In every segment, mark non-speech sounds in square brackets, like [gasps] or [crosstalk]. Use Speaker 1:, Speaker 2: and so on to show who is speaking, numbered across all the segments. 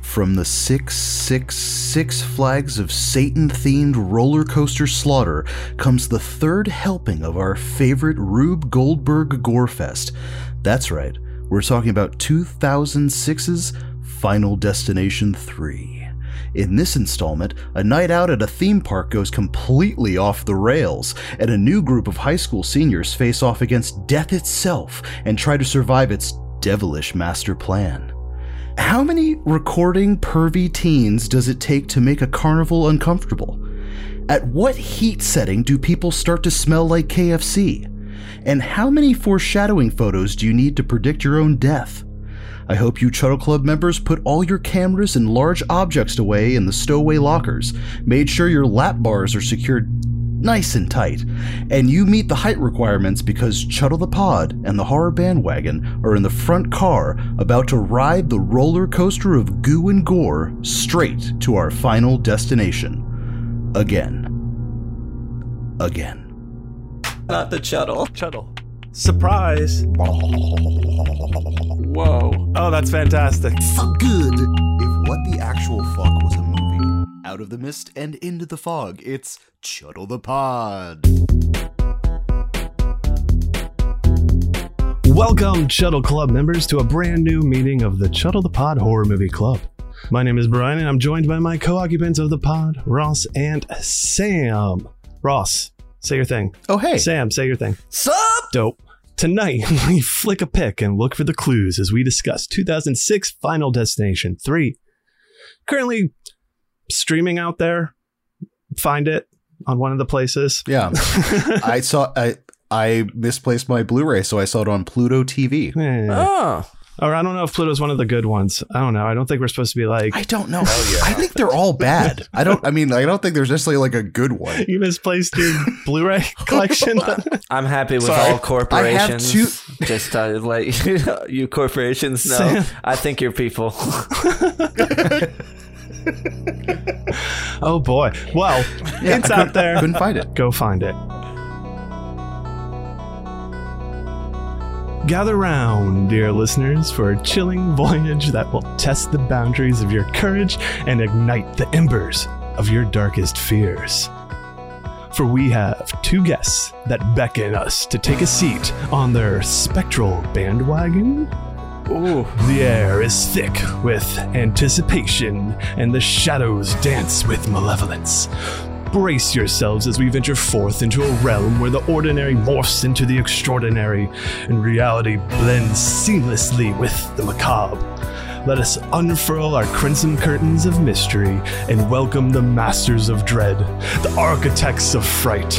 Speaker 1: from the 666 Six Flags of Satan themed roller coaster slaughter comes the third helping of our favorite Rube Goldberg Gorefest. That's right, we're talking about 2006's Final Destination 3. In this installment, a night out at a theme park goes completely off the rails, and a new group of high school seniors face off against death itself and try to survive its devilish master plan. How many recording pervy teens does it take to make a carnival uncomfortable? At what heat setting do people start to smell like KFC? And how many foreshadowing photos do you need to predict your own death? I hope you Chuddle Club members put all your cameras and large objects away in the stowaway lockers, made sure your lap bars are secured nice and tight, and you meet the height requirements because Chuddle the Pod and the Horror Bandwagon are in the front car about to ride the roller coaster of goo and gore straight to our final destination. Again. Again.
Speaker 2: Not the Chuddle.
Speaker 3: Chuddle. Surprise.
Speaker 2: Whoa.
Speaker 3: Oh, that's fantastic.
Speaker 1: fuck good. If what the actual fuck was a movie, out of the mist and into the fog, it's Chuddle the Pod.
Speaker 3: Welcome, Chuddle Club members, to a brand new meeting of the Chuddle the Pod Horror Movie Club. My name is Brian, and I'm joined by my co occupants of the pod, Ross and Sam. Ross, say your thing.
Speaker 1: Oh hey,
Speaker 3: Sam, say your thing.
Speaker 2: Sup?
Speaker 3: Dope. Tonight, [laughs] we flick a pick and look for the clues as we discuss 2006 Final Destination 3. Currently streaming out there. Find it on one of the places.
Speaker 1: yeah, [laughs] I saw I I misplaced my Blu-ray, so I saw it on Pluto TV.
Speaker 3: Eh.
Speaker 2: Oh.
Speaker 3: Or I don't know if Pluto's one of the good ones. I don't know. I don't think we're supposed to be like,
Speaker 1: I don't know. I think they're all bad. I don't. I mean, I don't think there's necessarily like a good one.
Speaker 3: [laughs] you misplaced your Blu ray collection.
Speaker 2: I'm happy with
Speaker 3: Sorry.
Speaker 2: all corporations.
Speaker 1: I have two-
Speaker 2: [laughs] Just uh, like you, know, you corporations. No,
Speaker 3: Sam.
Speaker 2: I think you're
Speaker 3: [laughs]
Speaker 2: people. [laughs]
Speaker 3: oh boy. Well,
Speaker 1: Yeah,
Speaker 3: it's
Speaker 1: I
Speaker 3: out there.
Speaker 1: Couldn't find it.
Speaker 3: Go find it. Gather round, dear listeners, for a chilling voyage that will test the boundaries of your courage and ignite the embers of your darkest fears. For we have two guests that beckon us to take a seat on their spectral bandwagon.
Speaker 2: Ooh.
Speaker 3: The air is thick with anticipation, and the shadows dance with malevolence. Brace yourselves as we venture forth into a realm where the ordinary morphs into the extraordinary, and reality blends seamlessly with the macabre. Let us unfurl our crimson curtains of mystery and welcome the masters of dread, the architects of fright,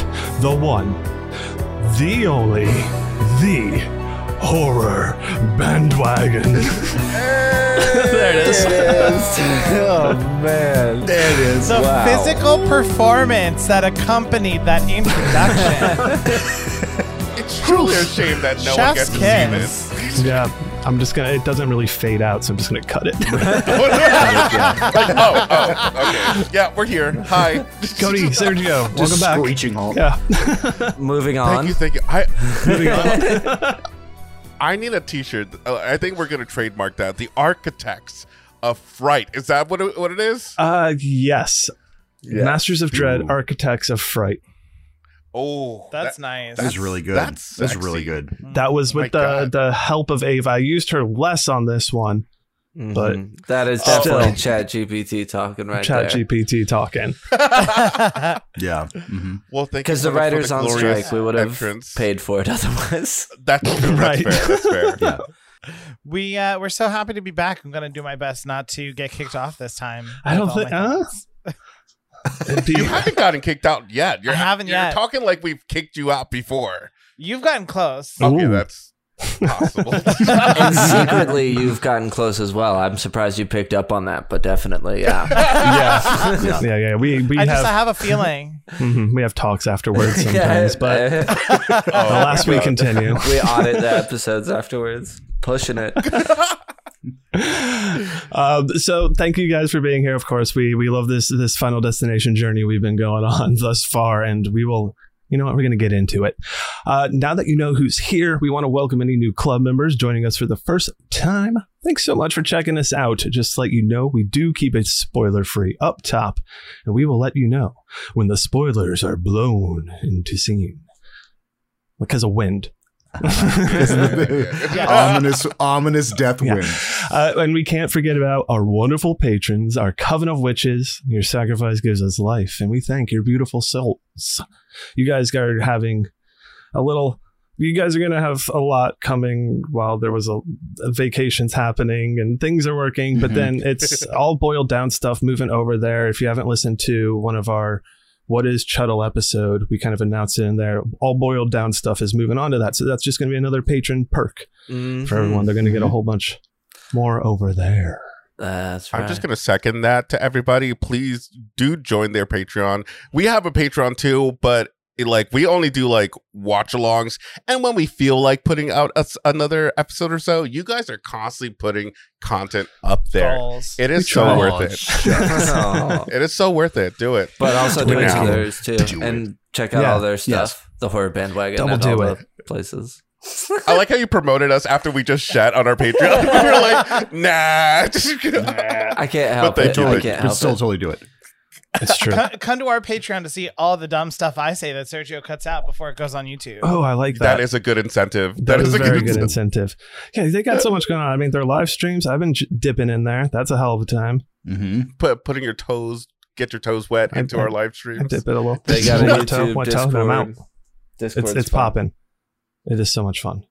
Speaker 3: the one, the only, the horror bandwagon.
Speaker 2: there it is.
Speaker 4: Oh man.
Speaker 1: There it is.
Speaker 4: The
Speaker 2: Wow.
Speaker 4: physical performance that
Speaker 3: [laughs]
Speaker 4: accompanied that introduction.
Speaker 5: It's truly a shame that no one
Speaker 4: Chef's
Speaker 5: gets
Speaker 4: kiss.
Speaker 5: to see this.
Speaker 3: Yeah, I'm just gonna. It doesn't really fade out, so I'm just gonna cut it.
Speaker 5: Like, oh, oh, okay. Yeah, we're here. Hi.
Speaker 3: Cody, Sergio, welcome back.
Speaker 1: Screeching halt.
Speaker 3: Yeah,
Speaker 2: Moving
Speaker 5: Thank
Speaker 2: on.
Speaker 5: you, thank you. I,
Speaker 3: moving
Speaker 2: [laughs]
Speaker 3: on.
Speaker 5: I need a T-shirt. Uh, I think we're gonna trademark that. The Architects of Fright. Is that what it, what it is?
Speaker 3: Uh, yes. Masters of Dread,
Speaker 1: Ooh.
Speaker 3: Architects of Fright.
Speaker 5: Oh,
Speaker 4: That's
Speaker 5: that-
Speaker 4: nice.
Speaker 1: That was
Speaker 4: [laughs]
Speaker 1: really good.
Speaker 5: That's
Speaker 1: That was really
Speaker 5: sexy.
Speaker 1: good.
Speaker 4: Mm.
Speaker 3: That was with
Speaker 5: Oh
Speaker 3: the
Speaker 5: My God.
Speaker 3: the help of Ava. I used her less on this one. But-
Speaker 2: Mhm. that is
Speaker 3: Still.
Speaker 2: definitely Chat GPT talking right
Speaker 3: Chat
Speaker 2: there.
Speaker 3: GPT talking.
Speaker 1: Yeah. hmm
Speaker 5: Well, thank you
Speaker 2: Because the
Speaker 5: so much for
Speaker 2: writers on
Speaker 5: glorious
Speaker 2: strike, we would have
Speaker 5: entrance.
Speaker 2: paid for it otherwise. [laughs]
Speaker 5: That's, [laughs] true.
Speaker 3: Right.
Speaker 5: That's fair. That's fair.
Speaker 1: Yeah.
Speaker 4: we uh, we're so happy to be back. I'm gonna do my best not to get kicked off this time.
Speaker 3: I don't
Speaker 4: With all
Speaker 3: think.
Speaker 4: my
Speaker 3: Huh?
Speaker 4: thoughts.
Speaker 3: It'd be-
Speaker 5: [laughs] You haven't gotten kicked out yet. You're,
Speaker 4: I haven't
Speaker 5: you're
Speaker 4: yet.
Speaker 5: talking like we've kicked you out before.
Speaker 4: You've gotten close.
Speaker 5: Okay,
Speaker 3: Ooh.
Speaker 5: that's possible.
Speaker 2: and
Speaker 1: [laughs]
Speaker 2: secretly, you've gotten close as well. I'm surprised you picked up on that, but definitely,
Speaker 5: [laughs]
Speaker 2: yeah.
Speaker 3: yeah. yeah, yeah, We we
Speaker 4: I just I
Speaker 3: have
Speaker 4: have
Speaker 3: [laughs]
Speaker 4: a feeling.
Speaker 3: mhm, we have talks afterwards
Speaker 5: [laughs]
Speaker 3: sometimes, but
Speaker 5: oh,
Speaker 3: the last we
Speaker 5: God. [laughs]
Speaker 3: continue.
Speaker 2: [laughs] we audit the episodes afterwards, pushing it.
Speaker 3: [laughs] um, so thank you guys for being [laughs] here. Of course, we we love this this final destination journey we've been going on thus far, and we will you know what? We're going to get into it. Uh, now that you know who's here, we want to welcome any new club members joining us for the first time. Thanks so much for checking us out. Just to let you know, we do keep it spoiler free up top, and we will let you know when the spoilers are blown into scene because of wind. [laughs]
Speaker 5: Yeah.
Speaker 1: ominous, ominous death
Speaker 3: Yeah.
Speaker 1: wind.
Speaker 3: Uh, and we can't forget about our wonderful patrons, our coven of witches. Your sacrifice gives us life, and we thank your beautiful souls. You guys are having a little. You guys are going to have a lot coming while there was a, vacations happening and things are working, but
Speaker 1: Mhm.
Speaker 3: then it's all boiled down stuff moving over there. If you haven't listened to one of our what is Chuddle episode, we kind of announced it in there. All boiled down stuff is moving on to that. So that's just going to be another patron perk for
Speaker 2: Mm-hmm.
Speaker 3: everyone. They're going to get a whole bunch more over there.
Speaker 2: That's right.
Speaker 5: I'm just gonna second that to everybody. Please do join their Patreon. We have a Patreon too, but it, like we only do like watch alongs, and when we feel like putting out us another episode or so, you guys are constantly putting content up there.
Speaker 4: Goals.
Speaker 5: It is
Speaker 3: We
Speaker 5: so
Speaker 3: try.
Speaker 5: worth it.
Speaker 2: [laughs]
Speaker 3: [laughs]
Speaker 2: Oh.
Speaker 5: It is so worth it. Do it.
Speaker 2: But also
Speaker 3: Do
Speaker 2: do
Speaker 3: it
Speaker 2: it
Speaker 3: now.
Speaker 2: to theirs too,
Speaker 1: Do it.
Speaker 2: and check out
Speaker 3: Yeah,
Speaker 2: all their stuff.
Speaker 3: yes.
Speaker 2: The horror bandwagon.
Speaker 3: Double
Speaker 2: at
Speaker 3: do
Speaker 2: all The places. [laughs]
Speaker 5: I like how you promoted us after we just shat on our Patreon. [laughs] we were like, nah. [laughs]
Speaker 2: I can't help
Speaker 5: they
Speaker 2: it.
Speaker 5: do
Speaker 2: I
Speaker 5: it.
Speaker 2: can't
Speaker 1: Could
Speaker 2: help
Speaker 1: still
Speaker 2: it.
Speaker 1: totally do it.
Speaker 3: It's true.
Speaker 4: Come, come to our Patreon to see all the dumb stuff I say that Sergio cuts out before it goes on YouTube.
Speaker 3: Oh, I like that.
Speaker 5: that is a good incentive.
Speaker 3: that is,
Speaker 5: a
Speaker 3: very good incentive. Yeah, they got so much going on. I mean, their live streams. I've been j- dipping in there. That's a hell of a time.
Speaker 1: Mm-hmm.
Speaker 5: Put, putting your toes, get your toes wet
Speaker 3: I-
Speaker 5: into
Speaker 3: I-
Speaker 5: our
Speaker 3: I
Speaker 5: live streams.
Speaker 3: dip it a little. [laughs]
Speaker 2: They got a
Speaker 3: One toe,
Speaker 2: YouTube
Speaker 3: one toe, and
Speaker 2: Discord.
Speaker 3: I'm out.
Speaker 2: Discord's
Speaker 3: It's it's
Speaker 2: fun.
Speaker 3: popping. It is so much fun.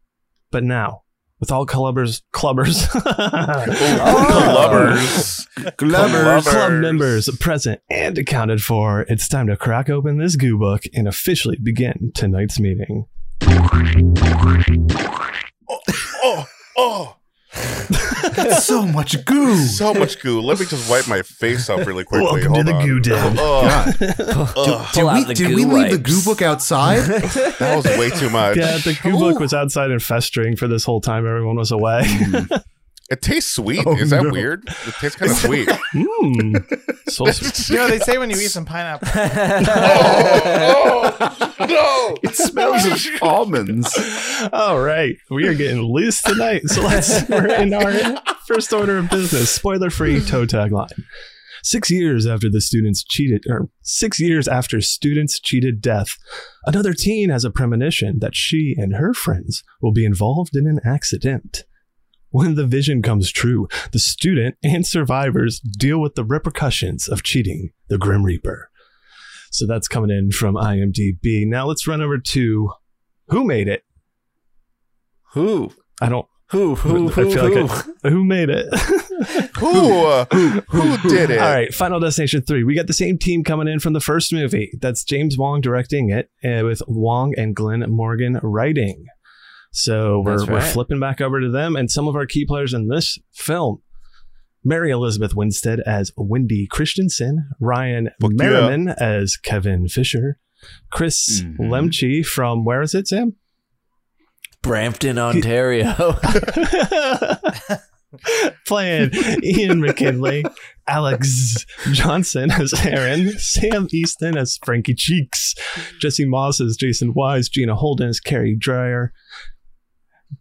Speaker 3: But now, with all clubbers, clubbers, [laughs]
Speaker 5: Clubbers.
Speaker 1: Glubbers.
Speaker 5: Clubbers.
Speaker 3: club members present and accounted for, it's time to crack open this goo book and officially begin tonight's meeting.
Speaker 5: Oh, oh,
Speaker 1: That's so much goo.
Speaker 5: so much goo. Let me just wipe my face off really quickly.
Speaker 3: Welcome
Speaker 5: Hold
Speaker 3: to the
Speaker 5: on.
Speaker 3: goo den.
Speaker 5: Oh,
Speaker 1: did
Speaker 2: Pull out
Speaker 1: we,
Speaker 2: the
Speaker 1: did
Speaker 2: goo
Speaker 1: we leave the goo
Speaker 2: wipes.
Speaker 1: book
Speaker 2: [laughs]
Speaker 1: outside?
Speaker 5: that was way too [laughs] much.
Speaker 3: Yeah, the goo book was outside and festering for this whole time. Everyone was away.
Speaker 5: It tastes sweet.
Speaker 1: Oh,
Speaker 5: Is that
Speaker 1: no.
Speaker 5: weird? It tastes kind
Speaker 3: [laughs]
Speaker 5: of sweet.
Speaker 3: Mmm. So
Speaker 4: You know, they say when you eat some pineapple,
Speaker 5: [laughs] oh, oh, no.
Speaker 1: it smells
Speaker 5: [laughs]
Speaker 1: of almonds.
Speaker 3: All right, we are getting loose tonight. So let's we're in our first order of business. Spoiler free toe tagline. Six years after the students cheated, or six years after students cheated death, another teen has a premonition that she and her friends will be involved in an accident. When the vision comes true, the student and survivors deal with the repercussions of cheating the Grim Reaper. So that's coming in from IMDb. Now let's run over to who made it.
Speaker 2: Who?
Speaker 3: I don't.
Speaker 2: Who? Who?
Speaker 3: I feel
Speaker 2: Who?
Speaker 3: like
Speaker 2: Who?
Speaker 3: Who made it?
Speaker 5: Who, uh, who, who did it?
Speaker 3: All right, Final Destination 3. We got the same team coming in from the first movie. That's James Wong directing it uh, with Wong and Glenn Morgan writing. So we're,
Speaker 2: That's
Speaker 3: we're
Speaker 2: right.
Speaker 3: flipping back over to them and some of our key players in this film. Mary Elizabeth Winstead as Wendy Christensen, Ryan
Speaker 5: Fuck yeah.
Speaker 3: Merriman as Kevin Fisher, Chris
Speaker 1: Mhm.
Speaker 3: Lemche from where is it, Sam?
Speaker 2: [laughs] Brampton, Ontario.
Speaker 3: [laughs] playing Ian McKinley, Alex Johnson as Aaron, Sam Easton as Frankie Cheeks, Jesse Moss as Jason Wise, Gina Holden as Carrie Dreyer.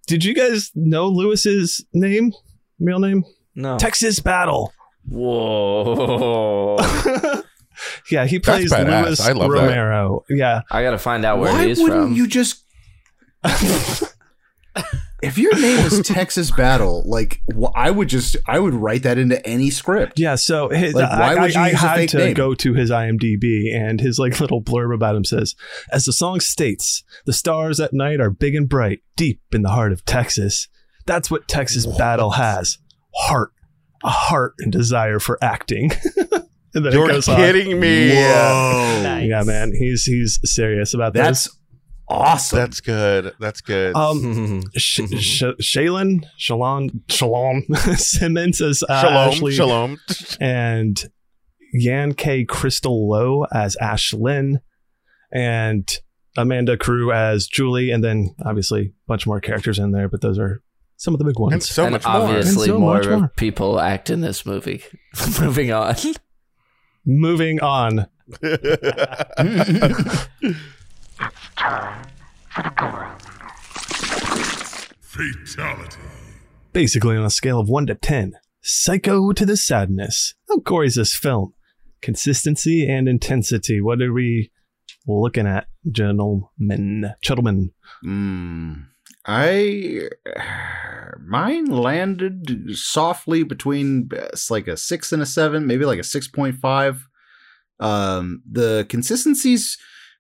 Speaker 3: Did you guys know Lewis's name? Real name?
Speaker 2: no.
Speaker 3: Texas Battle.
Speaker 2: Whoa.
Speaker 3: [laughs] yeah, he
Speaker 5: That's
Speaker 3: plays
Speaker 5: badass.
Speaker 3: Lewis
Speaker 5: I love that.
Speaker 3: Romero. Yeah.
Speaker 2: I gotta find out where
Speaker 1: Why
Speaker 2: he's
Speaker 1: wouldn't
Speaker 2: from. [laughs]
Speaker 1: you just? if your name was Texas Battle, like wh- I would just, I would write that into any script.
Speaker 3: Yeah, so his,
Speaker 1: Like, why
Speaker 3: I,
Speaker 1: would you
Speaker 3: I, I
Speaker 1: use a
Speaker 3: had
Speaker 1: fake
Speaker 3: to
Speaker 1: name?
Speaker 3: go to his IMDb, and his like little blurb about him says, "As the song states, the stars at night are big and bright, deep in the heart of Texas. That's what Texas battle has: heart, a heart and desire for acting." [laughs] and then it
Speaker 5: You're
Speaker 3: goes on.
Speaker 5: kidding me.
Speaker 4: Nice.
Speaker 3: Oh, Yeah, man, he's he's serious about
Speaker 1: That's awesome.
Speaker 5: That's good. That's good.
Speaker 3: this. Um, Sh- Sh- Shaylin, Shalon, Shalom [laughs] Simmons as uh,
Speaker 5: shalom.
Speaker 3: Ashley
Speaker 5: Shalom.
Speaker 3: and Yan K. Crystal Lowe as Ash Lynn, and Amanda Crew as Julie, and then obviously a bunch more characters in there, but those are some of the big
Speaker 5: And
Speaker 3: ones.
Speaker 5: so
Speaker 2: and
Speaker 5: much more.
Speaker 2: obviously
Speaker 3: And so
Speaker 2: more,
Speaker 3: much more.
Speaker 2: people act in this movie. [laughs] Moving on.
Speaker 5: [laughs]
Speaker 3: Moving on.
Speaker 6: It's time for the Goro Leader.
Speaker 7: Fatality.
Speaker 3: Basically, on a scale of 1 to 10, psycho to the sadness. How gory is this film? Consistency and intensity. What are we looking at, gentlemen? Gentlemen.
Speaker 1: Mm, I [sighs] mine landed softly between uh, s- like a six and a seven, maybe like a six point five. Um, the consistency's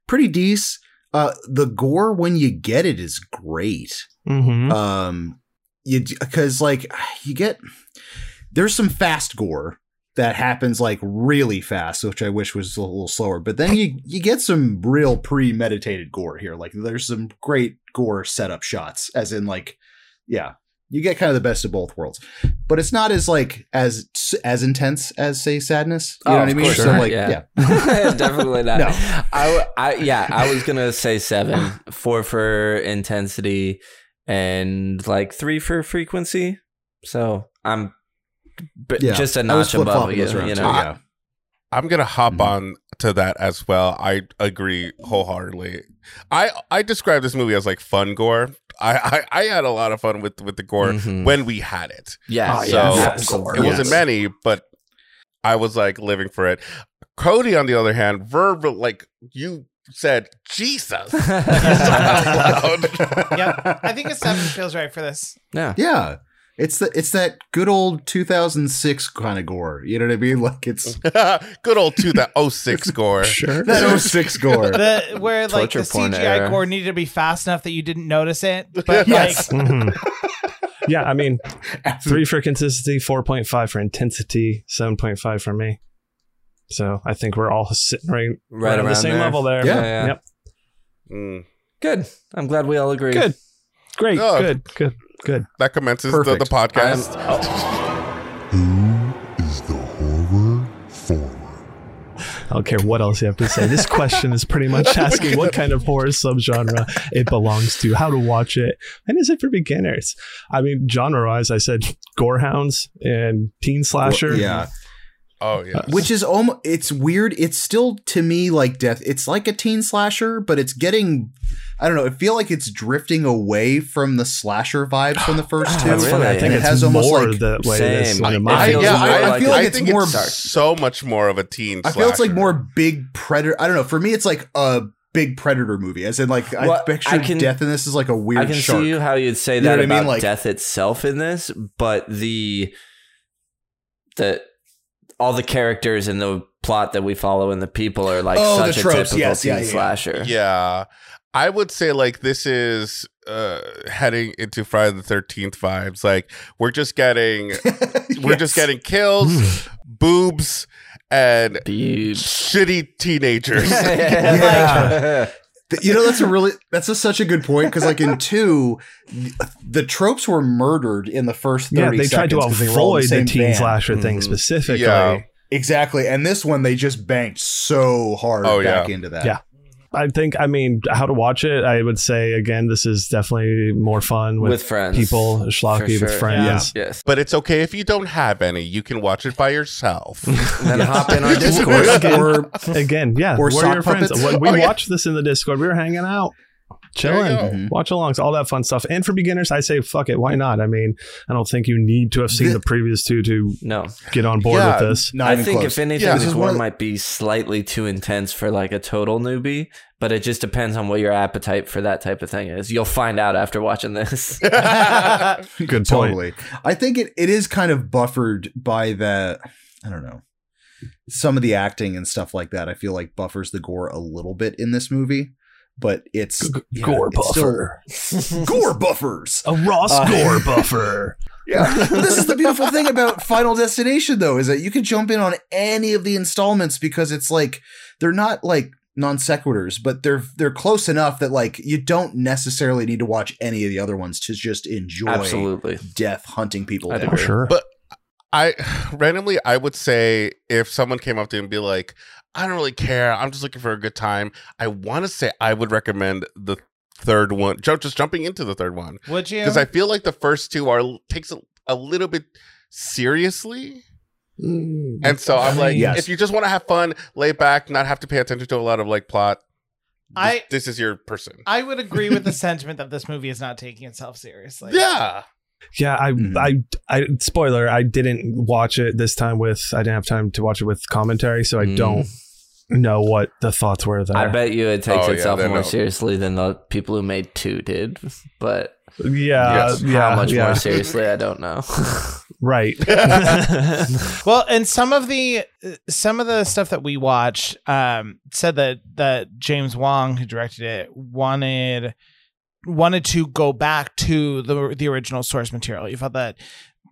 Speaker 1: pretty decent. Uh, the gore when you get it is great.
Speaker 3: Mm-hmm.
Speaker 1: Um, you because like you get there's some fast gore that happens like really fast, which I wish was a little slower. But then you you get some real premeditated gore here. Like there's some great gore setup shots, as in like yeah, you get kind of the best of both worlds. But it's not as like as as intense as say sadness. You
Speaker 2: Oh,
Speaker 1: know what I
Speaker 2: of
Speaker 1: mean?
Speaker 2: course
Speaker 1: So
Speaker 2: not,
Speaker 1: like
Speaker 2: yeah.
Speaker 1: yeah.
Speaker 2: [laughs] Definitely not.
Speaker 1: No.
Speaker 2: I, w- I- yeah, I was gonna say
Speaker 1: [sighs]
Speaker 2: seven, four for intensity, and like three for frequency. So I'm, but
Speaker 1: Yeah,
Speaker 2: just a
Speaker 1: I was
Speaker 2: notch above
Speaker 1: flip-flopping
Speaker 2: you.
Speaker 1: those around
Speaker 2: you
Speaker 1: too,
Speaker 2: know,
Speaker 3: Ah,
Speaker 1: yeah.
Speaker 5: I'm gonna hop
Speaker 1: Mhm.
Speaker 5: on to that as well. I agree wholeheartedly. I I describe this movie as like fun gore. I I, I had a lot of fun with with the gore
Speaker 2: Mhm.
Speaker 5: when we had
Speaker 2: ah,
Speaker 5: it.
Speaker 2: yeah,
Speaker 3: ah,
Speaker 5: Oh,
Speaker 2: so
Speaker 3: [laughs]
Speaker 5: yeah, yeah,
Speaker 2: absolutely.
Speaker 5: It wasn't many, but I was like living for it. Cody, on the other hand, verb like you said,
Speaker 2: [laughs]
Speaker 5: Jesus. Out loud.
Speaker 4: Yep. I think
Speaker 3: [laughs]
Speaker 4: a seven feels right for this.
Speaker 2: [laughs] yeah.
Speaker 1: Yeah. It's the it's that good old 2006 kind of gore. You know what I mean? [laughs] Like it's
Speaker 5: [laughs] Good old two that 06 score.
Speaker 3: Sure.
Speaker 1: that
Speaker 5: [laughs]
Speaker 1: 06 gore.
Speaker 4: The where like
Speaker 2: Torture
Speaker 4: the
Speaker 2: porn
Speaker 4: CGI
Speaker 2: era.
Speaker 4: gore needed to be fast enough that you didn't notice it,
Speaker 5: [laughs]
Speaker 4: but
Speaker 1: Yes.
Speaker 4: like
Speaker 3: Mhm. yeah, I mean, three for consistency, 4.5 for intensity, 7.5 for me. So I think we're all sitting right,
Speaker 2: Right
Speaker 3: on
Speaker 2: around
Speaker 3: the same
Speaker 2: there.
Speaker 3: level there.
Speaker 1: Yeah.
Speaker 2: Yeah.
Speaker 3: Yep.
Speaker 5: Mm.
Speaker 2: Good. I'm glad we all agree.
Speaker 3: Good. Great.
Speaker 5: Oh.
Speaker 3: Good. Good. Good.
Speaker 5: That commences the, the
Speaker 1: Perfect.
Speaker 5: podcast.
Speaker 7: Who is the horror forward?
Speaker 3: I don't care what else you have to say. This question is pretty much asking what kind of horror subgenre it belongs to, how to watch it, and is it for beginners? I mean, genre wise, I said gorehounds and teen slasher.
Speaker 1: Yeah.
Speaker 5: Oh, yeah.
Speaker 1: [laughs] Which is almost it's weird. It's still to me like death. It's like a teen slasher, but it's getting I don't know, I feel like it's drifting away from the slasher vibes from
Speaker 2: [sighs]
Speaker 1: the first two.
Speaker 2: that's funny. I
Speaker 3: I think
Speaker 1: And
Speaker 3: it's
Speaker 1: it has almost
Speaker 3: more
Speaker 1: like
Speaker 3: the way this
Speaker 2: Same.
Speaker 3: one in
Speaker 2: It
Speaker 3: my
Speaker 5: I,
Speaker 2: feels
Speaker 5: yeah,
Speaker 2: more
Speaker 5: I, I
Speaker 2: like
Speaker 5: feel
Speaker 2: a-
Speaker 5: like
Speaker 1: I
Speaker 5: it's
Speaker 1: think
Speaker 5: more
Speaker 1: it's-
Speaker 5: so much more of a teen.
Speaker 1: I feel it's like
Speaker 5: slasher.
Speaker 1: more big predator. I don't know. For me, it's like a big predator movie. As in, like
Speaker 2: Well,
Speaker 1: I picture
Speaker 2: I can-
Speaker 1: death in this is like a weird
Speaker 2: I can
Speaker 1: shark. [laughs]
Speaker 2: see you how you'd say
Speaker 1: You know
Speaker 2: that
Speaker 1: what I mean?
Speaker 2: about
Speaker 1: Like-
Speaker 2: death itself in this, but the the all the characters and the plot that we follow and the people are like
Speaker 1: Oh,
Speaker 2: such
Speaker 1: the
Speaker 2: a
Speaker 1: tropes.
Speaker 2: typical
Speaker 1: Yes,
Speaker 2: teen
Speaker 1: yeah, yeah, yeah.
Speaker 2: slasher.
Speaker 5: Yeah. I would say like this is uh heading into Friday the 13th vibes. Like we're just [laughs] getting we're
Speaker 1: Yes.
Speaker 5: just getting [sighs] kills, boobs and
Speaker 2: Beebs.
Speaker 5: shitty [laughs] teenagers.
Speaker 1: [laughs] Yeah. Th- You know, that's a really that's a, such a good point because, like in two, th- the tropes were murdered in the first thirty.
Speaker 3: yeah, they tried to
Speaker 1: seconds 'cause they were all in
Speaker 3: avoid the
Speaker 1: same
Speaker 3: teen
Speaker 1: band. Mm-hmm.
Speaker 3: slasher
Speaker 2: Mhm.
Speaker 3: thing specifically.
Speaker 5: Yeah.
Speaker 1: exactly, and this one they just banked so hard
Speaker 5: Oh,
Speaker 1: back
Speaker 5: yeah.
Speaker 1: into that. [laughs]
Speaker 3: Yeah. I think, I mean, how to watch it, I would say, again, this is definitely more fun
Speaker 2: [laughs] with
Speaker 3: with,
Speaker 2: friends.
Speaker 3: people,
Speaker 2: For
Speaker 3: schlocky
Speaker 2: sure.
Speaker 3: with friends. [laughs]
Speaker 2: Yes.
Speaker 5: But it's okay if you don't have any. You can watch it by [laughs] yourself.
Speaker 2: Then
Speaker 1: [laughs]
Speaker 2: hop in our Discord.
Speaker 3: Again,
Speaker 1: Or- [laughs]
Speaker 3: again, yeah,
Speaker 1: Or
Speaker 3: we're
Speaker 1: sock
Speaker 3: your friends.
Speaker 1: puppets.
Speaker 3: When we
Speaker 5: Oh, yeah.
Speaker 3: watched this in the Discord, we were hanging out, chilling, Mhm.
Speaker 5: There
Speaker 1: you go.
Speaker 3: watch alongs, all that fun stuff. And for beginners, I say, fuck it, why not? I mean, I don't think you need to have seen
Speaker 1: Thi-
Speaker 3: the previous two to
Speaker 2: No.
Speaker 3: get on board
Speaker 5: Yeah.
Speaker 3: with this.
Speaker 1: not
Speaker 2: I
Speaker 1: even
Speaker 2: think
Speaker 1: close.
Speaker 2: if anything,
Speaker 5: Yeah.
Speaker 1: This
Speaker 2: this
Speaker 1: is
Speaker 2: one
Speaker 1: one-
Speaker 2: might be slightly too intense for like a total newbie, but it just depends on what your appetite for that type of thing is. You'll find out after watching this.
Speaker 3: [laughs]
Speaker 1: [laughs]
Speaker 2: [laughs]
Speaker 3: Good point.
Speaker 1: totally. I think it, it is kind of buffered by the I don't know. Some of the acting and stuff like that, I feel like buffers the gore a little bit in this movie, but it's you know,
Speaker 3: Gore
Speaker 1: it's still-
Speaker 3: buffer.
Speaker 1: gore buffers.
Speaker 3: A Ross
Speaker 1: Uh,
Speaker 3: Gore buffer.
Speaker 1: Yeah. [laughs] But this is the beautiful thing about Final Destination, though, is that you can jump in on any of the installments because it's like they're not like non sequiturs, but they're they're close enough that like you don't necessarily need to watch any of the other ones to just enjoy
Speaker 2: Absolutely.
Speaker 1: death hunting people.
Speaker 2: I
Speaker 1: down.
Speaker 3: For sure.
Speaker 5: But- I randomly I would say if someone came up to me and be like, I don't really care, I'm just looking for a good time. I want to say I would recommend the third one. Ju- Just jumping into the third one
Speaker 4: would
Speaker 5: [laughs]
Speaker 4: you?
Speaker 5: because I feel like the first two are takes a, a little bit seriously. And so I'm like,
Speaker 1: Yes.
Speaker 3: Mm.
Speaker 5: if you just want to have fun, lay back, not have to pay attention to a lot of like plot,
Speaker 4: I-
Speaker 5: this is your person.
Speaker 4: I would agree with the sentiment that this movie is not taking itself seriously.
Speaker 5: yeah.
Speaker 3: Yeah, I,
Speaker 2: Mm-hmm.
Speaker 1: Mhm.
Speaker 3: I, I, spoiler, I didn't watch it this time with, I didn't have time to watch it with commentary, so I
Speaker 2: Mm.
Speaker 3: don't know what the thoughts were there.
Speaker 2: I bet you it takes
Speaker 5: Oh, yeah,
Speaker 2: itself
Speaker 5: then
Speaker 2: more
Speaker 5: no.
Speaker 2: seriously than the people who made two did, but
Speaker 3: Yeah,
Speaker 5: Yes.
Speaker 3: Uh, yeah,
Speaker 2: how much
Speaker 3: yeah,
Speaker 2: more seriously, I don't know.
Speaker 3: Right. [laughs]
Speaker 4: Well, and some of the some of the stuff that we watched um, said that that James Wong, who directed it, wanted wanted to go back to the the original source material. You felt that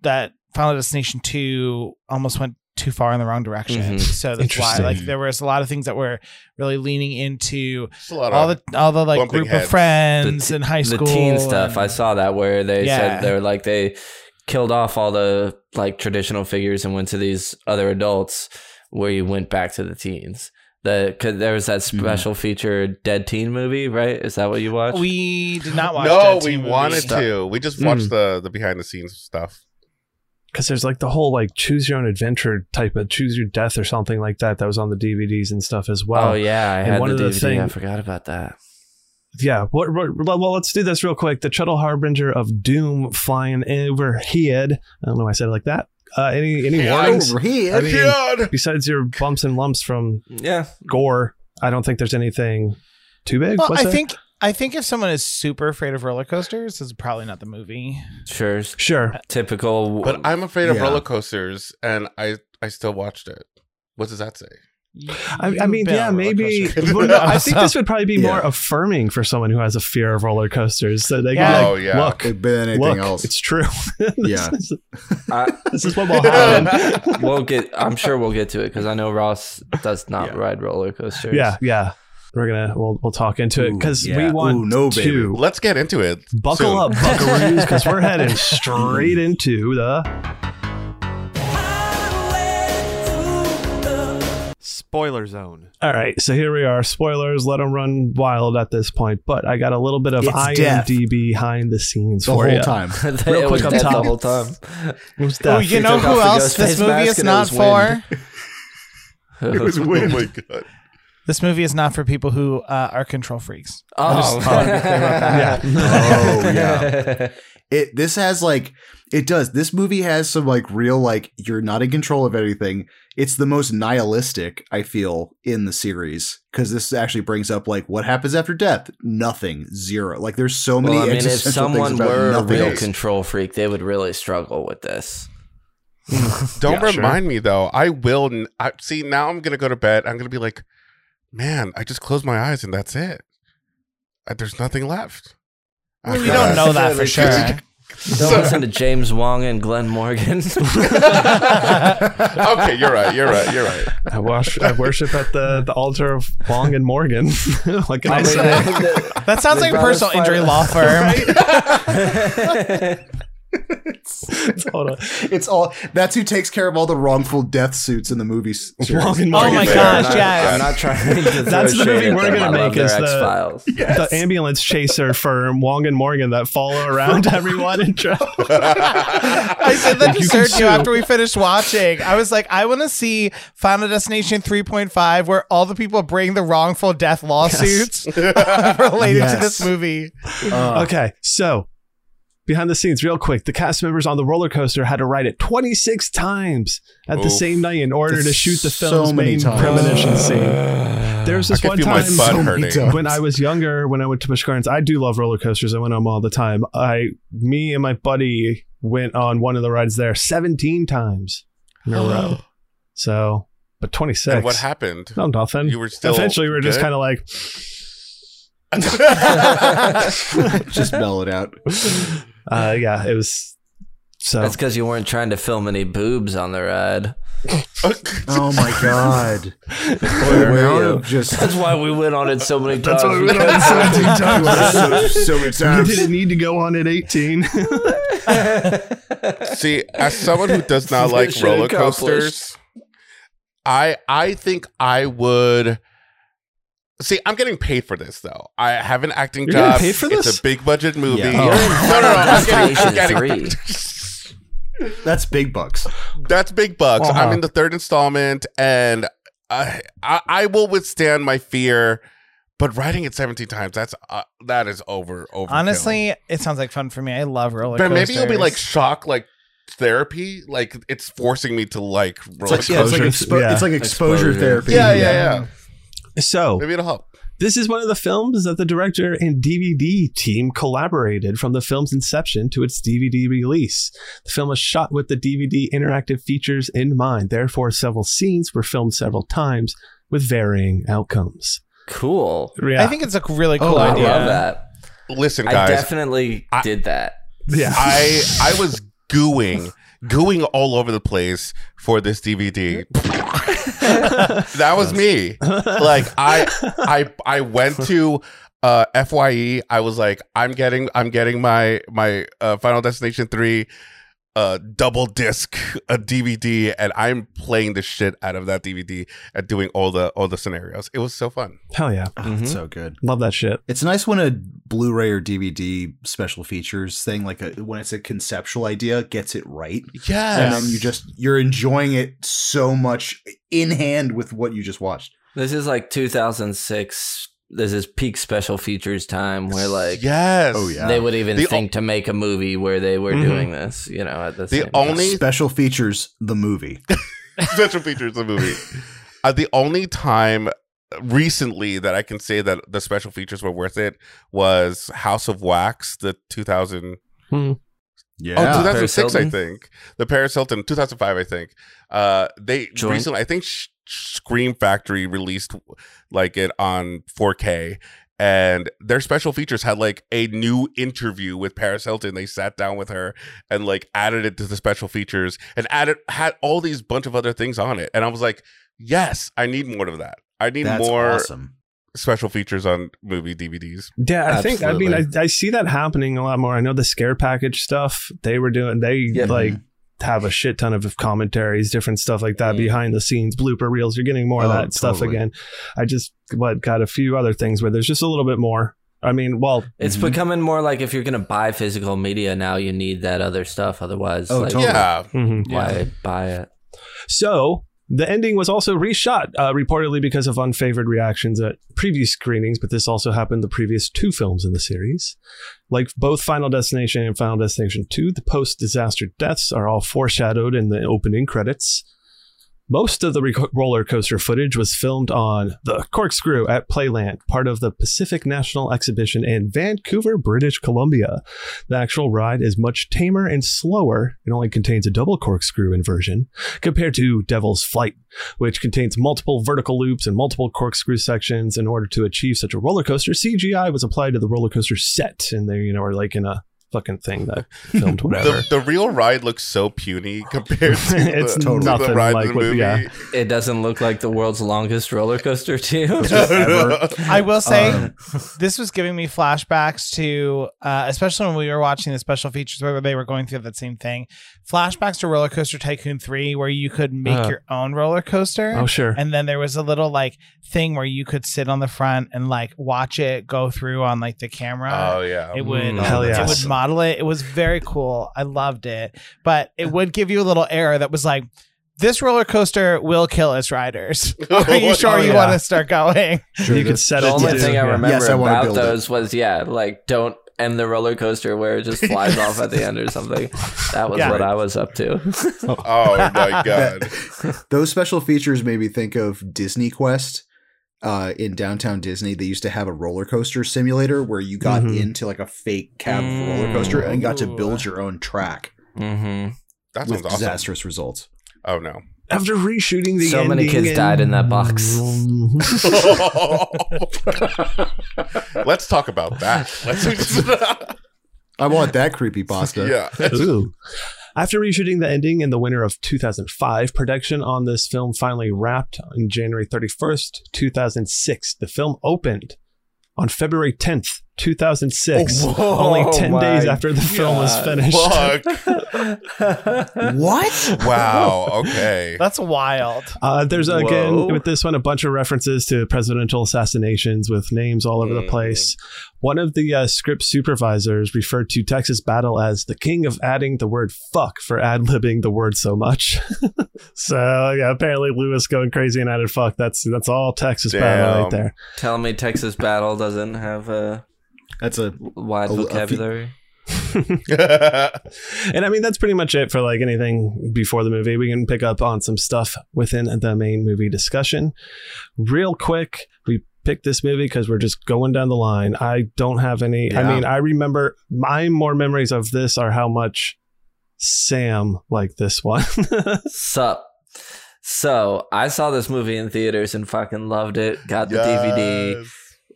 Speaker 4: that Final Destination Two almost went too far in the wrong direction.
Speaker 5: Mm-hmm.
Speaker 2: Mhm.
Speaker 4: So that's why,
Speaker 3: Interesting.
Speaker 4: like, there was a lot of things that were really leaning into
Speaker 5: It's a lot
Speaker 4: all
Speaker 5: of
Speaker 4: the all the like
Speaker 5: bumping
Speaker 4: group
Speaker 5: heads.
Speaker 4: of friends
Speaker 2: The
Speaker 4: in high
Speaker 2: [laughs] the
Speaker 4: school,
Speaker 2: teen stuff,
Speaker 4: and-
Speaker 2: I saw that where they
Speaker 4: Yeah.
Speaker 2: said they were like they killed off all the like traditional figures and went to these other adults where you went back to the teens. The cause there was that special feature dead teen movie, right? Is that what you watched?
Speaker 4: We did not watch.
Speaker 5: no,
Speaker 4: that
Speaker 5: we
Speaker 4: teen movie.
Speaker 5: wanted
Speaker 2: Stuff.
Speaker 5: to. We just watched the the behind the scenes stuff.
Speaker 3: Because there's like the whole like choose your own adventure type of choose your death or something like that that was on the DVDs and stuff as well.
Speaker 2: oh yeah, I
Speaker 3: and
Speaker 2: had
Speaker 3: one
Speaker 2: the
Speaker 3: of the
Speaker 2: DVD. I
Speaker 3: thing-
Speaker 2: forgot about that.
Speaker 3: yeah. What, what, well, let's do this real quick. The Treadle Harbinger of Doom flying overhead. I don't know why I said it like that. Uh, any any
Speaker 5: Yeah,
Speaker 3: warnings
Speaker 1: Over here.
Speaker 3: I mean-
Speaker 5: God!
Speaker 3: besides your bumps and lumps from
Speaker 2: Yeah,
Speaker 3: gore? I don't think there's anything too big.
Speaker 4: Well,
Speaker 3: was
Speaker 4: I
Speaker 3: there?
Speaker 4: think I think if someone is super afraid of roller coasters, this is probably not the movie.
Speaker 2: sure.
Speaker 3: sure.
Speaker 2: Typical.
Speaker 5: But I'm afraid of
Speaker 1: Yeah.
Speaker 5: roller coasters, and I I still watched it. What does that say?
Speaker 3: I, I
Speaker 4: You've
Speaker 3: mean,
Speaker 4: been
Speaker 3: yeah,
Speaker 4: on roller
Speaker 3: maybe. [laughs]
Speaker 4: coasters.
Speaker 3: Well, no, I think
Speaker 4: [laughs]
Speaker 3: this would probably be
Speaker 1: Yeah.
Speaker 3: more affirming for someone who has a fear of roller coasters. So they
Speaker 4: Yeah.
Speaker 3: can
Speaker 5: Oh,
Speaker 3: like,
Speaker 5: yeah.
Speaker 3: look,
Speaker 1: Could be anything
Speaker 3: look,
Speaker 1: else.
Speaker 3: it's true. [laughs] this
Speaker 1: Yeah.
Speaker 3: is,
Speaker 2: I-
Speaker 3: this is what
Speaker 1: [laughs]
Speaker 3: will happen.
Speaker 2: we'll get. I'm sure we'll get to it because I know Ross does not
Speaker 1: Yeah.
Speaker 2: ride roller coasters. [laughs]
Speaker 3: yeah, yeah. We're gonna we'll we'll talk into it
Speaker 1: Ooh,
Speaker 3: because
Speaker 1: yeah.
Speaker 3: we want
Speaker 1: Ooh, no, baby.
Speaker 3: to
Speaker 5: [laughs] Let's get into it.
Speaker 3: buckle [laughs]
Speaker 5: soon. [laughs]
Speaker 3: up, buckaroos, because we're heading straight into the
Speaker 8: Spoiler zone.
Speaker 3: all right. So here we are. Spoilers. Let them run wild at this point. But I got a little bit of
Speaker 1: It's
Speaker 3: IMDb
Speaker 1: death.
Speaker 3: behind the scenes
Speaker 1: the
Speaker 3: for
Speaker 1: whole
Speaker 3: you.
Speaker 1: time.
Speaker 2: Real
Speaker 3: quick up top.
Speaker 2: the whole time.
Speaker 3: It was
Speaker 4: Oh,
Speaker 3: death.
Speaker 4: you
Speaker 2: He
Speaker 4: know
Speaker 2: took off
Speaker 4: who
Speaker 2: the
Speaker 4: else
Speaker 2: ghost
Speaker 4: this
Speaker 2: face
Speaker 4: movie
Speaker 2: mask
Speaker 4: is
Speaker 2: and it
Speaker 4: not
Speaker 2: was
Speaker 4: for?
Speaker 2: wind. [laughs]
Speaker 5: It
Speaker 3: [laughs]
Speaker 5: was weird. Oh my god.
Speaker 4: This movie is not for people who uh, are control freaks.
Speaker 2: Oh,
Speaker 3: yeah.
Speaker 2: [laughs]
Speaker 1: Oh, yeah. It this has like it does. This movie has some like real like you're not in control of anything. It's the most nihilistic I feel in the series because this actually brings up like what happens after death. Nothing, zero. Like there's so many
Speaker 2: Well, I mean, if
Speaker 1: existential
Speaker 2: someone
Speaker 1: things about
Speaker 2: were a
Speaker 1: nothing
Speaker 2: real
Speaker 1: else.
Speaker 2: control freak, they would really struggle with this.
Speaker 3: [laughs]
Speaker 5: Don't
Speaker 3: Yeah, sure.
Speaker 5: remind me though. I will. n- I see. Now I'm gonna go to bed. I'm gonna be like, man. I just closed my eyes and that's it. Uh, there's nothing left.
Speaker 3: Oh,
Speaker 4: We don't know
Speaker 3: [laughs]
Speaker 4: that for sure.
Speaker 5: [laughs]
Speaker 2: Don't listen to James Wong and
Speaker 3: [laughs]
Speaker 2: Glenn Morgan. [laughs]
Speaker 5: [laughs] okay, you're right. You're right. You're right. [laughs]
Speaker 3: I, wash, I worship at the, the altar of Wong and Morgan. [laughs] like I said.
Speaker 2: [laughs]
Speaker 4: That sounds like a
Speaker 2: brothers
Speaker 4: personal
Speaker 2: fight-
Speaker 4: injury law
Speaker 3: [laughs]
Speaker 4: firm.
Speaker 3: Hold on.
Speaker 1: It's all that's who takes care of all the wrongful death suits in the movies.
Speaker 3: Wong and
Speaker 4: Oh
Speaker 3: Morgan.
Speaker 4: my
Speaker 5: Fair.
Speaker 4: gosh,
Speaker 5: Not-
Speaker 4: yes.
Speaker 2: I'm not trying to.
Speaker 3: [laughs] That's
Speaker 2: throw
Speaker 3: the movie
Speaker 2: shade at
Speaker 3: we're
Speaker 2: them.
Speaker 3: gonna
Speaker 2: I love
Speaker 3: make is
Speaker 2: their
Speaker 3: the-
Speaker 2: X-Files.
Speaker 3: The ambulance chaser for Wong and Morgan that follow
Speaker 1: [laughs]
Speaker 3: around everyone and try.
Speaker 4: [laughs] I said that to
Speaker 3: You can sue.
Speaker 4: Sergio after we finished watching. I was like, I want to see Final Destination 3.5, where all the people bring the wrongful death lawsuits [laughs] related to
Speaker 1: Yes.
Speaker 4: this movie.
Speaker 1: Uh,
Speaker 3: Okay, so behind the scenes, real quick, the cast members on the roller coaster had to ride it 26 times at the
Speaker 5: Oof. Uh.
Speaker 3: same night in order to
Speaker 1: That's
Speaker 3: shoot the
Speaker 1: so
Speaker 3: film's
Speaker 1: many
Speaker 3: main
Speaker 1: times.
Speaker 3: premonition scene. There's
Speaker 5: I
Speaker 3: this
Speaker 5: can
Speaker 3: one
Speaker 5: feel my
Speaker 3: time.
Speaker 5: butt
Speaker 1: so many
Speaker 5: hurting.
Speaker 1: times.
Speaker 3: when I was younger, when I went to Busch Gardens, I do love roller coasters. I went on them all the time. I, me and my buddy went on one of the rides there 17 times in
Speaker 5: [gasps]
Speaker 3: a row. So, but 26.
Speaker 5: And what happened?
Speaker 3: No, nothing.
Speaker 5: You were still
Speaker 3: Eventually, we were just
Speaker 5: good?
Speaker 3: kind of
Speaker 5: [gasps]
Speaker 3: like,
Speaker 1: [laughs] just bell it out.
Speaker 3: uh, yeah, it was. So
Speaker 2: That's because you weren't trying to film any boobs on the ride.
Speaker 5: [laughs]
Speaker 1: Oh my god.
Speaker 2: Where
Speaker 1: Well,
Speaker 2: were you?
Speaker 1: [laughs] Just
Speaker 2: [laughs] That's why we went on it so many times.
Speaker 3: That's why we went on it so many
Speaker 2: because-
Speaker 1: so,
Speaker 2: [laughs]
Speaker 1: so many
Speaker 3: we
Speaker 1: times.
Speaker 3: didn't need to go on at 18.
Speaker 5: See, as someone who does not like
Speaker 2: Mission
Speaker 5: roller
Speaker 2: accomplished.
Speaker 5: coasters, I I think I would. See, I'm getting paid for this though. I have an acting
Speaker 3: You're getting
Speaker 5: job.
Speaker 3: paid for
Speaker 5: It's
Speaker 3: this? Oh.
Speaker 5: a big budget movie.
Speaker 1: Yeah.
Speaker 5: No, no, no. I'm getting, I'm
Speaker 2: Destination
Speaker 5: getting-
Speaker 2: three.
Speaker 1: That's big bucks.
Speaker 5: that's big bucks. I'm
Speaker 3: Uh-huh.
Speaker 5: in the third installment, and I, I I will withstand my fear But writing it 17 times, that's uh, that is over over.
Speaker 4: Honestly, it sounds like fun for me. I love roller
Speaker 5: but
Speaker 4: coasters.
Speaker 5: maybe it'll be like shock like therapy, like it's forcing me to like
Speaker 1: It's
Speaker 5: roller
Speaker 1: like, yeah, it's, like
Speaker 3: Exposure,
Speaker 1: expo-
Speaker 3: yeah.
Speaker 1: it's like exposure,
Speaker 2: Exposure.
Speaker 1: therapy.
Speaker 5: yeah, yeah, yeah.
Speaker 3: So,
Speaker 5: Maybe it'll help.
Speaker 3: This is one of the films that the director and DVD team collaborated from the film's inception to its DVD release. The film was shot with the DVD interactive features in mind, therefore, several scenes were filmed several times with varying outcomes.
Speaker 2: Cool.
Speaker 3: Yeah.
Speaker 4: I think it's a really cool
Speaker 2: Oh, I
Speaker 4: idea.
Speaker 2: love that.
Speaker 5: Listen,
Speaker 2: I
Speaker 5: guys,
Speaker 2: definitely
Speaker 5: I-
Speaker 2: did that.
Speaker 3: [laughs] yeah.
Speaker 5: I I was gooing gooing all over the place for this DVD. that was me.
Speaker 3: [laughs]
Speaker 5: Like [laughs] I I I went to uh FYE. I was like I'm getting I'm getting my my uh, Final Destination 3 uh double disc a DVD and I'm playing the shit out of that DVD and doing all the all the scenarios. It was so fun.
Speaker 3: Hell yeah.
Speaker 1: Oh,
Speaker 2: Mhm.
Speaker 1: It's so good.
Speaker 3: Love that shit.
Speaker 1: It's nice when a Blu-ray or DVD special features thing, like a, when it's a conceptual idea, gets it right, and
Speaker 5: Yes.
Speaker 1: then you just you're enjoying it so much in hand with what you just watched.
Speaker 2: This is like 2006. This is peak special features time where like
Speaker 5: yes.
Speaker 1: Oh,
Speaker 5: [laughs]
Speaker 1: yeah.
Speaker 2: they would even
Speaker 5: The o-
Speaker 2: think to make a movie where they were
Speaker 3: Mhm.
Speaker 2: doing this. You know, at the,
Speaker 5: The
Speaker 2: same
Speaker 5: only Me-
Speaker 1: Special features, the movie.
Speaker 5: special features of the [laughs] movie. Uh, the only time recently that I can say that the special features were worth it was House of Wax, the 2000.
Speaker 1: Yeah,
Speaker 5: Oh, 2006,
Speaker 2: Paris
Speaker 5: I
Speaker 2: Hilton.
Speaker 5: think. The Paris Hilton, 2005, I think. Uh, they
Speaker 2: Joint.
Speaker 5: recently, I think Sh- Scream Factory released like it on 4K. And their special features had like a new interview with Paris Hilton. They sat down with her and like added it to the special features and added had all these bunch of other things on it. And I was like, yes, I need more of that. I need
Speaker 1: that's
Speaker 5: more
Speaker 1: awesome.
Speaker 5: special features on movie DVDs.
Speaker 3: Yeah, I think, I mean,
Speaker 2: Absolutely.
Speaker 3: I, I see that happening a lot more. I know the scare package stuff they were doing, they
Speaker 2: Yeah.
Speaker 3: like have a shit ton of commentaries, different stuff like that behind the scenes, blooper reels. You're getting more of
Speaker 1: Mm. Oh,
Speaker 3: that stuff
Speaker 1: totally.
Speaker 3: again. I just what got a few other things where there's just a little bit more. I mean, well,
Speaker 2: It's
Speaker 1: Mhm.
Speaker 2: becoming more like if you're going to buy physical media now, you need that other stuff. Otherwise,
Speaker 1: Oh,
Speaker 2: like,
Speaker 1: totally.
Speaker 5: Yeah.
Speaker 3: mhm.
Speaker 2: why buy it?
Speaker 3: so the ending was also reshot, uh, reportedly because of unfavored reactions at previous screenings. But this also happened the previous two films in the series, like both Final Destination and Final Destination Two. The post-disaster deaths are all foreshadowed in the opening credits. Most of the re- roller coaster footage was filmed on the Corkscrew at Playland, part of the Pacific National Exhibition in Vancouver, British Columbia. The actual ride is much tamer and slower and only contains a double corkscrew inversion compared to Devil's Flight, which contains multiple vertical loops and multiple corkscrew sections. In order to achieve such a roller coaster, CGI was applied to the roller coaster set, and they, you know, are like in a fucking thing that filmed whatever.
Speaker 5: The, the real ride looks
Speaker 3: [laughs]
Speaker 5: so puny compared to the,
Speaker 3: It's
Speaker 5: to
Speaker 3: nothing
Speaker 5: the ride
Speaker 3: like
Speaker 5: in the
Speaker 3: what-
Speaker 5: movie.
Speaker 3: yeah.
Speaker 2: It doesn't look like the world's longest roller coaster, too.
Speaker 5: [laughs]
Speaker 4: I will say
Speaker 1: Um,
Speaker 4: [laughs] this was giving me flashbacks to, uh, especially when we were watching the special features where they were going through that same thing. Flashbacks to Roller Coaster Tycoon 3, where you could make
Speaker 3: Uh.
Speaker 4: your own roller coaster.
Speaker 3: Oh sure.
Speaker 4: and then there was a little like thing where you could sit on the front and like watch it go through on like the camera.
Speaker 5: Oh yeah.
Speaker 4: It would,
Speaker 2: Mm,
Speaker 3: hell yeah.
Speaker 4: it would model it. It was very cool. I loved it, but it would give you a little error that was like, "This roller coaster will kill its
Speaker 5: [laughs]
Speaker 4: riders." Are you sure you
Speaker 3: Oh, yeah.
Speaker 4: want to start going?
Speaker 3: you could set
Speaker 2: The
Speaker 3: it.
Speaker 2: only
Speaker 3: to-
Speaker 2: thing I
Speaker 3: yeah.
Speaker 2: remember
Speaker 1: Yes, I wanna
Speaker 2: about
Speaker 1: build it.
Speaker 2: those was yeah, like don't end the roller coaster where it
Speaker 1: [laughs]
Speaker 2: just flies off at the end or something. That was
Speaker 4: Yeah.
Speaker 2: what I was up to.
Speaker 5: Oh my god.
Speaker 1: [laughs] Those special features made me think of Disney Quest. Uh, in downtown Disney, they used to have a roller coaster simulator where you got
Speaker 3: Mhm.
Speaker 1: into like a fake cab
Speaker 2: Mm.
Speaker 1: roller coaster and got to
Speaker 4: Ooh.
Speaker 1: build your own track
Speaker 3: [laughs]
Speaker 2: mm-hmm.
Speaker 5: That sounds
Speaker 1: with
Speaker 5: awesome.
Speaker 1: disastrous results.
Speaker 5: Oh no. [laughs]
Speaker 3: After reshooting the
Speaker 2: So many
Speaker 3: ending
Speaker 2: kids
Speaker 3: and-
Speaker 2: died in that box.
Speaker 3: [laughs]
Speaker 5: Let's talk about that. Let's
Speaker 1: I want that creepy pasta.
Speaker 5: [laughs] Yeah.
Speaker 3: Ooh. After reshooting the ending in the winter of 2005, production on this film finally wrapped on January 31st, 2006. The film opened on February 10th, 2006,
Speaker 2: Oh, whoa,
Speaker 3: only 10
Speaker 2: my
Speaker 3: days after the film was
Speaker 2: God.
Speaker 3: finished.
Speaker 5: [laughs] Fuck.
Speaker 1: What?
Speaker 5: Wow.
Speaker 4: [laughs]
Speaker 5: Okay.
Speaker 4: That's wild.
Speaker 3: Uh, there's
Speaker 2: Whoa.
Speaker 3: again with this one a bunch of references to presidential assassinations with names all over the
Speaker 5: Mhm.
Speaker 3: place. One of the uh, script supervisors referred to Texas Battle as the king of adding the word "fuck" for ad libbing the word so much. [laughs] so yeah, apparently Lewis going crazy and added "fuck." That's that's all Texas Battle right
Speaker 5: Damn.
Speaker 3: there.
Speaker 2: [laughs] Tell me Texas Battle doesn't have a
Speaker 1: That's a
Speaker 2: wide
Speaker 1: A- a few-
Speaker 2: vocabulary.
Speaker 3: And I mean that's pretty much it for like anything before the movie. We can pick up on some stuff within the main movie discussion. Real quick, we picked this movie because we're just going down the line. I don't have any I
Speaker 1: Yeah.
Speaker 3: mean, I remember my more memories of this are how much Sam liked this
Speaker 2: [laughs]
Speaker 3: one.
Speaker 2: Sup. So I saw this movie in theaters and fucking loved it.
Speaker 5: [laughs]
Speaker 2: Got the DVD.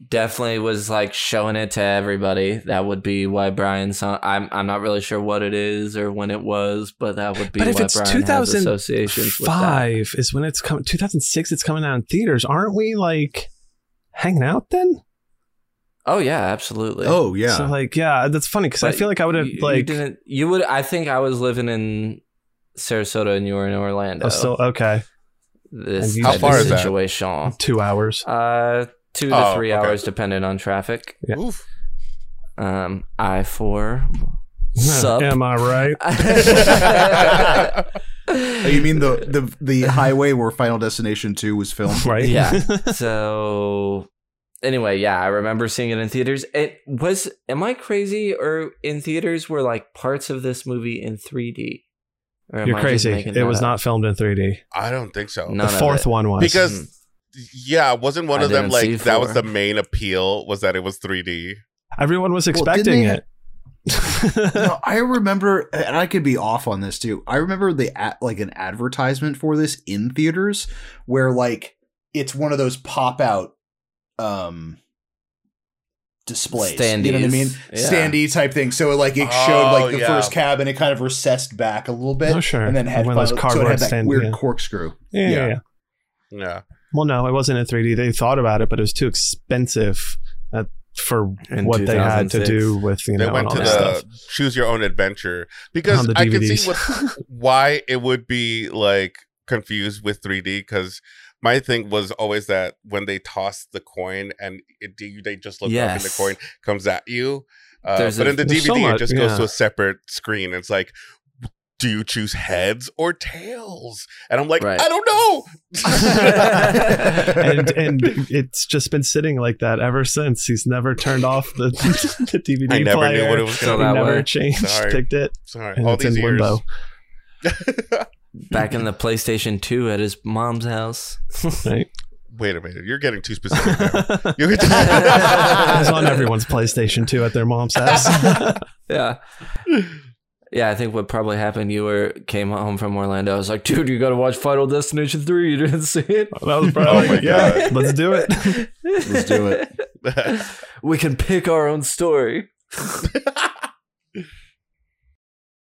Speaker 2: definitely was like showing it to everybody. That would be why Brian saw. I'm I'm not really sure what it is or when it was, but that would be
Speaker 3: But if
Speaker 2: why
Speaker 3: it's
Speaker 2: Brian has
Speaker 3: 2005
Speaker 2: associations with that.
Speaker 3: Five is when it's coming 2006 it's coming out in theaters. Aren't we like hanging out then?
Speaker 2: Oh yeah, absolutely.
Speaker 1: oh yeah.
Speaker 3: So like yeah, that's funny because I
Speaker 2: But
Speaker 3: feel like I would have
Speaker 2: you, you
Speaker 3: like
Speaker 2: didn't. You would. I think I was living in Sarasota and you were in Orlando.
Speaker 3: Oh, still okay.
Speaker 2: this
Speaker 3: And you-
Speaker 2: type
Speaker 5: How far
Speaker 2: of
Speaker 5: is that?
Speaker 2: situation?
Speaker 3: Two hours.
Speaker 2: Uh, two to
Speaker 5: Oh,
Speaker 2: three
Speaker 5: okay.
Speaker 2: hours, depending on traffic.
Speaker 3: Yeah.
Speaker 5: Oof.
Speaker 2: Um,
Speaker 3: [laughs]
Speaker 2: I four. Sup. [laughs]
Speaker 3: Am I right?
Speaker 1: Oh, you mean the the the highway where Final Destination Two was filmed?
Speaker 3: [laughs] Right.
Speaker 2: Yeah. so anyway, yeah, I remember seeing it in theaters. It was am I crazy or in theaters were like parts of this movie in 3D? Or am
Speaker 3: You're
Speaker 2: I just
Speaker 3: crazy.
Speaker 2: making
Speaker 3: It
Speaker 2: that
Speaker 3: was
Speaker 2: up?
Speaker 3: not filmed in 3D.
Speaker 5: I don't think so.
Speaker 2: None
Speaker 3: the
Speaker 2: of
Speaker 3: fourth
Speaker 2: it.
Speaker 3: one was.
Speaker 5: Because-
Speaker 2: Hmm.
Speaker 5: Yeah, wasn't one
Speaker 2: I
Speaker 5: of them
Speaker 2: didn't see
Speaker 5: like that was
Speaker 2: four.
Speaker 5: the main appeal was that it was 3D.
Speaker 3: everyone was
Speaker 1: Well,
Speaker 3: expecting
Speaker 1: didn't
Speaker 3: it.
Speaker 1: No, I remember, and I could be off on this too. I remember the ad, like an advertisement for this in theaters where like it's one of those pop out um displays. You know what I
Speaker 2: Standees.
Speaker 1: mean?
Speaker 2: Yeah.
Speaker 1: Standee type thing. So like it
Speaker 5: Oh,
Speaker 1: showed like the
Speaker 5: yeah.
Speaker 1: first cab and it kind of recessed back a little bit.
Speaker 3: Oh, sure.
Speaker 1: And then had
Speaker 3: One of
Speaker 1: final-
Speaker 3: those
Speaker 1: so it
Speaker 3: cardboard
Speaker 1: had that
Speaker 3: stand-
Speaker 1: weird
Speaker 3: yeah.
Speaker 1: corkscrew.
Speaker 3: [laughs] yeah, yeah,
Speaker 1: Yeah.
Speaker 3: yeah.
Speaker 5: Yeah.
Speaker 3: Well, no, it wasn't in 3D. They thought about it, but it was too expensive uh, for
Speaker 2: In
Speaker 3: what they had to
Speaker 2: 2006.
Speaker 3: do with you
Speaker 5: They
Speaker 3: know and
Speaker 5: went
Speaker 3: all
Speaker 5: to
Speaker 3: that
Speaker 5: the [laughs]
Speaker 3: stuff.
Speaker 5: choose your own adventure because
Speaker 3: On the
Speaker 5: I can
Speaker 3: DVDs.
Speaker 5: see what, why it would be like confused with 3D because my thing was always that when they toss the coin and it, you- they just look up and the
Speaker 2: Yes.
Speaker 5: coin comes at you. Uh,
Speaker 2: There's
Speaker 5: but
Speaker 2: a-
Speaker 5: in the DVD,
Speaker 3: There's so
Speaker 5: it
Speaker 3: much,
Speaker 5: just goes
Speaker 3: yeah.
Speaker 5: to a separate screen. It's like, do you choose heads or tails? And I'm like,
Speaker 2: Right.
Speaker 5: I don't
Speaker 3: [laughs]
Speaker 5: know.
Speaker 3: and and it's just been sitting like that ever since. He's never turned off the, [laughs] the DVD
Speaker 5: I never
Speaker 3: player.
Speaker 5: knew what it was
Speaker 2: So
Speaker 5: going
Speaker 3: he
Speaker 5: to
Speaker 2: that
Speaker 5: be.
Speaker 3: never
Speaker 2: way.
Speaker 3: changed,
Speaker 5: Sorry.
Speaker 3: picked it,
Speaker 5: Sorry,
Speaker 3: and
Speaker 5: all
Speaker 3: it's
Speaker 5: these
Speaker 3: in
Speaker 5: years.
Speaker 3: limbo.
Speaker 2: Hmm. back in the PlayStation 2 at his mom's house. [laughs]
Speaker 5: [laughs]
Speaker 3: Right?
Speaker 5: Wait a minute, you're getting too specific.
Speaker 3: [laughs]
Speaker 5: Now.
Speaker 1: [laughs]
Speaker 5: You're
Speaker 3: it was
Speaker 5: getting-
Speaker 3: on everyone's PlayStation 2 at their mom's
Speaker 5: [laughs]
Speaker 3: house.
Speaker 2: yeah. Yeah, I think what probably happened, you were came home from Orlando. I was like, dude, you gotta watch Final Destination 3. You didn't see it.
Speaker 3: That was
Speaker 5: probably- my yeah,
Speaker 3: yeah. Let's do
Speaker 2: [laughs]
Speaker 3: it.
Speaker 2: Let's
Speaker 1: do it.
Speaker 2: we can pick our own story.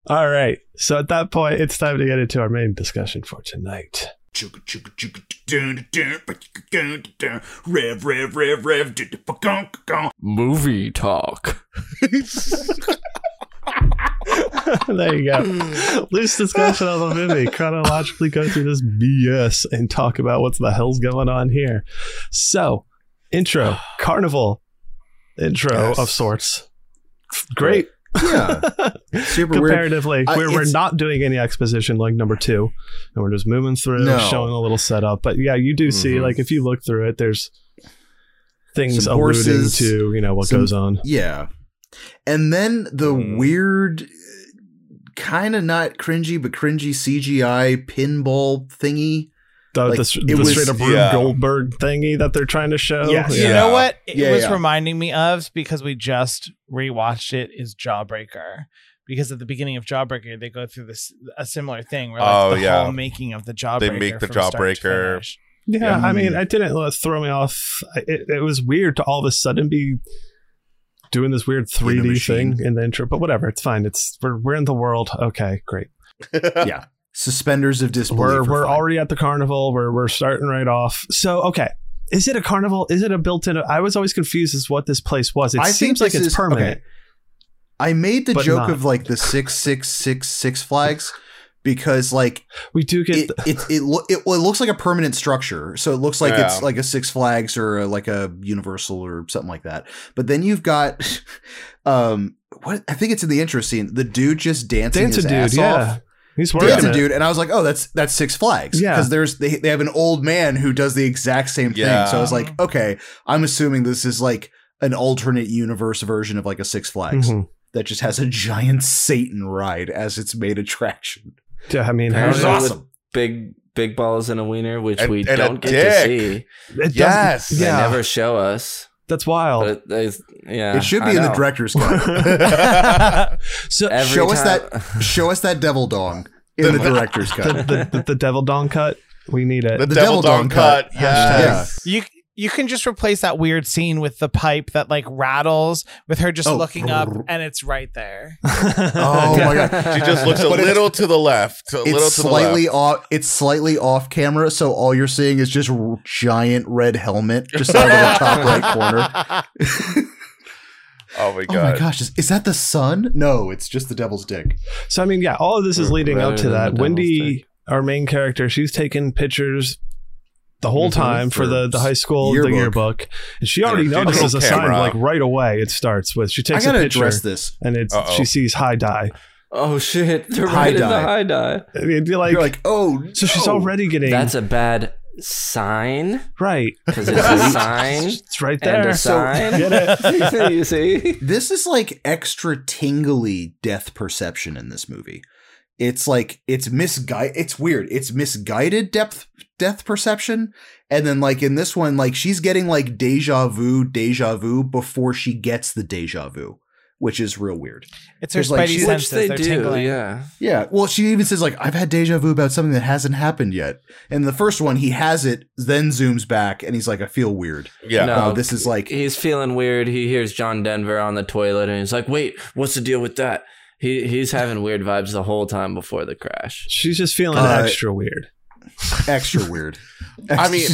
Speaker 3: All right. So at that point, it's time to get into our main discussion for tonight. [laughs]
Speaker 9: Chugga chugga chugga dun dun dun dun rev rev rev rev dun dun dun dun
Speaker 2: Movie talk.
Speaker 3: [laughs] there you go. Loose discussion of the movie. Chronologically go through this BS and talk about what the hell's going on here. So, intro, carnival intro
Speaker 5: Yes.
Speaker 3: of sorts. Great.
Speaker 1: Yeah. Super weird.
Speaker 3: Comparatively,
Speaker 1: Uh,
Speaker 3: we're, we're
Speaker 1: it's-
Speaker 3: not doing any exposition like number two, and we're just moving through,
Speaker 1: No.
Speaker 3: showing a little setup. But yeah, you do see,
Speaker 5: Mm-hmm.
Speaker 2: Mhm.
Speaker 3: like, if you look through it, there's things
Speaker 1: Some
Speaker 3: alluding
Speaker 1: horses,
Speaker 3: to, you know, what
Speaker 1: some-
Speaker 3: goes on.
Speaker 1: Yeah. And then the
Speaker 10: Mm-hmm.
Speaker 5: Hmm.
Speaker 1: weird, kind of not cringy, but cringy CGI pinball thingy.
Speaker 3: The,
Speaker 1: like,
Speaker 3: the, s-
Speaker 1: it
Speaker 3: the
Speaker 1: was-
Speaker 3: straight up Rube
Speaker 5: yeah.
Speaker 3: Goldberg thingy that they're trying to show.
Speaker 1: Yes.
Speaker 3: Yeah.
Speaker 4: You
Speaker 5: Yeah.
Speaker 4: know what? It
Speaker 1: Yeah,
Speaker 4: was
Speaker 1: yeah.
Speaker 4: reminding me of because we just rewatched it is Jawbreaker. Because at the beginning of Jawbreaker, they go through this a similar thing where like
Speaker 5: Oh,
Speaker 4: the
Speaker 5: yeah.
Speaker 4: whole making of the Jawbreaker.
Speaker 5: make the
Speaker 4: from start to
Speaker 5: Jawbreaker.
Speaker 4: finish.
Speaker 3: Yeah,
Speaker 1: Yeah.
Speaker 3: I mean, I didn't let it throw me off. I- It, it was weird to all of a sudden be doing this weird 3D
Speaker 1: machine.
Speaker 3: thing in the intro, but whatever, it's fine. It's we're, we're in the world. Okay, great.
Speaker 1: yeah. Suspenders of disbelief.
Speaker 3: We're
Speaker 1: are
Speaker 3: we're
Speaker 1: fine.
Speaker 3: already at the carnival. We're we're starting right off. So okay,
Speaker 10: Is it a carnival? Is it a built-in? I was always confused as what this place was. It
Speaker 1: I think
Speaker 10: seems like
Speaker 1: this
Speaker 10: it's
Speaker 1: is-
Speaker 10: permanent.
Speaker 1: okay. I made the
Speaker 10: But
Speaker 1: joke
Speaker 10: not.
Speaker 1: of like the six six six six flags because like
Speaker 10: We do get
Speaker 1: it
Speaker 10: the-
Speaker 1: it it, lo- it, well, it looks like a permanent structure, so it looks like it's
Speaker 5: Yeah.
Speaker 1: like a Six Flags or a, like a Universal or something like that. But then you've got, [laughs] um, what I think it's in the intro scene, the dude just dancing
Speaker 10: dance a
Speaker 1: his
Speaker 10: dude.
Speaker 1: ass
Speaker 10: yeah,
Speaker 1: off.
Speaker 10: he's
Speaker 1: Dance
Speaker 10: working
Speaker 1: a
Speaker 10: it.
Speaker 1: dude, and I was like, "Oh, that's that's Six Flags."
Speaker 10: Yeah.
Speaker 1: because there's they, they have an old man who does the exact same thing.
Speaker 5: Yeah.
Speaker 1: So I was like, "Okay, I'm assuming this is like an alternate universe version of like a Six Flags
Speaker 3: Mm-hmm.
Speaker 10: Mhm.
Speaker 1: that just has a giant Satan ride as its main attraction."
Speaker 10: Yeah, I mean, how-
Speaker 2: It was
Speaker 1: It's
Speaker 2: Yeah.
Speaker 1: awesome.
Speaker 2: big big balls and a wiener, which
Speaker 5: And-
Speaker 2: we
Speaker 5: and a
Speaker 2: don't get to
Speaker 5: dick.
Speaker 2: see.
Speaker 10: it doesn't-
Speaker 5: Yes.
Speaker 2: They
Speaker 10: yeah,
Speaker 2: never show us.
Speaker 10: that's wild.
Speaker 2: But it, it's- yeah,
Speaker 1: Oh. It should
Speaker 2: I
Speaker 1: be in the
Speaker 2: know.
Speaker 1: director's cut. [laughs]
Speaker 10: so
Speaker 2: Every
Speaker 1: Show us [laughs]
Speaker 2: time-
Speaker 1: Show us that devil dong in the
Speaker 10: [laughs]
Speaker 1: director's
Speaker 10: the,
Speaker 1: [laughs] cut.
Speaker 10: the, the, the devil dong cut. We need it.
Speaker 5: the,
Speaker 1: The Devil
Speaker 5: devil, dog
Speaker 1: Dog
Speaker 5: cut.
Speaker 1: cut.
Speaker 5: Yes.
Speaker 4: You you can just replace that weird scene with the pipe that like rattles with her just
Speaker 1: Oh.
Speaker 4: looking up and it's right there.
Speaker 1: [laughs]
Speaker 10: [laughs]
Speaker 1: Oh my god.
Speaker 2: [laughs]
Speaker 5: She just looks a
Speaker 1: But it's-
Speaker 5: little to the left. A little
Speaker 1: It's
Speaker 5: to the left.
Speaker 1: slightly off. It's slightly off camera, so all you're seeing is just r- giant red helmet just out of [laughs] the top right corner.
Speaker 5: [laughs]
Speaker 1: Oh
Speaker 5: Oh my
Speaker 1: my
Speaker 5: god.
Speaker 1: gosh, is, is that the sun? No, it's just the devil's dick.
Speaker 10: So I mean, yeah, all of this is
Speaker 2: Or
Speaker 10: leading up
Speaker 2: rather
Speaker 10: to
Speaker 2: than
Speaker 10: that.
Speaker 2: the devil's
Speaker 10: Wendy,
Speaker 2: dick.
Speaker 10: our main character, she's taking pictures the whole
Speaker 1: Mhm,
Speaker 10: time for
Speaker 1: for
Speaker 10: the, the high school
Speaker 1: yearbook.
Speaker 10: the yearbook, and she
Speaker 5: And
Speaker 10: already
Speaker 5: her
Speaker 10: notices
Speaker 5: digital
Speaker 10: a sign
Speaker 5: camera.
Speaker 10: like right away. It starts with she
Speaker 1: I
Speaker 10: takes a
Speaker 1: gotta
Speaker 10: picture
Speaker 1: address this.
Speaker 10: and it's
Speaker 5: Uh-oh.
Speaker 10: she sees high dye.
Speaker 2: oh shit! They're
Speaker 1: High
Speaker 2: right in the
Speaker 1: dye.
Speaker 2: high dye.
Speaker 10: I mean, be like,
Speaker 1: You're like, oh,
Speaker 10: so she's
Speaker 1: no.
Speaker 10: already getting
Speaker 2: That's a bad sign
Speaker 10: right.
Speaker 1: [laughs]
Speaker 2: because it's a sign
Speaker 10: It's right
Speaker 2: and
Speaker 10: there.
Speaker 2: a sign.
Speaker 10: Get it?
Speaker 2: [laughs] you see?
Speaker 1: This is like extra tingly death perception in this movie. It's like it's misguided. It's weird. It's misguided depth death perception, and then like in this one, like she's getting like deja vu, deja vu before she gets the deja vu, which is real weird.
Speaker 4: It's her
Speaker 1: There's, like,
Speaker 4: spidey
Speaker 1: she-
Speaker 2: Which
Speaker 4: senses.
Speaker 2: they
Speaker 4: are
Speaker 2: do,
Speaker 4: tingling.
Speaker 2: yeah.
Speaker 1: Yeah. Well, she even says like I've had deja vu about something that hasn't happened yet. And the first one, he has it, then zooms back, and he's like, I feel weird.
Speaker 5: Yeah.
Speaker 2: No.
Speaker 1: Oh, this is like
Speaker 2: He's feeling weird. He hears John Denver on the toilet, and he's like, "Wait, what's the deal with that?" He he's having weird vibes the whole time before the crash.
Speaker 10: She's just feeling
Speaker 1: Uh,
Speaker 10: extra weird.
Speaker 1: extra weird.
Speaker 5: I mean,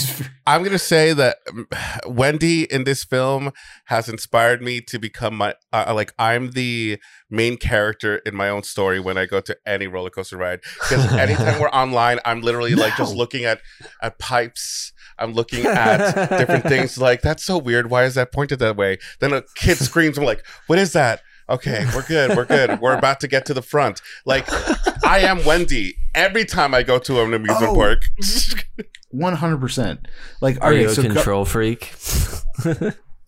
Speaker 5: I'm going to say that um, [sighs] Wendy in this film has inspired me to become my, uh, like, I'm the main character in my own story when I go to any roller coaster ride. Because anytime we're online, I'm
Speaker 1: [laughs]
Speaker 5: literally, like, just
Speaker 1: No.
Speaker 5: looking at, at pipes.
Speaker 1: [laughs]
Speaker 5: I'm looking at different things like, that's so weird. Why is that pointed that way? Then a
Speaker 1: [laughs]
Speaker 5: kid screams, I'm like, what is that? Okay, we're good. We're good. We're about to get to the front. Like, I am Wendy every time I go to an amusement
Speaker 1: Oh. [laughs]
Speaker 5: park.
Speaker 1: [laughs] One hundred percent. Like, all
Speaker 2: Are
Speaker 1: right,
Speaker 2: you a
Speaker 1: so co-
Speaker 2: control freak?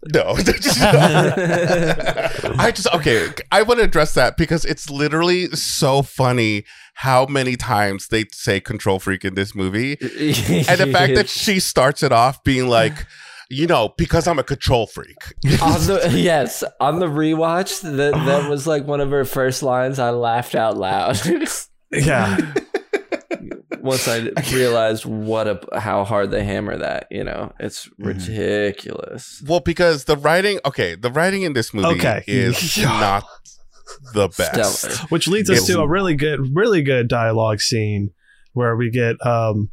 Speaker 5: No. [laughs] I just okay. I want to address that because it's literally so funny how many times they say control freak in this movie, [laughs] and the fact
Speaker 1: [laughs]
Speaker 5: that she starts it off being like, you know, because I'm a control freak.
Speaker 1: Um,
Speaker 2: on the [laughs] yes on the rewatch that that was like one of her first lines. I laughed out loud [laughs]
Speaker 10: Yeah.
Speaker 2: once I realized what a how hard they hammer that. You know, it's
Speaker 5: Mm-hmm.
Speaker 2: ridiculous.
Speaker 5: [laughs] Well, because the writing, okay, the writing in this movie
Speaker 10: Okay.
Speaker 1: [laughs]
Speaker 5: is
Speaker 10: Yeah.
Speaker 5: not the best.
Speaker 2: Stellar.
Speaker 10: Which leads us
Speaker 5: It-
Speaker 10: to a really good, really good dialogue scene where we get um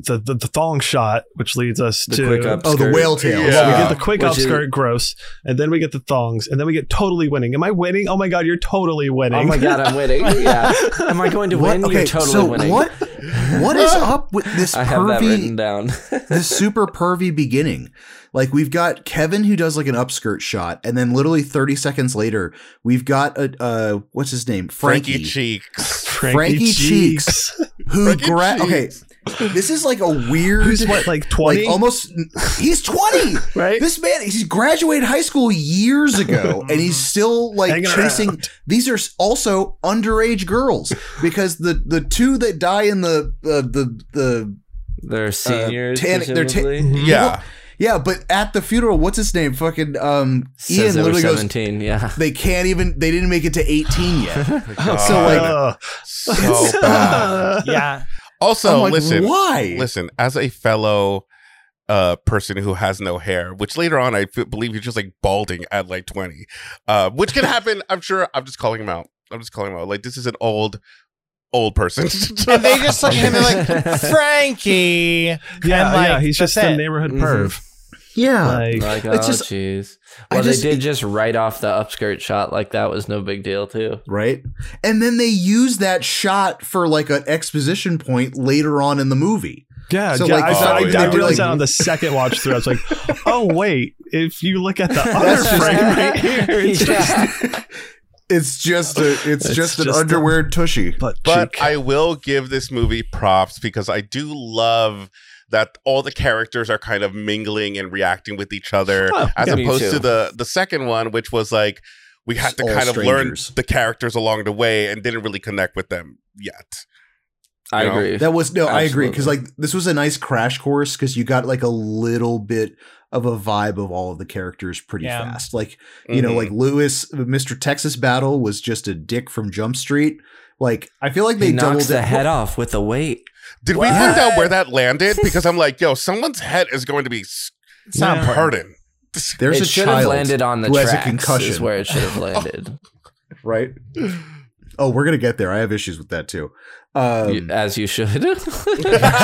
Speaker 10: the the, the thong shot, which leads us
Speaker 2: The
Speaker 10: to
Speaker 2: quick up.
Speaker 1: oh, the
Speaker 2: skirt.
Speaker 1: whale tail.
Speaker 5: Yeah.
Speaker 10: we
Speaker 5: Yeah.
Speaker 10: get the quick
Speaker 2: Which
Speaker 10: upskirt, gross, and then we get the thongs, and then we get totally winning. Am I winning? Oh my god, you're totally winning.
Speaker 2: Oh my god,
Speaker 10: [laughs]
Speaker 1: [laughs]
Speaker 2: I'm winning. Yeah. Am I going to win? You're totally
Speaker 1: so
Speaker 2: winning.
Speaker 1: what? What is up with this
Speaker 2: [laughs] I have that
Speaker 1: pervy,
Speaker 2: written down.
Speaker 1: [laughs] this super pervy beginning? Like we've got Kevin who does like an upskirt shot, and then literally thirty seconds later, we've got a uh, what's his name,
Speaker 5: Frankie,
Speaker 1: Frankie,
Speaker 5: Cheeks.
Speaker 1: Frankie Cheeks. who
Speaker 5: Frankie
Speaker 1: gra-
Speaker 5: Cheeks.
Speaker 1: okay. This is like a weird,
Speaker 10: Who's what, like
Speaker 1: [laughs] like
Speaker 10: 20?
Speaker 1: almost he's twenty.
Speaker 10: right?
Speaker 1: This man, he's graduated high school years ago, and he's still like
Speaker 10: Hanging
Speaker 1: chasing.
Speaker 10: around.
Speaker 1: These are s- also underage girls because the the two that die in the uh, the the
Speaker 2: [laughs] They're seniors.
Speaker 1: tanning- uh, they're ta-
Speaker 2: presumably.
Speaker 5: Yeah.
Speaker 1: Mm-hmm. yeah, but at the funeral, what's his name? Fucking um, Ian
Speaker 2: Says they were
Speaker 1: literally goes. [laughs]
Speaker 2: 17. Yeah.
Speaker 1: They can't even. They didn't make it to eighteen yet. [laughs] [laughs] so, like-
Speaker 5: God,
Speaker 10: Ugh. [laughs]
Speaker 1: [laughs]
Speaker 5: so bad.
Speaker 4: Yeah.
Speaker 5: Also,
Speaker 1: I'm like,
Speaker 5: listen.
Speaker 1: why?
Speaker 5: listen as a fellow uh person who has no hair which later on I f- believe you're just like balding at like 20 uh which can happen i'm sure i'm just calling him out i'm just calling him out like this is an old old person.
Speaker 4: And they just
Speaker 5: [laughs]
Speaker 4: look at him and they're
Speaker 2: [laughs]
Speaker 4: like, Frankie. Yeah,
Speaker 3: Yeah, yeah, he's just a neighborhood perv.
Speaker 1: Yeah.
Speaker 3: Like,
Speaker 2: Like, oh,
Speaker 1: It's just-
Speaker 2: jeez.
Speaker 1: I
Speaker 2: Well, they
Speaker 1: just- e
Speaker 2: did just write off the upskirt shot like that was no big deal, too.
Speaker 1: right? And then they use that shot for like an exposition point later on in the movie.
Speaker 3: yeah,
Speaker 1: So,
Speaker 3: yeah,
Speaker 1: like,
Speaker 3: I,
Speaker 5: so
Speaker 3: I-
Speaker 5: they
Speaker 3: I
Speaker 5: do,
Speaker 3: realized
Speaker 1: like-
Speaker 3: that on the second watch through. I
Speaker 1: [laughs]
Speaker 3: was like, oh wait, if you look at the other
Speaker 1: just-
Speaker 3: frame
Speaker 2: [laughs]
Speaker 3: right
Speaker 1: [laughs]
Speaker 3: here, [laughs] it's just
Speaker 1: It's just a, it's, just,
Speaker 3: just a-
Speaker 1: an underwear tushy.
Speaker 3: butt
Speaker 5: but
Speaker 3: cheek.
Speaker 5: I will give this movie props because I do love that all the characters are kind of mingling and reacting with each other,
Speaker 3: Oh,
Speaker 5: as
Speaker 2: yeah, me
Speaker 5: opposed to
Speaker 2: too.
Speaker 5: the the second one, which was like we had
Speaker 1: It's
Speaker 5: to
Speaker 1: all
Speaker 5: kind of
Speaker 1: strangers.
Speaker 5: learn the characters along the way and didn't really connect with them yet.
Speaker 2: I
Speaker 5: You know,
Speaker 2: agree.
Speaker 1: That was no, I agree because
Speaker 2: Absolutely.
Speaker 1: like this was a nice crash course because you got like a little bit of a vibe of all of the characters pretty
Speaker 4: Yeah.
Speaker 1: fast. Like you know,
Speaker 5: Mhm.
Speaker 2: Mm-hmm.
Speaker 1: like Lewis, Mr. Texas Battle was just a dick from Jump Street. Like I feel like they
Speaker 2: he
Speaker 1: doubled
Speaker 2: knocks the
Speaker 1: it-
Speaker 2: head off with the weight.
Speaker 5: did we find out where that landed? Because I'm like, yo, someone's head is going to be
Speaker 4: It's not important.
Speaker 5: hurting.
Speaker 1: There's
Speaker 2: it
Speaker 1: a
Speaker 2: should
Speaker 1: child
Speaker 2: have landed on the
Speaker 1: who has a
Speaker 2: tracks. Is
Speaker 1: concussion.
Speaker 2: where it should have landed,
Speaker 1: right. Oh, we're gonna get there. I have issues with that too. [laughs] Um,
Speaker 2: You- as you should. [laughs]
Speaker 1: [laughs]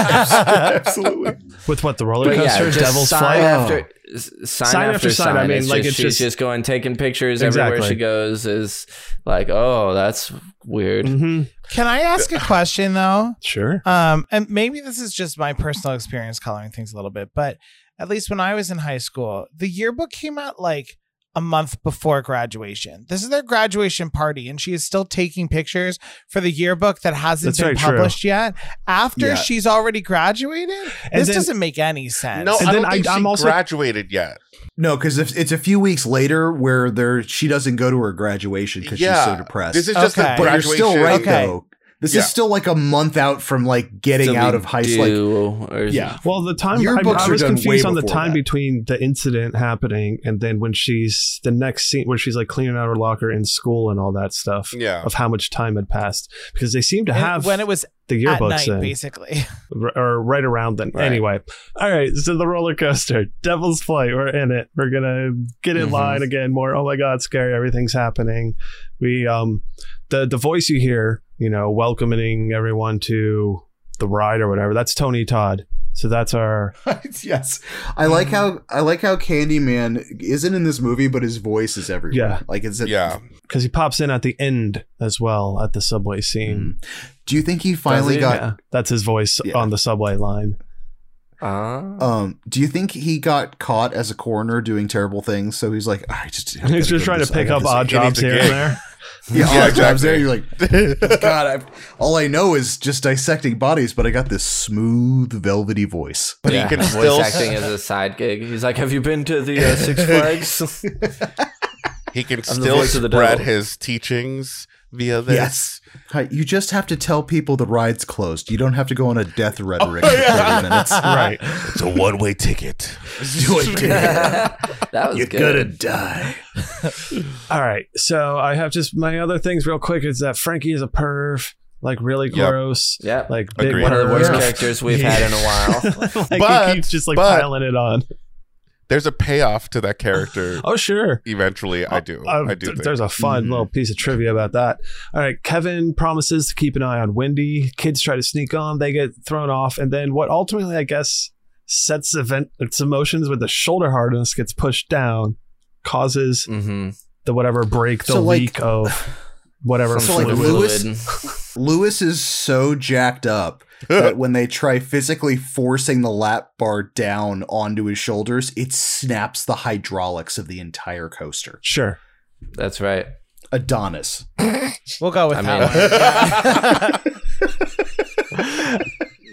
Speaker 5: Absolutely.
Speaker 3: with what the roller
Speaker 2: But yeah,
Speaker 3: coaster,
Speaker 2: just
Speaker 3: Devil's
Speaker 2: sign
Speaker 3: Flight.
Speaker 2: after
Speaker 1: Oh.
Speaker 2: s- sign, after, sign. I mean, like
Speaker 3: it's
Speaker 2: she's
Speaker 3: just-
Speaker 2: just, going taking pictures everywhere
Speaker 3: Exactly.
Speaker 2: she goes. Is like, oh, that's weird.
Speaker 3: Mhm.
Speaker 4: Can I ask a question though?
Speaker 3: Sure.
Speaker 4: Um, and maybe this is just my personal experience coloring things a little bit, but at least when I was in high school, the yearbook came out like a month before graduation. This is their graduation party, and she is still taking pictures for the yearbook that hasn't
Speaker 3: That's
Speaker 4: been
Speaker 3: very true.
Speaker 4: published yet. After
Speaker 1: Yeah.
Speaker 4: she's already graduated,
Speaker 3: And
Speaker 4: this
Speaker 3: then-
Speaker 4: doesn't make any sense.
Speaker 5: No,
Speaker 3: And
Speaker 5: I
Speaker 3: then
Speaker 5: don't think
Speaker 3: I-
Speaker 5: she
Speaker 3: I'm also-
Speaker 5: graduated yet.
Speaker 1: No, because if it's a few weeks later where there she doesn't go to her graduation because she's so
Speaker 5: Yeah,
Speaker 1: depressed.
Speaker 5: This is just
Speaker 4: Okay.
Speaker 5: a
Speaker 1: but you're
Speaker 5: graduation.
Speaker 1: still right
Speaker 4: Okay.
Speaker 1: though. This
Speaker 5: Yeah.
Speaker 1: is still like a month out from like getting
Speaker 2: Something
Speaker 1: out of high school. Like,
Speaker 2: do, or is-
Speaker 1: yeah,
Speaker 3: Well, the time
Speaker 1: Your
Speaker 3: I,
Speaker 1: books
Speaker 3: I
Speaker 1: are
Speaker 3: was
Speaker 1: done way
Speaker 3: confused on the
Speaker 1: before
Speaker 3: time
Speaker 1: that.
Speaker 3: between the incident happening and then when she's the next scene where she's like cleaning out her locker in school and all that stuff
Speaker 5: Yeah.
Speaker 3: of how much time had passed because they seem to
Speaker 4: And
Speaker 3: have
Speaker 4: when it was
Speaker 3: the
Speaker 4: at
Speaker 3: yearbooks
Speaker 4: night,
Speaker 3: in
Speaker 4: basically. [laughs]
Speaker 3: r- or right around then.
Speaker 2: Right.
Speaker 3: Anyway, all right. So the roller coaster, [laughs] Devil's Flight, we're in it. We're gonna get in
Speaker 1: Mm-hmm.
Speaker 2: Mhm.
Speaker 3: line again. More. Oh my God, scary! Everything's happening. We um, the the voice you hear, you know, welcoming everyone to the ride or whatever. That's Tony Todd. So that's our
Speaker 1: [laughs] yes. I like how I like how Candyman isn't in this movie, but his voice is everywhere.
Speaker 3: Yeah.
Speaker 1: like it's a,
Speaker 5: Yeah.
Speaker 3: because he pops in at the end as well at the subway scene.
Speaker 1: mm-hmm. Do you think he finally
Speaker 2: he?
Speaker 1: got?
Speaker 3: Yeah, that's his voice
Speaker 1: Mm. Yeah.
Speaker 3: on the subway line.
Speaker 2: Ah.
Speaker 1: Um, do you think he got caught as a coroner doing terrible things? So he's like, "Ah, I just I
Speaker 3: [laughs] He's
Speaker 1: gotta
Speaker 3: just
Speaker 1: go
Speaker 3: trying to
Speaker 1: this- I
Speaker 3: pick
Speaker 1: got
Speaker 3: up
Speaker 1: this-
Speaker 3: odd
Speaker 5: He needs
Speaker 3: jobs
Speaker 5: a
Speaker 3: here
Speaker 5: gig.
Speaker 3: and there.
Speaker 1: [laughs] Yeah,
Speaker 5: Yeah,
Speaker 1: all the jobs
Speaker 5: exactly.
Speaker 1: there. You're like, [laughs] God, I've, all I know is just dissecting bodies, but I got this smooth, velvety [laughs] voice.
Speaker 5: But
Speaker 2: Yeah,
Speaker 5: he can
Speaker 2: voice
Speaker 5: still
Speaker 2: acting as a side gig. He's like, "Have you been to
Speaker 1: [laughs]
Speaker 2: the uh, Six Flags?" [laughs]
Speaker 5: he can
Speaker 2: the
Speaker 5: still
Speaker 2: voice of the
Speaker 5: spread
Speaker 2: devil.
Speaker 5: his teachings via this.
Speaker 1: Yes.
Speaker 5: [laughs]
Speaker 1: Hi, You just have to tell people the ride's closed. You don't have to go on a death
Speaker 5: Oh,
Speaker 1: rhetoric for 30 minutes.
Speaker 3: right.
Speaker 5: It's a one-way ticket.
Speaker 1: Do it, dude.
Speaker 2: that was
Speaker 1: You're
Speaker 2: good.
Speaker 1: gonna die.
Speaker 3: All right. So I have just my other things real quick is that Frankie is a perv, like really
Speaker 5: Yep.
Speaker 3: gross.
Speaker 2: Yep.
Speaker 3: Like big
Speaker 5: Agreed.
Speaker 2: One of the worst
Speaker 1: [laughs]
Speaker 3: [laughs] perv.
Speaker 2: characters we've had in a while.
Speaker 3: like
Speaker 5: But-
Speaker 3: he keeps just like
Speaker 5: but-
Speaker 3: piling it on.
Speaker 5: There's a payoff to
Speaker 2: [laughs]
Speaker 5: that character.
Speaker 3: Oh sure.
Speaker 5: Eventually, I do.
Speaker 3: Uh, th-
Speaker 5: I do. Think. [laughs] Mm-hmm.
Speaker 3: there's a [laughs] fun
Speaker 1: Mhm.
Speaker 3: little piece of trivia about that. All right, Kevin promises to keep an eye on Wendy. Kids try to sneak on, they get thrown off, and then what ultimately I guess sets event its emotions with the shoulder harness gets pushed down, causes
Speaker 2: hmm
Speaker 3: the whatever break, the
Speaker 1: So, like- [sighs]
Speaker 3: leak of whatever
Speaker 1: So, like,
Speaker 3: fluid.
Speaker 1: Lewis- Lewis is so jacked up that when they try physically forcing the lap bar down onto his shoulders, it snaps the hydraulics of the entire coaster.
Speaker 3: sure.
Speaker 2: That's right.
Speaker 1: Adonis.
Speaker 4: We'll go with
Speaker 2: I
Speaker 4: that
Speaker 2: mean-
Speaker 4: one. Yeah.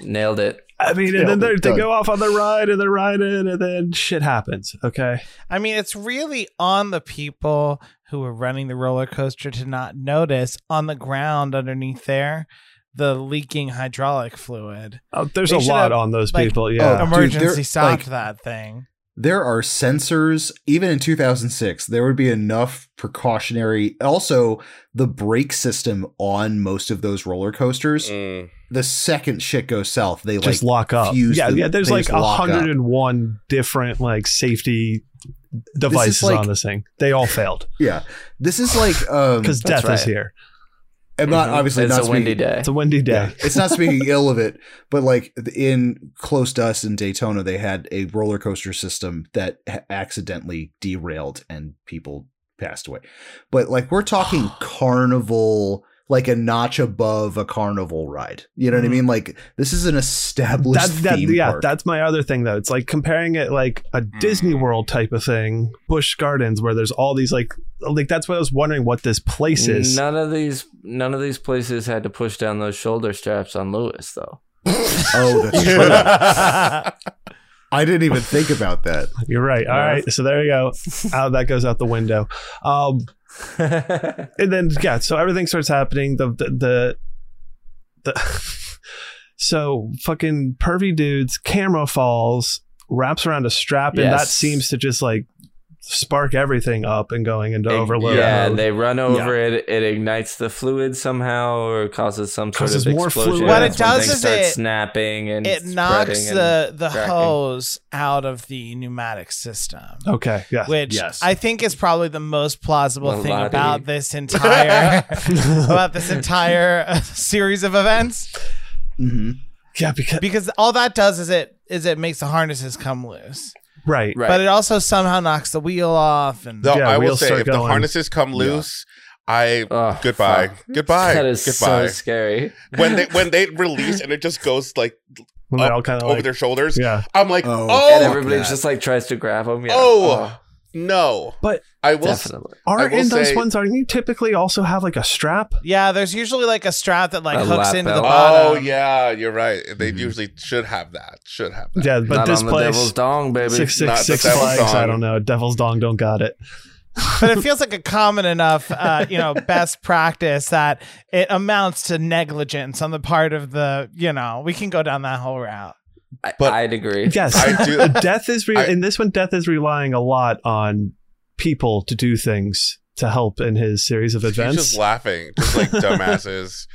Speaker 2: Nailed it.
Speaker 3: I mean, and then
Speaker 1: Nailed
Speaker 3: they
Speaker 1: it,
Speaker 3: they
Speaker 1: done.
Speaker 3: go off on their ride and they're riding, and then shit happens. Okay.
Speaker 4: I mean, it's really on the people who were running the roller coaster to not notice on the ground underneath there the leaking hydraulic fluid.
Speaker 3: Uh, there's
Speaker 4: They
Speaker 3: a
Speaker 4: should
Speaker 3: lot
Speaker 4: have,
Speaker 3: on those
Speaker 4: like,
Speaker 3: people. Yeah.
Speaker 1: dude, they're,
Speaker 4: Emergency stopped
Speaker 1: Oh, like-
Speaker 4: that thing.
Speaker 1: there are sensors even in 2006 there would be enough precautionary also the brake system on most of those roller coasters
Speaker 5: Mm.
Speaker 1: the second shit goes south they
Speaker 3: just
Speaker 1: like
Speaker 3: lock up.
Speaker 1: fuse
Speaker 3: Yeah.
Speaker 1: the-
Speaker 3: yeah. There's
Speaker 1: they
Speaker 3: like
Speaker 1: just lock up.
Speaker 3: 101 different like safety devices
Speaker 1: like-
Speaker 3: on this thing. They all failed
Speaker 1: yeah this is like um
Speaker 3: because [laughs]
Speaker 2: That's
Speaker 3: death is
Speaker 2: right.
Speaker 3: here.
Speaker 1: I'm not
Speaker 2: Mhm.
Speaker 1: obviously
Speaker 2: it's
Speaker 1: not
Speaker 2: a
Speaker 1: speaking,
Speaker 2: windy day.
Speaker 3: It's a windy day.
Speaker 1: Yeah. it's not speaking ill of it, but like in close to us in Daytona, they had a roller coaster system that ha- accidentally derailed and people passed away. But like we're
Speaker 3: [sighs]
Speaker 1: talking carnival, like a notch above a carnival ride. You know what I mean? Like this is an established
Speaker 3: Mm. That, that,
Speaker 1: theme
Speaker 3: yeah,
Speaker 1: park.
Speaker 3: that's my other thing though. It's like comparing it like a Disney
Speaker 4: Mm.
Speaker 3: World type of thing, Busch Gardens, where there's all these like, like that's what I was wondering what this place is.
Speaker 2: None of these none of these places had to push down those shoulder straps on Lewis though.
Speaker 3: [laughs]
Speaker 1: oh, that's true. I didn't even think about that.
Speaker 3: You're right. All right, so there you go. Out that goes out the window. Um,
Speaker 1: Uh,
Speaker 2: [laughs]
Speaker 3: and then yeah, so everything starts happening. The the the, the [laughs] so fucking pervy dude's camera falls, wraps around a strap, and that
Speaker 2: Yes.
Speaker 3: seems to just like spark everything up and going into overload.
Speaker 2: Yeah,
Speaker 3: mode.
Speaker 2: they run over it. It ignites the fluid somehow, or causes some sort
Speaker 3: Causes
Speaker 2: of
Speaker 3: more
Speaker 2: explosion.
Speaker 3: fluid.
Speaker 4: What it
Speaker 2: That's when
Speaker 4: does
Speaker 2: things
Speaker 4: is
Speaker 2: start
Speaker 4: it-
Speaker 2: snapping and
Speaker 4: it knocks
Speaker 2: spreading
Speaker 4: the the
Speaker 2: cracking.
Speaker 4: hose out of the pneumatic system.
Speaker 3: okay. Yeah.
Speaker 4: Which
Speaker 1: Oh, Yes.
Speaker 4: I think is probably the most plausible
Speaker 2: Well,
Speaker 4: thing
Speaker 2: Lottie.
Speaker 4: about this entire
Speaker 3: [laughs]
Speaker 5: [laughs]
Speaker 4: about this entire uh, series of events
Speaker 1: hmm
Speaker 3: yeah. Because
Speaker 4: because all that does is it is it makes the harnesses come loose,
Speaker 3: right.
Speaker 2: Right.
Speaker 4: but it also somehow knocks the wheel off and
Speaker 5: No,
Speaker 3: Yeah,
Speaker 5: I will
Speaker 3: wheels
Speaker 5: say
Speaker 3: start
Speaker 5: if the
Speaker 3: going.
Speaker 5: harnesses come loose, I
Speaker 2: Oh,
Speaker 5: goodbye,
Speaker 2: fuck.
Speaker 5: goodbye,
Speaker 2: That is
Speaker 5: goodbye.
Speaker 2: so scary. [laughs]
Speaker 5: when they when they release and it just goes like
Speaker 3: When they
Speaker 5: up
Speaker 3: all kind of
Speaker 5: over
Speaker 3: like,
Speaker 5: their shoulders,
Speaker 3: yeah.
Speaker 5: I'm like,
Speaker 1: Oh.
Speaker 5: oh,
Speaker 1: fuck
Speaker 2: and everybody
Speaker 1: that.
Speaker 2: just like tries to grab them. Yeah.
Speaker 5: Oh, no.
Speaker 3: But
Speaker 5: I will. s-
Speaker 2: definitely.
Speaker 3: aren't
Speaker 5: will
Speaker 3: in those
Speaker 5: say-
Speaker 3: ones? Aren't you typically also have like a strap?
Speaker 4: yeah, there's usually like a strap that like
Speaker 2: A mm-hmm.
Speaker 4: hooks
Speaker 2: lap
Speaker 4: into the
Speaker 2: belt.
Speaker 5: Oh
Speaker 4: bottom.
Speaker 5: yeah, you're right. They
Speaker 1: Mhm.
Speaker 5: usually should have that. Should have that.
Speaker 3: Yeah, but
Speaker 2: Not
Speaker 3: this
Speaker 2: on the devil's
Speaker 3: place.
Speaker 2: dong, baby.
Speaker 3: Six
Speaker 5: Not the
Speaker 3: six six
Speaker 5: Devil's
Speaker 3: flags. I
Speaker 5: Dong.
Speaker 3: don't know. Devil's dong don't got it.
Speaker 4: but it feels like a common enough, uh, you
Speaker 5: [laughs]
Speaker 4: know, best practice that it amounts to negligence on the part of the, you know, we can go down that whole route.
Speaker 2: I,
Speaker 5: But-
Speaker 2: I'd agree.
Speaker 3: Yes, [laughs]
Speaker 5: I do- [laughs]
Speaker 3: death is re-
Speaker 5: I-
Speaker 3: in this one. Death is relying a lot on people to do things to help in his series of
Speaker 5: He's
Speaker 3: events.
Speaker 5: just laughing,
Speaker 3: [laughs]
Speaker 5: just like dumbasses.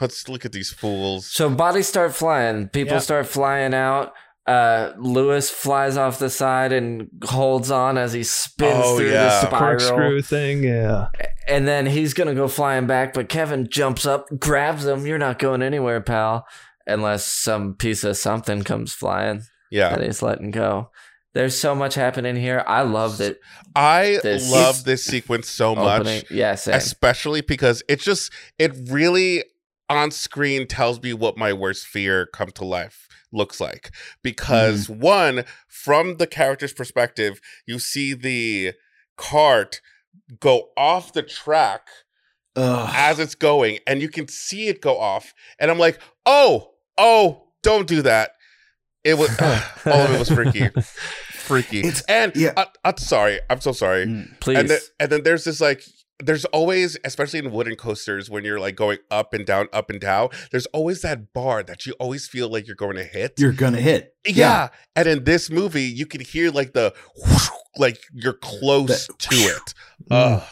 Speaker 5: Just look at these fools.
Speaker 2: So bodies start flying. People
Speaker 4: Yep.
Speaker 2: start flying out. Uh, Lewis flies off the side and holds on as he spins
Speaker 5: Oh,
Speaker 2: through
Speaker 5: yeah.
Speaker 2: the spiral.
Speaker 3: Corkscrew thing, yeah.
Speaker 2: And then he's gonna go flying back, but Kevin jumps up, grabs him. You're not going anywhere, pal, unless some piece of something comes flying
Speaker 5: Yeah,
Speaker 2: [laughs] that he's letting go. There's so much happening here. I loved it.
Speaker 5: I
Speaker 2: This- [laughs]
Speaker 5: love this sequence so
Speaker 2: Opening-
Speaker 5: much,
Speaker 2: yeah, same.
Speaker 5: especially because it just it really on screen tells me what my worst fear come to life looks like. Because one, from the character's perspective, you see the cart go off the track as it's going and you can see it go off and i'm like oh oh don't do that it was [sighs] all of it was freaky freaky
Speaker 1: It's-
Speaker 5: and
Speaker 1: yeah.
Speaker 5: I, i'm sorry i'm so sorry
Speaker 1: Mm.
Speaker 2: Please.
Speaker 5: and then, and then there's this like there's always especially in wooden coasters when you're like going up and down up and down there's always that bar that you always feel like you're going to hit
Speaker 1: You're gonna hit.
Speaker 5: yeah. and in this movie you can hear like the [laughs] like you're close
Speaker 1: That-
Speaker 5: to it
Speaker 1: [laughs]
Speaker 3: Mm.
Speaker 5: Ugh.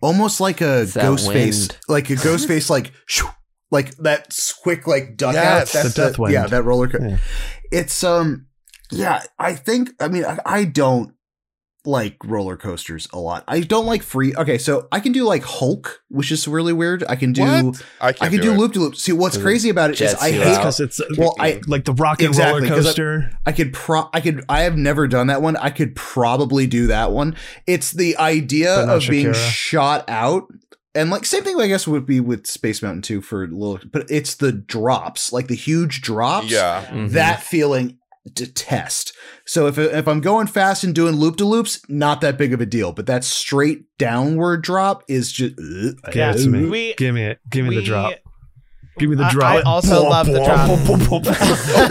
Speaker 1: almost like a
Speaker 2: It's that
Speaker 1: ghost face,
Speaker 2: wind.
Speaker 1: like a ghost face, like shoo, like that quick like duck out.
Speaker 5: Yes,
Speaker 3: the death wind.
Speaker 1: Yeah, that roller. Co-
Speaker 3: Yeah.
Speaker 1: It's um, yeah. I think. I mean, I, I don't like roller coasters a lot. I don't like free. Okay, so I can do like Hulk, which is really weird. I can do.
Speaker 5: What? i
Speaker 1: I
Speaker 5: can
Speaker 1: can
Speaker 5: do
Speaker 1: do
Speaker 5: it.
Speaker 1: loop de loop. See, what's
Speaker 2: Mm.
Speaker 1: crazy about it is
Speaker 2: Jets
Speaker 1: I
Speaker 2: you
Speaker 1: hate.
Speaker 2: out.
Speaker 3: because it's uh,
Speaker 1: Well, I
Speaker 3: like the rock and
Speaker 1: Exactly,
Speaker 3: roller
Speaker 1: 'cause I-
Speaker 3: coaster.
Speaker 1: I could pro I could I have never done that one. I could probably do that one. It's the idea
Speaker 3: But not
Speaker 1: of being
Speaker 3: Shakira.
Speaker 1: shot out. And like same thing I guess would be with Space Mountain 2 for little but it's the drops, like the huge drops.
Speaker 5: yeah
Speaker 2: Mhm.
Speaker 1: That feeling detest. So if if I'm going fast and doing loop de loops, not that big of a deal, but that straight downward drop is just uh, ugh, I
Speaker 3: Give it to me.
Speaker 4: We-
Speaker 3: give me it. Give me
Speaker 4: We-
Speaker 3: the drop. Give me the
Speaker 4: I-
Speaker 3: drop.
Speaker 4: I also love
Speaker 2: [laughs]
Speaker 4: the
Speaker 5: [laughs] oh
Speaker 4: drop.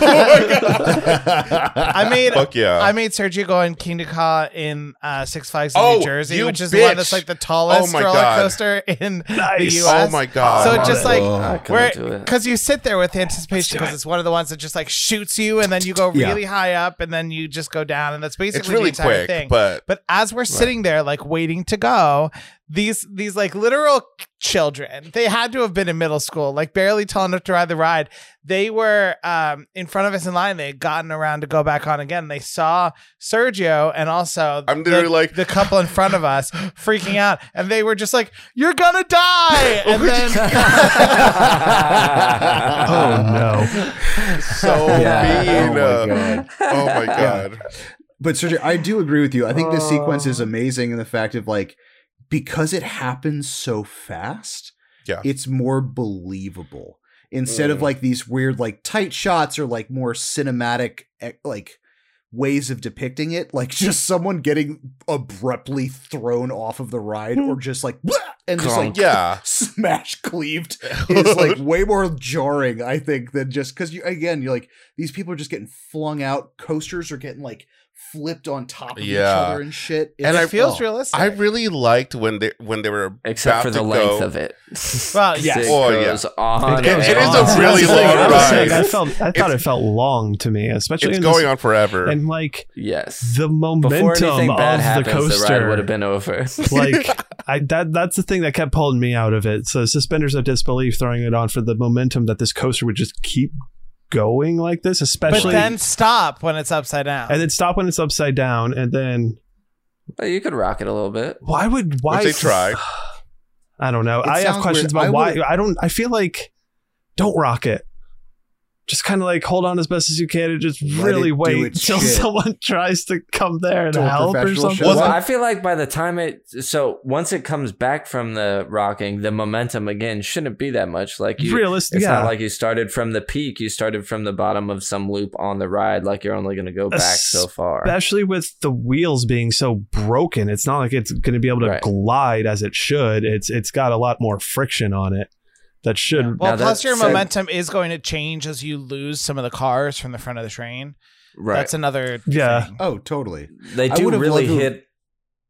Speaker 5: my god
Speaker 1: [laughs]
Speaker 4: I made
Speaker 5: [laughs] Fuck yeah.
Speaker 4: I made Sergio go in King to Ka in uh, Six Flags in
Speaker 5: Oh,
Speaker 4: New Jersey,
Speaker 5: you
Speaker 4: which is the one that's
Speaker 5: bitch. Oh
Speaker 4: like the tallest
Speaker 5: my
Speaker 4: roller
Speaker 5: God.
Speaker 4: coaster in
Speaker 3: Nice.
Speaker 4: the
Speaker 5: oh
Speaker 4: U.S.
Speaker 5: my god.
Speaker 4: So
Speaker 2: I love
Speaker 4: just
Speaker 2: it.
Speaker 4: like
Speaker 2: Oh, I
Speaker 4: where
Speaker 2: couldn't do
Speaker 5: [laughs]
Speaker 2: it.
Speaker 4: because you sit there with anticipation because it's one of the ones that just like shoots you and then you go
Speaker 1: Yeah.
Speaker 4: really high up and then you just go down and that's basically
Speaker 5: it's really
Speaker 4: the entire
Speaker 5: quick,
Speaker 4: thing.
Speaker 5: but
Speaker 4: But as we're sitting there, like waiting to go, these these like literal children. They had to have been in middle school, like barely tall enough to ride the ride. They were um, in front of us in line. They had gotten around to go back on again. They saw Sergio and also
Speaker 5: I'm
Speaker 4: the,
Speaker 5: literally like-
Speaker 4: the couple in front of us freaking out, and they were just like, "You're gonna
Speaker 5: [laughs]
Speaker 4: die!" And then.
Speaker 3: Oh
Speaker 5: [laughs]
Speaker 1: [laughs]
Speaker 2: [laughs]
Speaker 5: So
Speaker 2: Yeah.
Speaker 1: Oh
Speaker 5: mean.
Speaker 1: my
Speaker 5: uh,
Speaker 1: God.
Speaker 5: Oh my god.
Speaker 1: But Sergio, I do agree with you. I think this sequence is amazing in the fact of like because it happens so fast.
Speaker 5: Yeah.
Speaker 1: it's more believable instead of
Speaker 5: Mm.
Speaker 1: like these weird like tight shots or like more cinematic eh, like ways of depicting it. Like [laughs] just someone getting abruptly thrown off of the ride or just like [laughs] "Blah!" and just like
Speaker 5: Yeah.
Speaker 1: [laughs] smash cleaved is like way more jarring, I think, than just because you again, you're like these people are just getting flung out. Coasters are getting like flipped on top of
Speaker 5: Yeah.
Speaker 1: each other and shit.
Speaker 5: And
Speaker 1: It's-
Speaker 5: I-
Speaker 4: it feels
Speaker 1: oh,
Speaker 4: realistic.
Speaker 5: [laughs] I really liked when they when they were
Speaker 2: Except
Speaker 5: about
Speaker 2: for
Speaker 5: to
Speaker 2: the length
Speaker 5: go.
Speaker 2: of it. [laughs]
Speaker 4: Well,
Speaker 2: It
Speaker 4: yes.
Speaker 5: Oh, yeah.
Speaker 2: goes on.
Speaker 5: It goes- it is a
Speaker 2: on. [laughs]
Speaker 5: really
Speaker 3: That's the thing
Speaker 5: long
Speaker 3: I was saying.
Speaker 5: ride.
Speaker 3: I felt. I thought it felt long to me, especially
Speaker 5: It's
Speaker 3: in this-
Speaker 5: going on forever.
Speaker 3: and like
Speaker 2: Yes.
Speaker 3: the
Speaker 2: Before
Speaker 3: momentum
Speaker 2: anything
Speaker 3: of
Speaker 2: bad
Speaker 3: the
Speaker 2: happens, the,
Speaker 3: coaster
Speaker 2: ride would have been over. [laughs]
Speaker 3: [laughs]
Speaker 1: [laughs]
Speaker 3: like I that that's the thing that kept pulling me out of it. So suspenders of disbelief, throwing it on for the momentum that this coaster would just keep going like this,
Speaker 4: but
Speaker 3: especially
Speaker 4: then stop when it's upside down.
Speaker 3: and then stop when it's upside down, and then
Speaker 2: Well, you could rock it a little bit.
Speaker 3: why would why
Speaker 5: Which they
Speaker 2: [sighs]
Speaker 5: tried.
Speaker 3: I don't know.
Speaker 1: It
Speaker 3: I have
Speaker 1: sounds
Speaker 3: questions
Speaker 1: weird.
Speaker 3: about
Speaker 1: I
Speaker 3: why.
Speaker 1: would-
Speaker 3: I don't. I feel like don't rock it. Just kind of like hold on as best as you can, and just
Speaker 1: Let
Speaker 3: really
Speaker 1: it do
Speaker 3: wait
Speaker 1: its
Speaker 3: till
Speaker 1: shit.
Speaker 3: [laughs] someone tries to come there and
Speaker 1: Till a
Speaker 3: help or
Speaker 1: professional
Speaker 3: something.
Speaker 1: shows
Speaker 2: Well,
Speaker 1: up.
Speaker 2: I feel like by the time it so once it comes back from the rocking, the momentum again shouldn't be that much. Like you,
Speaker 3: Realistic,
Speaker 2: it's
Speaker 3: yeah.
Speaker 2: not like you started from the peak. You started from the bottom of some loop on the ride. Like you're only going to go back so far.
Speaker 3: Especially with the wheels being so broken, it's not like it's going to be able to
Speaker 2: Right.
Speaker 3: glide as it should. It's it's got a lot more friction on it that should.
Speaker 4: Well,
Speaker 2: Now that
Speaker 4: plus your
Speaker 2: said-
Speaker 4: momentum is going to change as you lose some of the cars from the front of the train.
Speaker 2: right.
Speaker 4: That's another
Speaker 3: Yeah.
Speaker 4: thing.
Speaker 1: Oh, totally.
Speaker 2: they
Speaker 1: I
Speaker 2: do
Speaker 1: would've
Speaker 2: really
Speaker 1: loved to-
Speaker 2: hit.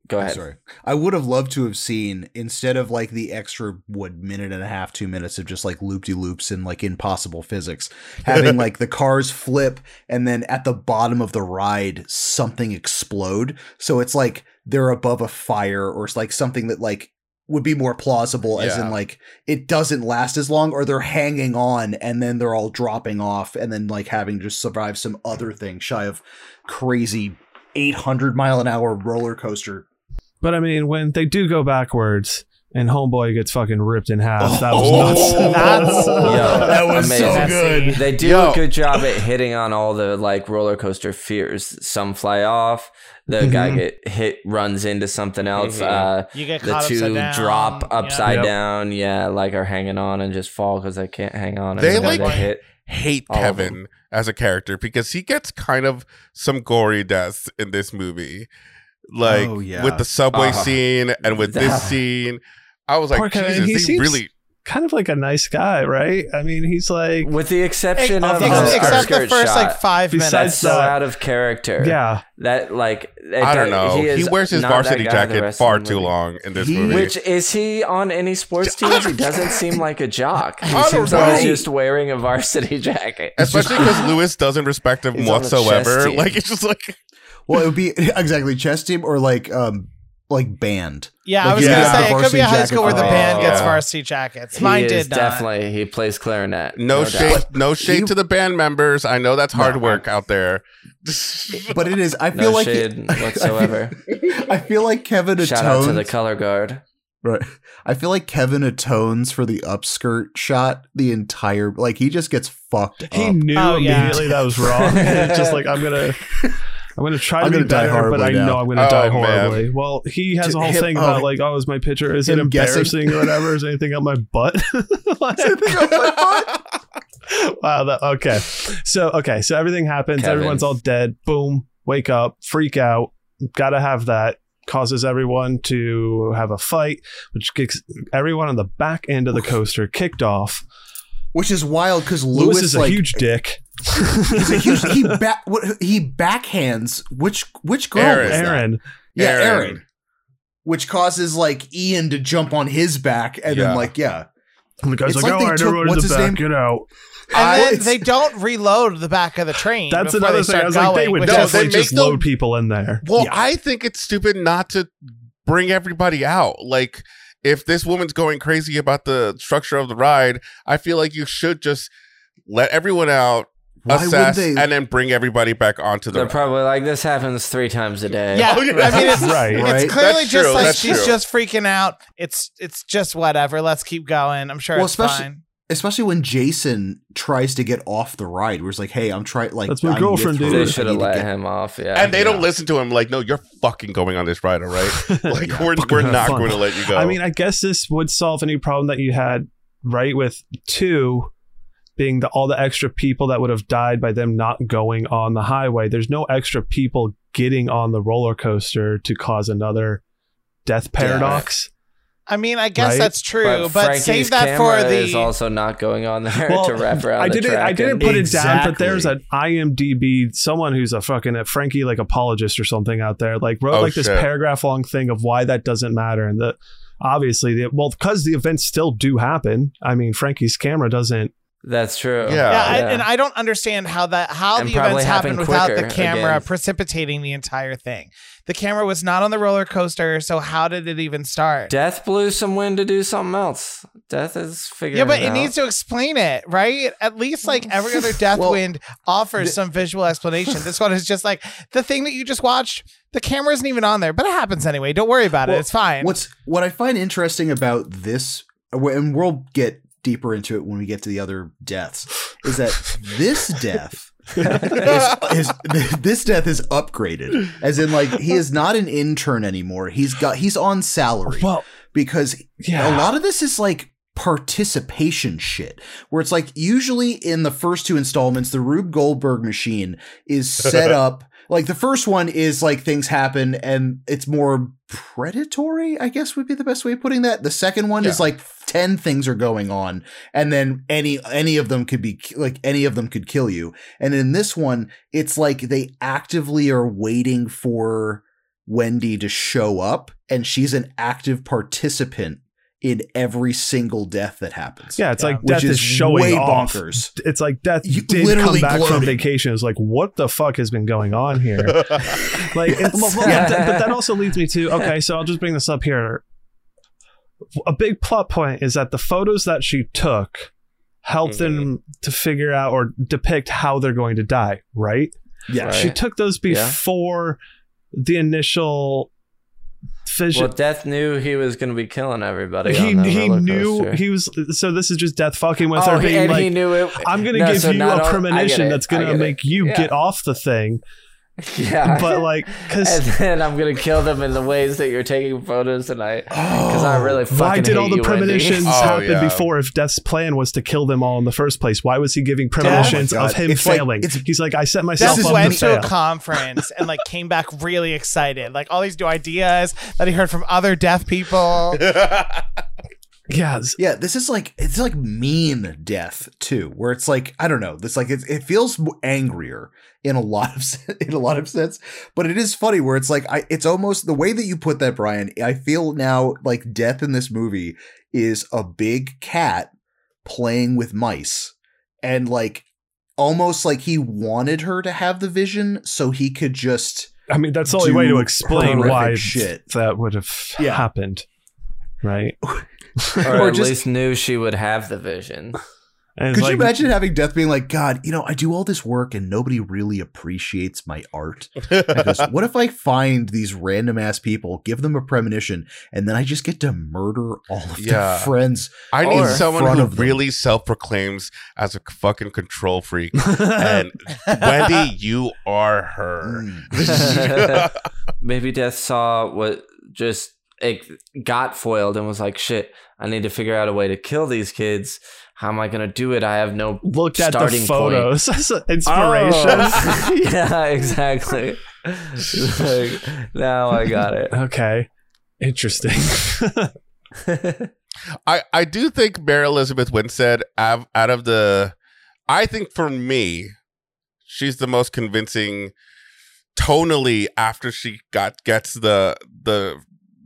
Speaker 2: Go
Speaker 1: I'm
Speaker 2: ahead.
Speaker 1: Sorry. I would have loved to have seen instead of like the extra what minute and a half, two minutes of just like loop de loops and like impossible physics,
Speaker 2: [laughs]
Speaker 1: having like the cars flip and then at the bottom of the ride something explode. So it's like they're above a fire or it's like something that like would be more plausible as in
Speaker 5: Yeah.
Speaker 1: like it doesn't last as long or they're hanging on and then they're all dropping off and then like having to survive some other thing shy of crazy 800 mile an hour roller coaster
Speaker 3: But I mean, when they do go backwards and Homeboy gets fucking ripped in half, that was [laughs]
Speaker 5: Oh.
Speaker 3: nuts.
Speaker 4: [laughs] That's-
Speaker 2: Yo,
Speaker 1: that was so
Speaker 2: amazing.
Speaker 1: good.
Speaker 2: They do
Speaker 5: Yo.
Speaker 2: a good job at hitting on all the like roller coaster fears. Some fly off. The guy
Speaker 3: Mhm.
Speaker 2: get hit, runs into something else.
Speaker 5: Mhm.
Speaker 2: Uh,
Speaker 4: You get
Speaker 2: the
Speaker 4: caught upside
Speaker 2: two
Speaker 4: down.
Speaker 2: drop
Speaker 4: yeah.
Speaker 2: upside
Speaker 3: Yep.
Speaker 2: down, yeah, like are hanging on and just fall because they can't hang on.
Speaker 5: They,
Speaker 2: and then
Speaker 5: like-
Speaker 2: hit.
Speaker 5: hate
Speaker 2: All of
Speaker 5: Kevin as a character because he gets kind of some gory deaths in this movie. Like
Speaker 1: Oh, yeah.
Speaker 5: with the subway
Speaker 2: Uh,
Speaker 5: scene and
Speaker 1: [laughs]
Speaker 5: with
Speaker 2: yeah.
Speaker 5: this scene. I was like,
Speaker 3: Poor Kevin,
Speaker 5: Jesus,
Speaker 3: he
Speaker 5: he,
Speaker 3: seems-
Speaker 5: really
Speaker 3: Kind of like a nice guy, right? I mean, he's like,
Speaker 2: with the exception
Speaker 4: Ex-
Speaker 2: of
Speaker 4: ex-
Speaker 2: the
Speaker 4: except the
Speaker 2: skirt
Speaker 4: first
Speaker 2: shot,
Speaker 4: like five
Speaker 3: Besides
Speaker 2: that's
Speaker 4: minutes.
Speaker 2: so
Speaker 3: that-
Speaker 2: out of character.
Speaker 3: yeah,
Speaker 2: that like it
Speaker 5: I don't
Speaker 2: does-
Speaker 5: know. He,
Speaker 2: is
Speaker 5: wears his
Speaker 2: not that
Speaker 5: varsity
Speaker 2: guy the
Speaker 5: jacket
Speaker 2: rest of the
Speaker 5: far too
Speaker 2: movie.
Speaker 5: long in this
Speaker 1: He-
Speaker 5: movie.
Speaker 2: Which is he on any sports teams? He doesn't seem like a
Speaker 5: [laughs]
Speaker 2: jock. He
Speaker 5: I don't
Speaker 2: seems like he's
Speaker 5: know.
Speaker 2: just wearing a varsity [laughs] jacket.
Speaker 5: Especially because Lewis doesn't respect
Speaker 2: [laughs]
Speaker 5: him
Speaker 2: He's on the chess
Speaker 5: whatsoever.
Speaker 2: team.
Speaker 5: [laughs] Like it's just like
Speaker 1: Well, it would be [laughs] exactly chess team or like um like band.
Speaker 4: Yeah, I
Speaker 1: Like,
Speaker 4: was
Speaker 5: you
Speaker 4: gonna
Speaker 5: get
Speaker 4: say
Speaker 1: the
Speaker 4: it could be
Speaker 1: varsity
Speaker 4: a high
Speaker 1: jacket
Speaker 4: school where the
Speaker 2: for-
Speaker 4: band gets
Speaker 5: Yeah.
Speaker 4: varsity jackets.
Speaker 2: He
Speaker 4: Mine
Speaker 2: is
Speaker 4: did not.
Speaker 2: definitely. He plays clarinet.
Speaker 5: no,
Speaker 2: doubt.
Speaker 5: shade no shade
Speaker 1: You-
Speaker 5: to the band members. I know that's hard work out there.
Speaker 1: But it [laughs] is. I
Speaker 2: No
Speaker 1: feel like
Speaker 2: shade whatsoever.
Speaker 1: I feel like Kevin
Speaker 2: Shout out to the
Speaker 1: atones.
Speaker 2: color guard.
Speaker 1: right. I feel like Kevin atones for the upskirt shot the entire. Like he just gets fucked
Speaker 3: he
Speaker 1: up.
Speaker 3: knew
Speaker 4: Oh, yeah.
Speaker 3: immediately that was
Speaker 1: [laughs]
Speaker 3: wrong. it's just like I'm gonna, I'm gonna try to
Speaker 1: I'm
Speaker 3: be
Speaker 1: gonna die
Speaker 3: better, but
Speaker 1: horribly
Speaker 3: I
Speaker 1: now.
Speaker 3: know I'm gonna
Speaker 5: Oh,
Speaker 3: die
Speaker 5: man.
Speaker 3: horribly. Well, he has
Speaker 1: To
Speaker 3: a whole
Speaker 1: him-
Speaker 3: thing about
Speaker 1: oh,
Speaker 3: like, oh, is my picture is it
Speaker 1: him guessing.
Speaker 3: embarrassing or whatever? Is anything on my butt? [laughs] Like-
Speaker 1: [laughs]
Speaker 3: [laughs] wow. That, okay. So okay. So everything happens.
Speaker 2: Kevin.
Speaker 3: Everyone's all dead. Boom. Wake up. Freak out. Gotta have that. Causes everyone to have a fight, which kicks everyone on the back end of the coaster kicked off.
Speaker 1: Which is wild because
Speaker 3: Lewis,
Speaker 1: Lewis,
Speaker 3: is a
Speaker 1: like,
Speaker 3: huge dick.
Speaker 1: [laughs] He's a
Speaker 3: [laughs]
Speaker 1: huge. He back. What, he backhands which which girl?
Speaker 5: Aaron.
Speaker 1: was that?
Speaker 3: Aaron.
Speaker 1: Yeah, Aaron.
Speaker 5: Aaron.
Speaker 1: Which causes like Ian to jump on his back, and
Speaker 5: Yeah.
Speaker 1: then like yeah,
Speaker 3: And the guy's
Speaker 1: It's
Speaker 3: like,
Speaker 1: like
Speaker 3: "Oh, all
Speaker 1: they
Speaker 3: right,
Speaker 1: took-
Speaker 3: everyone in
Speaker 1: what's
Speaker 3: the
Speaker 1: his
Speaker 3: back,
Speaker 1: name?
Speaker 3: get out.
Speaker 4: And
Speaker 1: I-
Speaker 4: then they don't reload the back of the train.
Speaker 3: That's
Speaker 4: before
Speaker 3: another thing.
Speaker 4: they start
Speaker 3: I was
Speaker 4: going,
Speaker 3: like, they would
Speaker 4: which
Speaker 5: No,
Speaker 4: is-
Speaker 3: definitely
Speaker 1: [laughs]
Speaker 3: [laughs]
Speaker 5: they
Speaker 3: just
Speaker 5: make them-
Speaker 3: load people in there.
Speaker 5: Well, I think it's stupid not to bring everybody out. Like if this woman's going crazy about the structure of the ride, I feel like you should just let everyone out,
Speaker 1: Why would
Speaker 5: assess,
Speaker 1: they?
Speaker 5: and then bring everybody back onto the
Speaker 2: They're
Speaker 5: ride.
Speaker 2: probably like this happens three times a day.
Speaker 4: Yeah,
Speaker 5: Oh, yeah.
Speaker 4: I mean, it's,
Speaker 3: Right.
Speaker 4: it's
Speaker 1: Right.
Speaker 4: clearly
Speaker 5: That's
Speaker 4: just
Speaker 5: true.
Speaker 4: like
Speaker 5: That's
Speaker 4: she's
Speaker 5: true.
Speaker 4: just freaking out. It's it's just whatever. Let's keep going. I'm sure
Speaker 1: Well,
Speaker 4: it's
Speaker 1: especially-
Speaker 4: fine.
Speaker 1: Especially when Jason tries to get off the ride, where it's like, "Hey, I'm trying." Like,
Speaker 3: That's my
Speaker 1: I'm with
Speaker 3: girlfriend,
Speaker 1: her.
Speaker 3: dude.
Speaker 1: I
Speaker 2: They should have
Speaker 1: need to
Speaker 2: let
Speaker 1: get-
Speaker 2: him off. Yeah,
Speaker 5: and they
Speaker 2: Yeah.
Speaker 5: don't listen to him. Like, no, you're fucking going on this ride,
Speaker 1: [laughs]
Speaker 5: all right? Like, we're,
Speaker 3: Fucking
Speaker 5: we're
Speaker 3: have
Speaker 5: not
Speaker 3: fun.
Speaker 5: going to let you go.
Speaker 3: I
Speaker 5: [laughs]
Speaker 3: mean, I guess this would solve any problem that you had, right? With two being the all the extra people that would have died by them not going on the highway. There's no extra people getting on the roller coaster to cause another death paradox.
Speaker 4: I mean, I guess
Speaker 3: Right?
Speaker 4: that's true, but,
Speaker 2: Frankie's
Speaker 4: save that for
Speaker 2: camera is
Speaker 4: the.
Speaker 2: also not going on there [laughs]
Speaker 3: Well,
Speaker 2: to wrap around
Speaker 3: I
Speaker 2: the
Speaker 3: didn't.
Speaker 2: track.
Speaker 3: I didn't
Speaker 2: and-
Speaker 3: put it down. But there's an
Speaker 1: Exactly.
Speaker 3: IMDb someone who's a fucking a Frankie like apologist or something out there like wrote
Speaker 5: Oh,
Speaker 3: like this
Speaker 5: shit.
Speaker 3: paragraph long thing of why that doesn't matter and the obviously the well because the events still do happen. I mean Frankie's camera doesn't.
Speaker 2: That's true.
Speaker 5: Yeah.
Speaker 4: yeah, I,
Speaker 2: Yeah.
Speaker 4: and I don't understand how that how
Speaker 2: And
Speaker 4: the
Speaker 2: probably
Speaker 4: events happened
Speaker 2: happened
Speaker 4: without the
Speaker 2: quicker,
Speaker 4: camera
Speaker 2: again.
Speaker 4: precipitating the entire thing. The camera was not on the roller coaster, so how did it even start?
Speaker 2: Death blew some wind to do something else. Death is figuring.
Speaker 4: yeah, but it
Speaker 2: out.
Speaker 4: needs to explain it, right? At least like every
Speaker 1: [laughs]
Speaker 4: other Deathwind
Speaker 1: Mm. Well,
Speaker 4: offers
Speaker 1: the-
Speaker 4: some visual explanation. This one is just like the thing that you just watched. The camera isn't even on there, but it happens anyway. Don't worry about it.
Speaker 1: Well,
Speaker 4: It's fine.
Speaker 1: What's what I find interesting about this, and we'll get deeper into it when we get to the other deaths, is that
Speaker 3: [laughs]
Speaker 1: this death is, is this death is upgraded, as in like he is not an intern anymore. He's got he's on salary
Speaker 3: Well,
Speaker 1: because a
Speaker 3: yeah.
Speaker 1: lot of this is like participation shit where it's like usually in the first two installments the rube goldberg machine is set up like the first one is like things happen and it's more predatory i guess would be the best way of putting that the second one is
Speaker 5: Yeah.
Speaker 1: like 10 things are going on and then any any of them could be like any of them could kill you and in this one it's like they actively are waiting for wendy to show up and she's an active participant in every single death that happens.
Speaker 3: Yeah, it's
Speaker 4: Yeah.
Speaker 3: like death is, showing
Speaker 1: way
Speaker 3: off.
Speaker 1: bonkers.
Speaker 3: It's like death
Speaker 1: You
Speaker 3: did come
Speaker 1: literally
Speaker 3: back from
Speaker 1: gloated.
Speaker 3: vacation. It's like what the fuck has been going on here? like and-
Speaker 2: [laughs]
Speaker 3: well, well,
Speaker 2: Yes.
Speaker 3: that- but that also leads me to okay so i'll just bring this up here a big plot point is that the photos that she took help
Speaker 2: Mm-hmm.
Speaker 3: them to figure out or depict how they're going to die right
Speaker 1: Yeah,
Speaker 2: Right.
Speaker 3: she took those
Speaker 2: Yeah.
Speaker 3: before the initial vision
Speaker 2: Well, Death knew he was going to be killing everybody.
Speaker 3: he,
Speaker 2: on that
Speaker 3: he
Speaker 2: roller
Speaker 3: knew
Speaker 2: coaster.
Speaker 3: he was so this is just death fucking with
Speaker 2: Oh,
Speaker 3: her being
Speaker 2: and
Speaker 3: like
Speaker 2: he knew it.
Speaker 3: i'm gonna
Speaker 2: No,
Speaker 3: give
Speaker 2: so
Speaker 3: you
Speaker 2: not
Speaker 3: a
Speaker 2: all- I get
Speaker 3: premonition
Speaker 2: it.
Speaker 3: that's
Speaker 2: I get
Speaker 3: gonna
Speaker 2: it.
Speaker 3: make you
Speaker 2: Yeah.
Speaker 3: get off the thing
Speaker 2: [laughs] Yeah,
Speaker 3: but like because
Speaker 2: [laughs] and then I'm gonna kill them in the ways that you're taking photos tonight because I really fucking
Speaker 3: Oh, Why did
Speaker 2: hate
Speaker 3: all the
Speaker 2: you, Wendy.
Speaker 1: [laughs]
Speaker 3: premonitions
Speaker 5: Oh,
Speaker 3: happen
Speaker 5: yeah.
Speaker 3: before if Death's plan was to kill them all in the first place? Why was he giving premonitions
Speaker 1: Oh my God.
Speaker 3: of him
Speaker 1: It's like-
Speaker 3: failing?
Speaker 1: it's-
Speaker 3: He's like, I set myself
Speaker 4: This is
Speaker 3: up
Speaker 4: why
Speaker 3: to
Speaker 4: I'm to a
Speaker 3: fail.
Speaker 4: conference and like came back really excited. Like all these new ideas that he heard from other deaf people.
Speaker 3: Yes.
Speaker 1: yeah. This is like it's like mean death too, where it's like I don't know. It's like it, it feels m- angrier in a lot of sen- [laughs] in a lot of sense, but it is funny where it's like I. It's almost the way that you put that, Brian. I feel now like death in this movie is a big cat playing with mice and like almost like he wanted her to have the vision so he could just
Speaker 3: I mean, that's the only
Speaker 1: Do
Speaker 3: way to explain why
Speaker 1: horrific shit.
Speaker 3: that would have
Speaker 1: Yeah.
Speaker 3: happened. Right?
Speaker 2: [laughs] [laughs]
Speaker 3: [laughs]
Speaker 2: or,
Speaker 1: Or
Speaker 2: at
Speaker 1: just-
Speaker 2: least knew she would have the vision.
Speaker 3: And it's
Speaker 1: Could you
Speaker 3: like,
Speaker 1: imagine having death being like, God, you know, I do all this work and nobody really appreciates my art? I goes, what if I find these random ass people, give them a premonition, and then I just get to murder all of
Speaker 5: Yeah.
Speaker 1: their friends?
Speaker 5: I
Speaker 1: Or
Speaker 5: need
Speaker 1: in
Speaker 5: someone
Speaker 1: front
Speaker 5: who
Speaker 1: of them.
Speaker 5: really self proclaims as a fucking
Speaker 1: [laughs]
Speaker 5: control freak. and Wendy, you are
Speaker 1: [laughs]
Speaker 5: her.
Speaker 1: Mm.
Speaker 2: Maybe Death saw what just it got foiled and was like, "Shit, I need to figure out a way to kill these kids. How am I gonna do it? I have no
Speaker 3: Looked at the
Speaker 2: starting point.
Speaker 3: photos. [laughs] That's an inspiration. [laughs]
Speaker 2: Oh. [laughs] yeah, exactly. Like, now I got it.
Speaker 3: Okay. Interesting. [laughs]
Speaker 5: I, I do think Mary Elizabeth Winstead, av- out of the, I think for me, she's the most convincing tonally after she got gets the the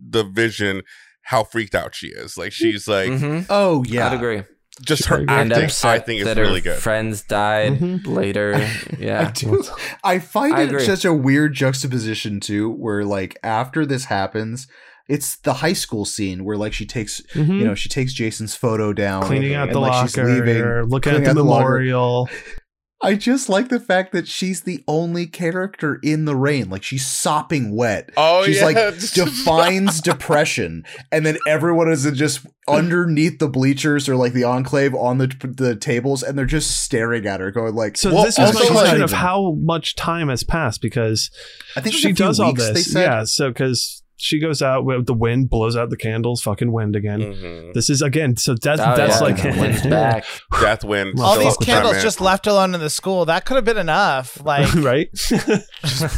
Speaker 5: the vision how freaked out she is like she's like
Speaker 2: hmm
Speaker 1: Oh,
Speaker 2: Yeah.
Speaker 1: yeah.
Speaker 2: I'd agree.
Speaker 5: just her
Speaker 2: And
Speaker 5: acting i
Speaker 2: upset
Speaker 5: think is
Speaker 2: that her
Speaker 5: really good
Speaker 2: Friends died
Speaker 3: Mhm. [laughs]
Speaker 2: later.
Speaker 1: I
Speaker 2: Yeah.
Speaker 1: do. I find
Speaker 2: I
Speaker 1: it
Speaker 2: agree.
Speaker 1: such a weird juxtaposition too, where like after this happens, it's the high school scene where like she takes
Speaker 11: Mhm.
Speaker 1: you know she takes Jason's photo down,
Speaker 3: Cleaning out
Speaker 1: and,
Speaker 3: the
Speaker 1: like, she's
Speaker 3: locker, looking at
Speaker 1: cleaning
Speaker 3: the
Speaker 1: out the locker.
Speaker 3: memorial.
Speaker 1: I just like the fact that she's the only character in the rain. Like she's sopping wet.
Speaker 5: Oh,
Speaker 1: she's
Speaker 5: yeah. [laughs]
Speaker 1: like defines depression, and then everyone is just underneath the bleachers or like the enclave on the the tables, and they're just staring at her, going like,
Speaker 3: So
Speaker 5: Well,
Speaker 3: this is my
Speaker 5: also,
Speaker 3: question
Speaker 5: like-
Speaker 3: of how much time has passed because
Speaker 1: "I think it was a
Speaker 3: she
Speaker 1: few
Speaker 3: does all
Speaker 1: weeks, They
Speaker 3: this.
Speaker 1: said.
Speaker 3: Yeah, so because she goes out with the wind, blows out the candles, fucking wind again.
Speaker 5: Mhm.
Speaker 3: This is again, so that's
Speaker 2: Mm. Oh,
Speaker 3: that's
Speaker 2: yeah,
Speaker 3: like
Speaker 2: the wind's
Speaker 3: [laughs]
Speaker 2: back.
Speaker 5: Death wind.
Speaker 3: All
Speaker 4: All
Speaker 3: Fuck
Speaker 4: these
Speaker 3: with that,
Speaker 4: candles just left alone in the school. That could have
Speaker 1: [laughs]
Speaker 4: been enough. Like
Speaker 2: [laughs]
Speaker 3: right.
Speaker 5: just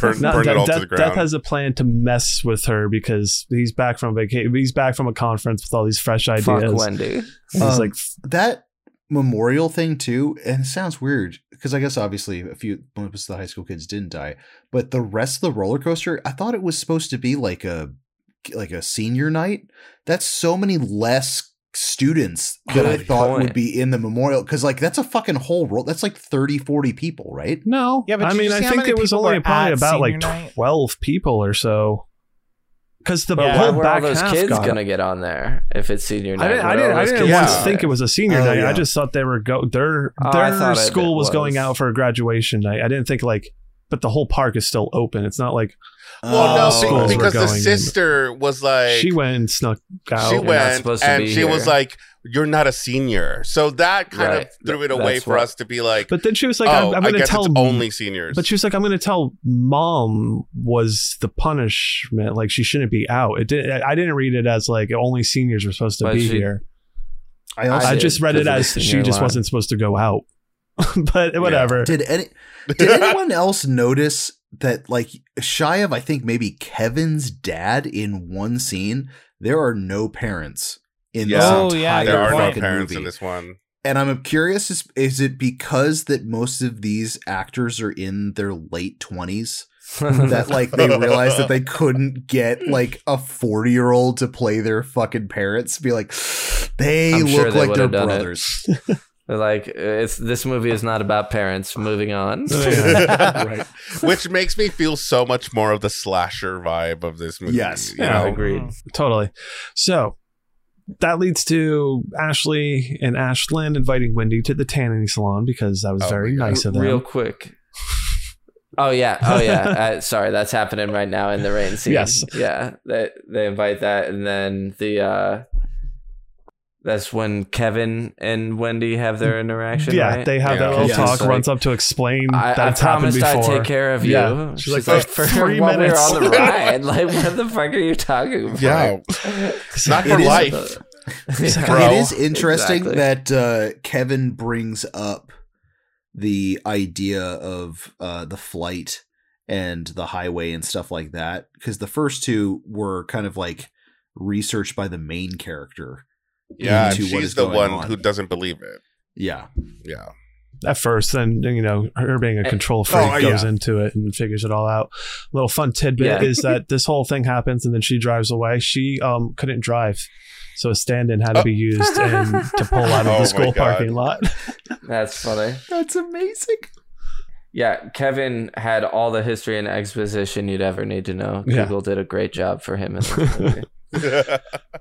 Speaker 3: [laughs]
Speaker 5: burn,
Speaker 3: Not-
Speaker 5: burn
Speaker 3: Death-
Speaker 5: it all to
Speaker 3: Death-
Speaker 5: the
Speaker 3: Death
Speaker 5: ground.
Speaker 3: has a plan to mess with her because he's back from vacation. He's back from a conference with all these fresh ideas.
Speaker 2: Fuck Oh. Wendy.
Speaker 3: And he's
Speaker 1: Um,
Speaker 3: like,
Speaker 1: that memorial thing too and it sounds weird because i guess obviously a few most of the high school kids didn't die but the rest of the roller coaster i thought it was supposed to be like a like a senior night that's so many less students that i
Speaker 2: Good
Speaker 1: thought
Speaker 2: point.
Speaker 1: would be in the memorial because like that's a fucking whole roll that's like 30 40 people right
Speaker 3: No.
Speaker 4: Yeah, but
Speaker 3: I
Speaker 4: did you
Speaker 3: mean,
Speaker 4: see
Speaker 3: I
Speaker 4: how
Speaker 3: think
Speaker 4: many
Speaker 3: it was
Speaker 4: people
Speaker 3: only
Speaker 4: were
Speaker 3: probably
Speaker 4: at
Speaker 3: about like
Speaker 4: senior night?
Speaker 3: 12 people or so. Because the
Speaker 2: But
Speaker 4: Yeah.
Speaker 2: why
Speaker 3: whole
Speaker 2: were all
Speaker 3: back
Speaker 2: those
Speaker 3: half
Speaker 2: kids
Speaker 3: got
Speaker 2: gonna
Speaker 3: it.
Speaker 2: get on there if it's senior night?
Speaker 3: I didn't, I
Speaker 2: Were
Speaker 3: didn't,
Speaker 2: all
Speaker 3: I
Speaker 2: those
Speaker 3: didn't
Speaker 2: kids
Speaker 3: once
Speaker 2: on
Speaker 3: think it
Speaker 2: there?
Speaker 3: was a senior
Speaker 1: Oh,
Speaker 3: night. I
Speaker 1: yeah.
Speaker 3: just thought they were go their
Speaker 2: Oh, I
Speaker 3: their
Speaker 2: thought it-
Speaker 3: school
Speaker 2: it
Speaker 3: was going
Speaker 2: was.
Speaker 3: out for a graduation night. I didn't think like, but the whole park is still open. It's not like
Speaker 5: well,
Speaker 3: all
Speaker 5: no,
Speaker 3: the schools
Speaker 5: be-
Speaker 3: were
Speaker 5: because the
Speaker 3: going in.
Speaker 5: sister was like
Speaker 3: she went and snuck out.
Speaker 5: she
Speaker 2: You're not
Speaker 5: went
Speaker 2: supposed to
Speaker 5: and
Speaker 2: be
Speaker 5: she
Speaker 2: here.
Speaker 5: was like, "You're not a senior," so that kind
Speaker 2: Right.
Speaker 5: of threw it
Speaker 2: Th-
Speaker 5: away
Speaker 2: that's
Speaker 5: for
Speaker 2: what-
Speaker 5: us to be like,
Speaker 3: but then she was like,
Speaker 5: "Oh,
Speaker 3: I'm, I'm
Speaker 5: I
Speaker 3: going to
Speaker 5: guess
Speaker 3: tell
Speaker 5: it's only seniors."
Speaker 3: But she
Speaker 5: [laughs]
Speaker 3: was like, I'm going to tell mom was the punishment. Like she shouldn't be out. It didn't. I didn't read it as like only seniors were supposed to
Speaker 2: But
Speaker 3: be
Speaker 2: she-
Speaker 3: here.
Speaker 1: i
Speaker 3: I,
Speaker 1: also
Speaker 2: did,
Speaker 3: just read it
Speaker 2: 'cause of
Speaker 3: as
Speaker 2: the
Speaker 3: she
Speaker 2: senior
Speaker 3: just
Speaker 2: line.
Speaker 3: wasn't supposed to go out. [laughs] but
Speaker 2: [laughs]
Speaker 3: whatever. [laughs]
Speaker 1: did any did
Speaker 5: [laughs]
Speaker 1: anyone else notice that like shy of i think maybe kevin's dad in one scene there are no parents in
Speaker 5: Yeah.
Speaker 4: Oh,
Speaker 1: this
Speaker 4: yeah,
Speaker 1: entire
Speaker 5: there are no
Speaker 4: fucking
Speaker 5: parents
Speaker 1: movie.
Speaker 5: in this one.
Speaker 1: and i'm curious is, is it because that most of these actors are in their late 20s
Speaker 2: [laughs]
Speaker 1: that like they realized that they couldn't get like a 40 year old to play their fucking parents be like they
Speaker 2: I'm
Speaker 1: look
Speaker 2: sure they
Speaker 1: like
Speaker 2: would've
Speaker 1: their
Speaker 2: done it.
Speaker 1: brothers
Speaker 2: They're like it's this movie is not about parents.
Speaker 3: [laughs]
Speaker 2: Moving on.
Speaker 3: Oh, Yeah. Right.
Speaker 5: Which makes me feel so much more of the slasher vibe of this movie.
Speaker 1: Yes.
Speaker 5: you
Speaker 3: Yeah.
Speaker 5: know?
Speaker 2: [laughs] Agreed.
Speaker 3: Totally. So that leads to Ashley and Ashlyn inviting Wendy to the tanning salon because that was
Speaker 5: Oh
Speaker 3: very
Speaker 5: my God.
Speaker 3: nice of them.
Speaker 2: Real quick. Oh yeah, oh yeah. uh, sorry, that's happening right now in the rain scene.
Speaker 3: Yes.
Speaker 2: yeah. They they invite that, and then the uh that's when Kevin and Wendy have their interaction.
Speaker 3: yeah,
Speaker 2: right?
Speaker 3: they have
Speaker 5: Yeah.
Speaker 3: that little
Speaker 1: Yes.
Speaker 3: talk.
Speaker 2: Like,
Speaker 3: runs up to explain
Speaker 2: I,
Speaker 3: that
Speaker 2: I
Speaker 3: it's happened
Speaker 2: promised I'd
Speaker 3: before.
Speaker 2: take care of you.
Speaker 3: Yeah.
Speaker 2: She's,
Speaker 3: She's
Speaker 2: like,
Speaker 3: like,
Speaker 2: for
Speaker 3: three
Speaker 2: when we were
Speaker 3: minutes."
Speaker 2: on the ride, [laughs] like what the fuck are you talking about? [laughs]
Speaker 5: Yeah. Not
Speaker 1: It
Speaker 5: for
Speaker 1: is-
Speaker 5: life. Bro.
Speaker 1: it is interesting
Speaker 2: Exactly.
Speaker 1: that uh, Kevin brings up the idea of uh, the flight and the highway and stuff like that because the first two were kind of like researched by the main character.
Speaker 5: Yeah, and
Speaker 1: into what
Speaker 5: she's
Speaker 1: is
Speaker 5: the
Speaker 1: going
Speaker 5: one
Speaker 1: on.
Speaker 5: who doesn't believe it.
Speaker 1: Yeah,
Speaker 5: Yeah.
Speaker 3: at first, then you know her being a control freak
Speaker 5: Oh,
Speaker 3: goes into it and figures it all out. Little fun tidbit
Speaker 2: Yeah.
Speaker 3: is that this whole thing happens and then she drives away. She um couldn't drive, so a stand-in had to be used and to pull
Speaker 5: [laughs]
Speaker 3: out of
Speaker 5: Oh my
Speaker 3: the school
Speaker 5: God.
Speaker 3: parking lot.
Speaker 2: That's funny.
Speaker 1: that's amazing.
Speaker 2: Yeah, Kevin had all the history and exposition you'd ever need to know.
Speaker 3: Yeah.
Speaker 2: Google did a great job for him. In this
Speaker 5: [laughs]
Speaker 2: movie.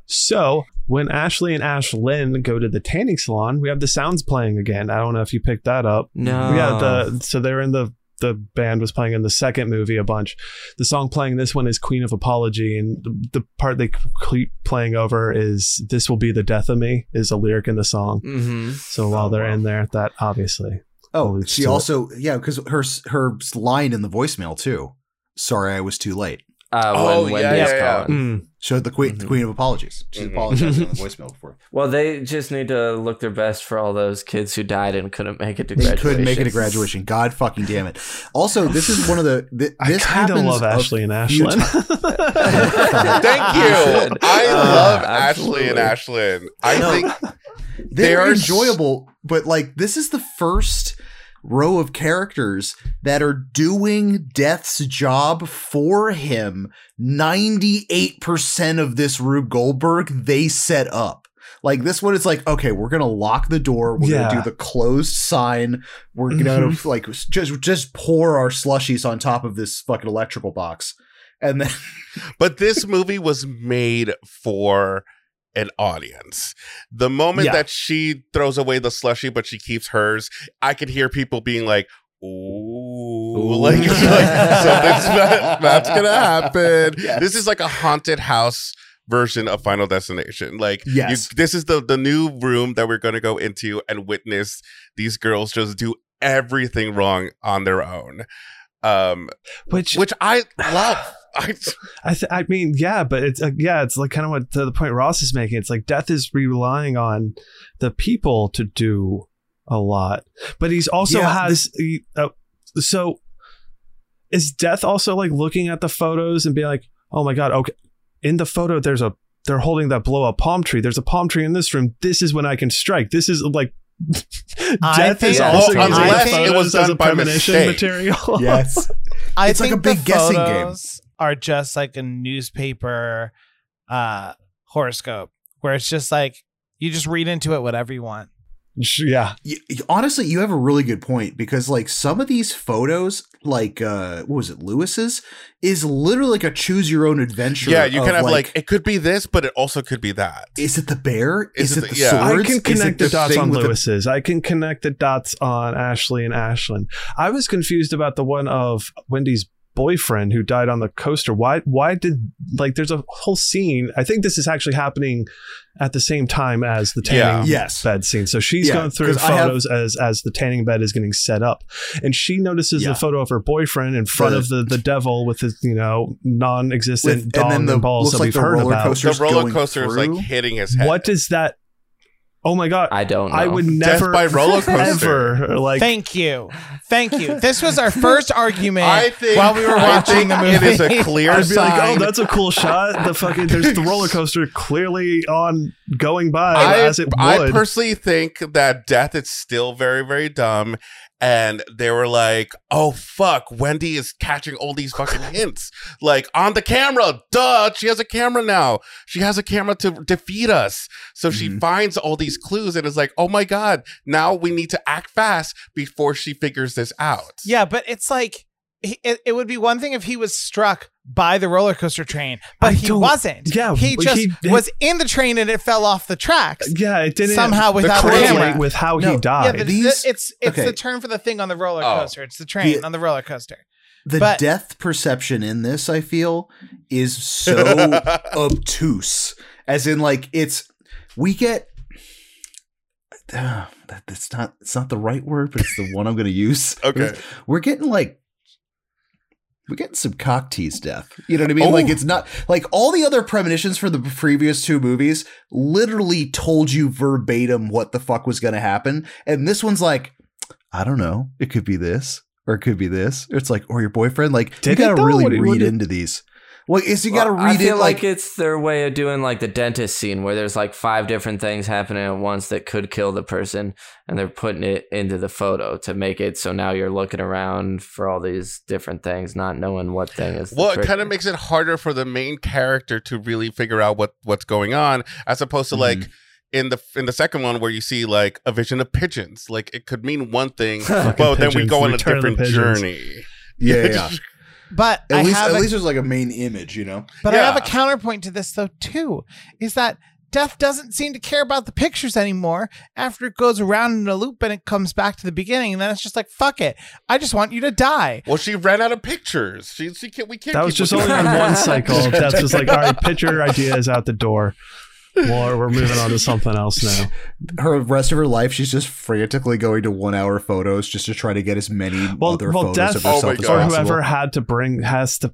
Speaker 3: So when Ashley and Ashlyn go to the tanning salon, we have the sounds playing again. I don't know if you picked that up.
Speaker 2: no.
Speaker 3: Yeah, the so they're in the the band was playing in the second movie a bunch. The song playing this one is Queen of Apology, and the, the part they keep playing over is "This will be the death of me" is a lyric in the song.
Speaker 2: hmm
Speaker 3: So while they're in there, that obviously
Speaker 1: Oh,
Speaker 3: Alludes
Speaker 1: she
Speaker 3: to it.
Speaker 1: also yeah because her her line in the voicemail too. Sorry, I was too late.
Speaker 2: Uh,
Speaker 5: Oh,
Speaker 2: when
Speaker 5: yeah,
Speaker 2: Wendy's
Speaker 5: yeah, yeah.
Speaker 2: calling.
Speaker 1: Showed the queen the queen of apologies. She
Speaker 5: Mhm.
Speaker 1: apologized [laughs] on the voicemail before.
Speaker 2: Well, they just need to look their best for all those kids who died and couldn't make it to
Speaker 1: They
Speaker 2: graduation.
Speaker 1: couldn't make it to graduation. God fucking damn it. Also, this is one of the th-
Speaker 3: I
Speaker 1: this
Speaker 3: kind of
Speaker 1: happens
Speaker 3: love
Speaker 1: a
Speaker 3: Ashley and
Speaker 1: few
Speaker 3: Ashlyn.
Speaker 1: times.
Speaker 3: [laughs]
Speaker 5: Thank
Speaker 2: You
Speaker 5: you.
Speaker 2: should.
Speaker 5: I
Speaker 2: Uh,
Speaker 5: love Ashley
Speaker 2: absolutely.
Speaker 5: and Ashlyn. I
Speaker 1: No.
Speaker 5: think
Speaker 1: They
Speaker 5: There
Speaker 1: are
Speaker 5: are s-
Speaker 1: enjoyable, but like this is the first row of characters that are doing Death's job for him. 98% of this Rube Goldberg they set up. Like this one, it's like, okay, we're gonna lock the door. We're
Speaker 3: Yeah.
Speaker 1: gonna do the closed sign. We're gonna like just just pour our slushies on top of this fucking electrical box. and then [laughs]
Speaker 5: But this movie was made for an audience. The moment
Speaker 1: Yeah.
Speaker 5: that she throws away the slushy, but she keeps hers, I could hear people being like, Ooh, like, [laughs] it's like,
Speaker 1: [laughs]
Speaker 5: something's not, that's gonna happen.
Speaker 1: Yes.
Speaker 5: This is like a haunted house version of Final Destination. Like, you-
Speaker 1: Yes.
Speaker 5: this is the the new room that we're gonna go into and witness these girls just do everything wrong on their own. Um,
Speaker 3: Which
Speaker 5: [laughs] which
Speaker 1: [sighs]
Speaker 5: I love. I
Speaker 3: I, th- I mean, yeah, but it's uh, yeah, it's like kind of what to the point Ross is making. It's like death is relying on the people to do a lot, but he's also
Speaker 1: Yeah,
Speaker 3: has he- uh, so is death also like looking at the photos and being like, oh my god, okay, in the photo there's a they're holding that blow up palm tree. There's a palm tree in this room. This is when I can strike. This is like. [laughs]
Speaker 4: I
Speaker 3: Death is
Speaker 4: think-
Speaker 3: also
Speaker 4: Well,
Speaker 3: using the
Speaker 4: unless it
Speaker 3: photos
Speaker 5: was
Speaker 3: as
Speaker 5: done
Speaker 3: a
Speaker 5: by
Speaker 3: premonition
Speaker 5: mistake.
Speaker 3: material.
Speaker 1: yes,
Speaker 4: I
Speaker 1: It's like
Speaker 4: think
Speaker 1: a big
Speaker 4: the
Speaker 1: guessing game.
Speaker 4: photos Are just like a newspaper uh, horoscope where it's just like you just read into it whatever you want.
Speaker 3: [laughs] yeah.
Speaker 1: Y- y- honestly, you have a really good point because like some of these photos, like uh, what was it, Lewis's, is literally like a choose your own adventure.
Speaker 5: yeah, you
Speaker 1: of,
Speaker 5: can have like, it could be this, but it also could be that.
Speaker 1: is it the bear?
Speaker 5: Is
Speaker 1: Is,
Speaker 5: it
Speaker 1: it
Speaker 5: the-
Speaker 1: the
Speaker 5: yeah.
Speaker 3: I
Speaker 1: swords?
Speaker 3: can
Speaker 1: Is it
Speaker 3: connect the dots
Speaker 1: thing
Speaker 3: on
Speaker 1: with the-
Speaker 3: Lewis's. I can connect the dots on Ashley and Ashlyn. I was confused about the one of Wendy's boyfriend who died on the coaster. Why why did like there's a whole scene. I think this is actually happening at the same time as the tanning
Speaker 1: Yeah. Yes.
Speaker 3: bed scene. So she's
Speaker 1: Yeah,
Speaker 3: going through
Speaker 1: 'cause I have-
Speaker 3: photos as as the tanning bed is getting set up. And she notices
Speaker 1: Yeah.
Speaker 3: the photo of her boyfriend in front
Speaker 1: The-
Speaker 3: of the the devil with his, you know, non-existent
Speaker 1: With- and
Speaker 3: dong and,
Speaker 1: then the-
Speaker 3: balls
Speaker 1: looks
Speaker 3: that
Speaker 1: like
Speaker 3: we've
Speaker 1: the
Speaker 3: heard
Speaker 1: roller
Speaker 3: about.
Speaker 1: coaster
Speaker 5: The
Speaker 1: Just
Speaker 5: roller
Speaker 1: going
Speaker 5: coaster is like
Speaker 1: through?
Speaker 5: hitting his head.
Speaker 3: What does that Oh my god.
Speaker 2: I don't know.
Speaker 3: I would
Speaker 5: Death
Speaker 3: never
Speaker 5: by roller coaster.
Speaker 3: ever like
Speaker 4: Thank you. Thank you. This was
Speaker 1: [laughs]
Speaker 4: our first argument
Speaker 5: I think
Speaker 4: while we were
Speaker 5: I
Speaker 4: watching
Speaker 5: think
Speaker 4: the movie.
Speaker 5: It is a clear
Speaker 3: I'd be
Speaker 5: sign.
Speaker 3: like, oh, that's a cool shot. The fucking there's the roller coaster clearly on going by as it would.
Speaker 5: I personally think that death is still very, very dumb. And they were like, oh, fuck, Wendy is catching all these fucking hints. Like, on the camera, duh, she has a camera now. She has a camera to defeat us. So she finds all these clues and is like, oh my God, now we need to act fast before she figures this out.
Speaker 4: Yeah, but it's like he- it, it would be one thing if he was struck by the roller coaster train, but
Speaker 3: I
Speaker 4: he
Speaker 3: don't-
Speaker 4: wasn't.
Speaker 3: yeah,
Speaker 4: he
Speaker 3: but
Speaker 4: just
Speaker 3: he-
Speaker 4: was in the train and it fell off the tracks
Speaker 3: yeah, it didn't
Speaker 4: somehow without the
Speaker 3: correlate
Speaker 4: camera.
Speaker 3: with how
Speaker 1: No,
Speaker 3: he
Speaker 1: yeah,
Speaker 4: yeah,
Speaker 3: died.
Speaker 4: but
Speaker 1: These-
Speaker 4: the, it's it's
Speaker 1: okay.
Speaker 4: the term for the thing on the roller
Speaker 5: Oh.
Speaker 4: coaster. It's the train
Speaker 1: The-
Speaker 4: on the roller coaster.
Speaker 1: the
Speaker 4: But-
Speaker 1: death perception in this i feel is
Speaker 5: [laughs]
Speaker 1: so obtuse as in like it's we get [sighs] uh, that, that's not it's not the right word but it's the one i'm gonna use
Speaker 5: [laughs] Okay.
Speaker 1: we're getting like we're getting some cock tease death you know what i mean
Speaker 5: Oh.
Speaker 1: like it's not like all the other premonitions for the previous two movies literally told you verbatim what the fuck was gonna happen and this one's like I don't know. It could be this, or it could be this. It's like, or your boyfriend. Like,
Speaker 3: Did it
Speaker 1: you gotta
Speaker 3: though?
Speaker 1: really
Speaker 3: What do you- what
Speaker 1: read
Speaker 3: do you-
Speaker 1: into these. Well, is you gotta
Speaker 2: Well,
Speaker 1: read
Speaker 2: I feel
Speaker 1: it
Speaker 2: like,
Speaker 1: like,
Speaker 2: it's their way of doing like the dentist scene where there's like five different things happening at once that could kill the person, and they're putting it into the photo to make it so now you're looking around for all these different things, not knowing what thing is. the
Speaker 5: Well, it
Speaker 2: trigger.
Speaker 5: kind of makes it harder for the main character to really figure out what what's going on, as opposed to like in the in the second one where you see like a vision of pigeons. Like it could mean one thing, but then we
Speaker 3: pigeons,
Speaker 5: go on
Speaker 3: Return
Speaker 5: a
Speaker 3: of the
Speaker 5: different
Speaker 3: Pigeons.
Speaker 5: journey.
Speaker 1: [laughs] yeah, yeah, yeah.
Speaker 4: But
Speaker 1: At
Speaker 4: I
Speaker 1: least,
Speaker 4: have
Speaker 1: at
Speaker 4: a-
Speaker 1: least there's like a main image, you know.
Speaker 4: But I have a
Speaker 5: Yeah.
Speaker 4: counterpoint to this though too, is that death doesn't seem to care about the pictures anymore after it goes around in a loop and it comes back to the beginning and then it's just like fuck it. I just want you to die.
Speaker 5: Well, she ran out of pictures. She, she can't. We can't.
Speaker 3: that was
Speaker 5: keep
Speaker 3: just
Speaker 5: looking
Speaker 3: only
Speaker 5: at-
Speaker 3: on one cycle. That's just like, all right, picture idea is out the door. Well, we're moving on to something else now.
Speaker 1: Her rest of her life, she's just frantically going to one hour photos just to try to get as many
Speaker 3: Well,
Speaker 1: other
Speaker 3: well,
Speaker 1: photos
Speaker 3: death-
Speaker 1: of
Speaker 5: Oh my
Speaker 1: herself as
Speaker 5: God.
Speaker 3: Or
Speaker 1: possible.
Speaker 3: whoever had to bring has to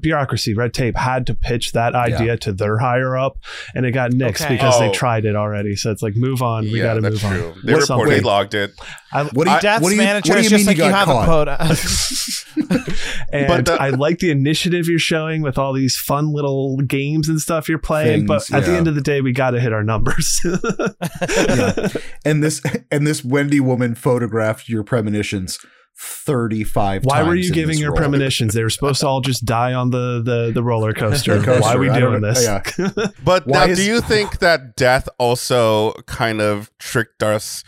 Speaker 3: bureaucracy, red tape had to pitch that idea to their higher up, and it got nixed
Speaker 4: Okay.
Speaker 3: because they
Speaker 5: Oh.
Speaker 3: tried it already. So it's like, move on. We got to move on.
Speaker 5: They
Speaker 3: What's
Speaker 5: reported they
Speaker 3: something?
Speaker 5: logged it,
Speaker 3: I,
Speaker 1: What do you,
Speaker 4: Death's
Speaker 1: what do you,
Speaker 4: manager
Speaker 1: what do
Speaker 4: is
Speaker 1: you
Speaker 4: just
Speaker 1: mean
Speaker 4: like you,
Speaker 1: you got
Speaker 4: have
Speaker 1: caught? [laughs]
Speaker 4: a quota. [laughs]
Speaker 3: And
Speaker 5: But
Speaker 1: uh,
Speaker 5: the-
Speaker 3: I like the initiative you're showing with all these fun little games and stuff you're playing. but
Speaker 1: Things,
Speaker 3: at the
Speaker 1: yeah.
Speaker 3: end of the day, we got to hit our numbers. [laughs]
Speaker 1: Yeah. [laughs] And this and this Wendy woman photographed your premonitions thirty five.
Speaker 3: Why were you giving your premonitions? They were supposed to all just die on the the,
Speaker 1: [laughs]
Speaker 3: the roller coaster. Why are we doing this?
Speaker 5: but
Speaker 1: Why
Speaker 5: now,
Speaker 1: is-
Speaker 5: do
Speaker 3: [laughs]
Speaker 5: you think that death also kind of tricked us,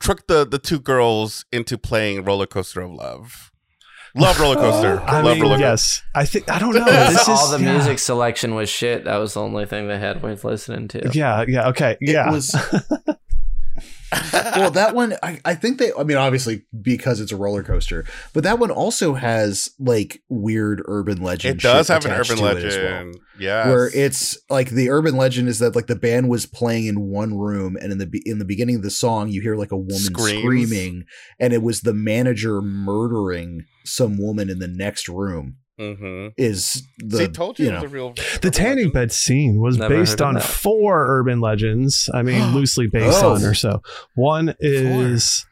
Speaker 5: tricked the the two girls into playing roller coaster of love? Love roller coaster.
Speaker 3: [laughs] I
Speaker 5: Love
Speaker 3: mean,
Speaker 5: roller coaster.
Speaker 3: yes. I think I
Speaker 5: [laughs]
Speaker 3: don't know.
Speaker 2: This
Speaker 3: This
Speaker 2: all
Speaker 3: is
Speaker 2: the
Speaker 3: yeah.
Speaker 2: music selection was shit. That was the only thing they had worth listening to.
Speaker 3: Yeah, yeah, okay, yeah.
Speaker 1: It was. well, that one, I, I think they, I mean, obviously because it's a roller coaster, but that one also has like weird urban legend.
Speaker 5: It does
Speaker 1: shit
Speaker 5: have an
Speaker 1: attached
Speaker 5: urban
Speaker 1: to it as well.
Speaker 5: legend. Yeah.
Speaker 1: Where it's like the urban legend is that like the band was playing in one room, and in the be- in the beginning of the song, you hear like a woman
Speaker 5: Screams.
Speaker 1: screaming, and it was the manager murdering some woman in the next room.
Speaker 5: hmm
Speaker 1: Is the
Speaker 5: See, told you,
Speaker 1: you
Speaker 5: it was
Speaker 1: know
Speaker 5: a real.
Speaker 3: the
Speaker 5: urban
Speaker 3: tanning
Speaker 5: legend.
Speaker 3: bed scene was
Speaker 2: Never
Speaker 3: based
Speaker 2: heard of
Speaker 3: on
Speaker 2: that.
Speaker 3: four urban legends. I mean, loosely based
Speaker 1: Oh.
Speaker 3: on or so. One is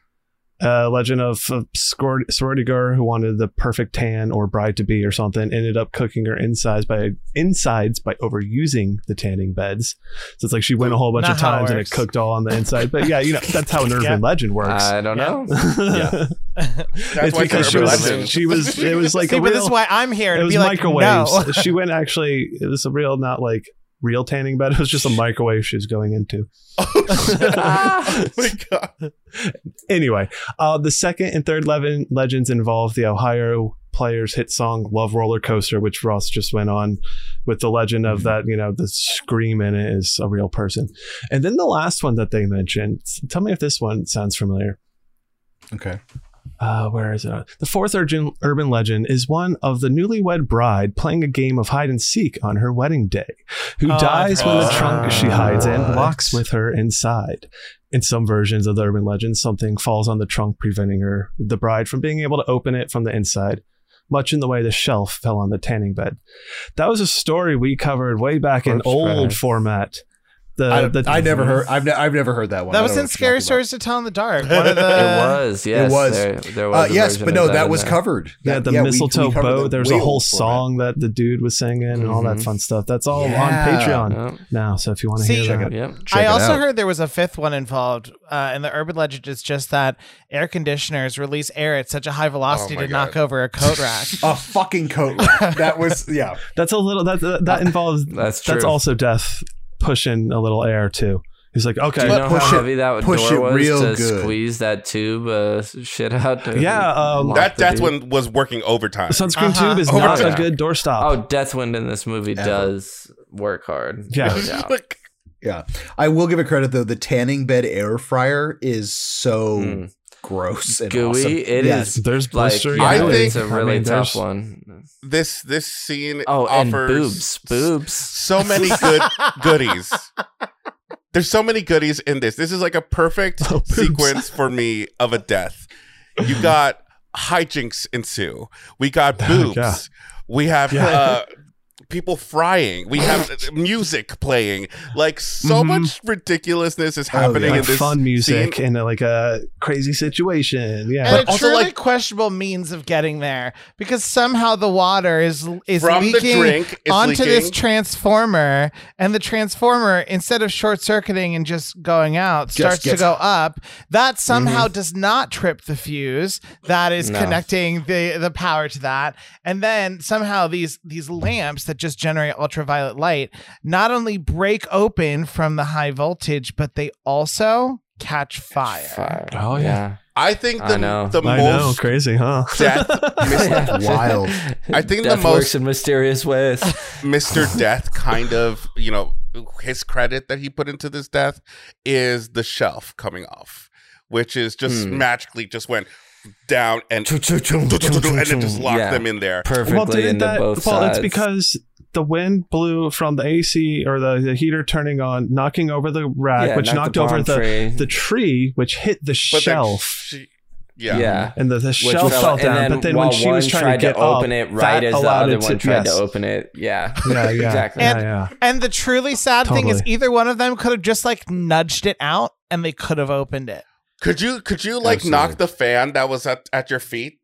Speaker 3: uh, a legend of a soror- sorority girl who wanted the perfect tan or bride to be or something, ended up cooking her insides by insides by overusing the tanning beds. So it's like she went a whole bunch
Speaker 4: Not
Speaker 3: of
Speaker 4: how it
Speaker 3: times and
Speaker 4: works.
Speaker 3: it cooked all on the inside. But yeah, you know that's how an urban
Speaker 4: Yeah.
Speaker 3: legend works. [laughs]
Speaker 2: I don't know.
Speaker 3: yeah,
Speaker 5: That's
Speaker 3: it's
Speaker 5: why it's an
Speaker 3: because she
Speaker 5: urban
Speaker 3: was
Speaker 5: legend.
Speaker 3: she was it was like [laughs]
Speaker 4: See,
Speaker 3: a
Speaker 4: but this
Speaker 3: real-
Speaker 4: is why I'm here
Speaker 3: it
Speaker 4: to
Speaker 3: was
Speaker 4: be like, [laughs]
Speaker 3: microwaves.
Speaker 4: no.
Speaker 3: she went actually. It was a real, not like real tanning bed. It was
Speaker 4: [laughs]
Speaker 3: just a microwave she was going into.
Speaker 5: [laughs]
Speaker 3: [laughs]
Speaker 5: oh my god!
Speaker 3: Anyway, uh, the second and third leven legends involve the Ohio Players hit song "Love Roller Coaster," which Ross just went on with the legend
Speaker 4: Mm-hmm.
Speaker 3: of that. You know, the scream in it is a real person. And then the last one that they mentioned. Tell me if this one sounds familiar.
Speaker 1: okay
Speaker 3: uh, where is it? The fourth urban, urban legend is one of the newlywed bride playing a game of hide and seek on her wedding day, who
Speaker 4: Oh, I've
Speaker 3: dies when the
Speaker 5: heard
Speaker 3: trunk
Speaker 5: that.
Speaker 3: she hides in walks with her inside. In some versions of the urban legend, something falls on the trunk, preventing her, the bride, from being able to open it from the inside, much in the way the shelf fell on the tanning bed. That was a story we covered way back in
Speaker 2: Corpse
Speaker 3: old
Speaker 2: bride.
Speaker 3: format. The,
Speaker 1: I,
Speaker 3: Uh, the-
Speaker 1: I never heard I've, ne- I've never heard that one I
Speaker 4: that was
Speaker 1: don't know
Speaker 4: in
Speaker 1: what you're
Speaker 4: Scary
Speaker 1: talking about.
Speaker 4: Stories to Tell in
Speaker 1: [laughs]
Speaker 4: the Dark. One of the,
Speaker 2: It was, yes.
Speaker 1: was.
Speaker 2: There, there
Speaker 1: Uh,
Speaker 2: was a
Speaker 1: yes,
Speaker 2: version
Speaker 1: but
Speaker 2: of
Speaker 1: no, that,
Speaker 2: in
Speaker 1: was
Speaker 2: there.
Speaker 1: covered.
Speaker 3: Yeah,
Speaker 1: That-
Speaker 3: the
Speaker 1: we- we
Speaker 3: mistletoe
Speaker 1: covered
Speaker 3: bow.
Speaker 1: that
Speaker 3: There's
Speaker 1: way
Speaker 3: a whole
Speaker 1: before
Speaker 3: song that the dude was singing and all that
Speaker 2: Mhm.
Speaker 3: fun stuff. That's all
Speaker 1: Yeah.
Speaker 3: on Patreon
Speaker 2: Yep.
Speaker 3: now. So if you want to
Speaker 4: See,
Speaker 3: hear
Speaker 4: Check
Speaker 3: that,
Speaker 1: it
Speaker 2: Yep.
Speaker 1: that. Check
Speaker 4: I
Speaker 1: it
Speaker 4: also
Speaker 1: out.
Speaker 4: heard there was a fifth one involved, uh, and the urban legend is just that air conditioners release air at such a high velocity
Speaker 1: Oh
Speaker 5: my
Speaker 4: to
Speaker 5: God.
Speaker 4: knock over a coat rack.
Speaker 1: [laughs] a fucking coat. rack. that was yeah.
Speaker 3: that's a little that that, that involves
Speaker 2: That's true.
Speaker 3: that's also death pushing a little air too. He's like,
Speaker 2: Do
Speaker 3: okay,
Speaker 2: you know
Speaker 1: Push
Speaker 2: how
Speaker 1: it-
Speaker 2: heavy that
Speaker 1: push
Speaker 2: door
Speaker 1: it
Speaker 2: was
Speaker 1: real
Speaker 2: to
Speaker 1: good.
Speaker 2: squeeze that tube uh, shit out? to
Speaker 3: Yeah, um,
Speaker 2: lock
Speaker 5: That
Speaker 2: the
Speaker 5: that's
Speaker 2: dude?
Speaker 5: when was working overtime. [laughs]
Speaker 3: sunscreen
Speaker 4: Uh-huh.
Speaker 3: tube is
Speaker 5: Over
Speaker 3: not a
Speaker 5: time.
Speaker 3: good doorstop.
Speaker 2: Oh, Deathwind in this movie
Speaker 1: Ever.
Speaker 2: does work hard.
Speaker 3: Yeah.
Speaker 2: no doubt.
Speaker 1: Yeah. I will give it credit though. The tanning bed air fryer is so
Speaker 5: Hmm.
Speaker 2: Mm.
Speaker 1: gross and
Speaker 2: Gooey.
Speaker 1: awesome.
Speaker 2: It is
Speaker 3: There's
Speaker 2: Like,
Speaker 3: blistery.
Speaker 5: I
Speaker 2: yeah,
Speaker 5: think-
Speaker 2: it's a
Speaker 3: I
Speaker 2: really
Speaker 3: mean,
Speaker 2: tough
Speaker 3: there's-
Speaker 2: one.
Speaker 5: this this scene
Speaker 2: Oh, and
Speaker 5: offers
Speaker 2: boobs, boobs.
Speaker 3: [laughs]
Speaker 5: so many good goodies. There's so many goodies in this. This is like a perfect
Speaker 3: Oh, boobs.
Speaker 5: sequence for me of a death. You got hijinks ensue. We got boobs.
Speaker 3: Oh, Yeah.
Speaker 5: We have
Speaker 3: Yeah.
Speaker 5: uh, people frying. We have music playing. Like so
Speaker 3: Mhm.
Speaker 5: much ridiculousness
Speaker 3: Oh,
Speaker 5: is happening
Speaker 1: yeah.
Speaker 5: in
Speaker 3: Like
Speaker 5: this
Speaker 3: fun music
Speaker 5: scene.
Speaker 3: and uh, like a crazy situation. Yeah.
Speaker 4: and a
Speaker 5: also,
Speaker 4: truly
Speaker 5: like-
Speaker 4: questionable means of getting there because somehow the water is is
Speaker 5: From the
Speaker 4: leaking
Speaker 5: drink, it's
Speaker 4: onto this
Speaker 5: leaking.
Speaker 4: transformer, and the transformer instead of short circuiting and just going out starts to
Speaker 1: gets-
Speaker 4: go up. That somehow
Speaker 5: Mm-hmm.
Speaker 4: does not trip the fuse that is
Speaker 2: No.
Speaker 4: connecting the the power to that, and then somehow these these lamps that just generate ultraviolet light not only break open from the high voltage, but they also catch fire.
Speaker 2: Fire.
Speaker 3: Oh, yeah.
Speaker 5: I think
Speaker 2: I
Speaker 5: the,
Speaker 2: know.
Speaker 5: the
Speaker 3: I know,
Speaker 5: most
Speaker 3: crazy, huh? [laughs]
Speaker 5: death
Speaker 2: [laughs]
Speaker 1: Wild.
Speaker 5: I think the
Speaker 2: Death works
Speaker 5: most
Speaker 2: in mysterious
Speaker 5: [laughs]
Speaker 2: ways.
Speaker 5: Mr. Death kind of, you know, his credit that he put into this death is the shelf coming off, which is just
Speaker 2: Hmm.
Speaker 5: magically just went down and [laughs] and it just locked
Speaker 2: Yeah.
Speaker 5: them in there.
Speaker 2: perfectly into both
Speaker 3: well
Speaker 2: sides.
Speaker 3: it's because the wind blew from the ac or the, the heater turning on knocking over the rack
Speaker 2: Yeah,
Speaker 3: which knocked,
Speaker 2: knocked the
Speaker 3: over
Speaker 2: palm
Speaker 3: the
Speaker 2: tree.
Speaker 3: the tree which hit the
Speaker 5: But then
Speaker 3: shelf
Speaker 5: she-
Speaker 2: yeah.
Speaker 5: yeah.
Speaker 3: and the, the
Speaker 2: Which
Speaker 3: shelf fell,
Speaker 2: and
Speaker 3: down but then when
Speaker 2: while
Speaker 3: she was
Speaker 2: one
Speaker 3: trying
Speaker 2: tried
Speaker 3: to get up,
Speaker 2: open it right
Speaker 3: that
Speaker 2: as the
Speaker 3: allowed
Speaker 2: other
Speaker 3: it
Speaker 2: one
Speaker 3: to-
Speaker 2: tried
Speaker 3: yes.
Speaker 2: to open it. Yeah.
Speaker 3: [laughs] yeah, yeah,
Speaker 2: Exactly.
Speaker 3: yeah,
Speaker 4: And-
Speaker 3: yeah.
Speaker 4: And the truly sad thing is
Speaker 3: Totally.
Speaker 4: either one of them could have just like nudged it out and they could have opened it.
Speaker 5: Could you could you like
Speaker 1: Absolutely.
Speaker 5: knock the fan that was at, at your feet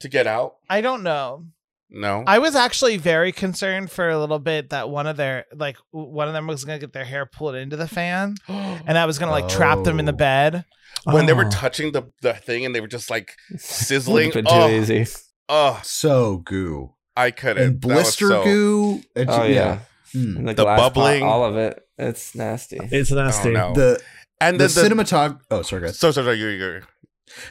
Speaker 5: to get out?
Speaker 4: I don't know.
Speaker 5: No.
Speaker 4: I was actually very concerned for a little bit that one of their like w- one of them was going to get their hair pulled into the fan
Speaker 3: [gasps]
Speaker 4: and that was going to like trap them in the
Speaker 1: Oh.
Speaker 4: bed.
Speaker 5: when they were
Speaker 3: Oh.
Speaker 5: touching the, the thing and they were just like sizzling.
Speaker 2: Would've been too
Speaker 5: oh,
Speaker 2: easy.
Speaker 5: oh,
Speaker 1: So goo
Speaker 5: I couldn't.
Speaker 1: and
Speaker 5: That was
Speaker 1: blister
Speaker 5: so-
Speaker 1: goo. It-
Speaker 2: Oh yeah.
Speaker 1: Mm.
Speaker 2: And
Speaker 5: The
Speaker 2: glass pot,
Speaker 5: bubbling.
Speaker 2: all of it. It's nasty.
Speaker 3: it's
Speaker 5: oh,
Speaker 3: nasty
Speaker 5: no.
Speaker 1: The
Speaker 5: and
Speaker 1: the,
Speaker 5: then the,
Speaker 1: cinematog. Oh, sorry guys.
Speaker 5: So sorry, sorry, you're, you're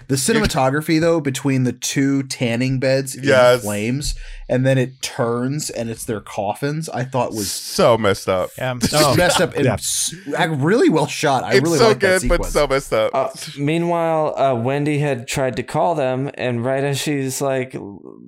Speaker 1: The cinematography though between the two tanning beds in
Speaker 5: Yes.
Speaker 1: flames, and then it turns and it's their coffins. I thought was
Speaker 5: so messed up.
Speaker 4: Yeah.
Speaker 1: just messed up and
Speaker 3: Oh. Yeah.
Speaker 1: s- uh, really well shot. I
Speaker 5: it's
Speaker 1: really
Speaker 5: so
Speaker 1: like that
Speaker 5: good, but
Speaker 1: sequence.
Speaker 5: so messed up.
Speaker 2: Uh, meanwhile, uh, Wendy had tried to call them, and right as she's like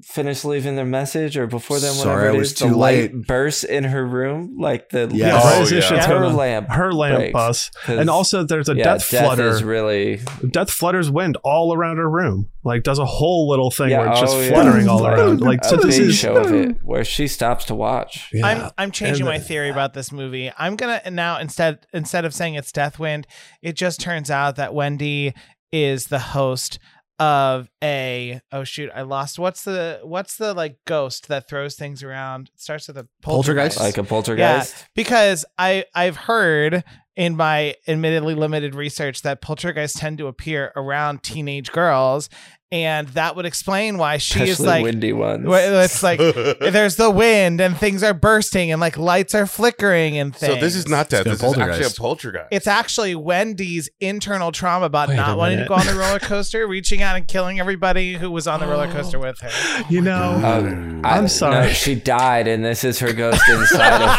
Speaker 2: finished leaving their message or before them, whatever
Speaker 1: Sorry, I
Speaker 2: it
Speaker 1: was
Speaker 2: is,
Speaker 1: too
Speaker 2: the light
Speaker 1: late.
Speaker 2: bursts in her room, like the
Speaker 1: Yeah.
Speaker 3: Yeah,
Speaker 5: Oh,
Speaker 3: right as
Speaker 5: yeah.
Speaker 3: this shit's
Speaker 2: Her
Speaker 3: going on.
Speaker 2: lamp
Speaker 3: Her lamp
Speaker 2: breaks.
Speaker 3: bus.
Speaker 2: 'Cause,
Speaker 3: And also there's a
Speaker 2: yeah,
Speaker 3: death, flutter.
Speaker 2: is really
Speaker 3: death flutters wind all around her room. Like does a whole little thing
Speaker 2: yeah,
Speaker 3: where it's just
Speaker 2: oh, yeah.
Speaker 3: fluttering
Speaker 2: [laughs]
Speaker 3: all around. Like
Speaker 2: a
Speaker 3: so this
Speaker 2: big
Speaker 3: is
Speaker 2: show of it where she stops to watch.
Speaker 3: Yeah.
Speaker 4: I'm I'm changing
Speaker 3: And
Speaker 4: my
Speaker 3: the-
Speaker 4: theory about this movie. I'm gonna and now instead instead of saying it's Deathwind, it just turns out that Wendy is the host of a oh shoot I lost what's the what's the like ghost that throws things around It starts with a
Speaker 1: Poltergeist?
Speaker 2: Like a poltergeist.
Speaker 4: because I I've heard in my admittedly limited research that poltergeists tend to appear around teenage girls and that would explain why she is
Speaker 2: Especially
Speaker 4: like
Speaker 2: windy ones.
Speaker 4: Well, it's like there's the wind and things are bursting and like lights are flickering and things.
Speaker 5: [laughs] so this is not death.
Speaker 1: been a
Speaker 5: This is actually a
Speaker 1: poltergeist.
Speaker 5: poltergeist.
Speaker 4: It's actually Wendy's internal trauma about
Speaker 3: Wait a
Speaker 4: not wanting to
Speaker 3: minute.
Speaker 4: go on the roller coaster, reaching out and killing everybody who was on the roller
Speaker 3: Oh.
Speaker 4: coaster with her.
Speaker 5: [laughs]
Speaker 3: you know
Speaker 2: Um, I-
Speaker 3: I'm sorry.
Speaker 2: no, she died, and this is her ghost inside of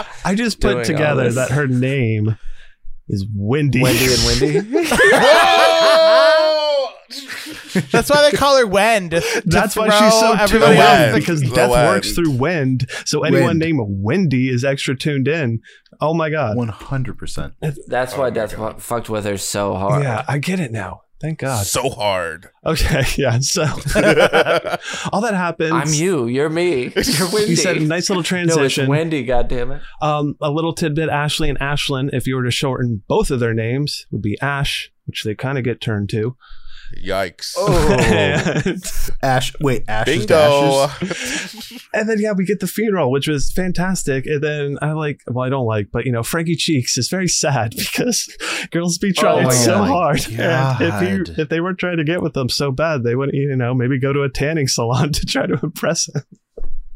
Speaker 3: [laughs]
Speaker 2: her.
Speaker 3: I just put
Speaker 2: doing all
Speaker 3: together
Speaker 2: this.
Speaker 3: that her name is Wendy.
Speaker 2: Wendy and Wendy.
Speaker 5: [laughs] Whoa!
Speaker 4: That's why they call her Wend. to
Speaker 3: [laughs] That's why
Speaker 4: throw
Speaker 3: she's so tuned
Speaker 4: everybody
Speaker 5: The
Speaker 3: out
Speaker 4: else.
Speaker 5: wind.
Speaker 3: because
Speaker 5: The
Speaker 3: death works
Speaker 5: wind.
Speaker 3: through wind. So anyone
Speaker 1: Wind.
Speaker 3: named Wendy is extra tuned in. Oh my god.
Speaker 1: One hundred percent.
Speaker 2: That's why Death fu- fucked with her so hard.
Speaker 3: Yeah, I get it now. Thank God.
Speaker 5: So [laughs] hard.
Speaker 3: Okay, [laughs] yeah.
Speaker 2: [laughs]
Speaker 3: So all that happens.
Speaker 2: I'm you.
Speaker 3: [laughs]
Speaker 2: You're me. You're Wendy.
Speaker 3: You said nice little
Speaker 2: no, it's
Speaker 3: transition.
Speaker 2: Wendy. God damn it.
Speaker 3: Um, a little tidbit: Ashley and Ashlyn, if you were to shorten both of their names, would be Ash, which they kind of get turned to.
Speaker 5: Yikes.
Speaker 2: Oh.
Speaker 3: [laughs] and,
Speaker 1: Ash, wait, ashes to
Speaker 5: Oh, Bingo.
Speaker 1: ashes.
Speaker 3: and then yeah, we get the funeral, which was fantastic. And then I like, well, I don't like, but you know, Frankie Cheeks is very sad [laughs] because girls be trying
Speaker 1: Oh my
Speaker 3: so
Speaker 1: God.
Speaker 3: hard, and if
Speaker 1: God.
Speaker 3: you if they weren't trying to get with them so bad, they wouldn't, you know, maybe go to a tanning salon [laughs] to try to impress him.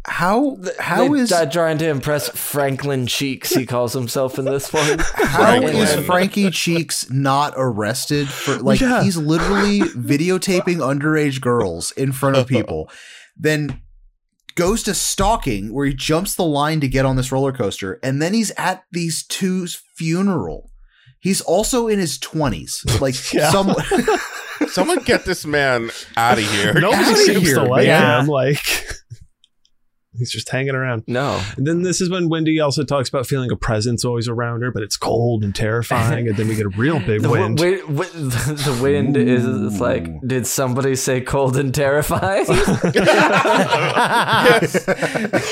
Speaker 1: How how
Speaker 2: They
Speaker 1: is
Speaker 2: died trying to impress Franklin Cheeks? He calls himself in this
Speaker 3: [laughs]
Speaker 2: one.
Speaker 1: how
Speaker 5: Franklin.
Speaker 1: is Frankie Cheeks not arrested
Speaker 3: [laughs]
Speaker 1: for like
Speaker 3: Yeah.
Speaker 1: he's literally videotaping underage girls in front of
Speaker 3: [laughs]
Speaker 1: people, then goes to stalking where he jumps the line to get on this roller coaster, and then he's at these two's funeral. He's also in his twenties, like
Speaker 3: [laughs] Yeah.
Speaker 1: some.
Speaker 5: [laughs] Someone get this man out of here.
Speaker 3: [laughs] Nobody
Speaker 1: outta
Speaker 3: seems
Speaker 1: here,
Speaker 3: to like
Speaker 4: man.
Speaker 3: him. Like [laughs] he's just hanging around.
Speaker 2: No,
Speaker 3: And then this is when Wendy also talks about feeling a presence always around her, but it's cold and terrifying. And then we get a real
Speaker 1: [laughs]
Speaker 3: big
Speaker 2: the wi-
Speaker 3: wind.
Speaker 2: wi- wi- [laughs] the wind is it's like. Did somebody say cold and terrifying? [laughs]
Speaker 3: Open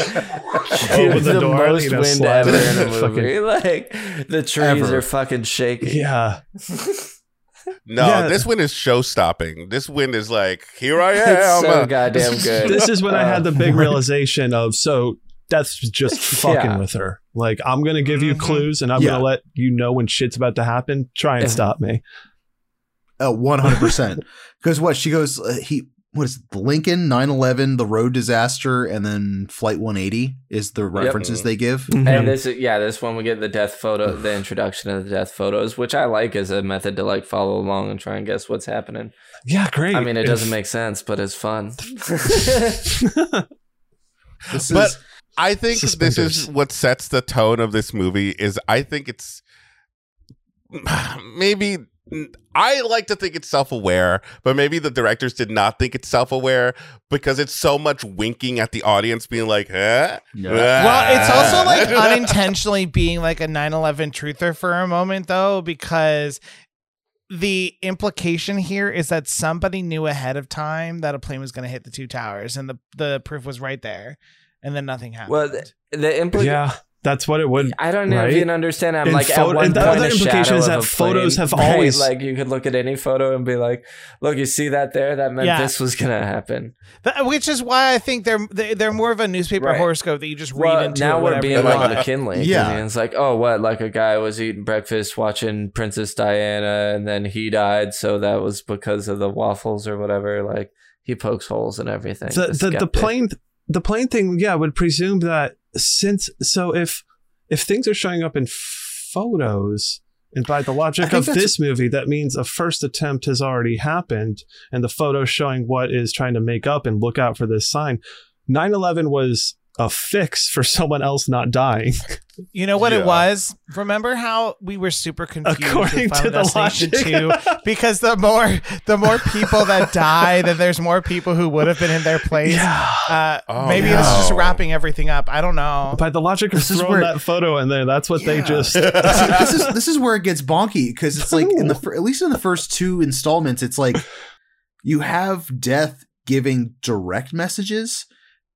Speaker 2: It's
Speaker 3: the
Speaker 2: the,
Speaker 3: door,
Speaker 2: most
Speaker 3: you know,
Speaker 2: wind
Speaker 3: slide
Speaker 2: ever
Speaker 3: it. [laughs]
Speaker 2: in a
Speaker 3: Fucking-
Speaker 2: movie. like the trees
Speaker 1: Ever.
Speaker 2: are fucking shaking.
Speaker 3: yeah,
Speaker 5: No,
Speaker 3: Yeah.
Speaker 5: this wind is show stopping. This wind is like, here I
Speaker 2: It's
Speaker 5: am.
Speaker 2: so goddamn good.
Speaker 3: this is when I had the big
Speaker 1: Right.
Speaker 3: realization of so that's just fucking
Speaker 2: Yeah.
Speaker 3: with her. Like I'm gonna give you
Speaker 2: Mm-hmm.
Speaker 4: Mhm.
Speaker 3: clues, and I'm
Speaker 1: Yeah.
Speaker 3: gonna let you know when shit's about to happen. Try and
Speaker 2: Yeah.
Speaker 3: stop me.
Speaker 1: uh, one hundred
Speaker 3: [laughs]
Speaker 1: percent. Because what she goes, uh, he what is it, Lincoln nine eleven, the road disaster, and then Flight one eighty is the references they give.
Speaker 3: Mm.
Speaker 2: And this, is- yeah, this one we get the death photo, the introduction of the death photos, which I like as a method to like follow along and try and guess what's happening.
Speaker 3: Yeah, great.
Speaker 2: I mean, it doesn't
Speaker 3: If-
Speaker 2: make sense, but
Speaker 3: [laughs]
Speaker 2: it's fun. [laughs]
Speaker 1: This
Speaker 5: But
Speaker 1: is
Speaker 5: I think this
Speaker 3: Suspenders.
Speaker 5: is what sets the tone of this movie is I think it's [sighs] maybe I like to think it's self-aware, but maybe the directors did not think it's self-aware because it's so much winking at the audience being like, "Huh?"
Speaker 4: Well,
Speaker 5: [laughs]
Speaker 3: [laughs]
Speaker 4: it's also like unintentionally being like a 9/11 truther for a moment though because the implication here is that somebody knew ahead of time that a plane was going to hit the two towers and the the proof was right there and then nothing happened.
Speaker 2: well, the, the implication.
Speaker 3: [laughs] yeah, that's what it would.
Speaker 2: I don't know
Speaker 3: Right?
Speaker 2: if you can understand. I'm
Speaker 3: And
Speaker 2: like
Speaker 3: photo-
Speaker 2: at one
Speaker 3: and the
Speaker 2: point,
Speaker 3: other
Speaker 2: a
Speaker 3: implication
Speaker 2: shadow
Speaker 3: is
Speaker 2: of
Speaker 3: that
Speaker 2: a plane,
Speaker 3: photos have
Speaker 2: [laughs] right?
Speaker 3: always-
Speaker 2: like you could look at any photo and be like, "Look, you see that there? That meant
Speaker 4: Yeah.
Speaker 2: this was gonna happen."
Speaker 4: Th- uh, which is why I think they're they- they're more of a newspaper
Speaker 2: Right.
Speaker 4: horoscope that you just read
Speaker 2: Well,
Speaker 4: into.
Speaker 2: now
Speaker 4: or
Speaker 2: we're
Speaker 4: whatever
Speaker 2: being
Speaker 4: you
Speaker 5: like-
Speaker 4: want.
Speaker 3: [laughs]
Speaker 2: like McKinley.
Speaker 1: Yeah.
Speaker 2: and it's like, oh, what? Like a guy was eating breakfast, watching Princess Diana, and then he died, so that was because of the waffles or whatever. Like he pokes holes in everything.
Speaker 3: the the, the
Speaker 2: skeptic.
Speaker 3: plane the plane thing yeah would presume that since so if if things are showing up in photos And by the
Speaker 1: I
Speaker 3: logic
Speaker 1: think
Speaker 3: of
Speaker 1: that's-
Speaker 3: this movie, that means a first attempt has already happened, and the photo showing what is trying to make up and look out for this sign. 9 11 was a fix for [laughs] someone else not dying.
Speaker 4: You know what
Speaker 5: Yeah.
Speaker 4: it was? Remember how we were super confused
Speaker 3: According
Speaker 4: with
Speaker 3: to
Speaker 4: Final
Speaker 3: the
Speaker 4: Destination
Speaker 3: logic. [laughs]
Speaker 4: 2? because the more the more people that die, then there's more people who would have been in their place. Uh,
Speaker 5: Oh,
Speaker 4: maybe it's just
Speaker 5: no.
Speaker 4: wrapping everything up. I don't know.
Speaker 3: By the logic of
Speaker 1: This is
Speaker 3: throwing
Speaker 1: where-
Speaker 3: that photo in there, that's what they
Speaker 1: Yeah.
Speaker 3: just. [laughs]
Speaker 1: See, [laughs] this is this is where it gets bonky because it's like in the fir- at least in the first two installments, it's like you have death giving direct messages.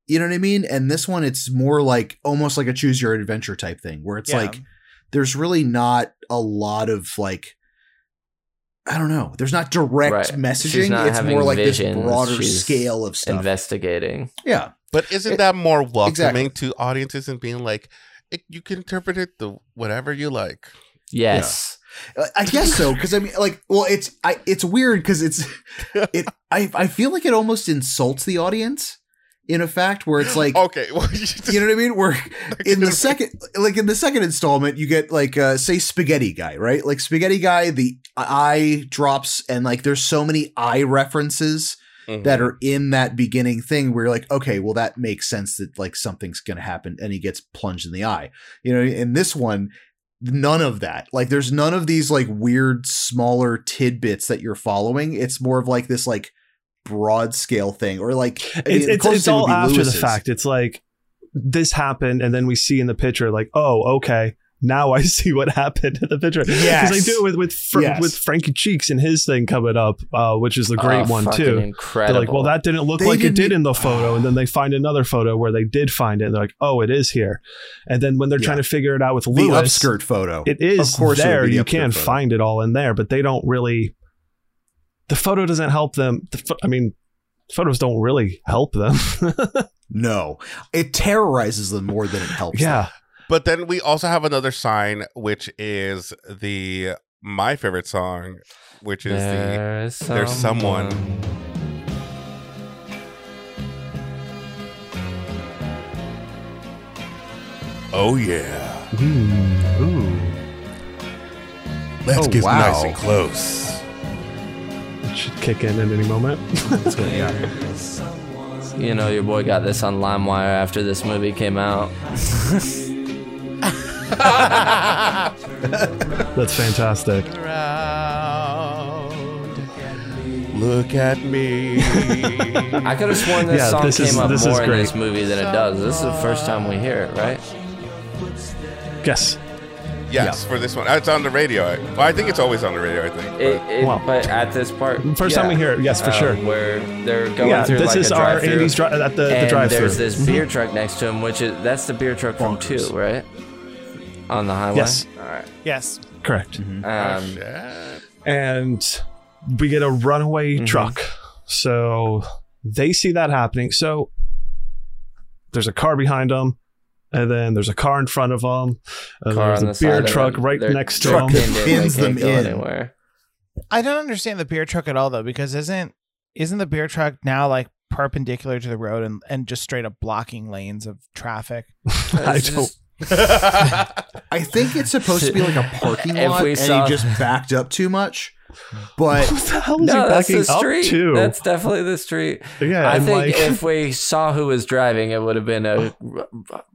Speaker 1: You know what I mean? And this one, it's more like almost like a choose your adventure type thing, where it's
Speaker 4: Yeah.
Speaker 1: like there's really not a lot of like I don't know. There's not direct
Speaker 2: Right. She's
Speaker 1: messaging.
Speaker 2: not
Speaker 1: It's
Speaker 2: having
Speaker 1: more like
Speaker 2: visions.
Speaker 1: this broader
Speaker 2: She's
Speaker 1: scale of stuff.
Speaker 2: Investigating.
Speaker 1: yeah,
Speaker 5: But isn't
Speaker 1: It-
Speaker 5: that more welcoming
Speaker 1: exactly.
Speaker 5: to audiences and being like, it, you can interpret it the whatever you like.
Speaker 2: Yes.
Speaker 1: I- I guess so because I mean, like, well, it's I it's weird because it's it I I feel like it almost insults the audience in a fact where
Speaker 5: Oh,
Speaker 1: it's
Speaker 5: [laughs]
Speaker 1: like.
Speaker 5: Okay, well, you just-
Speaker 1: You know what I mean? Where
Speaker 5: [laughs]
Speaker 1: in
Speaker 5: couldn't-
Speaker 1: the second, like in the second installment, you get like uh, say spaghetti guy, right? Like spaghetti guy, the eye drops, and like there's so many eye references
Speaker 5: Mhm.
Speaker 1: that are in that beginning thing where you're like, okay, well, that makes sense that like something's going to happen and he gets plunged in the eye. You know, in this one, none of that. Like, there's none of these like weird, smaller tidbits that you're following. It's more of like this like broad scale thing or like, I mean,
Speaker 3: it's,
Speaker 1: the
Speaker 3: it's,
Speaker 1: closest
Speaker 3: it's
Speaker 1: thing would
Speaker 3: all
Speaker 1: be
Speaker 3: after
Speaker 1: Lewis's.
Speaker 3: the fact. [laughs] It's like this happened, and then we see in the picture, like, oh, okay, now I [laughs] see what happened in the picture.
Speaker 4: Yes.
Speaker 3: because I do it with with, Fra-
Speaker 1: Yes.
Speaker 3: with Frankie Cheeks and his thing coming up, uh, which is a great
Speaker 2: one
Speaker 3: one too.
Speaker 2: Oh, Incredible.
Speaker 3: They're like, well, that didn't look
Speaker 1: Oh, They
Speaker 3: like
Speaker 1: didn't
Speaker 3: it did
Speaker 1: e-
Speaker 3: in the photo, and then they find another photo where they did find it. And they're like, oh, it is here. And then when they're
Speaker 1: Yeah.
Speaker 3: trying to figure it out with
Speaker 1: The
Speaker 3: Lewis,
Speaker 1: upskirt photo.
Speaker 3: it is
Speaker 1: Of course it would
Speaker 3: there.
Speaker 1: be the
Speaker 3: you
Speaker 1: upskirt
Speaker 3: can
Speaker 1: photo.
Speaker 3: find it all in there, but they don't really. The photo doesn't help them. The pho- I mean, photos don't really help them. [laughs]
Speaker 1: no, it terrorizes them more than it helps. them.
Speaker 3: yeah,
Speaker 5: But then we also have another sign, which is the my favorite song, which is the
Speaker 2: there's,
Speaker 5: there's someone. Oh yeah, let's
Speaker 1: Hmm. Oh,
Speaker 5: get
Speaker 1: wow.
Speaker 5: nice and close.
Speaker 3: it should kick in at any moment. [laughs]
Speaker 2: You know, your boy got this on LimeWire after this movie came out.
Speaker 3: That's fantastic.
Speaker 5: Look at
Speaker 1: [laughs]
Speaker 5: me.
Speaker 2: I could have sworn this
Speaker 3: Yeah,
Speaker 2: song
Speaker 3: this
Speaker 2: came
Speaker 3: is-
Speaker 2: up
Speaker 3: this is
Speaker 2: more in
Speaker 3: great.
Speaker 2: this movie than it does. This is the first time we hear it, right?
Speaker 3: Yes,
Speaker 5: yes, for this one, it's on the radio. I- Well, I think it's always on the radio. I think.
Speaker 2: It, it,
Speaker 3: Wow.
Speaker 2: But at this part,
Speaker 3: First time we hear it, yes, for sure.
Speaker 2: Where they're Um, going
Speaker 3: yeah.
Speaker 2: through
Speaker 3: This
Speaker 2: like
Speaker 3: is
Speaker 2: a
Speaker 3: our
Speaker 2: drive-through,
Speaker 3: Andy's dri- at the, the
Speaker 2: and
Speaker 3: drive-through. Mm-hmm.
Speaker 2: There's this beer truck next to him, which is that's the beer truck from two, right? On the highway.
Speaker 3: Yes.
Speaker 2: All right.
Speaker 4: yes.
Speaker 3: Correct.
Speaker 2: Um,
Speaker 3: and we get a runaway
Speaker 2: Mm-hmm.
Speaker 3: truck. So they see that happening. So there's a car behind them, and then there's a car in front of them, and
Speaker 2: car on the
Speaker 3: there's a beer
Speaker 2: side of
Speaker 3: truck
Speaker 2: them.
Speaker 3: right
Speaker 2: They're
Speaker 3: next to
Speaker 2: trucked
Speaker 3: them.
Speaker 1: Truck.
Speaker 2: into it. They
Speaker 1: Oh, Pins
Speaker 2: can't
Speaker 1: them
Speaker 2: go
Speaker 1: in.
Speaker 2: Anywhere.
Speaker 4: I don't understand the beer truck at all though, because isn't isn't the beer truck now like perpendicular to the road and, and just straight up blocking lanes of traffic?
Speaker 3: [laughs] I
Speaker 2: It's
Speaker 3: don't.
Speaker 2: just-
Speaker 1: I think it's supposed to be like a parking
Speaker 2: If
Speaker 1: lot,
Speaker 2: we
Speaker 1: and
Speaker 2: saw-
Speaker 1: he just backed up too much.
Speaker 3: [laughs]
Speaker 1: But
Speaker 3: What the hell is
Speaker 2: No,
Speaker 3: he
Speaker 2: that's
Speaker 3: backing
Speaker 2: the street.
Speaker 3: up to?
Speaker 2: That's definitely the street.
Speaker 3: yeah,
Speaker 2: I
Speaker 3: and
Speaker 2: think
Speaker 3: like
Speaker 2: if we saw who was driving, it would have been a hooded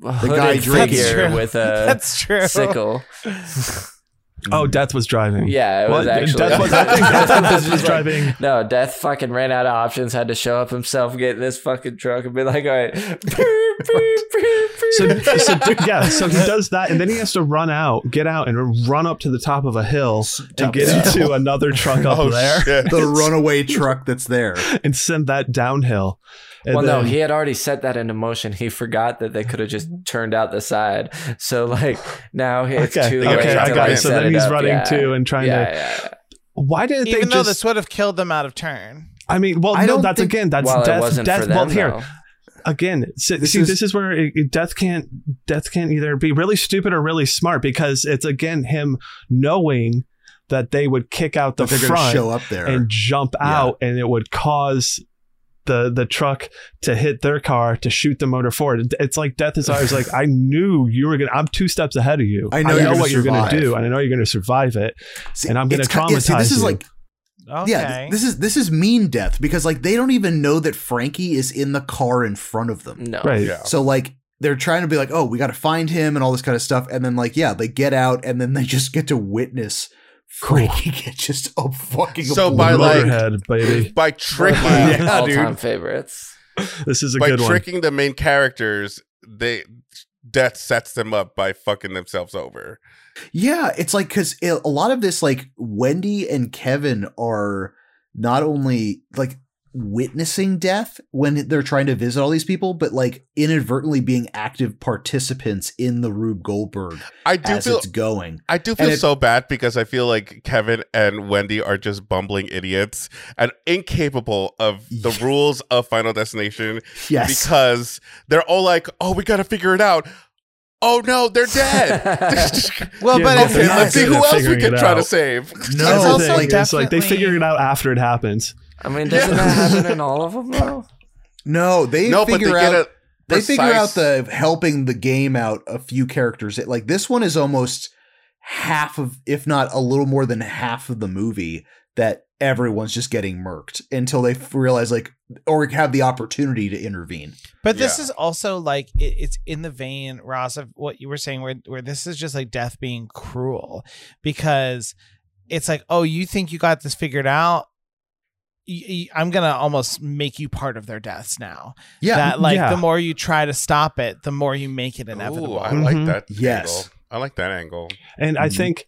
Speaker 1: guy drinking.
Speaker 2: figure
Speaker 4: That's true.
Speaker 3: [laughs]
Speaker 2: with a
Speaker 4: That's true.
Speaker 2: sickle.
Speaker 3: oh, Death was driving.
Speaker 2: Yeah, it was
Speaker 3: What?
Speaker 2: actually.
Speaker 3: Death
Speaker 2: [laughs]
Speaker 3: was, I think Death was
Speaker 2: Like,
Speaker 3: driving.
Speaker 2: No, Death fucking ran out of options. Had to show up himself, get in this fucking truck, and be like,
Speaker 3: [laughs]
Speaker 2: "All right."
Speaker 3: So, so d- yeah, so he does that, and then he has to run out, get out, and run up to the top of a hill and get into another truck up
Speaker 5: Oh
Speaker 3: there.
Speaker 5: shit!
Speaker 1: the runaway truck that's
Speaker 3: [laughs]
Speaker 1: there.
Speaker 3: and send that downhill. And
Speaker 2: well, no,
Speaker 3: then-
Speaker 2: he had already set that into motion. He forgot that they could have just turned out the side. So, like,
Speaker 3: [laughs]
Speaker 2: now it's
Speaker 3: okay,
Speaker 2: too late.
Speaker 3: okay,
Speaker 2: to,
Speaker 3: I got
Speaker 2: like,
Speaker 3: it. So
Speaker 2: set
Speaker 3: then he's
Speaker 2: up.
Speaker 3: running
Speaker 2: Yeah.
Speaker 3: too and trying
Speaker 2: yeah,
Speaker 3: to.
Speaker 2: yeah.
Speaker 3: Why didn't
Speaker 4: Even
Speaker 3: they
Speaker 4: though
Speaker 3: just?
Speaker 4: this would have killed them out of turn.
Speaker 3: I mean, well,
Speaker 1: I
Speaker 3: no,
Speaker 1: don't
Speaker 3: that's
Speaker 1: think-
Speaker 3: again, that's
Speaker 2: well,
Speaker 3: death.
Speaker 2: it wasn't
Speaker 3: death.
Speaker 2: for them.
Speaker 3: well, here
Speaker 2: though.
Speaker 3: again. See,
Speaker 1: This
Speaker 3: see,
Speaker 1: is-
Speaker 3: this is where it, it- death can't death can't either be really stupid or really smart because it's again him knowing that they would kick out the
Speaker 1: They're going to
Speaker 3: front
Speaker 1: show up there.
Speaker 3: and jump
Speaker 1: Yeah.
Speaker 3: out, and it would cause the the truck to hit their car to shoot the motor forward. It's like death is always like I knew you were gonna. I'm two steps ahead of you.
Speaker 1: I know you're gonna
Speaker 3: what you're gonna
Speaker 1: survive.
Speaker 3: do, and I know you're gonna survive it.
Speaker 1: See,
Speaker 3: and I'm gonna
Speaker 1: it's ki- yeah, see,
Speaker 3: traumatize
Speaker 1: this is
Speaker 3: you.
Speaker 1: like
Speaker 4: Okay.
Speaker 1: yeah, th- this is this is mean death because like they don't even know that Frankie is in the car in front of them.
Speaker 2: No.
Speaker 3: right.
Speaker 5: Yeah.
Speaker 1: So like they're trying to be like, oh, we got to find him and all this kind of stuff, and then like yeah, they get out and then they just get to witness Frankie [laughs] get just a fucking
Speaker 5: So by,
Speaker 1: obliterated.
Speaker 5: like-
Speaker 3: Motorhead,
Speaker 5: [laughs]
Speaker 3: baby.
Speaker 5: by tricking
Speaker 1: [laughs]
Speaker 2: My
Speaker 5: [laughs]
Speaker 1: Yeah,
Speaker 2: all-time
Speaker 1: dude.
Speaker 2: favorites.
Speaker 3: This is a
Speaker 5: by
Speaker 3: good one.
Speaker 5: tricking the main characters, they death sets them up by fucking themselves over.
Speaker 1: Yeah, it's like because a lot of this, like Wendy and Kevin, are not only like witnessing death when they're trying to visit all these people, but like inadvertently being active participants in the Rube Goldberg
Speaker 5: I do
Speaker 1: as
Speaker 5: feel
Speaker 1: it's going.
Speaker 5: I do feel
Speaker 1: it-
Speaker 5: so bad because I feel like Kevin and Wendy are just bumbling idiots and incapable of the
Speaker 1: Yeah.
Speaker 5: rules of Final Destination
Speaker 1: Yes,
Speaker 5: because they're all like, "Oh, we got to figure it out." Oh no,
Speaker 2: [laughs]
Speaker 5: they're dead.
Speaker 4: Well,
Speaker 3: Yeah,
Speaker 4: but
Speaker 3: they're
Speaker 4: if
Speaker 5: okay,
Speaker 3: not
Speaker 5: let's see
Speaker 3: good
Speaker 5: who
Speaker 3: at
Speaker 5: else we
Speaker 3: figuring
Speaker 5: can
Speaker 3: it
Speaker 5: try to
Speaker 3: out.
Speaker 5: [laughs] save.
Speaker 1: No,
Speaker 3: That's the
Speaker 4: also
Speaker 3: thing, it's like they
Speaker 4: definitely-
Speaker 3: figure it out after it happens.
Speaker 2: I mean, doesn't that happen in all of them though?
Speaker 1: no, they
Speaker 5: no, but they
Speaker 1: figure out
Speaker 5: get a
Speaker 1: they figure out
Speaker 5: precise-
Speaker 1: the helping the game out a few characters. It, like this one is almost half of, if not a little more than half of the movie that everyone's just getting murked until they f- realize like or have the opportunity to intervene.
Speaker 4: But this
Speaker 5: Yeah.
Speaker 4: is also like it, it's in the vein, Ross, of what you were saying, where where this is just like death being cruel, because it's like, oh, you think you got this figured out? Y- y- I'm gonna almost make you part of their deaths now.
Speaker 1: Yeah.
Speaker 4: that like
Speaker 3: yeah.
Speaker 4: the more you try to stop it, the more you make it inevitable.
Speaker 5: Ooh, I like
Speaker 3: Mhm.
Speaker 5: that.
Speaker 1: Yes.
Speaker 5: Angle. I like that angle.
Speaker 3: And I
Speaker 1: Mhm.
Speaker 3: think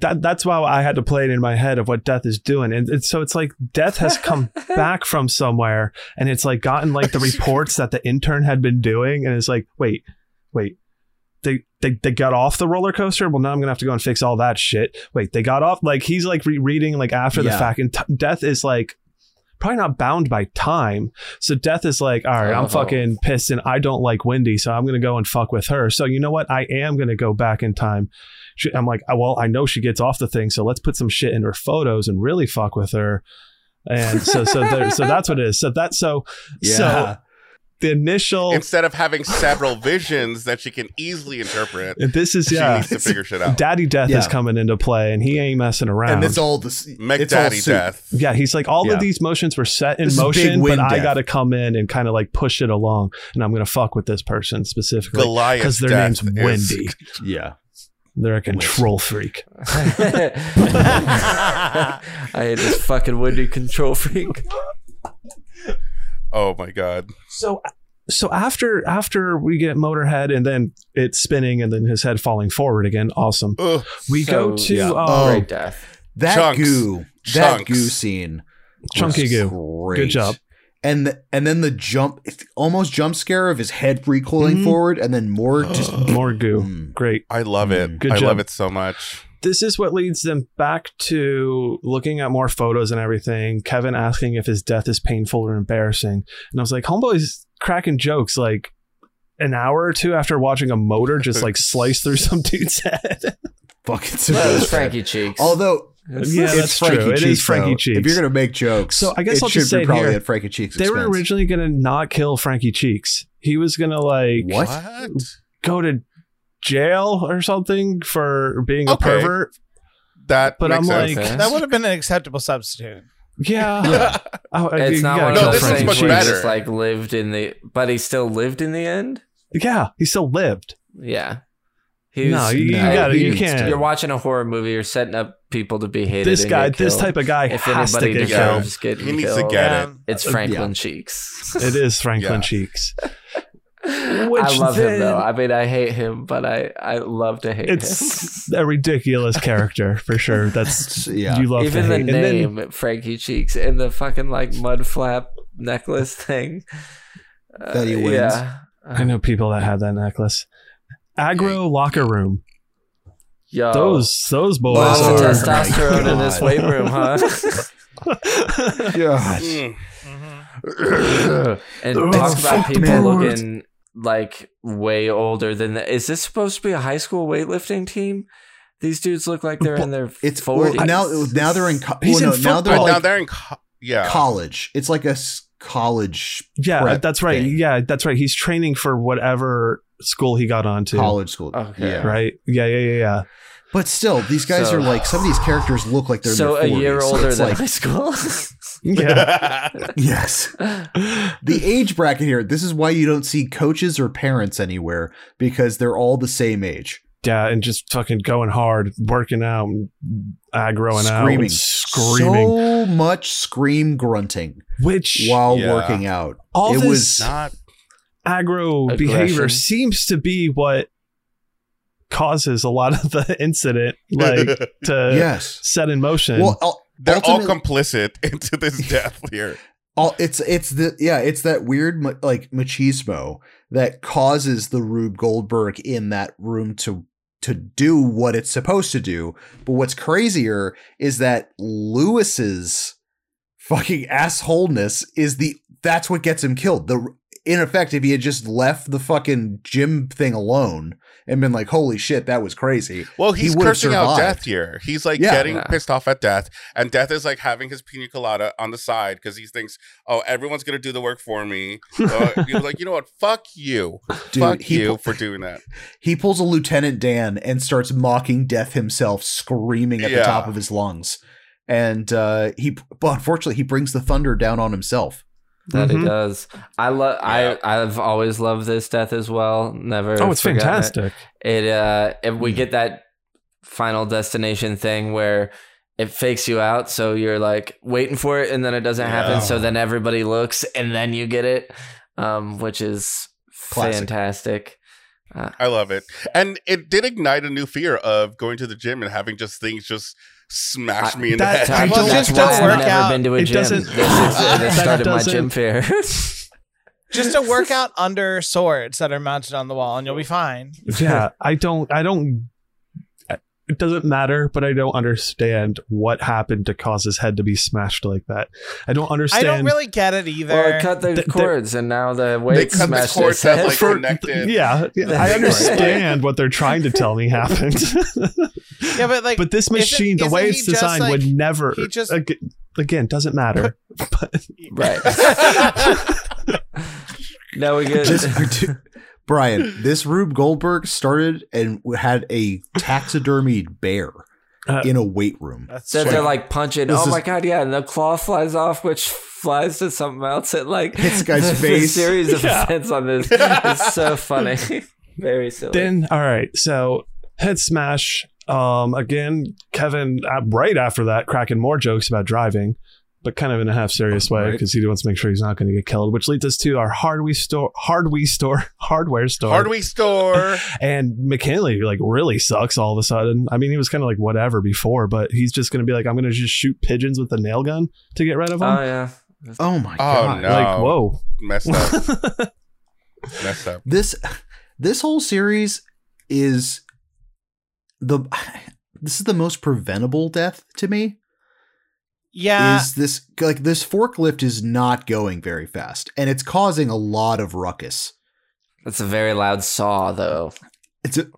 Speaker 3: that that's why I had to play it in my head of what death is doing. And, and so it's like death has come back from somewhere and it's like gotten like the reports that the intern had been doing. And it's like, wait, wait. They, they, they got off the roller coaster. Well, now I'm gonna have to go and fix all that shit. Wait, they got off. Like he's like rereading like after the
Speaker 1: Yeah.
Speaker 3: fact, and t- death is like probably not bound by time. So death is like, all right,
Speaker 2: Oh.
Speaker 3: I'm fucking pissed, and I don't like Wendy, so I'm gonna go and fuck with her. So you know what? I am gonna go back in time she, I'm like, "Oh, well, I know she gets off the thing, so let's put some shit in her photos and really fuck with her. And so, so, there, so that's what it is. So that, so, so the initial.
Speaker 5: Instead of having several visions that she can easily interpret,
Speaker 3: this is
Speaker 5: she
Speaker 3: yeah.
Speaker 5: needs to figure shit out.
Speaker 3: Daddy Death is
Speaker 1: Yeah.
Speaker 3: coming into play, and he ain't messing around.
Speaker 1: and it's all this
Speaker 5: Mech
Speaker 1: it's all
Speaker 5: Daddy
Speaker 1: suit.
Speaker 5: Death.
Speaker 3: yeah, he's like, all
Speaker 1: Yeah.
Speaker 3: of these motions were set in
Speaker 1: This is big
Speaker 3: motion,
Speaker 1: win
Speaker 3: but I
Speaker 1: death.
Speaker 3: got to come in and kind of like push it along, and I'm gonna fuck with this person specifically
Speaker 5: Goliath.
Speaker 3: because their
Speaker 5: Death
Speaker 3: name's Wendy.
Speaker 1: [laughs]
Speaker 5: Is,
Speaker 1: Yeah.
Speaker 3: They're a control freak.
Speaker 2: [laughs] I hate this fucking windy control freak.
Speaker 5: oh my god.
Speaker 3: So so after after we get Motorhead and then it's spinning and then his head falling forward again. Awesome.
Speaker 5: Ugh.
Speaker 3: We go
Speaker 2: So,
Speaker 3: to
Speaker 2: yeah.
Speaker 3: um,
Speaker 2: Great death.
Speaker 1: That
Speaker 5: Chunks.
Speaker 1: goo. That
Speaker 5: Chunks.
Speaker 1: goo scene.
Speaker 3: Chunky
Speaker 1: was
Speaker 3: Goo.
Speaker 1: great.
Speaker 3: Good job.
Speaker 1: And the, and then the jump it's almost jump scare of his head recoiling
Speaker 3: Mhm.
Speaker 1: forward and then more
Speaker 3: [gasps]
Speaker 1: just
Speaker 3: More goo.
Speaker 1: Mm.
Speaker 3: Great.
Speaker 5: I love it.
Speaker 1: Mm,
Speaker 3: good
Speaker 5: I
Speaker 3: job.
Speaker 5: love it so much.
Speaker 3: This is what leads them back to looking at more photos and everything. Kevin asking if his death is painful or embarrassing. And I was like, Homeboy's cracking jokes like an hour or two after watching a motor just like slice through some [laughs] dude's head.
Speaker 1: fucking
Speaker 5: Oh,
Speaker 2: That was
Speaker 1: surprised.
Speaker 2: Frankie Cheeks.
Speaker 1: Although
Speaker 3: Yeah, that's true. It is Frankie
Speaker 1: though. If
Speaker 3: Cheeks.
Speaker 1: you're gonna make jokes,
Speaker 3: So I guess
Speaker 1: it
Speaker 3: I'll
Speaker 1: should
Speaker 3: just
Speaker 1: be
Speaker 3: say
Speaker 1: probably
Speaker 3: here,
Speaker 1: at Frankie Cheeks.
Speaker 3: they were
Speaker 1: expense.
Speaker 3: originally gonna not kill Frankie Cheeks. He was gonna like
Speaker 1: What?
Speaker 3: go to jail or something for being
Speaker 5: Okay.
Speaker 3: a pervert.
Speaker 5: That
Speaker 3: But
Speaker 5: makes
Speaker 3: I'm
Speaker 5: sense.
Speaker 3: like,
Speaker 2: Okay.
Speaker 4: That would have been an acceptable substitute.
Speaker 3: [laughs] yeah. Oh, I-
Speaker 2: it's
Speaker 3: you
Speaker 2: not
Speaker 3: gotta
Speaker 2: one
Speaker 5: No,
Speaker 3: kill
Speaker 2: of those
Speaker 5: this is
Speaker 3: Frankie
Speaker 2: things
Speaker 5: much
Speaker 2: where
Speaker 3: Cheeks.
Speaker 2: he
Speaker 5: better.
Speaker 2: just like lived in the, but he still lived in the end.
Speaker 3: Yeah, he still lived.
Speaker 2: Yeah. He
Speaker 3: No,
Speaker 2: was-
Speaker 3: you, you
Speaker 1: no,
Speaker 3: gotta,
Speaker 1: he
Speaker 3: you
Speaker 1: needs to.
Speaker 3: can't.
Speaker 2: You're watching a horror movie. You're setting up people to be hated.
Speaker 3: this
Speaker 2: and
Speaker 3: guy,
Speaker 2: get
Speaker 3: this
Speaker 2: killed.
Speaker 3: type of guy,
Speaker 2: If
Speaker 3: has to
Speaker 2: anybody
Speaker 3: get
Speaker 5: Yeah.
Speaker 3: killed.
Speaker 2: deserves getting
Speaker 5: He needs to
Speaker 2: killed,
Speaker 5: get it.
Speaker 4: Um,
Speaker 2: It's Franklin Cheeks.
Speaker 3: Uh, [laughs] It is Franklin
Speaker 5: Yeah.
Speaker 3: Cheeks.
Speaker 2: [laughs] I love him though.
Speaker 3: then-
Speaker 2: I mean, I hate him, but I I love to hate
Speaker 3: It's [laughs]
Speaker 2: him.
Speaker 3: a ridiculous character for sure.
Speaker 1: It's-
Speaker 3: That's
Speaker 1: yeah.
Speaker 3: you love
Speaker 2: Even
Speaker 3: to
Speaker 2: the
Speaker 3: hate. And then-
Speaker 2: name Frankie Cheeks and the fucking like mud flap necklace thing.
Speaker 1: [laughs]
Speaker 2: Uh,
Speaker 1: That he wins.
Speaker 2: Yeah.
Speaker 3: I know people that had that necklace. Agro locker room.
Speaker 2: Yo.
Speaker 3: Those those boys
Speaker 2: Oh. Lots
Speaker 1: Oh
Speaker 2: of
Speaker 1: my
Speaker 3: are
Speaker 2: testosterone
Speaker 3: [laughs]
Speaker 2: in this
Speaker 1: God.
Speaker 2: weight room, huh? [laughs]
Speaker 1: God.
Speaker 5: Mm.
Speaker 4: mhm.
Speaker 2: and
Speaker 3: Oh,
Speaker 2: talk about
Speaker 1: fuck,
Speaker 2: people
Speaker 1: man.
Speaker 2: looking like way older than that. Is this supposed to be a high school weightlifting team? These dudes look like they're in their
Speaker 1: It's well,
Speaker 2: 40s.
Speaker 1: now. Now they're in. Co-
Speaker 3: He's
Speaker 1: well,
Speaker 3: in
Speaker 1: no, now
Speaker 3: football. Oh,
Speaker 1: they're
Speaker 5: But now
Speaker 1: like
Speaker 5: [laughs] they're in. Co- yeah.
Speaker 1: college. It's like a s- college.
Speaker 3: Yeah,
Speaker 1: prep
Speaker 3: that's right.
Speaker 1: thing.
Speaker 3: Yeah, that's right. He's training for whatever school he got onto.
Speaker 1: College school.
Speaker 2: Okay.
Speaker 1: Yeah.
Speaker 3: Right. Yeah, yeah, yeah, yeah.
Speaker 1: But still, these guys
Speaker 2: So-
Speaker 1: are like some of these characters look like they're in
Speaker 2: so
Speaker 1: their
Speaker 2: a
Speaker 1: 40s,
Speaker 2: year
Speaker 1: so
Speaker 2: older
Speaker 1: it's
Speaker 2: than
Speaker 1: like-
Speaker 2: high school.
Speaker 3: [laughs] Yeah.
Speaker 1: [laughs] yes. The age bracket here. This is why you don't see coaches or parents anywhere because they're all the same age.
Speaker 3: yeah, and just fucking going hard, working out, and aggroing out,
Speaker 1: screaming,
Speaker 3: and screaming,
Speaker 1: so much scream grunting
Speaker 3: which
Speaker 1: while
Speaker 5: Yeah.
Speaker 1: working out.
Speaker 3: All
Speaker 1: it
Speaker 3: this-
Speaker 1: was
Speaker 5: Not
Speaker 3: aggro
Speaker 2: Aggression.
Speaker 3: behavior seems to be what causes a lot of the [laughs] incident [laughs] like
Speaker 1: [laughs]
Speaker 5: Uh,
Speaker 3: to
Speaker 1: yes.
Speaker 3: set in motion.
Speaker 1: Well, ul-
Speaker 5: [laughs] they're all
Speaker 1: ultimately-
Speaker 5: complicit [laughs] into this
Speaker 3: [laughs]
Speaker 5: death here.
Speaker 1: all it's it's the yeah it's that weird ma- like machismo that causes the Rube Goldberg in that room to to do what it's supposed to do. But what's crazier is that Lewis's fucking assholeness is the that's what gets him killed. The in effect, if he had just left the fucking gym thing alone and been like, "Holy shit, that was crazy,"
Speaker 5: Well,
Speaker 1: He
Speaker 5: he's
Speaker 1: would've
Speaker 5: cursing out
Speaker 1: survived.
Speaker 5: death here. He's like
Speaker 1: Yeah.
Speaker 5: getting
Speaker 2: Yeah.
Speaker 5: pissed off at death, and death is like having his pina colada on the side because he thinks, "Oh, everyone's gonna do the work for
Speaker 3: [laughs]
Speaker 5: me." So he was like, "You know what? Fuck you,
Speaker 1: dude,
Speaker 5: fuck
Speaker 1: he
Speaker 5: you
Speaker 1: pu-
Speaker 5: for doing that."
Speaker 1: he pulls a Lieutenant Dan and starts mocking death himself, screaming at
Speaker 5: Yeah.
Speaker 1: the top of his lungs. And uh, he, but unfortunately, he brings the thunder down on himself.
Speaker 2: That
Speaker 3: Mhm.
Speaker 2: he does. I love.
Speaker 5: Yeah.
Speaker 2: I I've always loved this death as well. Never.
Speaker 3: oh, it's
Speaker 2: forgotten it.
Speaker 3: fantastic.
Speaker 2: It uh, if we get that final destination thing where it fakes you out, so you're like waiting for it, and then it doesn't
Speaker 5: Yeah.
Speaker 2: happen. So then everybody looks, and then you get it, um, which is
Speaker 1: Classic.
Speaker 2: fantastic.
Speaker 5: I love it, and it did ignite a new fear of going to the gym and having just things just smash
Speaker 2: I-
Speaker 5: me in the
Speaker 3: that-
Speaker 5: head.
Speaker 3: I
Speaker 5: [laughs]
Speaker 2: That's
Speaker 4: don't-
Speaker 2: why
Speaker 4: just don't
Speaker 2: I've
Speaker 4: work
Speaker 2: never
Speaker 4: out.
Speaker 2: been to a
Speaker 3: It
Speaker 2: gym.
Speaker 3: doesn't-
Speaker 2: This, is, this
Speaker 3: That
Speaker 2: started my
Speaker 3: doesn't-
Speaker 2: gym fear. [laughs]
Speaker 4: Just a workout under swords that are mounted on the wall, and you'll be fine.
Speaker 3: yeah i don't i don't it doesn't matter but i don't understand what happened to cause his head to be smashed like that i don't
Speaker 4: I
Speaker 3: understand
Speaker 4: don't really get it either.
Speaker 2: Well, it cut the
Speaker 3: Th- th-
Speaker 2: cords, and now the
Speaker 5: They
Speaker 2: weight
Speaker 5: cut the
Speaker 2: smashed
Speaker 5: cords
Speaker 2: his
Speaker 5: that
Speaker 2: head.
Speaker 5: like connected. [laughs]
Speaker 3: yeah, yeah, i understand what they're trying to tell me happened [laughs]
Speaker 4: yeah, but like
Speaker 3: but this
Speaker 4: isn't-
Speaker 3: machine the way
Speaker 4: isn't
Speaker 3: it's
Speaker 4: he just,
Speaker 3: designed
Speaker 4: like-
Speaker 3: would never
Speaker 4: he just-
Speaker 3: aga- again doesn't matter but
Speaker 2: right. now we get
Speaker 1: This, Brian, this Rube Goldberg started and had a taxidermied bear
Speaker 3: Uh,
Speaker 1: in a weight room.
Speaker 4: That's
Speaker 2: that [laughs]
Speaker 4: true.
Speaker 2: they're like punching.
Speaker 1: This
Speaker 2: oh
Speaker 1: is-
Speaker 2: my god, yeah, and the claw flies off, which flies to something else. It
Speaker 1: [laughs]
Speaker 2: like
Speaker 1: Hits the guy's
Speaker 2: the- the
Speaker 1: face.
Speaker 2: series of
Speaker 3: Yeah.
Speaker 2: events on this is so funny. [laughs] Very silly.
Speaker 3: then all right so head smash um again kevin uh, right after that cracking more jokes about driving but kind of in a half serious way
Speaker 1: Right.
Speaker 3: because he wants to make sure he's not going to get killed which leads us to our hardware store hardware store [laughs] hardware store [laughs]
Speaker 5: Hardware store.
Speaker 3: and mckinley like really sucks all of a sudden i mean he was kind of like whatever before but he's just going to be like i'm going to just shoot pigeons with a nail gun to get rid of them
Speaker 2: oh yeah,
Speaker 1: Oh my
Speaker 5: Oh
Speaker 1: god!
Speaker 5: Uh, no!
Speaker 3: like whoa
Speaker 5: Messed up. Messed up.
Speaker 1: this this whole series is the this is the most preventable death to me
Speaker 4: yeah,
Speaker 1: is this like this forklift is not going very fast and it's causing a lot of ruckus
Speaker 2: that's a very loud saw though.
Speaker 1: it's a,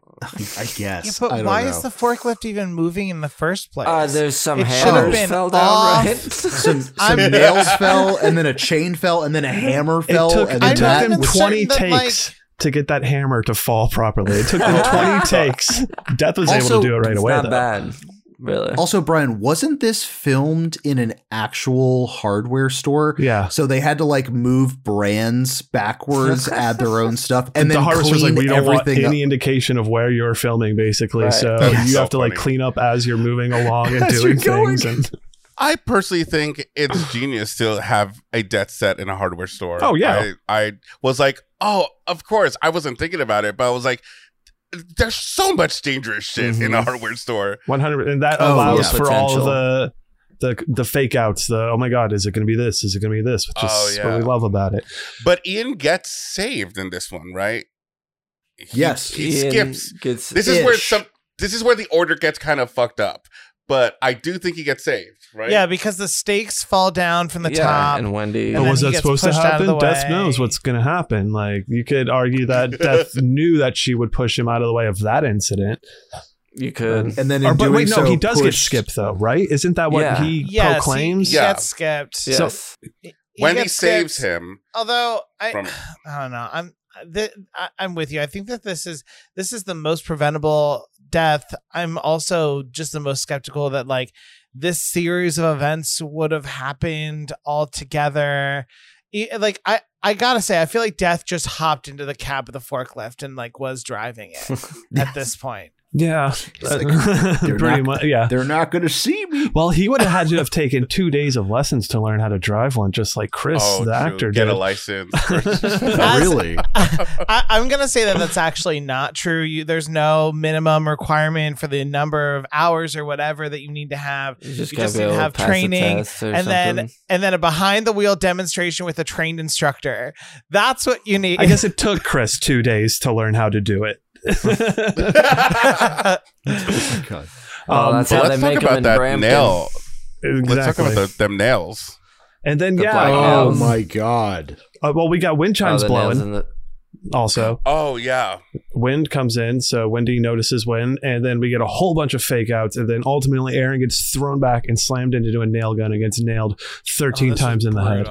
Speaker 1: i
Speaker 4: yeah,
Speaker 1: guess
Speaker 4: but
Speaker 1: I don't
Speaker 4: why
Speaker 1: know.
Speaker 4: is the forklift even moving in the first place?
Speaker 2: Uh, there's some
Speaker 4: Oh, It
Speaker 1: should've
Speaker 2: hammers
Speaker 4: been
Speaker 2: fell down,
Speaker 4: off.
Speaker 1: [laughs]
Speaker 2: right?
Speaker 1: some, some
Speaker 4: I'm-
Speaker 1: nails fell and then a chain fell and then a hammer fell
Speaker 3: it took,
Speaker 1: and
Speaker 3: it
Speaker 1: then
Speaker 4: I'm
Speaker 3: took
Speaker 4: not
Speaker 1: that
Speaker 3: him [laughs]
Speaker 4: even
Speaker 1: was-
Speaker 4: certain
Speaker 3: 20
Speaker 4: that, like-
Speaker 3: takes to get that hammer to fall properly it
Speaker 1: [laughs]
Speaker 3: took him 20 takes death was able
Speaker 1: Also,
Speaker 3: to do it right
Speaker 2: it's
Speaker 3: away
Speaker 2: not
Speaker 3: though
Speaker 2: bad, really.
Speaker 1: also brian wasn't this filmed in an actual hardware store
Speaker 3: yeah
Speaker 1: So they had to like move brands backwards, add their own stuff, and
Speaker 3: the
Speaker 1: then
Speaker 3: harvest
Speaker 1: clean
Speaker 3: was like we don't want
Speaker 1: everything.
Speaker 3: any
Speaker 1: up.
Speaker 3: indication of where you're filming basically
Speaker 1: [laughs]
Speaker 2: Right.
Speaker 3: so
Speaker 5: That's
Speaker 3: Oh, you
Speaker 5: so
Speaker 3: have to like
Speaker 5: funny.
Speaker 3: clean up as you're moving along and
Speaker 1: As you're
Speaker 3: doing
Speaker 1: going.
Speaker 3: things and
Speaker 5: I personally think
Speaker 3: [clears throat]
Speaker 5: it's genius to have a death set in a hardware store.
Speaker 3: Oh, yeah.
Speaker 5: I, I was like, oh, of course. I wasn't thinking about it, but I was like, there's so much dangerous shit in
Speaker 3: Mm-hmm.
Speaker 5: a hardware store.
Speaker 3: 100 and that
Speaker 1: Oh,
Speaker 3: allows
Speaker 2: yeah.
Speaker 3: for all
Speaker 2: Potential.
Speaker 3: the the the fake outs the oh my god is it going to be this is it going to be this which is
Speaker 5: Oh, yeah.
Speaker 3: what we love about it
Speaker 5: But Ian gets saved in this one, right? He-
Speaker 1: Yes.
Speaker 5: he
Speaker 2: Ian
Speaker 5: skips.
Speaker 2: Gets,
Speaker 5: This is where
Speaker 1: Ish.
Speaker 5: some. This is where the order gets kind of fucked up. But I do think he gets saved, right?
Speaker 4: yeah, because the stakes fall down from the
Speaker 2: yeah,
Speaker 4: top.
Speaker 2: and Wendy.
Speaker 4: And
Speaker 3: but
Speaker 4: then
Speaker 3: was
Speaker 4: he
Speaker 3: that
Speaker 4: gets
Speaker 3: supposed to
Speaker 4: pushed out of
Speaker 3: happen?
Speaker 4: the
Speaker 3: Death
Speaker 4: way.
Speaker 3: knows what's going to happen. Like you could argue
Speaker 4: [laughs]
Speaker 3: that Death knew that she would push him out of the way of that incident.
Speaker 2: you could.
Speaker 1: And then, in
Speaker 3: Or, but
Speaker 1: doing
Speaker 3: wait, no,
Speaker 1: so,
Speaker 3: he does get
Speaker 1: pushed-
Speaker 3: skipped though, right? Isn't that what
Speaker 2: Yeah.
Speaker 3: he
Speaker 4: yes,
Speaker 3: proclaims?
Speaker 4: he
Speaker 5: Yeah.
Speaker 4: gets skipped.
Speaker 2: Yes.
Speaker 4: he
Speaker 5: Wendy
Speaker 4: gets
Speaker 5: saves
Speaker 4: kicked.
Speaker 5: him
Speaker 4: Although I,
Speaker 5: from
Speaker 4: [sighs] I don't know. I'm th- I- I'm with you. I think that this is this is the most preventable death. I'm also just the most skeptical that like this series of events would have happened all together. E- Like I I gotta say, I feel like Death just hopped into the cab of the forklift and like was driving it at this point.
Speaker 3: Yeah, [laughs]
Speaker 1: they're
Speaker 3: pretty
Speaker 1: not-
Speaker 3: much. Yeah.
Speaker 1: They're not going to see
Speaker 3: [laughs]
Speaker 1: me.
Speaker 3: Well, he would have had to have taken two days of lessons to learn how to drive one, just like Chris,
Speaker 4: Oh,
Speaker 3: the
Speaker 5: true.
Speaker 3: actor,
Speaker 5: oh, get
Speaker 3: did. [laughs]
Speaker 5: a license.
Speaker 2: [laughs]
Speaker 4: As-
Speaker 1: really?
Speaker 4: I, I'm gonna say that that's actually not true. You, there's no minimum requirement for the number of hours or whatever that you need to have.
Speaker 2: You just,
Speaker 4: You
Speaker 2: gotta
Speaker 4: just
Speaker 2: be
Speaker 4: didn't
Speaker 2: able to
Speaker 4: have
Speaker 2: pass the
Speaker 4: training,
Speaker 2: test or
Speaker 4: and then-
Speaker 2: something.
Speaker 4: and then a behind the wheel demonstration with a trained instructor. That's what you need.
Speaker 3: I
Speaker 4: [laughs]
Speaker 3: guess it took Chris two days to learn how to do it. [laughs]
Speaker 1: God.
Speaker 2: Oh, that's
Speaker 5: Well,
Speaker 2: how
Speaker 5: let's
Speaker 2: they
Speaker 5: talk
Speaker 2: make 'em Oh,
Speaker 5: about
Speaker 2: in
Speaker 5: that
Speaker 2: Brampton.
Speaker 5: nail.
Speaker 3: exactly.
Speaker 5: Let's talk about the, them nails.
Speaker 3: and then
Speaker 2: the
Speaker 3: yeah,
Speaker 2: black
Speaker 3: um,
Speaker 1: Oh
Speaker 2: nails.
Speaker 1: my god.
Speaker 3: uh, well, we got wind
Speaker 2: Oh,
Speaker 3: chimes
Speaker 2: the nails
Speaker 3: blowing.
Speaker 2: in the-
Speaker 3: also,
Speaker 5: Oh yeah,
Speaker 3: wind comes in, so Wendy notices wind, and then we get a whole bunch of fake outs, and then ultimately Aaron gets thrown back and slammed into a nail gun and gets nailed thirteen times in the head.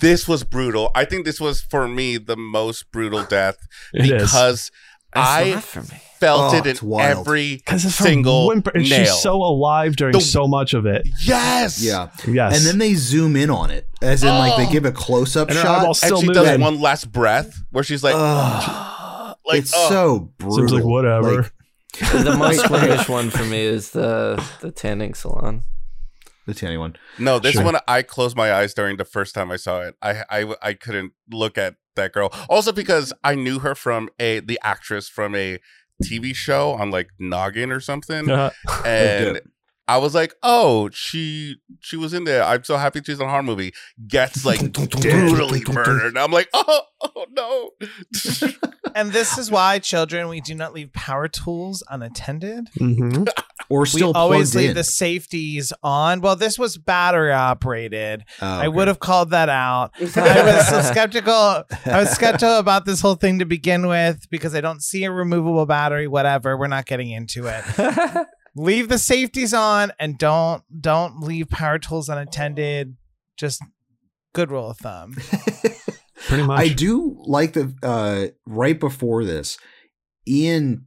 Speaker 5: this was brutal. I think this was for me the most brutal death
Speaker 3: It is.
Speaker 5: because
Speaker 2: That's
Speaker 5: I
Speaker 2: not for me.
Speaker 5: felt
Speaker 1: Oh,
Speaker 5: it in
Speaker 1: it's wild.
Speaker 5: every
Speaker 3: Because it's her
Speaker 5: single
Speaker 3: whimper, and
Speaker 5: nail.
Speaker 3: she's so alive during
Speaker 5: The-
Speaker 3: so much of it.
Speaker 5: yes,
Speaker 1: Yeah.
Speaker 3: Yes,
Speaker 1: And then they zoom in on it, as in like they
Speaker 5: Oh.
Speaker 1: give a close up
Speaker 3: and her eyeball
Speaker 1: shot.
Speaker 5: And
Speaker 3: still
Speaker 5: she
Speaker 3: moving.
Speaker 5: does one last breath where she's like,
Speaker 1: Ugh.
Speaker 5: like
Speaker 1: Uh, it's
Speaker 5: oh,
Speaker 1: so brutal.
Speaker 3: Seems like whatever.
Speaker 1: Like,
Speaker 2: [laughs] the [laughs] most British one for me is the the tanning salon.
Speaker 1: the tanny one.
Speaker 5: no. This
Speaker 3: Sure.
Speaker 5: one I closed my eyes during the first time I saw it. I I I couldn't look at that girl. Also because I knew her from a the actress from a TV show on like Noggin or
Speaker 3: [laughs]
Speaker 5: something.
Speaker 3: Uh,
Speaker 5: and I was like, "Oh, she she was in there. I'm so happy she's in a horror movie."
Speaker 1: [laughs]
Speaker 5: Gets like Mm. brutally murdered. I'm like, "Oh, oh no!" [laughs]
Speaker 4: And this is why, children, we do not leave power tools unattended.
Speaker 3: mhm.
Speaker 1: Or
Speaker 4: We
Speaker 1: still
Speaker 4: always
Speaker 1: plugged
Speaker 4: leave
Speaker 1: in.
Speaker 4: the safeties on. Well, this was battery operated.
Speaker 1: Oh,
Speaker 4: I
Speaker 1: okay.
Speaker 4: would have called that out.
Speaker 1: [laughs]
Speaker 2: [laughs]
Speaker 4: I was so skeptical. I was skeptical about this whole thing to begin with because I don't see a removable battery. Whatever, we're not getting into it.
Speaker 2: [laughs]
Speaker 4: leave the safeties on and don't don't leave power tools unattended. Just good rule of thumb.
Speaker 3: Pretty much.
Speaker 1: I do like the uh, right before this, Ian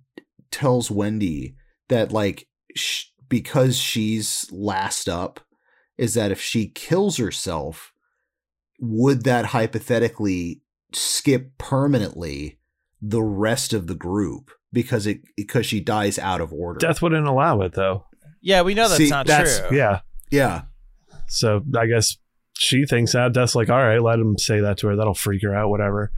Speaker 1: tells Wendy that like sh- because she's last up, is that if she kills herself, would that hypothetically skip permanently the rest of the group because it because she dies out of order?
Speaker 3: Death wouldn't allow it though.
Speaker 4: Yeah, we know that's
Speaker 1: See,
Speaker 4: not
Speaker 1: that's-
Speaker 4: true.
Speaker 3: Yeah.
Speaker 1: Yeah, [laughs]
Speaker 3: So I guess she thinks that Death's like, all right, let him say that to her. That'll freak her out, whatever.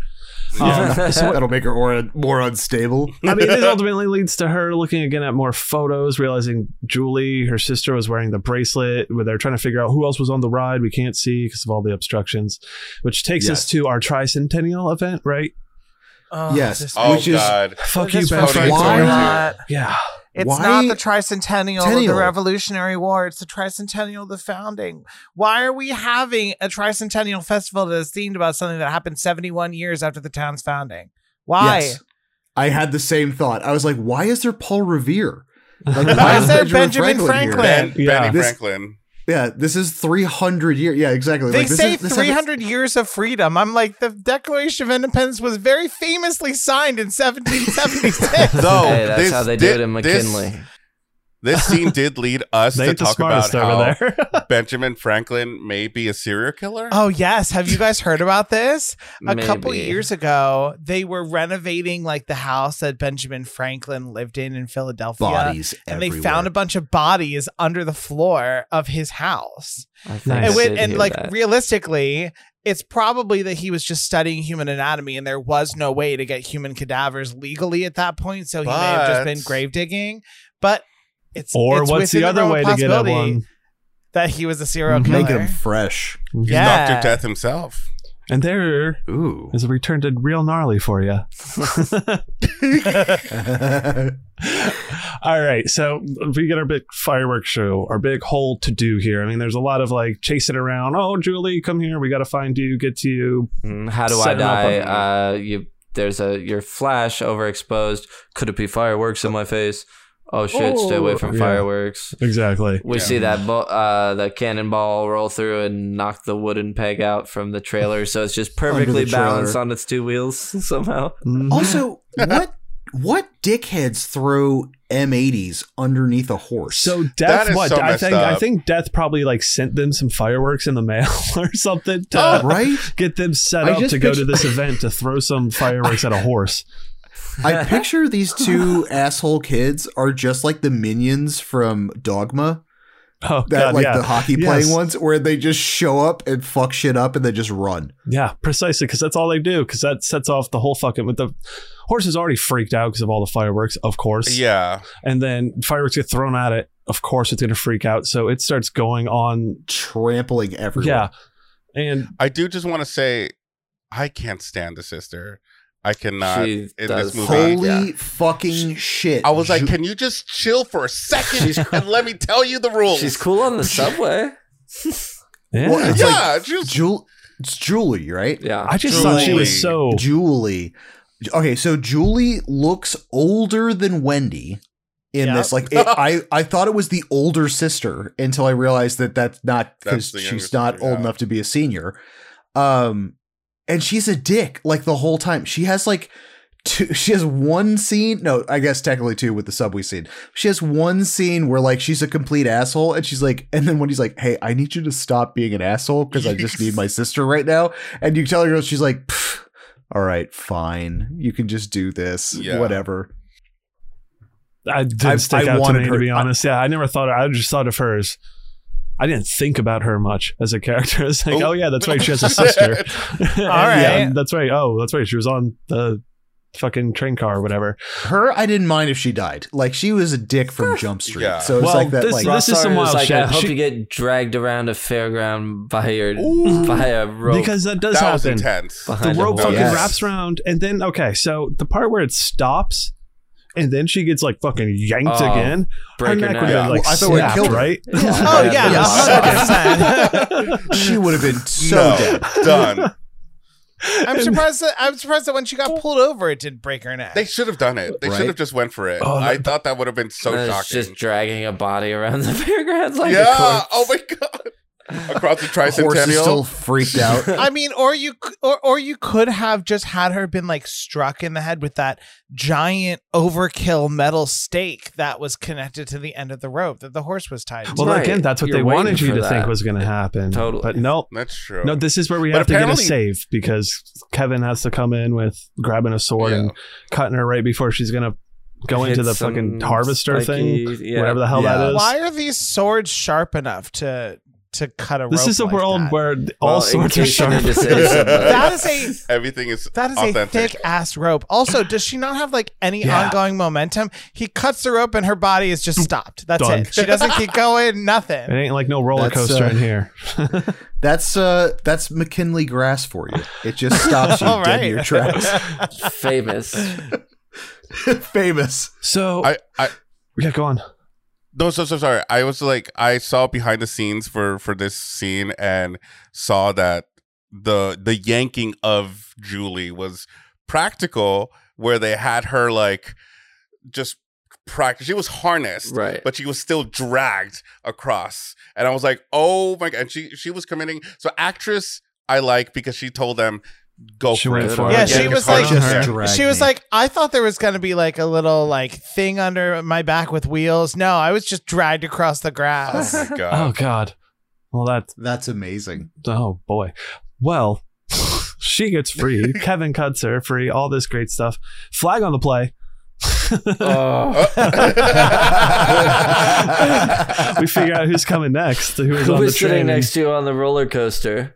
Speaker 1: yeah. that'll make her aura more unstable.
Speaker 3: [laughs] I mean, this ultimately leads to her looking again at more photos, realizing Julie, her sister, was wearing the bracelet. Where they're trying to figure out who else was on the ride. We can't see because of all the obstructions, which takes
Speaker 1: Yes.
Speaker 3: us to our tricentennial event, right?
Speaker 4: Oh,
Speaker 1: Yes.
Speaker 4: this-
Speaker 5: Oh
Speaker 1: Which is-
Speaker 5: god!
Speaker 3: Fuck
Speaker 4: this
Speaker 3: you, Ben.
Speaker 4: fucking
Speaker 5: Frank.
Speaker 4: why
Speaker 1: Why?
Speaker 4: not?
Speaker 3: Yeah.
Speaker 4: It's
Speaker 1: Why-
Speaker 4: not the tricentennial of the
Speaker 1: Tennial.
Speaker 4: Revolutionary War. It's the tricentennial of the founding. Why are we having a tricentennial festival that is themed about something that happened 71 years after the town's founding? Why?
Speaker 1: Yes. I had the same thought. I was like, why is there Paul Revere?
Speaker 4: [laughs]
Speaker 1: Like,
Speaker 4: Why is there Benjamin
Speaker 1: here?
Speaker 4: Franklin?
Speaker 5: Ben,
Speaker 3: Yeah.
Speaker 5: Benny
Speaker 1: This-
Speaker 5: Franklin.
Speaker 1: Yeah, this is 300 years. Yeah, exactly.
Speaker 4: They
Speaker 1: Like, this
Speaker 4: say
Speaker 1: is- this happened-
Speaker 4: 300 years of freedom. I'm like, the Declaration of Independence was very famously signed
Speaker 1: [laughs]
Speaker 4: in 1776.
Speaker 5: Though
Speaker 2: hey, that's
Speaker 5: this
Speaker 2: how they
Speaker 5: did-
Speaker 2: do it in
Speaker 5: this-
Speaker 2: McKinley.
Speaker 3: [laughs]
Speaker 5: This, scene did lead us
Speaker 3: They
Speaker 5: to
Speaker 3: ain't the
Speaker 5: talk about
Speaker 3: smartest over
Speaker 5: how
Speaker 3: there. [laughs]
Speaker 5: Benjamin Franklin may be a serial killer.
Speaker 4: Oh yes, have you guys heard about this? A couple
Speaker 2: Maybe.
Speaker 4: years ago, they were renovating like the house that Benjamin Franklin lived in in Philadelphia.
Speaker 1: bodies
Speaker 4: and
Speaker 1: everywhere.
Speaker 4: they found a bunch of bodies under the floor of his house.
Speaker 2: I think
Speaker 3: Nice.
Speaker 2: I
Speaker 4: And, when,
Speaker 2: did
Speaker 4: and
Speaker 2: hear
Speaker 4: like
Speaker 2: that.
Speaker 4: realistically, it's probably that he was just studying human anatomy and there was no way to get human cadavers legally at that point, so he may have just
Speaker 5: But-
Speaker 4: been grave digging. But it's
Speaker 3: or
Speaker 4: it's
Speaker 3: what's
Speaker 4: within
Speaker 3: the other
Speaker 4: realm of
Speaker 3: way to get at
Speaker 4: possibility
Speaker 3: one?
Speaker 4: that he was a serial
Speaker 3: Mhm.
Speaker 4: killer?
Speaker 1: making them fresh.
Speaker 5: He's
Speaker 4: yeah.
Speaker 5: Doctor Death himself.
Speaker 3: And there
Speaker 4: [laughs]
Speaker 1: Ooh. [laughs]
Speaker 3: is a return to real gnarly for you. All right, so we get our big fireworks show, our big whole to do here. I mean, there's a lot of like chasing around. Oh, Julie, come here. We got to find you, get to you.
Speaker 2: Mm, How do I
Speaker 3: Set 'em up
Speaker 2: die?
Speaker 3: on-
Speaker 2: Uh, you there's a your flash overexposed. Could it be fireworks in my face? Oh shit! Stay away
Speaker 3: Ooh.
Speaker 2: from
Speaker 3: Yeah.
Speaker 2: fireworks.
Speaker 3: Exactly.
Speaker 2: We
Speaker 5: Yeah.
Speaker 2: see that bo- uh, the cannonball roll through and knock the wooden peg out from the trailer, so it's
Speaker 4: [laughs]
Speaker 2: just perfectly
Speaker 1: trailer.
Speaker 2: balanced on its two wheels [laughs] somehow.
Speaker 1: Also, what what dickheads throw M80s underneath a horse?
Speaker 3: So
Speaker 5: That
Speaker 3: death
Speaker 5: is
Speaker 3: what
Speaker 5: so
Speaker 3: I
Speaker 5: messed
Speaker 3: think I
Speaker 5: up.
Speaker 3: think death probably like sent them some fireworks in the mail [laughs] or something to
Speaker 1: Oh, right?
Speaker 3: get them set
Speaker 1: I
Speaker 3: up
Speaker 1: just
Speaker 3: to go to
Speaker 1: picture-
Speaker 3: this event to throw some fireworks at
Speaker 1: [laughs]
Speaker 3: a horse.
Speaker 1: I picture these two asshole kids are just like the minions from Dogma,
Speaker 3: Oh
Speaker 1: that
Speaker 3: god,
Speaker 1: like
Speaker 3: yeah.
Speaker 1: the hockey
Speaker 3: Yes.
Speaker 1: playing ones, where they just show up and fuck shit up and then just run.
Speaker 3: Yeah, precisely because that's all they do because that sets off the whole fucking with the horse is already freaked out because of all the fireworks, of course.
Speaker 5: Yeah.
Speaker 3: and then fireworks get thrown at it. Of course, it's gonna freak out, so it starts going on.
Speaker 1: Trampling everyone.
Speaker 3: Yeah, and
Speaker 5: I do just want to say I can't stand the sister. I cannot
Speaker 2: She
Speaker 5: in
Speaker 2: does
Speaker 5: this movie.
Speaker 1: Holy
Speaker 2: Yeah.
Speaker 1: fucking shit.
Speaker 5: I was like,
Speaker 1: Ju-
Speaker 5: can you just chill for a second and let me tell you the rules?
Speaker 2: She's cool
Speaker 4: [laughs]
Speaker 2: on the subway. [laughs]
Speaker 3: yeah.
Speaker 1: Well, it's
Speaker 5: yeah,
Speaker 1: like-
Speaker 5: just
Speaker 1: Jul- it's Julie, right?
Speaker 2: Yeah,
Speaker 3: I just thought she was so.
Speaker 5: Julie.
Speaker 1: Julie. Okay, so Julie looks older than Wendy in
Speaker 4: Yeah.
Speaker 1: this. Like, it, I I thought it was the older sister until I realized that that's not because
Speaker 5: That's the
Speaker 1: she's
Speaker 5: younger
Speaker 1: not
Speaker 5: sister,
Speaker 1: old
Speaker 5: yeah.
Speaker 1: enough to be a senior. Um, and she's a dick like the whole time. She has like two. [laughs] She has one scene. No, I guess technically two with the subway scene. She has one scene where like she's a complete asshole, and she's like, and then Wendy's like, "Hey, I need you to stop being an asshole because I just need my sister right now." And you tell her, she's like. "Pff, all right, fine. You can just do this,
Speaker 5: Yeah.
Speaker 1: whatever.
Speaker 3: I didn't
Speaker 1: I-
Speaker 3: stick
Speaker 1: I
Speaker 3: out to
Speaker 1: wanted
Speaker 3: me
Speaker 1: her-
Speaker 3: to be
Speaker 1: I-
Speaker 3: honest. yeah, I never thought. I just thought of her as. I didn't think about her much as a character. [laughs] It's like, oh, yeah, that's right. She has a sister. And, [laughs]
Speaker 4: right.
Speaker 3: that's right. Oh, that's right. She was on the fucking train car or whatever.
Speaker 1: Her, I didn't mind if she died. Like she was a dick from Jump Street,
Speaker 5: Yeah.
Speaker 1: so it's
Speaker 3: Well,
Speaker 1: like that.
Speaker 3: this-
Speaker 1: like
Speaker 3: this- is some
Speaker 2: Rossari was
Speaker 3: wild
Speaker 2: like,
Speaker 3: shit.
Speaker 2: I hope
Speaker 3: She-
Speaker 2: you get dragged around a fairground by your by a rope.
Speaker 3: Because that does
Speaker 5: that was
Speaker 3: happen.
Speaker 5: intense.
Speaker 3: The
Speaker 2: behind a
Speaker 3: rope
Speaker 2: horse.
Speaker 3: fucking
Speaker 1: Yes.
Speaker 3: wraps around. And then, okay, so the part where it stops and then she gets like fucking yanked
Speaker 2: Oh,
Speaker 3: again. Her
Speaker 2: break her
Speaker 3: neck
Speaker 2: neck.
Speaker 3: would have
Speaker 5: Yeah.
Speaker 3: been
Speaker 2: [laughs]
Speaker 3: like
Speaker 1: Well, I thought we
Speaker 3: snapped,
Speaker 1: killed her.
Speaker 3: right? [laughs]
Speaker 4: Oh yeah,
Speaker 1: Yeah.
Speaker 4: a hundred percent.
Speaker 1: she would have
Speaker 5: [laughs]
Speaker 1: been so
Speaker 5: no,
Speaker 1: dead.
Speaker 5: done.
Speaker 3: [laughs]
Speaker 4: I'm surprised that I'm surprised that when she got pulled over, it didn't break her neck.
Speaker 5: They should have done it. They
Speaker 1: Right?
Speaker 5: should have just went for it.
Speaker 3: Oh,
Speaker 5: I thought that would have been so
Speaker 2: And it's
Speaker 5: shocking.
Speaker 2: just dragging a body around the [laughs] fairgrounds like a
Speaker 5: yeah.
Speaker 2: corpse.
Speaker 5: Oh my god. Across the
Speaker 1: [laughs] Horse is
Speaker 5: tricentennial.
Speaker 1: still freaked out.
Speaker 5: [laughs]
Speaker 4: I mean, or you c- or or you could have just had her been like struck in the head with that giant overkill metal stake that was connected to the end of the rope that the horse was tied to.
Speaker 3: [laughs] Well,
Speaker 2: Right.
Speaker 3: again, that's what
Speaker 2: You're
Speaker 3: they wanted
Speaker 2: waiting
Speaker 3: you
Speaker 2: for
Speaker 3: to think
Speaker 2: that.
Speaker 3: was going to happen.
Speaker 2: Totally.
Speaker 3: But no,
Speaker 5: That's true.
Speaker 3: no, this is where we
Speaker 5: But
Speaker 3: have to get a
Speaker 5: apparently-
Speaker 3: save because Kevin has to come in with grabbing a sword
Speaker 5: Yeah.
Speaker 3: and cutting her right before she's going to go into
Speaker 2: Hit
Speaker 3: the
Speaker 2: some
Speaker 3: fucking harvester
Speaker 2: spiky-
Speaker 3: thing,
Speaker 2: yeah.
Speaker 3: whatever the hell
Speaker 1: Yeah.
Speaker 3: that is.
Speaker 4: Why are these swords sharp enough to to cut a rope?
Speaker 3: This is a
Speaker 4: like
Speaker 3: world [laughs]
Speaker 4: that?
Speaker 3: where all
Speaker 2: Well, in
Speaker 3: sorts are
Speaker 2: case you
Speaker 3: sharp.
Speaker 2: need to save somebody.
Speaker 3: [laughs]
Speaker 4: that is a
Speaker 5: Everything is
Speaker 4: That is
Speaker 5: authentic.
Speaker 4: a thick ass rope. Also, does she not have like any
Speaker 3: Yeah.
Speaker 4: ongoing momentum? He cuts the rope and her body is just stopped. That's
Speaker 3: Done.
Speaker 4: it. She doesn't
Speaker 3: [laughs]
Speaker 4: keep going,
Speaker 3: It
Speaker 4: nothing.
Speaker 3: ain't like no roller
Speaker 1: That's,
Speaker 3: coaster
Speaker 1: uh,
Speaker 3: in here.
Speaker 1: That's uh, that's McKinley Grass for you. It just stops you
Speaker 5: [laughs]
Speaker 4: All
Speaker 1: dead
Speaker 4: right.
Speaker 1: in your tracks. [laughs]
Speaker 2: famous.
Speaker 1: Famous.
Speaker 3: So
Speaker 5: I, I
Speaker 3: yeah, go
Speaker 2: uh,
Speaker 3: on.
Speaker 5: no, so so sorry. I was like, I saw behind the scenes for for this scene and saw that the the yanking of Julie was practical, where they had her like just practice. She was harnessed,
Speaker 2: Right.
Speaker 5: but she was still dragged across. And I was like, oh my god! And she she was committing. So actress, I like because she told them go
Speaker 3: She
Speaker 5: for
Speaker 3: went
Speaker 5: it.
Speaker 3: for it.
Speaker 4: Yeah,
Speaker 5: Like,
Speaker 4: she
Speaker 5: getting
Speaker 4: was
Speaker 5: across
Speaker 4: like-
Speaker 5: there.
Speaker 1: Just
Speaker 4: [laughs]
Speaker 1: drag
Speaker 4: She was
Speaker 1: me.
Speaker 4: like, I thought there was gonna be like a little like thing under my back with wheels. No, I was just dragged across the grass.
Speaker 5: [laughs] oh my god.
Speaker 3: Oh god. Well, that.
Speaker 1: "That's
Speaker 5: [laughs]
Speaker 1: amazing."
Speaker 3: Oh boy. Well, [laughs] she gets
Speaker 2: [laughs]
Speaker 3: free. Kevin cuts her free. All this great stuff. Flag on the
Speaker 2: [laughs]
Speaker 3: play. [laughs] uh, we figure out who's coming next. Who is
Speaker 2: Who
Speaker 3: on the
Speaker 2: was
Speaker 3: train?
Speaker 2: sitting next to you on the roller coaster?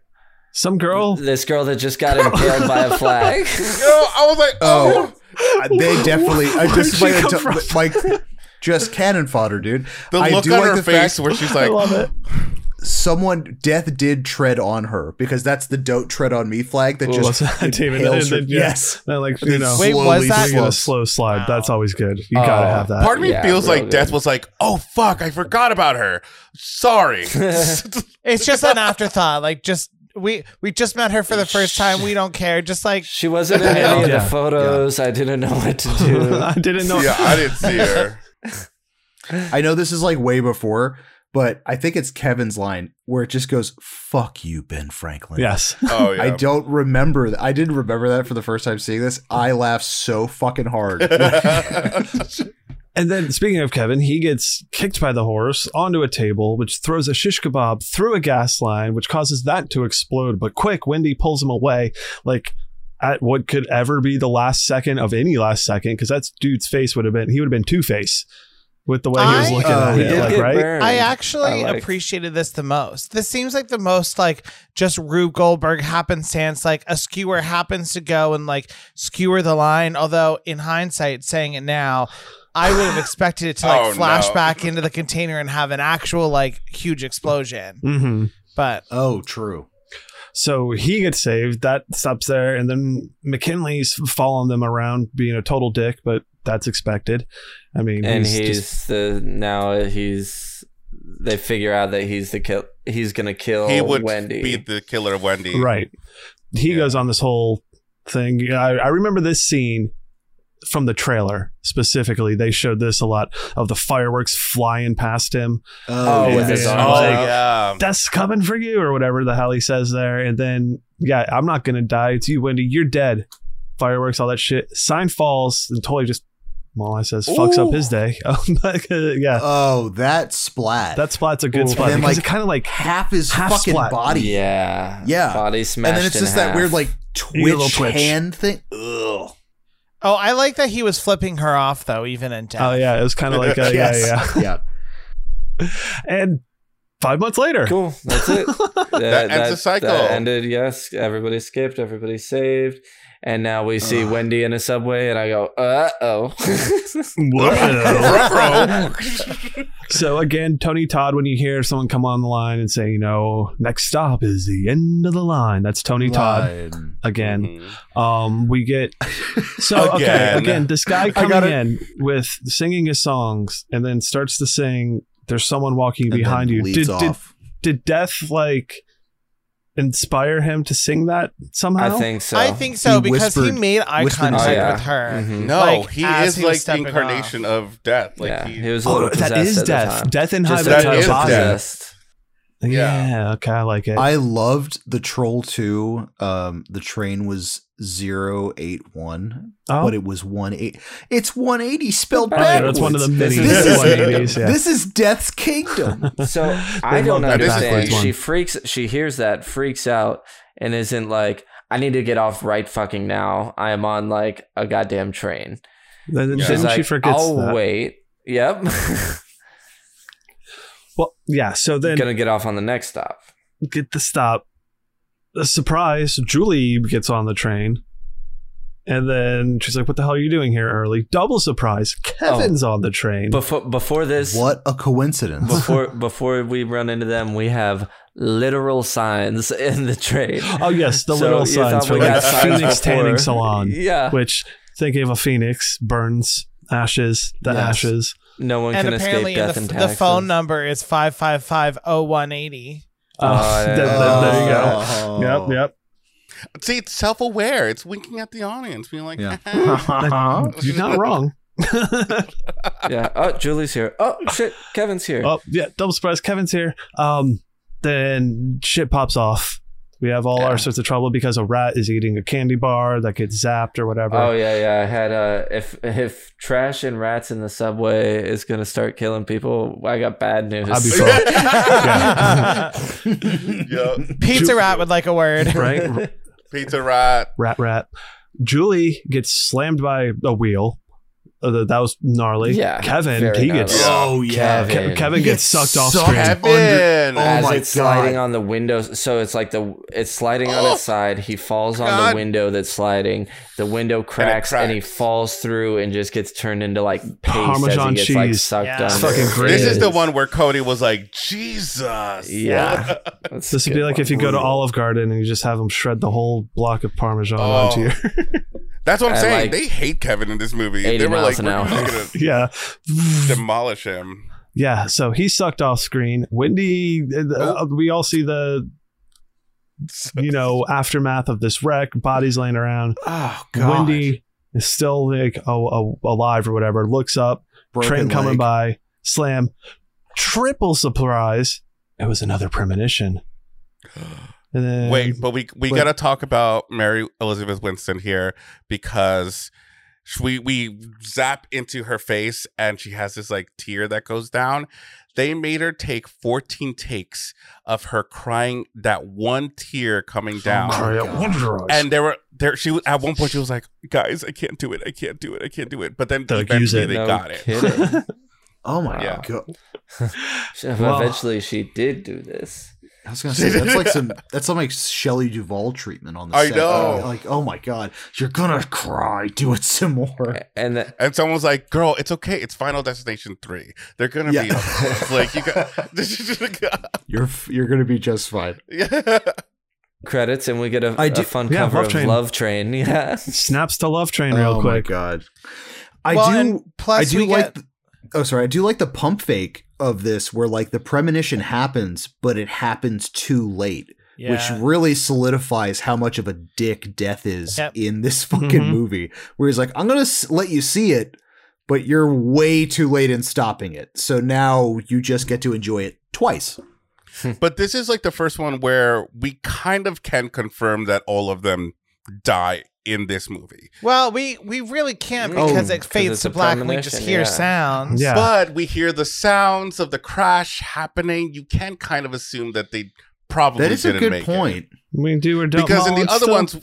Speaker 3: Some girl.
Speaker 2: This girl that just got impaled by a
Speaker 3: [laughs]
Speaker 2: flag.
Speaker 5: Yo, I was like, oh.
Speaker 1: Oh, I- they definitely. I
Speaker 3: Where'd
Speaker 1: just
Speaker 3: she come from?
Speaker 1: like, like just cannon fodder, dude.
Speaker 5: The
Speaker 1: I
Speaker 5: look
Speaker 1: do
Speaker 5: on
Speaker 1: like
Speaker 5: her
Speaker 1: the
Speaker 5: face
Speaker 1: fact-
Speaker 5: where she's like,
Speaker 1: someone death did tread on her because that's the don't tread on me flag that
Speaker 3: Well,
Speaker 1: just
Speaker 3: that's- David,
Speaker 1: impales
Speaker 3: and then,
Speaker 1: her-
Speaker 3: yeah. [laughs]
Speaker 1: yes
Speaker 3: They're like you know.
Speaker 4: Wait,
Speaker 1: Slowly
Speaker 4: was that-
Speaker 3: taking a
Speaker 1: slopes.
Speaker 3: slow slide. That's always good. You
Speaker 2: Oh.
Speaker 3: gotta have that.
Speaker 5: part of me
Speaker 2: Yeah,
Speaker 5: feels
Speaker 2: real
Speaker 5: like Death
Speaker 2: good.
Speaker 5: was like, oh fuck, I forgot about her. Sorry. [laughs]
Speaker 4: It's just an afterthought. Like just we we just met her for the first time. We don't care. Just like
Speaker 2: She wasn't in any of
Speaker 3: Yeah. [laughs]
Speaker 2: the photos. I didn't know what to do.
Speaker 3: I didn't know.
Speaker 5: yeah, I didn't see her.
Speaker 1: I know this is like way before, but I think it's Kevin's line where it just goes, "Fuck you, Ben Franklin."
Speaker 3: Yes.
Speaker 5: Oh yeah.
Speaker 1: I don't remember. Th- I didn't remember that for the first time seeing this. I laughed so fucking hard.
Speaker 5: [laughs]
Speaker 3: And then, speaking of Kevin, he gets kicked by the horse onto a table, which throws a shish kebab through a gas line, which causes that to explode. But quick, Wendy pulls him away, like at what could ever be the last second of any last second, because that dude's face would have been, he would have been Two Face with the way he was
Speaker 4: I-
Speaker 3: looking
Speaker 1: Oh,
Speaker 3: at
Speaker 1: he
Speaker 3: it,
Speaker 1: did
Speaker 3: like,
Speaker 2: get
Speaker 3: right?
Speaker 2: burned.
Speaker 4: I actually
Speaker 2: I like-
Speaker 4: appreciated this the most. This seems like the most like just Rube Goldberg happenstance, like a skewer happens to go and like skewer the line. Although in hindsight, saying it now, I would have expected it to like
Speaker 5: Oh,
Speaker 4: flash
Speaker 5: no.
Speaker 4: back into the container and have an actual like huge explosion.
Speaker 3: Mm-hmm.
Speaker 4: But
Speaker 1: oh, true.
Speaker 3: So he gets saved. That stops there. And then McKinley's following them around, being a total dick, but that's expected. I mean,
Speaker 2: and he's,
Speaker 3: he's just-
Speaker 2: the now he's they figure out that he's the kill he's gonna kill
Speaker 5: he would
Speaker 2: Wendy.
Speaker 5: be the killer of Wendy.
Speaker 3: Right. He
Speaker 5: Yeah.
Speaker 3: goes on this whole thing. I, I remember this scene from the trailer specifically. They showed this a lot of the fireworks flying past him.
Speaker 2: Oh,
Speaker 3: with
Speaker 2: with his
Speaker 3: his
Speaker 5: Oh
Speaker 2: arms
Speaker 3: arms
Speaker 2: out.
Speaker 3: like-
Speaker 5: yeah.
Speaker 3: That's coming for you, or whatever the hell he says there. And then, yeah, I'm not going to die. It's you, Wendy. You're dead. Fireworks, all that shit. Sign falls and totally just, well, I says, fucks up his day. [laughs] Oh, my God. yeah.
Speaker 1: Oh, that splat.
Speaker 3: That spot's a good
Speaker 1: Ooh.
Speaker 3: spot.
Speaker 1: And then,
Speaker 3: because
Speaker 1: like,
Speaker 3: it kind
Speaker 1: [laughs]
Speaker 3: of like
Speaker 1: half his
Speaker 3: half
Speaker 1: fucking
Speaker 3: splat.
Speaker 1: body.
Speaker 2: Yeah.
Speaker 1: Yeah.
Speaker 2: Body
Speaker 1: And
Speaker 2: smashed.
Speaker 1: then it's
Speaker 2: in
Speaker 1: just that
Speaker 2: half.
Speaker 1: weird like
Speaker 3: You get a little
Speaker 1: twitch,
Speaker 3: twitch.
Speaker 1: hand thing. Ugh.
Speaker 4: oh, I like that he was flipping her off though, even in death.
Speaker 3: Oh yeah, it was kind of like a,
Speaker 1: Yes.
Speaker 3: yeah,
Speaker 1: Yeah.
Speaker 3: yeah. And five months
Speaker 2: [laughs]
Speaker 3: later,
Speaker 2: Cool. That's it. that,
Speaker 5: ends the cycle.
Speaker 2: That ended. Yes. Everybody skipped. Everybody saved. And now we see Wendy in a subway, and I go, uh oh.
Speaker 5: [laughs]
Speaker 3: so again, Tony Todd. When you hear someone come on the line and say, you know, next stop is the end of the line. That's Tony Todd
Speaker 1: Line.
Speaker 3: again.
Speaker 5: Mhm.
Speaker 3: Um, we get so okay
Speaker 5: Again.
Speaker 3: again. This guy coming
Speaker 1: got it.
Speaker 3: in with singing his songs and then starts to sing. There's someone
Speaker 1: [laughs]
Speaker 3: walking
Speaker 1: And
Speaker 3: behind
Speaker 1: then
Speaker 3: you.
Speaker 1: leads
Speaker 3: Did, did
Speaker 1: off.
Speaker 3: did death like inspire him to sing that somehow?
Speaker 2: [laughs] I think so.
Speaker 4: I think so
Speaker 1: He
Speaker 4: because he
Speaker 1: whispered-
Speaker 4: made eye
Speaker 1: whispered
Speaker 4: contact
Speaker 2: Oh, yeah.
Speaker 4: with her.
Speaker 2: Mhm.
Speaker 5: No,
Speaker 4: Like,
Speaker 5: he
Speaker 4: as
Speaker 5: is
Speaker 4: he was
Speaker 5: like the
Speaker 4: stepping
Speaker 5: incarnation of death. Like
Speaker 2: yeah.
Speaker 5: he,
Speaker 2: He was a little
Speaker 3: Oh, that
Speaker 2: possessed
Speaker 3: is
Speaker 2: at the
Speaker 3: death.
Speaker 2: time.
Speaker 3: Death in
Speaker 2: Just
Speaker 3: high
Speaker 5: that
Speaker 2: that
Speaker 3: Tide
Speaker 5: is
Speaker 3: Body.
Speaker 5: death.
Speaker 2: possessed.
Speaker 3: Yeah. Okay, I like it.
Speaker 1: I loved the troll two. Um, the train was 081,
Speaker 3: Oh.
Speaker 1: but it was one eight. It's one eighty spelled
Speaker 2: Oh,
Speaker 3: yeah,
Speaker 1: backwards.
Speaker 3: that's one of the many
Speaker 1: This
Speaker 2: This
Speaker 1: is,
Speaker 3: 180s.
Speaker 1: [laughs]
Speaker 3: Yeah.
Speaker 1: this is Death's Kingdom.
Speaker 3: [laughs]
Speaker 2: So
Speaker 3: They
Speaker 2: I
Speaker 3: love
Speaker 2: don't
Speaker 3: that
Speaker 2: understand.
Speaker 3: backwards one.
Speaker 2: She freaks. She hears that, freaks out, and isn't like, "I need to get off right fucking now. I am on like a goddamn train."
Speaker 3: Then, then
Speaker 5: Yeah.
Speaker 2: She's like,
Speaker 3: she forgets
Speaker 2: "I'll
Speaker 3: that.
Speaker 2: wait." Yep, [laughs]
Speaker 3: Well, yeah. So then
Speaker 2: gonna get off on the next stop.
Speaker 3: get the stop. A surprise. Julie gets on the train, and then she's like, "What the hell are you doing here early?" Double surprise. Kevin's
Speaker 2: Oh.
Speaker 3: on the train.
Speaker 2: Before before this,
Speaker 1: what a coincidence. [laughs]
Speaker 2: before [laughs] before we run into them, we have literal signs [laughs] in the train.
Speaker 3: [laughs] oh yes, the
Speaker 2: So
Speaker 3: little
Speaker 2: you
Speaker 3: signs
Speaker 2: thought
Speaker 3: for
Speaker 2: we
Speaker 3: the
Speaker 2: got signs
Speaker 3: Phoenix Tanning
Speaker 2: before.
Speaker 3: Salon,
Speaker 2: [laughs] Yeah,
Speaker 3: which thinking of a phoenix burns ashes, the
Speaker 1: Yes.
Speaker 3: ashes.
Speaker 2: no one
Speaker 4: And
Speaker 2: can
Speaker 4: apparently,
Speaker 2: escape
Speaker 4: the,
Speaker 2: death
Speaker 4: f-
Speaker 2: and
Speaker 4: the
Speaker 2: taxes.
Speaker 4: phone number is five five five oh one
Speaker 5: [laughs]
Speaker 4: eighty. [laughs]
Speaker 3: Oh,
Speaker 2: Oh,
Speaker 3: [laughs]
Speaker 2: yeah.
Speaker 3: there- there- there you go. Yep, yep.
Speaker 5: See, it's self-aware. It's winking at the audience, being like, [laughs]
Speaker 1: Yeah.
Speaker 3: You're not wrong.
Speaker 2: Yeah. Oh, Julie's here. Oh shit, Kevin's here.
Speaker 3: [laughs] Oh yeah, double surprise. Kevin's here. Um, then shit pops off. We have all
Speaker 2: Yeah.
Speaker 3: our sorts of trouble because a rat is eating a candy bar that gets zapped or whatever.
Speaker 2: Oh yeah, yeah. I had uh, if if trash and rats in the subway is gonna start killing people, I got bad news.
Speaker 3: I'd be
Speaker 2: [laughs]
Speaker 5: [laughs]
Speaker 3: fucked,
Speaker 5: Yo,
Speaker 4: Pizza rat would like a word.
Speaker 3: [laughs] right?
Speaker 5: pizza rat.
Speaker 3: rat, rat. Julie gets slammed by a wheel. Uh, th- that was gnarly.
Speaker 2: Yeah,
Speaker 3: Kevin,
Speaker 2: very
Speaker 3: he
Speaker 2: gnarly.
Speaker 3: gets
Speaker 1: Oh yeah.
Speaker 3: Ke- Kevin,
Speaker 2: Kevin.
Speaker 1: He
Speaker 3: gets
Speaker 1: gets
Speaker 3: sucked off
Speaker 1: sucked
Speaker 3: screen.
Speaker 1: up.
Speaker 5: Kevin.
Speaker 1: Oh
Speaker 2: As
Speaker 1: my
Speaker 2: it's sliding
Speaker 1: God.
Speaker 2: on the windows, so it's like the it's sliding on
Speaker 5: Oh,
Speaker 2: its side. He falls on
Speaker 5: God.
Speaker 2: the window that's sliding. The window cracks and, he
Speaker 5: cracks.
Speaker 2: falls through and just gets turned into like paste as
Speaker 3: Parmesan
Speaker 2: he gets like
Speaker 3: cheese.
Speaker 2: sucked
Speaker 4: Yeah.
Speaker 2: under.
Speaker 3: Fucking great.
Speaker 5: This is the
Speaker 2: It's-
Speaker 5: one where Cody was like, Jesus.
Speaker 2: [laughs] Yeah.
Speaker 3: This would be like if you go to Olive Garden and you just have them shred the whole block of Parmesan
Speaker 5: Oh.
Speaker 3: onto your [laughs]
Speaker 5: That's what I'm
Speaker 2: At,
Speaker 5: saying.
Speaker 2: like,
Speaker 5: they hate Kevin in this movie.
Speaker 2: 80
Speaker 5: They were
Speaker 2: miles
Speaker 5: like,
Speaker 2: an
Speaker 5: we're
Speaker 2: hour. [laughs]
Speaker 5: just gonna
Speaker 3: yeah.
Speaker 5: demolish him.
Speaker 3: Yeah, so he sucked off screen. Wendy,
Speaker 5: Oh.
Speaker 3: uh, we all see the you know aftermath of this wreck. Bodies laying around.
Speaker 1: Oh god.
Speaker 3: Wendy is still like oh, alive or whatever. Looks up,
Speaker 1: Broken
Speaker 3: train coming
Speaker 1: leg.
Speaker 3: by, slam, triple surprise. It was another
Speaker 5: [gasps]
Speaker 3: premonition. And then
Speaker 5: Wait, but we we
Speaker 3: but-
Speaker 5: gotta talk about Mary Elizabeth Winston here because sh- we we zap into her face and she has this like tear that goes down. They made her take 14 takes of her crying that one tear coming down. Oh, And there were there she was at one point she was like, guys, I can't do it, I can't do it, I can't do it. But then
Speaker 3: They're like,
Speaker 5: eventually
Speaker 3: use it.
Speaker 5: they
Speaker 2: No
Speaker 5: got it.
Speaker 3: [laughs]
Speaker 2: kidding.
Speaker 12: Oh my
Speaker 5: Yeah.
Speaker 12: god!
Speaker 3: Well-
Speaker 2: Eventually, she did do this.
Speaker 12: I was gonna say that's like some that's some like Shelley Duvall treatment on the
Speaker 5: I
Speaker 12: set.
Speaker 5: know.
Speaker 12: Like, oh my god, you're gonna cry. Do it some more.
Speaker 2: And that,
Speaker 5: And someone's like, "Girl, it's okay. It's Final Destination three. They're gonna be
Speaker 12: Yeah.
Speaker 5: okay. like
Speaker 12: [laughs]
Speaker 5: you got."
Speaker 12: You're f- you're gonna be just fine.
Speaker 5: yeah.
Speaker 2: credits, and we get a,
Speaker 12: I
Speaker 2: a
Speaker 12: did-
Speaker 2: fun
Speaker 3: yeah,
Speaker 2: cover
Speaker 3: Love
Speaker 2: of
Speaker 3: Train.
Speaker 2: Love Train. [laughs] Yeah.
Speaker 3: snaps to Love Train real
Speaker 12: oh my
Speaker 3: quick.
Speaker 12: god! I
Speaker 4: Well,
Speaker 12: do.
Speaker 4: and plus
Speaker 12: I do
Speaker 4: we
Speaker 12: like.
Speaker 4: get-
Speaker 12: the- oh, sorry. I do like the pump fake of this, where like the premonition happens, but it happens too late,
Speaker 4: Yeah.
Speaker 12: which really solidifies how much of a dick Death is
Speaker 4: Yep.
Speaker 12: in this fucking
Speaker 3: Mhm.
Speaker 12: movie. Where he's like, "I'm gonna s- let you see it, but you're way too late in stopping it. So now you just get to enjoy it twice."
Speaker 5: [laughs] But this is like the first one where we kind of can confirm that all of them die in this movie.
Speaker 4: Well, we we really can't
Speaker 2: Oh,
Speaker 4: because it
Speaker 2: 'cause
Speaker 4: fades
Speaker 2: it's
Speaker 4: to
Speaker 2: a
Speaker 4: black and we just
Speaker 2: premonition,
Speaker 4: hear
Speaker 2: yeah.
Speaker 4: sounds.
Speaker 3: Yeah.
Speaker 5: But we hear the sounds of the crash happening. You can kind of assume that they
Speaker 1: Oh,
Speaker 5: probably
Speaker 12: that is a
Speaker 5: didn't
Speaker 12: good
Speaker 5: make
Speaker 12: point.
Speaker 3: We do or
Speaker 5: it.
Speaker 3: don't.
Speaker 5: Because
Speaker 3: know,
Speaker 5: in the
Speaker 3: it's
Speaker 5: other
Speaker 3: still-
Speaker 5: ones,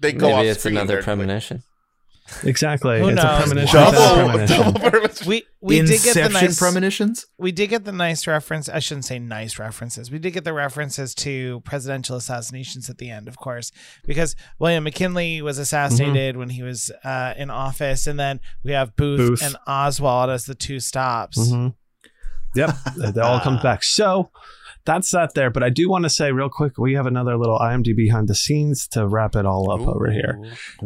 Speaker 5: they go off
Speaker 2: Maybe it's
Speaker 5: screen.
Speaker 2: another
Speaker 5: They're
Speaker 3: [laughs]
Speaker 5: like,
Speaker 2: premonition.
Speaker 3: exactly,
Speaker 4: Who
Speaker 3: it's
Speaker 4: knows?
Speaker 3: a premonition. without a
Speaker 5: Double,
Speaker 3: premonition.
Speaker 5: double premonition.
Speaker 4: We we did get the
Speaker 12: Inception
Speaker 4: nice
Speaker 12: premonitions.
Speaker 4: we did get the nice reference. I shouldn't say nice references. We did get the references to presidential assassinations at the end, of course, because William McKinley was assassinated
Speaker 3: Mm-hmm.
Speaker 4: when he was uh, in office, and then we have Booth,
Speaker 3: Booth.
Speaker 4: and Oswald as the two stops.
Speaker 3: Mhm. Yep, that that all comes back. So that's that there. But I do want to say real quick, we have another little IMDb behind the scenes to wrap it all up over here.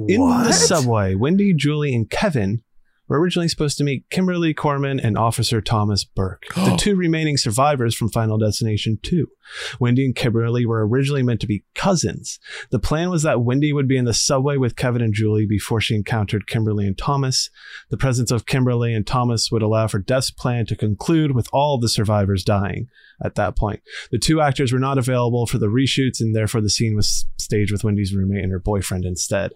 Speaker 3: In the subway, Wendy, Julie, and Kevin were originally supposed to meet Kimberly Corman and Officer Thomas Burke, the two remaining survivors from Final Destination 2. Wendy and Kimberly were originally meant to be cousins. The plan was that Wendy would be in the subway with Kevin and Julie before she encountered Kimberly and Thomas. The presence of Kimberly and Thomas would allow for Death's plan to conclude with all the survivors dying at that point. The two actors were not available for the reshoots, and therefore the scene was staged with Wendy's roommate and her boyfriend instead.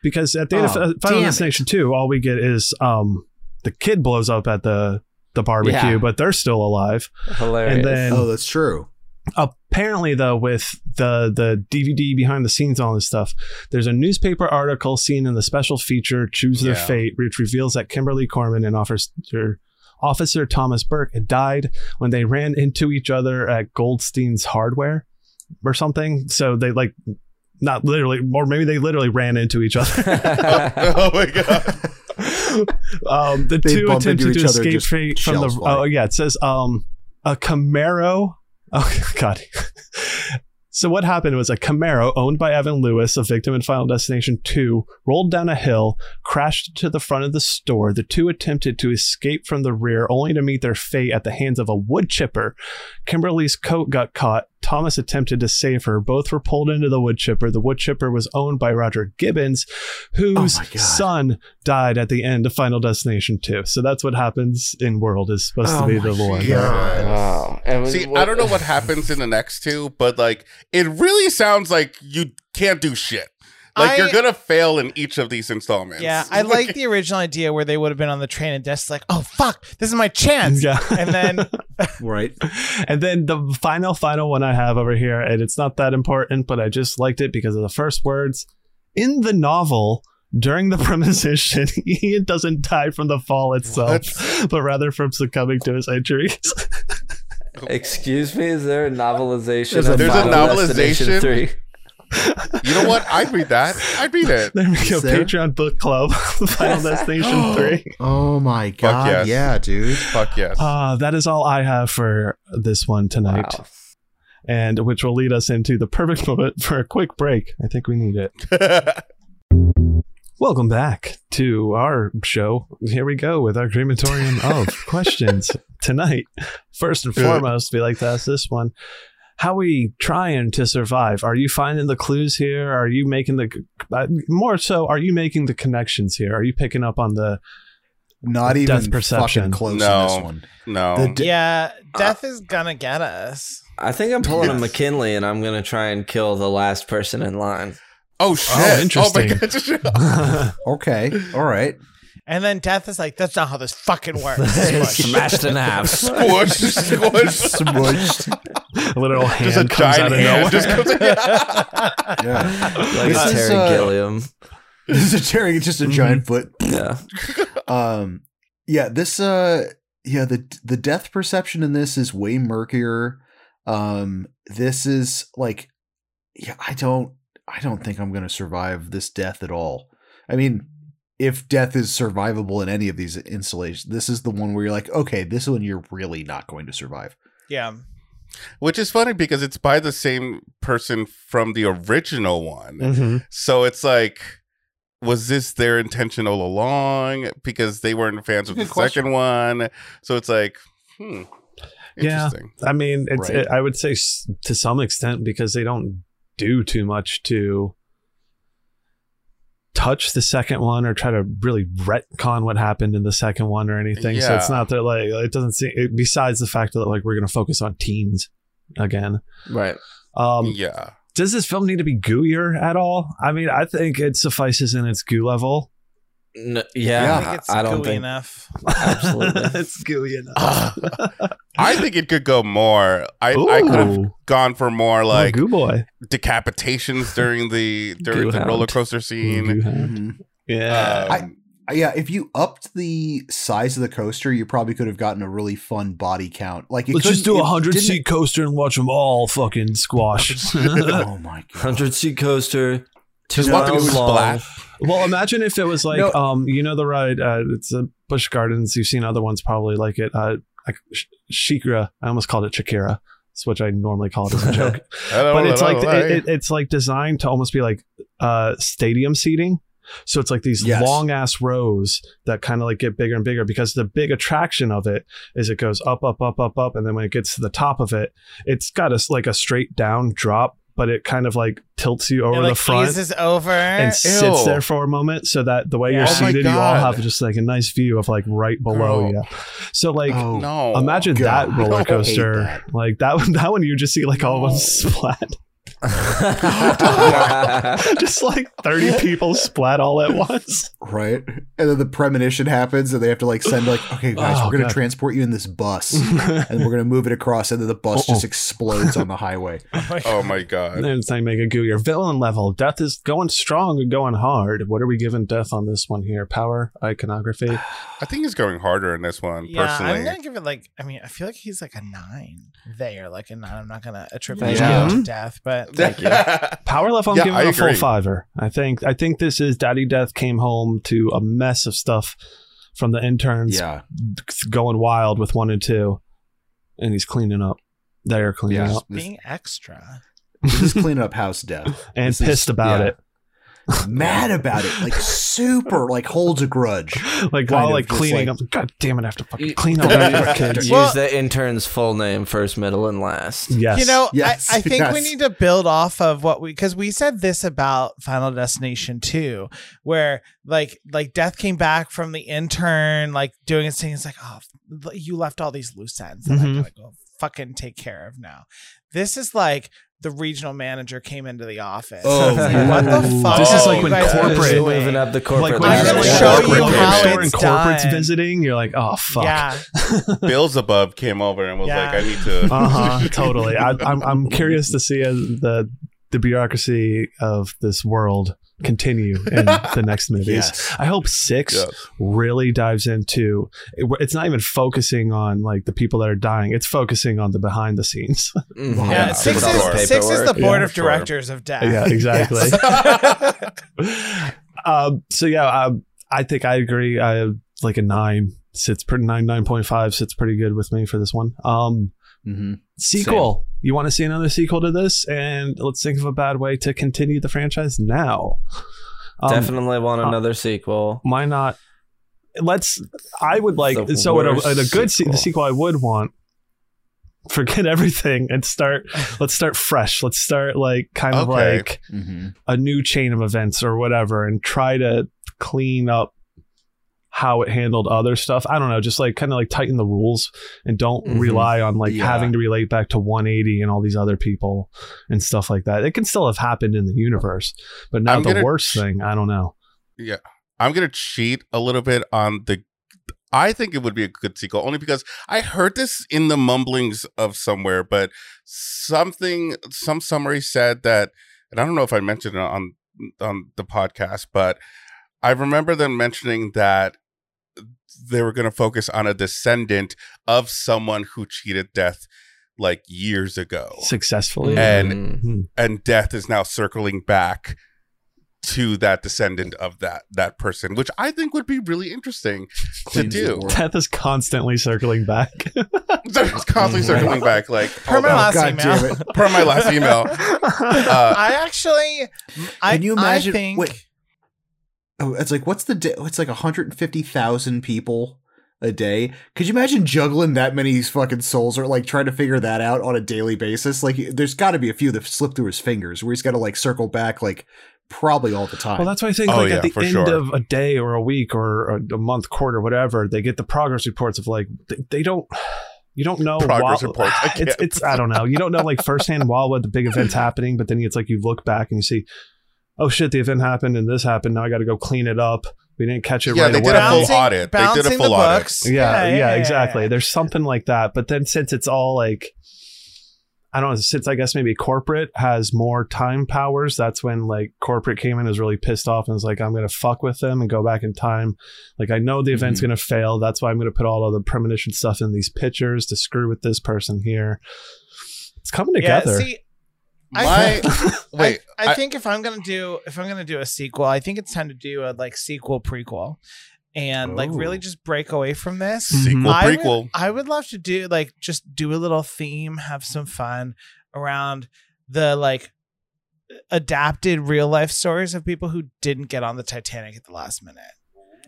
Speaker 3: Because at the end
Speaker 12: Oh,
Speaker 3: of Final
Speaker 12: damn it.
Speaker 3: Destination 2, all we get is um, the kid blows up at the, the barbecue,
Speaker 2: Yeah.
Speaker 3: but they're still alive.
Speaker 2: Hilarious.
Speaker 3: and then
Speaker 12: oh, that's true.
Speaker 3: apparently though with the the dvd behind the scenes and all this stuff there's a newspaper article seen in the special feature choose their
Speaker 5: Yeah.
Speaker 3: fate which reveals that kimberly corman and officer officer thomas burke had died when they ran into each other at goldstein's hardware or something so they like not literally or maybe they literally ran into each other
Speaker 5: [laughs] oh my god.
Speaker 3: um, the
Speaker 12: They
Speaker 3: two
Speaker 12: bump
Speaker 3: attempted
Speaker 12: into
Speaker 3: to
Speaker 12: each other,
Speaker 3: escape
Speaker 12: just
Speaker 3: fate from
Speaker 12: shells
Speaker 3: the.
Speaker 12: fly.
Speaker 3: Oh yeah, it says um, a Camaro. [laughs] Oh God. so what happened was a Camaro owned by Evan Lewis, a victim in Final Destination Two, rolled down a hill, crashed to the front of the store. The two attempted to escape from the rear, only to meet their fate at the hands of a wood chipper. Kimberly's coat got caught. Thomas attempted to save her. Both were pulled into the wood chipper. The wood chipper was owned by Roger Gibbons, whose
Speaker 12: Oh my God.
Speaker 3: son died at the end of Final Destination 2. So that's what happens in World is supposed
Speaker 12: Oh
Speaker 3: to be
Speaker 12: my
Speaker 3: the Lord.
Speaker 5: God.
Speaker 2: [laughs] Wow. And
Speaker 5: See,
Speaker 2: what-
Speaker 5: I don't know what happens in the next two, but like it really sounds like you can't do shit. Like
Speaker 4: I-
Speaker 5: you're gonna fail in each of these installments.
Speaker 4: Yeah,
Speaker 3: [laughs]
Speaker 4: I like the original idea where they would have been on the train and Death's like, "Oh fuck, this is my chance,"
Speaker 3: Yeah.
Speaker 4: and then
Speaker 12: Right.
Speaker 3: [laughs] and then the final, final one I have over here, and it's not that important, but I just liked it because of the first words. In the novel, during the [laughs] premonition, Ian doesn't die from the fall itself, [laughs] but rather from succumbing to his injuries. [laughs]
Speaker 2: Excuse me, is there a novelization?
Speaker 12: There's a-
Speaker 2: of
Speaker 12: There's a
Speaker 2: Final Destination
Speaker 5: novelization?
Speaker 2: Three.
Speaker 5: You know what? I'd read that. I'd
Speaker 3: [laughs]
Speaker 5: read it.
Speaker 3: There we go,
Speaker 12: there?
Speaker 3: Patreon book club, [laughs] Final Destination 3.
Speaker 12: Oh my god.
Speaker 5: yes.
Speaker 12: Yeah, dude.
Speaker 5: Fuck yes.
Speaker 3: Uh, that is all I have for this one tonight,
Speaker 2: Wow.
Speaker 3: and which will lead us into the perfect [laughs] moment for a quick break. I think we need it. Welcome back to our show. Here we go with our
Speaker 5: [laughs]
Speaker 3: crematorium of questions tonight. First
Speaker 5: Uh,
Speaker 3: and foremost, we like to ask this one. How we trying to survive? Are you finding the clues here? Are you making the uh, more so? Are you making the connections here? Are you picking up on the
Speaker 1: Not
Speaker 3: Death
Speaker 1: even
Speaker 3: perception.
Speaker 1: fucking close
Speaker 5: No.
Speaker 1: on this one.
Speaker 5: [laughs] No.
Speaker 1: The d-
Speaker 4: yeah,
Speaker 3: Uh,
Speaker 4: death is gonna get us.
Speaker 2: I think I'm pulling a McKinley and I'm gonna try and kill the last person in line.
Speaker 5: oh shit!
Speaker 3: interesting.
Speaker 5: Oh my god! [laughs]
Speaker 1: okay, all right.
Speaker 4: And then death is like, that's not how this fucking
Speaker 3: [laughs]
Speaker 4: works.
Speaker 2: Smashed in half.
Speaker 5: Squish, squish.
Speaker 1: [laughs] Smushed.
Speaker 3: a little hand
Speaker 5: [laughs] Just a
Speaker 3: comes out
Speaker 5: giant
Speaker 3: of
Speaker 5: hand.
Speaker 3: nowhere. [laughs]
Speaker 5: Just comes
Speaker 1: Yeah.
Speaker 2: [laughs] Like
Speaker 1: This is,
Speaker 2: Terry
Speaker 1: uh,
Speaker 2: Gilliam.
Speaker 1: [laughs] this is a cherry. It's just a giant foot.
Speaker 2: Yeah.
Speaker 1: Um, yeah. This. Uh. Yeah. The the death perception in this is way murkier. Um. This is like. Yeah. I don't. I don't think I'm gonna survive this death at all. I mean, if death is survivable in any of these installations, this is the one where you're like, okay, this one you're really not going to survive.
Speaker 4: [laughs] yeah.
Speaker 5: Which is funny because it's by the same person from the original one.
Speaker 3: Mhm.
Speaker 5: So it's like, was this their intention all along? Because they weren't fans of the
Speaker 9: Good question.
Speaker 5: second one. So it's like, hmm.
Speaker 3: Yeah.
Speaker 5: Interesting.
Speaker 3: I mean, it's,
Speaker 1: Right.
Speaker 3: I would say s- to some extent because they don't do too much to touch the second one or try to really retcon what happened in the second one or anything. So it's
Speaker 5: Yeah.
Speaker 3: not that like it doesn't seem. It, besides the fact that like we're going to focus on teens again.
Speaker 2: Right.
Speaker 3: Um,
Speaker 5: yeah.
Speaker 3: does this film need to be gooier at all? I mean, I think it suffices in its goo level.
Speaker 2: N-
Speaker 4: I
Speaker 2: yeah.
Speaker 4: think it's
Speaker 2: I
Speaker 4: gooey
Speaker 2: don't think.
Speaker 4: enough.
Speaker 2: Absolutely.
Speaker 3: [laughs] it's gooey enough.
Speaker 5: I think it could go more. [laughs] I, I could have
Speaker 3: Ooh,
Speaker 5: gone for more
Speaker 3: like
Speaker 5: like
Speaker 3: goo boy.
Speaker 5: decapitations
Speaker 3: [laughs]
Speaker 5: during the during the
Speaker 2: Goohound.
Speaker 5: roller coaster scene.
Speaker 3: Goo hound.
Speaker 1: Mhm.
Speaker 3: Yeah.
Speaker 5: Um,
Speaker 1: I- Uh, Yeah, if you upped the size of the coaster, you probably could have gotten a really fun body count. Like it
Speaker 3: Let's just
Speaker 1: couldn't-
Speaker 3: do a
Speaker 1: it
Speaker 3: hundred
Speaker 1: didn't-
Speaker 3: seat coaster and watch them all fucking [laughs]
Speaker 1: [laughs]
Speaker 3: squash.
Speaker 1: Oh my god!
Speaker 2: Hundred seat coaster. Two
Speaker 5: Just want to
Speaker 2: miles
Speaker 5: go
Speaker 2: long.
Speaker 5: splat.
Speaker 3: well, imagine if it was like,
Speaker 1: No.
Speaker 3: um, you know, the ride. Uh, it's a Bush Gardens. You've seen other ones probably like it. Uh, like Sh- Shikra. I almost called it Shakira. That's what I normally call it as a joke. but
Speaker 1: Oh,
Speaker 3: it's like it, it, it's like designed to almost be like uh, stadium seating. So it's like these
Speaker 1: Yes.
Speaker 3: long ass rows that kind of like get bigger and bigger because the big attraction of it is it goes up, up, up, up, up, and then when it gets to the top of it, it's got a s- like a straight down drop, but it kind of like tilts you over
Speaker 4: it like
Speaker 3: the front
Speaker 4: eases over.
Speaker 3: and sits
Speaker 5: Ew.
Speaker 3: there for a moment so that the way
Speaker 4: Yeah.
Speaker 3: you're
Speaker 4: Oh
Speaker 5: my
Speaker 3: seated, you all
Speaker 5: God.
Speaker 3: have just like a nice view of like right below
Speaker 5: Girl.
Speaker 3: you. So like
Speaker 1: Oh,
Speaker 5: no.
Speaker 3: imagine
Speaker 1: God. [laughs]
Speaker 3: that roller
Speaker 1: I hate
Speaker 3: coaster.
Speaker 1: that.
Speaker 3: Like that one [laughs] that one you just see like all of them [laughs] splat. [laughs] just like 30 people splat all at once.
Speaker 1: right? And then the premonition happens, and they have to like send like, okay, guys,
Speaker 3: Oh,
Speaker 1: we're gonna
Speaker 3: God.
Speaker 1: transport you in this
Speaker 3: [laughs]
Speaker 1: bus, and we're gonna move it across, and then the bus just explodes on the
Speaker 3: [laughs]
Speaker 1: highway.
Speaker 4: [laughs]
Speaker 5: oh my god.
Speaker 3: [laughs] And they make a goo. Your villain level. Death is going strong and going hard. What are we giving death on this one here? Power, iconography. [laughs]
Speaker 5: I think he's going harder in this one
Speaker 4: yeah, I'm
Speaker 5: personally.
Speaker 4: gonna give it like. I mean, I feel like he's like a nine there, like a nine. I'm not gonna
Speaker 2: Thank
Speaker 4: attribute that
Speaker 3: you.
Speaker 4: to death, but
Speaker 5: Thank [laughs] you.
Speaker 3: Power level, I'm
Speaker 5: Yeah,
Speaker 3: giving
Speaker 5: I
Speaker 3: it a full
Speaker 5: agree.
Speaker 3: fiver. I think I think this is Daddy Death came home to a mess of stuff from the interns
Speaker 1: yeah,
Speaker 3: going wild with one and two. And he's cleaning up. They're cleaning
Speaker 1: yeah.
Speaker 3: up.
Speaker 1: This,
Speaker 4: being extra.
Speaker 1: this is cleaning up house
Speaker 3: [laughs]
Speaker 1: death.
Speaker 3: And
Speaker 1: This is-
Speaker 3: pissed about
Speaker 1: yeah.
Speaker 3: it.
Speaker 1: Mad about it, like super, like holds a grudge.
Speaker 3: Like
Speaker 1: Kind
Speaker 3: while
Speaker 1: of
Speaker 3: like
Speaker 1: just
Speaker 3: cleaning
Speaker 1: like-
Speaker 3: up. God damn it, I have to fucking
Speaker 2: You-
Speaker 3: clean
Speaker 1: [laughs]
Speaker 3: up after kids.
Speaker 2: Use
Speaker 4: Well-
Speaker 2: the intern's full name, first, middle, and last.
Speaker 3: Yes.
Speaker 4: You know,
Speaker 1: Yes.
Speaker 4: I, I think we
Speaker 1: Yes.
Speaker 4: need to build off of what we because we said this about Final Destination 2, where like like Death came back from the intern, like doing his thing. It's like, oh, f- you left all these loose ends that I
Speaker 3: Mhm.
Speaker 4: gotta go fucking take care of now. This is like the regional manager came into the office.
Speaker 1: Oh,
Speaker 4: It's like, what the
Speaker 3: Ooh.
Speaker 4: fuck?
Speaker 3: This is
Speaker 4: are
Speaker 3: like
Speaker 4: you
Speaker 3: when
Speaker 4: guys
Speaker 3: corporate-
Speaker 4: doing?
Speaker 2: moving up the corporate.
Speaker 3: like when
Speaker 4: I'm
Speaker 3: you're
Speaker 4: gonna
Speaker 3: like
Speaker 5: show
Speaker 3: show
Speaker 5: you how
Speaker 3: store and
Speaker 4: it's
Speaker 3: corporate's
Speaker 4: done.
Speaker 3: visiting, you're like, oh fuck.
Speaker 4: Yeah.
Speaker 5: Beelzebub came over and was
Speaker 4: Yeah.
Speaker 5: like, I need to.
Speaker 3: [laughs] uh-huh
Speaker 5: [laughs]
Speaker 3: totally I, I'm, I'm curious to see as the the bureaucracy of this world continue in the next movies
Speaker 1: Yes.
Speaker 3: i hope six
Speaker 5: Yes.
Speaker 3: really dives into it- it's not even focusing on like the people that are dying it's focusing on the behind the scenes
Speaker 2: Mhm.
Speaker 1: Yeah,
Speaker 4: Yeah,
Speaker 1: Yeah,
Speaker 4: six,
Speaker 5: with all the
Speaker 4: is, six is the
Speaker 2: paperwork.
Speaker 4: board
Speaker 3: Yeah,
Speaker 4: of
Speaker 5: sure.
Speaker 4: directors of death.
Speaker 3: yeah exactly [laughs] um so yeah um, i think i agree i have like a nine sits pretty nine nine point five sits pretty good with me for this one um
Speaker 1: hmm
Speaker 3: sequel. You want to see another sequel to this, and let's think of a bad way to continue the franchise now. Um,
Speaker 2: Definitely want
Speaker 3: uh,
Speaker 2: another sequel.
Speaker 3: Why not? Let's. I would like
Speaker 2: The
Speaker 3: so in a,
Speaker 2: worst
Speaker 3: in a good se-
Speaker 2: sequel.
Speaker 3: the sequel I would want. Forget [laughs] everything and start. let's start fresh. Let's start like kind of
Speaker 5: Okay.
Speaker 3: like
Speaker 1: hmm
Speaker 3: a new chain of events or whatever, and try to clean up how it handled other stuff. I don't know, just like kind of like tighten the rules and don't
Speaker 2: Mhm.
Speaker 3: rely on like
Speaker 12: Yeah.
Speaker 3: having to relate back to 180 and all these other people and stuff like that. It can still have happened in the universe, but not
Speaker 5: I'm
Speaker 3: the
Speaker 5: gonna-
Speaker 3: worst thing. I don't know.
Speaker 5: Yeah. I'm going to cheat a little bit on the. I think it would be a good sequel only because I heard this in the mumblings of somewhere, but something, some summary said that, and I don't know if I mentioned it on on the podcast, but I remember them mentioning that they were going to focus on a descendant of someone who cheated death like years ago,
Speaker 3: Successfully.
Speaker 5: And-
Speaker 2: Mm.
Speaker 5: and death is now circling back to that descendant of that that person, which I think would be really interesting to
Speaker 2: Cleans the
Speaker 5: do. [laughs]
Speaker 3: [laughs]
Speaker 2: world.
Speaker 3: Death is constantly circling back. [laughs]
Speaker 5: So it's
Speaker 3: Mm-hmm.
Speaker 5: constantly circling back, like
Speaker 4: Per my
Speaker 5: oh,
Speaker 4: last
Speaker 1: God damn
Speaker 4: email.
Speaker 1: it.
Speaker 5: per my
Speaker 3: [laughs]
Speaker 5: last email. Uh,
Speaker 4: [laughs] I actually, I,
Speaker 1: Can you imagine?
Speaker 4: I think
Speaker 1: wait. oh, it's like what's the day? It's like 150,000 people a day. Could you imagine juggling that many of these fucking souls, or like trying to figure that out on a daily basis? Like, there's got to be a few that slip through his fingers where he's got to like circle back, like probably all the time.
Speaker 3: Well, that's why I think
Speaker 5: Oh,
Speaker 3: like
Speaker 5: yeah,
Speaker 3: at the
Speaker 5: for
Speaker 3: end
Speaker 5: sure.
Speaker 3: of a day or a week or a, a month, quarter, whatever, they get the progress reports of like they, they don't. You don't know
Speaker 5: Progress
Speaker 3: while-
Speaker 5: reports, I
Speaker 3: It's
Speaker 5: can't.
Speaker 3: it's I don't know. You don't know like firsthand while what the big event's happening, but then it's like you look back and you see, oh shit, the event happened and this happened. Now I got to go clean it up. We didn't catch it
Speaker 5: Yeah,
Speaker 3: right
Speaker 5: they
Speaker 3: away.
Speaker 5: did a full audit. They did a
Speaker 4: balancing
Speaker 5: full
Speaker 4: the
Speaker 5: audit.
Speaker 4: books.
Speaker 3: yeah, yeah, exactly.
Speaker 4: yeah.
Speaker 3: There's something like that. But then since it's all like, I don't know, since I guess maybe corporate has more time powers, that's when like corporate came in and was really pissed off and was like, I'm going to fuck with them and go back in time. Like, I know the event's going to fail. That's why I'm going to put all of the premonition stuff in these pictures to screw with this person here. It's coming
Speaker 4: Yeah,
Speaker 3: together.
Speaker 4: see,
Speaker 5: my [laughs] wait,
Speaker 4: I, I
Speaker 5: I-
Speaker 4: think if I'm gonna do if I'm gonna do a sequel, I think it's time to do a like sequel prequel, and like really
Speaker 12: Oh.
Speaker 4: just break away from this.
Speaker 3: Hmm.
Speaker 5: sequel
Speaker 4: I would-
Speaker 5: prequel.
Speaker 4: I would love to do like just do a little theme, have some fun around the like adapted real life stories of people who didn't get on the Titanic at the last minute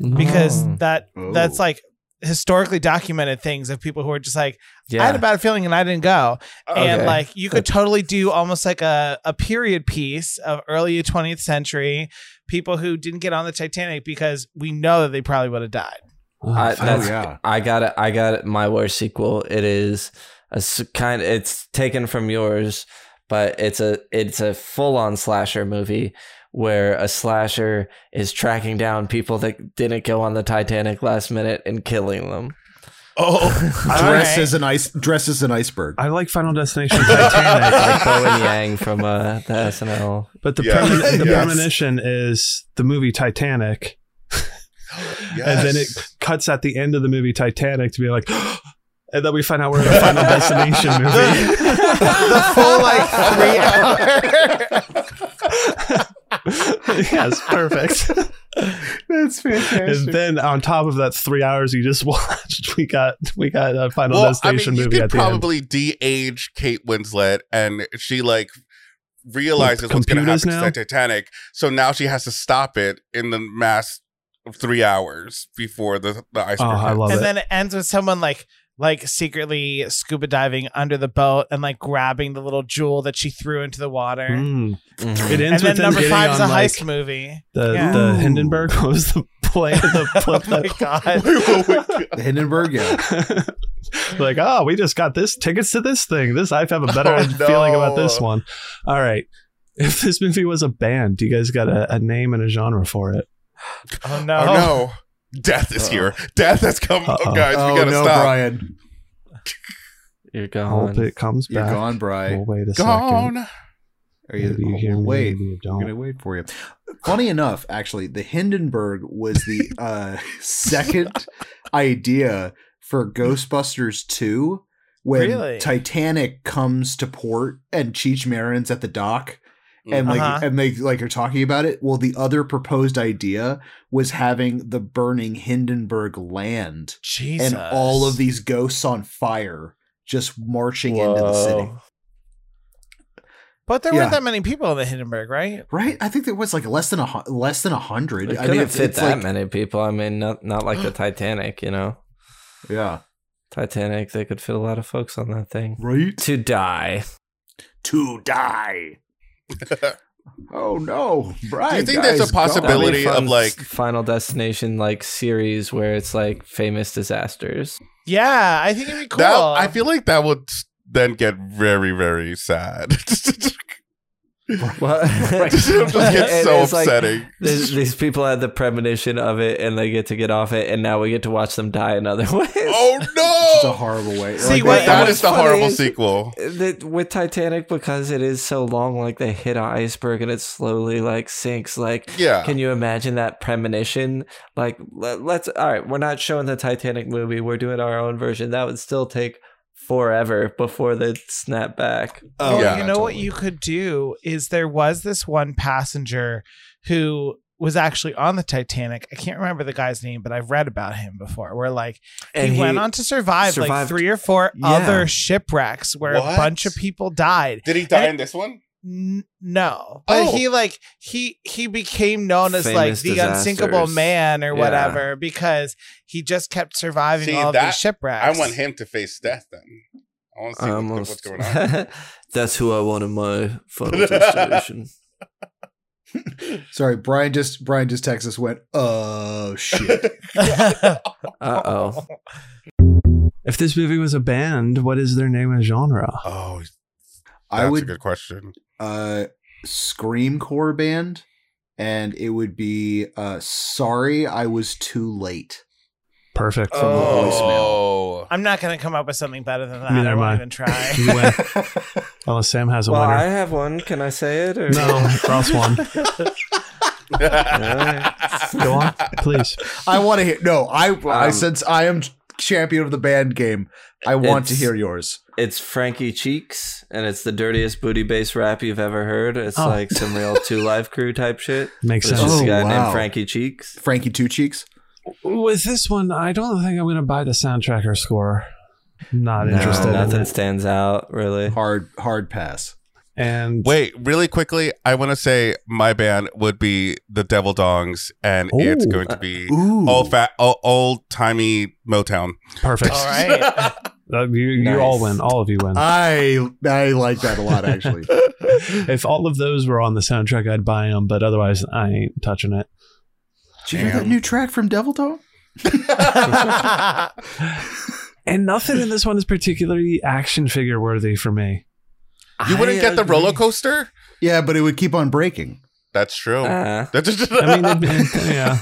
Speaker 3: Mm-hmm.
Speaker 4: because
Speaker 3: Hmm.
Speaker 2: Oh.
Speaker 4: that
Speaker 12: Oh.
Speaker 4: that's like historically documented things of people who are just like
Speaker 3: Oh.
Speaker 4: I
Speaker 2: yeah,
Speaker 4: had a bad feeling and I didn't go and
Speaker 2: Okay.
Speaker 4: like you could totally do almost like a, a period piece of early 20th century people who didn't get on the Titanic because we know that they probably would have died.
Speaker 3: Oh,
Speaker 2: I,
Speaker 3: fuck.
Speaker 2: that's,
Speaker 12: yeah.
Speaker 2: I got it. I got it. My worst sequel. It is a s- kind. It's taken from yours, but it's a it's a full on slasher movie where a slasher is tracking down people that didn't go on the Titanic last minute and killing them.
Speaker 3: [laughs]
Speaker 12: Oh,
Speaker 1: dress
Speaker 4: Alright.
Speaker 1: as an ice, dress as an iceberg.
Speaker 3: I like Final Destination
Speaker 2: [laughs]
Speaker 3: Titanic.
Speaker 2: like Bo and Yang from uh, the SNL.
Speaker 3: But the,
Speaker 5: Yeah.
Speaker 3: premon- the
Speaker 5: Yes.
Speaker 3: premonition is the movie Titanic, and then it cuts at the end of the movie Titanic to be like, [gasps] and then we find out we're in a Final
Speaker 5: [laughs]
Speaker 3: Destination movie.
Speaker 4: the
Speaker 3: [laughs]
Speaker 4: full like three hour
Speaker 3: yes, [laughs] perfect.
Speaker 1: That's
Speaker 3: And
Speaker 1: fantastic.
Speaker 3: then on top of that, three hours you just [laughs] watched, we got we got a Final
Speaker 5: well, I mean,
Speaker 3: Destination
Speaker 5: you
Speaker 3: movie
Speaker 5: could
Speaker 3: at the
Speaker 5: probably de-age Kate Winslet, and she like realizes
Speaker 3: With
Speaker 5: what's going to
Speaker 3: computers
Speaker 5: happen
Speaker 3: now?
Speaker 5: to the Titanic, so now she has to stop it in the mass of three hours before the the iceberg.
Speaker 3: Oh, I
Speaker 5: hits.
Speaker 3: love it.
Speaker 4: and then it ends with someone like like secretly scuba diving under the boat and like grabbing the little jewel that she threw into the water.
Speaker 3: end. Mm.
Speaker 2: Mhm.
Speaker 3: It ends
Speaker 4: And then
Speaker 3: with them
Speaker 4: number
Speaker 3: getting
Speaker 4: five is a
Speaker 3: on, like,
Speaker 4: heist
Speaker 3: [laughs]
Speaker 4: movie.
Speaker 3: The,
Speaker 4: Yeah.
Speaker 3: the Hindenburg [laughs] What was the play the
Speaker 4: Oh [laughs]
Speaker 3: flip
Speaker 4: my
Speaker 3: [laughs] that
Speaker 4: god.
Speaker 1: Hindenburg, yeah.
Speaker 3: [laughs] like, oh, we just got this tickets to this thing. This I have a better
Speaker 5: Oh,
Speaker 3: [laughs] feeling about
Speaker 5: no.
Speaker 3: this one. All right. If this movie was a band, do you guys got a, a name and a genre for it?
Speaker 4: Oh no.
Speaker 5: Oh, no. Death is here. Death has come.
Speaker 3: Uh-oh.
Speaker 5: Oh, guys,
Speaker 1: oh
Speaker 5: we gotta
Speaker 1: no,
Speaker 5: stop.
Speaker 1: Brian,
Speaker 2: You're
Speaker 3: I
Speaker 2: gone.
Speaker 3: hope it comes
Speaker 1: you're
Speaker 3: back.
Speaker 1: gone,
Speaker 3: Well,
Speaker 1: Brian.
Speaker 3: wait a second.
Speaker 5: Gone.
Speaker 1: Are you,
Speaker 3: Maybe you hear
Speaker 1: oh,
Speaker 3: me,
Speaker 1: wait?
Speaker 3: maybe you
Speaker 1: I'm
Speaker 3: don't.
Speaker 1: gonna wait for you. Funny enough, actually, the Hindenburg was the uh, second idea for Ghostbusters Two when
Speaker 4: Really?
Speaker 1: Titanic comes to port and Cheech Marin's at the dock.
Speaker 5: Mm,
Speaker 1: And
Speaker 5: [laughs]
Speaker 1: like
Speaker 4: Uh-huh.
Speaker 1: and they like are talking about it. Well, the other proposed idea was having the burning Hindenburg land
Speaker 4: Jesus.
Speaker 1: and all of these ghosts on fire just marching into the city.
Speaker 4: But there
Speaker 1: Yeah.
Speaker 4: weren't that many people in the Hindenburg, right?
Speaker 1: Right? I think there was like less than a hu- less than a hundred.
Speaker 2: It
Speaker 1: I
Speaker 2: couldn't
Speaker 1: mean, it's,
Speaker 2: fit
Speaker 1: it's
Speaker 2: that
Speaker 1: like
Speaker 2: many people. I mean, not not
Speaker 1: [gasps]
Speaker 2: like the Titanic. You know,
Speaker 1: yeah,
Speaker 2: Titanic. They could fit a lot of folks on that thing.
Speaker 1: right.
Speaker 2: To die.
Speaker 9: To die.
Speaker 1: Oh no, Brian!
Speaker 5: Do you think there's a possibility
Speaker 2: That'd be
Speaker 5: of
Speaker 2: fun
Speaker 5: like
Speaker 2: Final Destination like series where it's like famous
Speaker 1: [laughs]
Speaker 2: disasters.
Speaker 4: Yeah, I think it'd be cool.
Speaker 5: that? I feel like that would then get very very sad. [laughs]
Speaker 2: Well,
Speaker 5: It just
Speaker 1: [laughs]
Speaker 5: gets so
Speaker 2: it's like,
Speaker 5: upsetting.
Speaker 2: these, these people had the premonition of it, and they get to get off it, and now we get to watch them die in other [laughs] ways.
Speaker 5: oh
Speaker 1: [laughs] it's a
Speaker 5: no!
Speaker 1: horrible way.
Speaker 4: See,
Speaker 1: Like,
Speaker 4: wait,
Speaker 1: that-
Speaker 5: that
Speaker 2: what's
Speaker 5: is the
Speaker 2: funny
Speaker 5: horrible
Speaker 2: is-
Speaker 5: sequel.
Speaker 2: That- with Titanic because it is so long, like they hit an iceberg and it slowly like sinks. Like,
Speaker 5: Yeah.
Speaker 2: can you imagine that premonition? Like, let, let's all right, we're not showing the Titanic movie. We're doing our own version. That would still take forever before they snap back.
Speaker 4: Oh,
Speaker 5: yeah,
Speaker 4: you know what
Speaker 5: totally.
Speaker 4: you could do is there was this one passenger who was actually on the Titanic. I can't remember the guy's name, but I've read about him before. Where like he, went on to survive like
Speaker 2: survived-
Speaker 4: three or four
Speaker 2: Yeah.
Speaker 4: other shipwrecks where a
Speaker 5: What?
Speaker 4: bunch of people died.
Speaker 5: Did he
Speaker 4: die
Speaker 5: die
Speaker 4: in
Speaker 5: in this one?
Speaker 4: N- no, but
Speaker 5: Oh.
Speaker 4: he like he he became known as like
Speaker 2: Famous
Speaker 4: the unsinkable
Speaker 2: disasters.
Speaker 4: man or
Speaker 2: Yeah.
Speaker 4: whatever because he just kept surviving
Speaker 5: See,
Speaker 4: all
Speaker 5: that-
Speaker 4: these shipwrecks.
Speaker 5: I want him to face death then. I want to see what, what's
Speaker 2: Almost. [laughs]
Speaker 5: going on.
Speaker 2: um, That's who I want in my
Speaker 5: [laughs]
Speaker 2: final destination.
Speaker 1: sorry, Brian just Brian just Texas went. Oh [laughs] shit!
Speaker 2: Uh oh.
Speaker 3: If this movie was a band, what is their name and genre?
Speaker 5: oh, that's
Speaker 1: I
Speaker 5: a
Speaker 1: would
Speaker 5: good question.
Speaker 1: uh, scream core band, and it would be uh, sorry I was too late.
Speaker 3: Perfect.
Speaker 4: From the
Speaker 5: oh,
Speaker 4: [laughs] I'm not gonna come up with something better than that.
Speaker 3: Neither
Speaker 4: I
Speaker 3: am I.
Speaker 4: won't even try.
Speaker 3: [laughs] You win. Unless Sam has a
Speaker 2: Well, I
Speaker 3: winner.
Speaker 2: have one. Can I say it? Or?
Speaker 3: No, Ross
Speaker 2: [laughs]
Speaker 3: won.
Speaker 5: [laughs]
Speaker 3: Go on, please.
Speaker 1: I want to hear. No, I I
Speaker 2: Um,
Speaker 1: since I am champion of the band game, I want to
Speaker 2: It's-
Speaker 1: hear yours.
Speaker 2: It's Frankie Cheeks, and it's the dirtiest booty bass rap you've ever heard. It's
Speaker 3: Oh.
Speaker 2: like
Speaker 3: [laughs]
Speaker 2: some real Two Live Crew type shit.
Speaker 3: Makes
Speaker 2: But It's
Speaker 3: sense.
Speaker 2: just a guy
Speaker 1: Oh, wow.
Speaker 2: named Frankie Cheeks.
Speaker 1: Frankie Two Cheeks.
Speaker 3: With this one, I don't think I'm going to buy the soundtrack or score. Not
Speaker 2: No,
Speaker 3: interested. in
Speaker 2: nothing
Speaker 3: it.
Speaker 2: stands out really.
Speaker 1: Hard hard pass.
Speaker 3: And
Speaker 5: wait, really quickly, I want to say my band would be the Devil Dongs, and it's
Speaker 3: Ooh.
Speaker 5: going to be
Speaker 1: Ooh.
Speaker 5: old fat, old timey Motown.
Speaker 3: perfect.
Speaker 4: all right.
Speaker 3: Uh, you, you
Speaker 2: Nice.
Speaker 3: all win. All of you
Speaker 1: Uh,
Speaker 3: win.
Speaker 1: I I like that a lot actually.
Speaker 3: [laughs] if all of those were on the soundtrack, I'd buy them. But otherwise, I ain't touching it.
Speaker 1: Did you hear that
Speaker 5: Damn.
Speaker 1: new track from Devil Dog?
Speaker 3: And nothing in this one is particularly action figure worthy for me.
Speaker 5: You wouldn't get the roller coaster.
Speaker 1: Yeah, but it would keep on breaking.
Speaker 5: That's true.
Speaker 2: Uh,
Speaker 5: [laughs]
Speaker 1: [laughs]
Speaker 5: That's-
Speaker 3: I mean,
Speaker 5: [laughs]
Speaker 3: it'd be- yeah,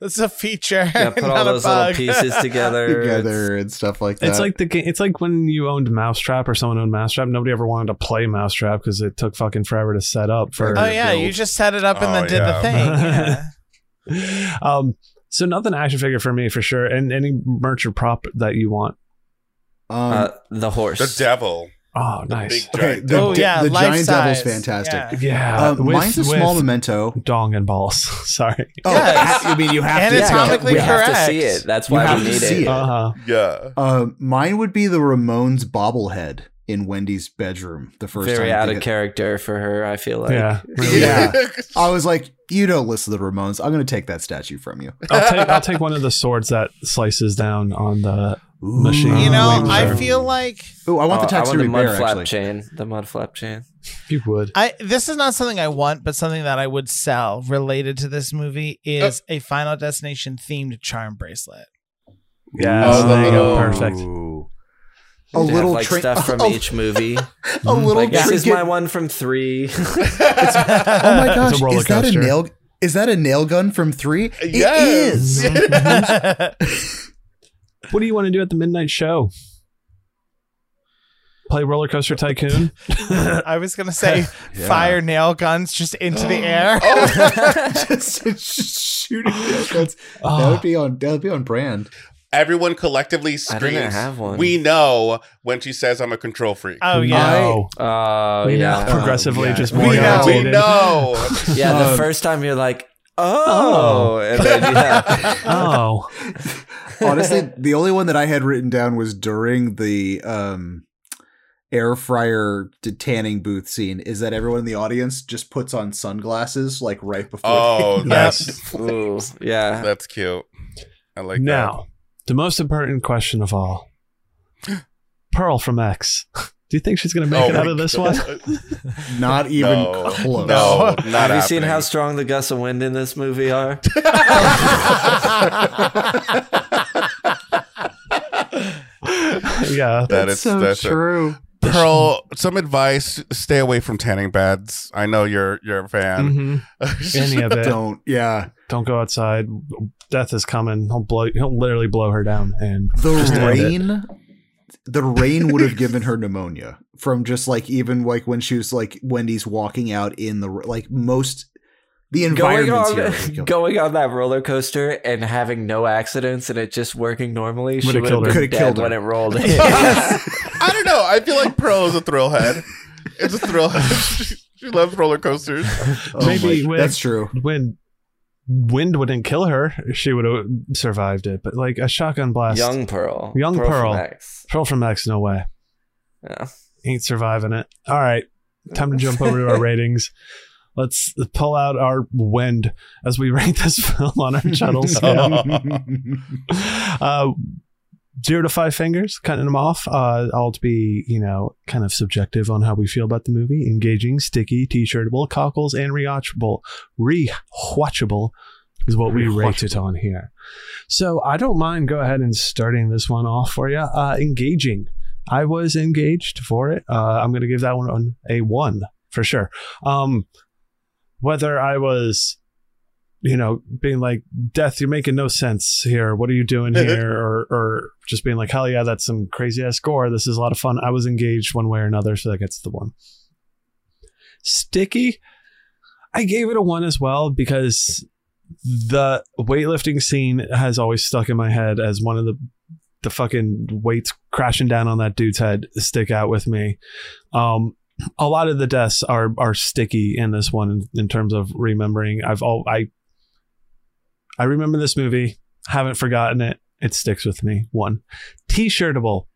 Speaker 4: That's a feature.
Speaker 2: yeah, put all
Speaker 4: not a
Speaker 2: those little
Speaker 1: [laughs]
Speaker 4: bug. [laughs]
Speaker 2: pieces together.
Speaker 1: Together and stuff like that.
Speaker 3: it's like the game. It's like when you owned Mousetrap or someone owned Mousetrap. Nobody ever wanted to play Mousetrap because it took fucking forever to set up for.
Speaker 4: Oh yeah, you
Speaker 1: build.
Speaker 4: just set it up and
Speaker 5: Oh,
Speaker 4: then did the
Speaker 5: yeah.
Speaker 1: [laughs]
Speaker 4: thing. Yeah.
Speaker 3: [laughs] um, so nothing action figure for me for sure, and any merch or prop that you want.
Speaker 1: um,
Speaker 2: Uh, the horse.
Speaker 5: the devil.
Speaker 3: Oh,
Speaker 5: The
Speaker 3: nice.
Speaker 5: big
Speaker 1: okay,
Speaker 5: giant
Speaker 1: the,
Speaker 5: devil.
Speaker 4: oh yeah,
Speaker 1: the
Speaker 4: life
Speaker 1: giant
Speaker 4: size.
Speaker 1: devil's fantastic.
Speaker 4: Yeah.
Speaker 3: Yeah,
Speaker 1: Um,
Speaker 3: uh, with-
Speaker 1: mine's a small
Speaker 3: with
Speaker 1: memento.
Speaker 3: dong and balls. [laughs] Sorry.
Speaker 1: Oh,
Speaker 4: Yes.
Speaker 1: ha- I mean you have to.
Speaker 4: And
Speaker 2: Yeah,
Speaker 4: it's comically
Speaker 2: we have to
Speaker 4: correct.
Speaker 2: see it. That's
Speaker 1: You
Speaker 2: why
Speaker 1: have
Speaker 2: we
Speaker 1: to
Speaker 2: need
Speaker 1: see
Speaker 2: it.
Speaker 1: it.
Speaker 3: Uh huh.
Speaker 5: Yeah.
Speaker 1: Uh, mine would be the Ramones bobblehead in Wendy's bedroom. The first
Speaker 2: Very
Speaker 1: time
Speaker 2: out
Speaker 1: they
Speaker 2: of
Speaker 1: hit-
Speaker 2: character for her. I feel like.
Speaker 3: yeah. really.
Speaker 1: Yeah.
Speaker 5: [laughs]
Speaker 1: I was like, you don't listen to the Ramones. I'm going to take that statue from you.
Speaker 3: I'll take I'll take one of the swords that slices down on the Machine.
Speaker 4: You know,
Speaker 3: Wait,
Speaker 4: I
Speaker 3: sure.
Speaker 4: feel like
Speaker 1: Ooh, I want
Speaker 2: Oh,
Speaker 1: the tattoo
Speaker 2: I
Speaker 1: to
Speaker 2: want
Speaker 1: be
Speaker 2: the mud
Speaker 1: bare,
Speaker 2: flap
Speaker 1: actually.
Speaker 2: chain. The mud flap chain.
Speaker 3: if you would.
Speaker 4: I this is not something I want, but something that I would sell related to this movie is a Final Destination themed charm
Speaker 1: [coughs]
Speaker 4: bracelet.
Speaker 3: Yeah.
Speaker 5: Oh,
Speaker 3: there you go.
Speaker 5: no.
Speaker 3: Perfect.
Speaker 1: Ooh. A
Speaker 2: They have,
Speaker 1: little
Speaker 2: like
Speaker 1: tra- [laughs]
Speaker 2: stuff from
Speaker 1: a-
Speaker 2: each movie.
Speaker 1: A little
Speaker 2: like this is
Speaker 1: trinket.
Speaker 2: my one from three.
Speaker 1: [laughs] Oh my gosh,
Speaker 3: roller
Speaker 1: is that a
Speaker 3: coaster.
Speaker 1: nail? Is that a nail gun from three?
Speaker 5: Yes.
Speaker 1: It is.
Speaker 3: What do you want to do at the midnight show? Play roller coaster tycoon?
Speaker 4: I was
Speaker 1: [laughs]
Speaker 4: gonna say fire nail guns just into
Speaker 1: [gasps]
Speaker 4: the air.
Speaker 1: just, [laughs] just shooting nail guns. That
Speaker 3: Oh,
Speaker 1: would be on. That would be on brand.
Speaker 5: Everyone collectively
Speaker 2: I
Speaker 5: screams.
Speaker 2: didn't have one.
Speaker 5: We know when she says I'm a control freak.
Speaker 4: [laughs]
Speaker 3: Uh,
Speaker 4: Oh yeah. [laughs]
Speaker 1: [laughs]
Speaker 3: no. [laughs]
Speaker 2: Oh yeah.
Speaker 3: Progressively
Speaker 1: yeah.
Speaker 3: just
Speaker 1: We
Speaker 3: more
Speaker 5: we know. We
Speaker 3: irritated. [laughs]
Speaker 5: know.
Speaker 2: Yeah, the
Speaker 1: Um,
Speaker 2: first time you're like, oh, and then, yeah.
Speaker 3: Oh.
Speaker 1: [laughs] Honestly, the only one that I had written down was during the um, air fryer t- tanning booth scene. Is that everyone in the audience just puts on sunglasses like right before?
Speaker 5: Oh,
Speaker 1: [laughs]
Speaker 3: Yes.
Speaker 2: Ooh, yeah.
Speaker 5: That's cute. I [laughs] like [gasps]
Speaker 3: now, the most important question of all. Pearl from X. [laughs] Do you think she's gonna make
Speaker 5: Oh
Speaker 3: it out
Speaker 5: my
Speaker 3: of this
Speaker 5: [laughs]
Speaker 3: one? [laughs]
Speaker 1: Not even
Speaker 5: No.
Speaker 1: close.
Speaker 5: No, not
Speaker 2: Have you seen
Speaker 5: happening.
Speaker 2: how strong the gusts of wind in this movie are?
Speaker 5: [laughs]
Speaker 3: yeah.
Speaker 5: that it's that's it.
Speaker 1: true.
Speaker 5: Pearl, some advice: stay away from tanning beds. I know you're you're a fan.
Speaker 3: hmm
Speaker 5: [laughs]
Speaker 3: Any of it. Don't.
Speaker 1: Don't. Yeah.
Speaker 3: go outside. Death is coming. He'll blow. He'll literally blow her down. And
Speaker 1: The
Speaker 3: Just end it.
Speaker 1: rain. The rain would have given her pneumonia from just like even like when she was like Wendy's walking out in the r- like most the
Speaker 2: going
Speaker 1: environments here. would
Speaker 2: on
Speaker 1: kill-
Speaker 2: [laughs] going on that roller coaster and having no accidents and it just working normally she
Speaker 3: Would've
Speaker 2: would have
Speaker 3: killed her.
Speaker 2: been
Speaker 1: Could've killed
Speaker 2: dead when
Speaker 1: her.
Speaker 2: it rolled in.
Speaker 3: Mm-hmm.
Speaker 5: I don't know. I feel like Pearl is a thrill head. It's a thrill head. [laughs] she, she loves roller coasters.
Speaker 1: Oh
Speaker 3: Maybe
Speaker 1: my-
Speaker 3: when-
Speaker 1: that's true.
Speaker 3: when wind wouldn't kill her, she would have survived it. But like a shotgun blast,
Speaker 2: Young Pearl.
Speaker 3: Young
Speaker 2: from
Speaker 3: Pearl.
Speaker 2: X.
Speaker 3: Pearl from X, no way.
Speaker 2: Yeah.
Speaker 3: Ain't surviving it. All right, time to jump over to
Speaker 1: [laughs]
Speaker 3: our ratings. Let's pull out our wind as we [laughs] rate this film on our
Speaker 1: [laughs]
Speaker 3: [laughs] shuttle scale. [laughs] uh, zero to five fingers, cutting them off. Uh, all to be, you know, kind of subjective on how we feel about the movie. Engaging, sticky, t-shirtable, cockles, and rewatchable. Rewatchable is what we rate it on here. So I don't mind go ahead and starting this one off for you. Uh, engaging. I was engaged for it. Uh, I'm going to give that one a one for sure. Um, whether I was, you know, being like, "Death, you're making no sense here. What are you doing here?" or, or just being like, "Hell yeah, that's some crazy ass gore. This is a lot of fun." I was engaged one way or another, so that gets the one. Sticky. I gave it a one as well because the weightlifting scene has always stuck in my head as one of the the fucking weights crashing down on that dude's head stick out with me. Um, a lot of the deaths are are sticky in this one in, in terms of remembering. I've all I I remember this movie, haven't forgotten it. It sticks with me. One t-shirtable.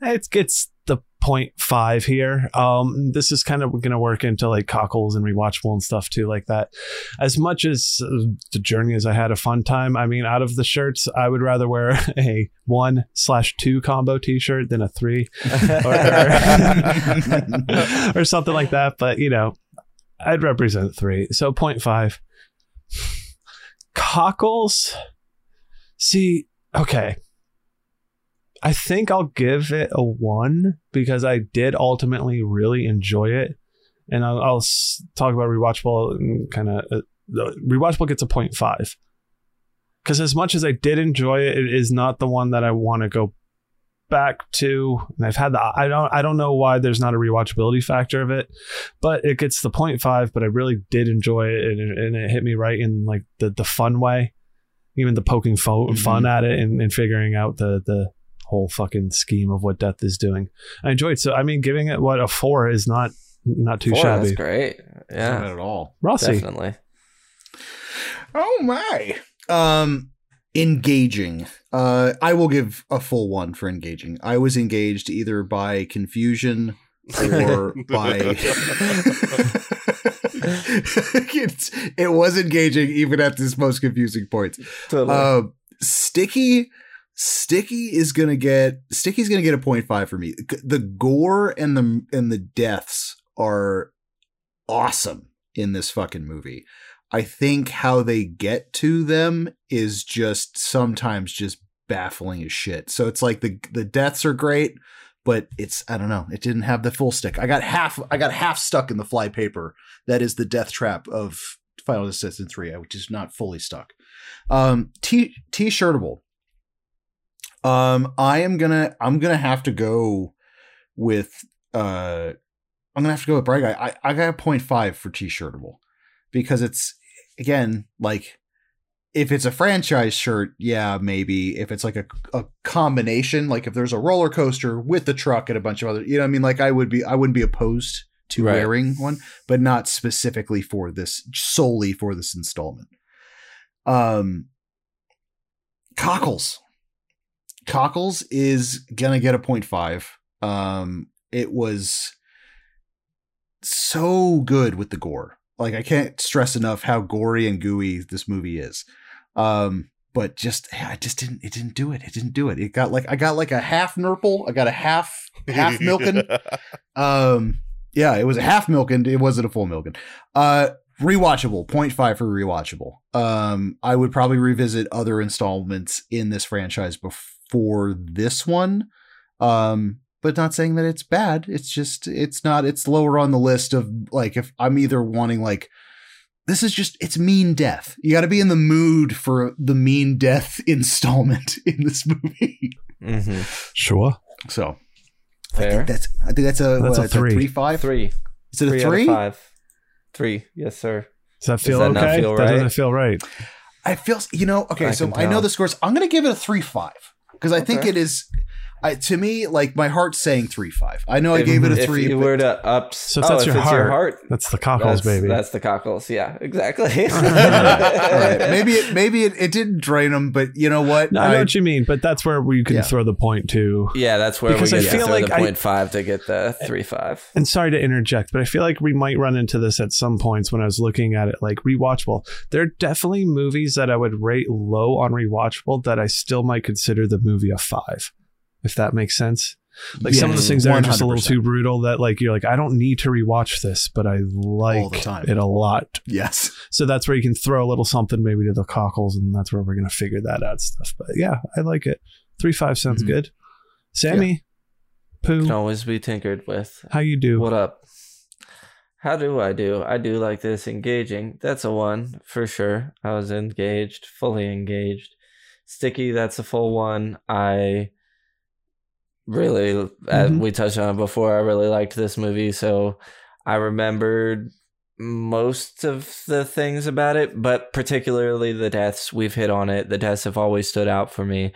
Speaker 3: It gets the point five here. Um, this is kind of gonna work into like cockles and rewatchable and stuff too, like that. As much as uh, the journey is, I had a fun time. I mean, out of the shirts, I would rather wear [laughs] a one slash two combo t-shirt than a three or, [laughs]
Speaker 5: [laughs]
Speaker 3: or- or something like that. But you know, I'd represent three. So 0.5. Cockles. See, okay. I think I'll give it a one because I did ultimately really enjoy it. And I'll, I'll s- talk about rewatchable and kind of uh, the- rewatchable gets a 0.5. Because as much as I did enjoy it, it is not the one that I want to go back to and i've had the i don't i don't know why there's not a rewatchability factor of it but it gets the 0.5 but i really did enjoy it and, it- and it hit me right in like the the fun way even the poking fo- fun at it and, and figuring out the the whole fucking scheme of what death is doing i enjoyed so i mean giving it what a four is not not too
Speaker 2: Four, that's
Speaker 3: shabby
Speaker 2: great.
Speaker 1: Not
Speaker 2: Yeah.
Speaker 1: at all.
Speaker 3: rossi
Speaker 2: Definitely.
Speaker 1: Oh my. Um engaging. Uh I will give a full one for engaging. I was engaged either by confusion or by [laughs] it's, it was engaging even at this most confusing points. Uh, sticky Sticky is gonna get Sticky's gonna get a 0.5 for me. The gore and the and the deaths are awesome in this fucking movie. I think how they get to them is just sometimes just baffling as shit. So it's like the the deaths are great, but it's I don't know. It didn't have the full stick. I got half I got half stuck in the fly paper. That is the death trap of Final Destination 3, which is not fully stuck. Um T T shirtable. Um I am gonna I'm gonna have to go with uh I'm gonna have to go with Bright Guy. I, I got a 0.5 for T shirtable because it's again like if it's a franchise shirt, yeah, maybe. If it's like a, a combination, like if there's a roller coaster with the truck and a bunch of other, you know, what I mean, like I would be, I wouldn't be opposed to
Speaker 2: Right.
Speaker 1: wearing one, but not specifically for this, solely for this installment. Um, cockles, cockles is gonna get a 0.5. Um, it was so good with the gore. Like I can't stress enough how gory and gooey this movie is. Um, but just I just didn't it didn't do it. It didn't do it. It got like I got like a half nurple. I got a half half
Speaker 5: [laughs]
Speaker 1: milking. um yeah, it was a half milking. It wasn't a full milking. Uh rewatchable 0.5 for rewatchable. Um I would probably revisit other installments in this franchise before this one. Um but not saying that it's bad. It's just it's not it's lower on the list of like if I'm either wanting like this is just it's mean death. You got to be in the mood for the mean death [laughs] installment in this movie. [laughs]
Speaker 2: Mm-hmm.
Speaker 3: Sure.
Speaker 1: So I
Speaker 2: Fair.
Speaker 1: think that's I think that's a
Speaker 3: That's a
Speaker 1: what,
Speaker 3: three.
Speaker 1: three five.
Speaker 2: three.
Speaker 1: Is it a
Speaker 2: Three out of
Speaker 1: three?
Speaker 2: five. Three. Yes, sir.
Speaker 3: Does that feel
Speaker 2: that not
Speaker 3: okay?
Speaker 2: feel
Speaker 3: That doesn't
Speaker 2: right?
Speaker 3: feel right.
Speaker 1: I feel you know. Okay,
Speaker 2: I
Speaker 1: so
Speaker 2: can
Speaker 1: I know
Speaker 2: tell.
Speaker 1: the scores. I'm gonna give it a three five because I think
Speaker 2: Okay.
Speaker 1: it is. I, to me, like my heart's saying three five. I know I
Speaker 2: If-
Speaker 1: gave it a
Speaker 2: if
Speaker 1: three.
Speaker 2: you
Speaker 1: but- [laughs]
Speaker 3: [laughs]
Speaker 2: were to up, oh,
Speaker 3: So if that's your,
Speaker 2: it's
Speaker 3: heart,
Speaker 2: your heart,
Speaker 3: that's the cockles,
Speaker 2: that's,
Speaker 3: baby.
Speaker 2: That's the cockles. Yeah, exactly. [laughs]
Speaker 1: All right, Maybe it maybe it, it didn't drain them, but you know what?
Speaker 3: no, I, know what you mean, but that's where we can
Speaker 1: Yeah.
Speaker 3: throw the point to.
Speaker 2: Yeah, that's where
Speaker 3: Because I
Speaker 2: we get
Speaker 3: feel
Speaker 2: to throw
Speaker 3: like
Speaker 2: the
Speaker 3: I-
Speaker 2: point five to get the three five.
Speaker 3: And sorry to interject, but I feel like we might run into this at some points when I was looking at it, like rewatchable. There are definitely movies that I would rate low on rewatchable that I still might consider the movie a five, if that makes sense. Like some of those
Speaker 1: Yes,
Speaker 3: things that are just a little
Speaker 1: 100%.
Speaker 3: too brutal that like you're like, I don't need to rewatch this, but I
Speaker 1: the
Speaker 3: like
Speaker 1: time.
Speaker 3: it a lot.
Speaker 1: yes.
Speaker 3: So that's where you can throw a little something maybe to the cockles, and that's where we're gonna figure that out stuff. But yeah, I like it. Three five sounds
Speaker 1: Mhm.
Speaker 3: good. Sammy, Pooh,
Speaker 2: Can always be tinkered with.
Speaker 3: how you do?
Speaker 2: What up? How do I do? I do like this engaging. That's a one for sure. I was engaged, fully engaged. Sticky, that's a full one. I really, as
Speaker 3: Mhm.
Speaker 2: we touched on it before, I really liked this movie. So I remembered most of the things about it, but particularly the deaths. We've hit on it. The deaths have always stood out for me,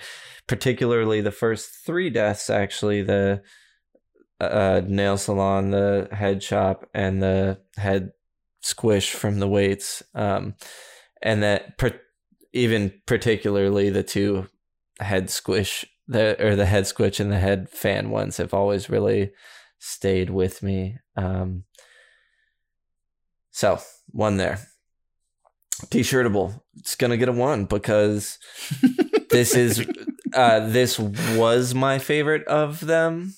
Speaker 2: particularly the first three deaths, actually. The uh, nail salon, the head shop, and the head squish from the weights. Um, and that per- even particularly the two head squish, the or the head squish and the head fan ones have always really stayed with me. Um, so one there. T-shirtable. It's gonna get a one because this is uh, this was my favorite of them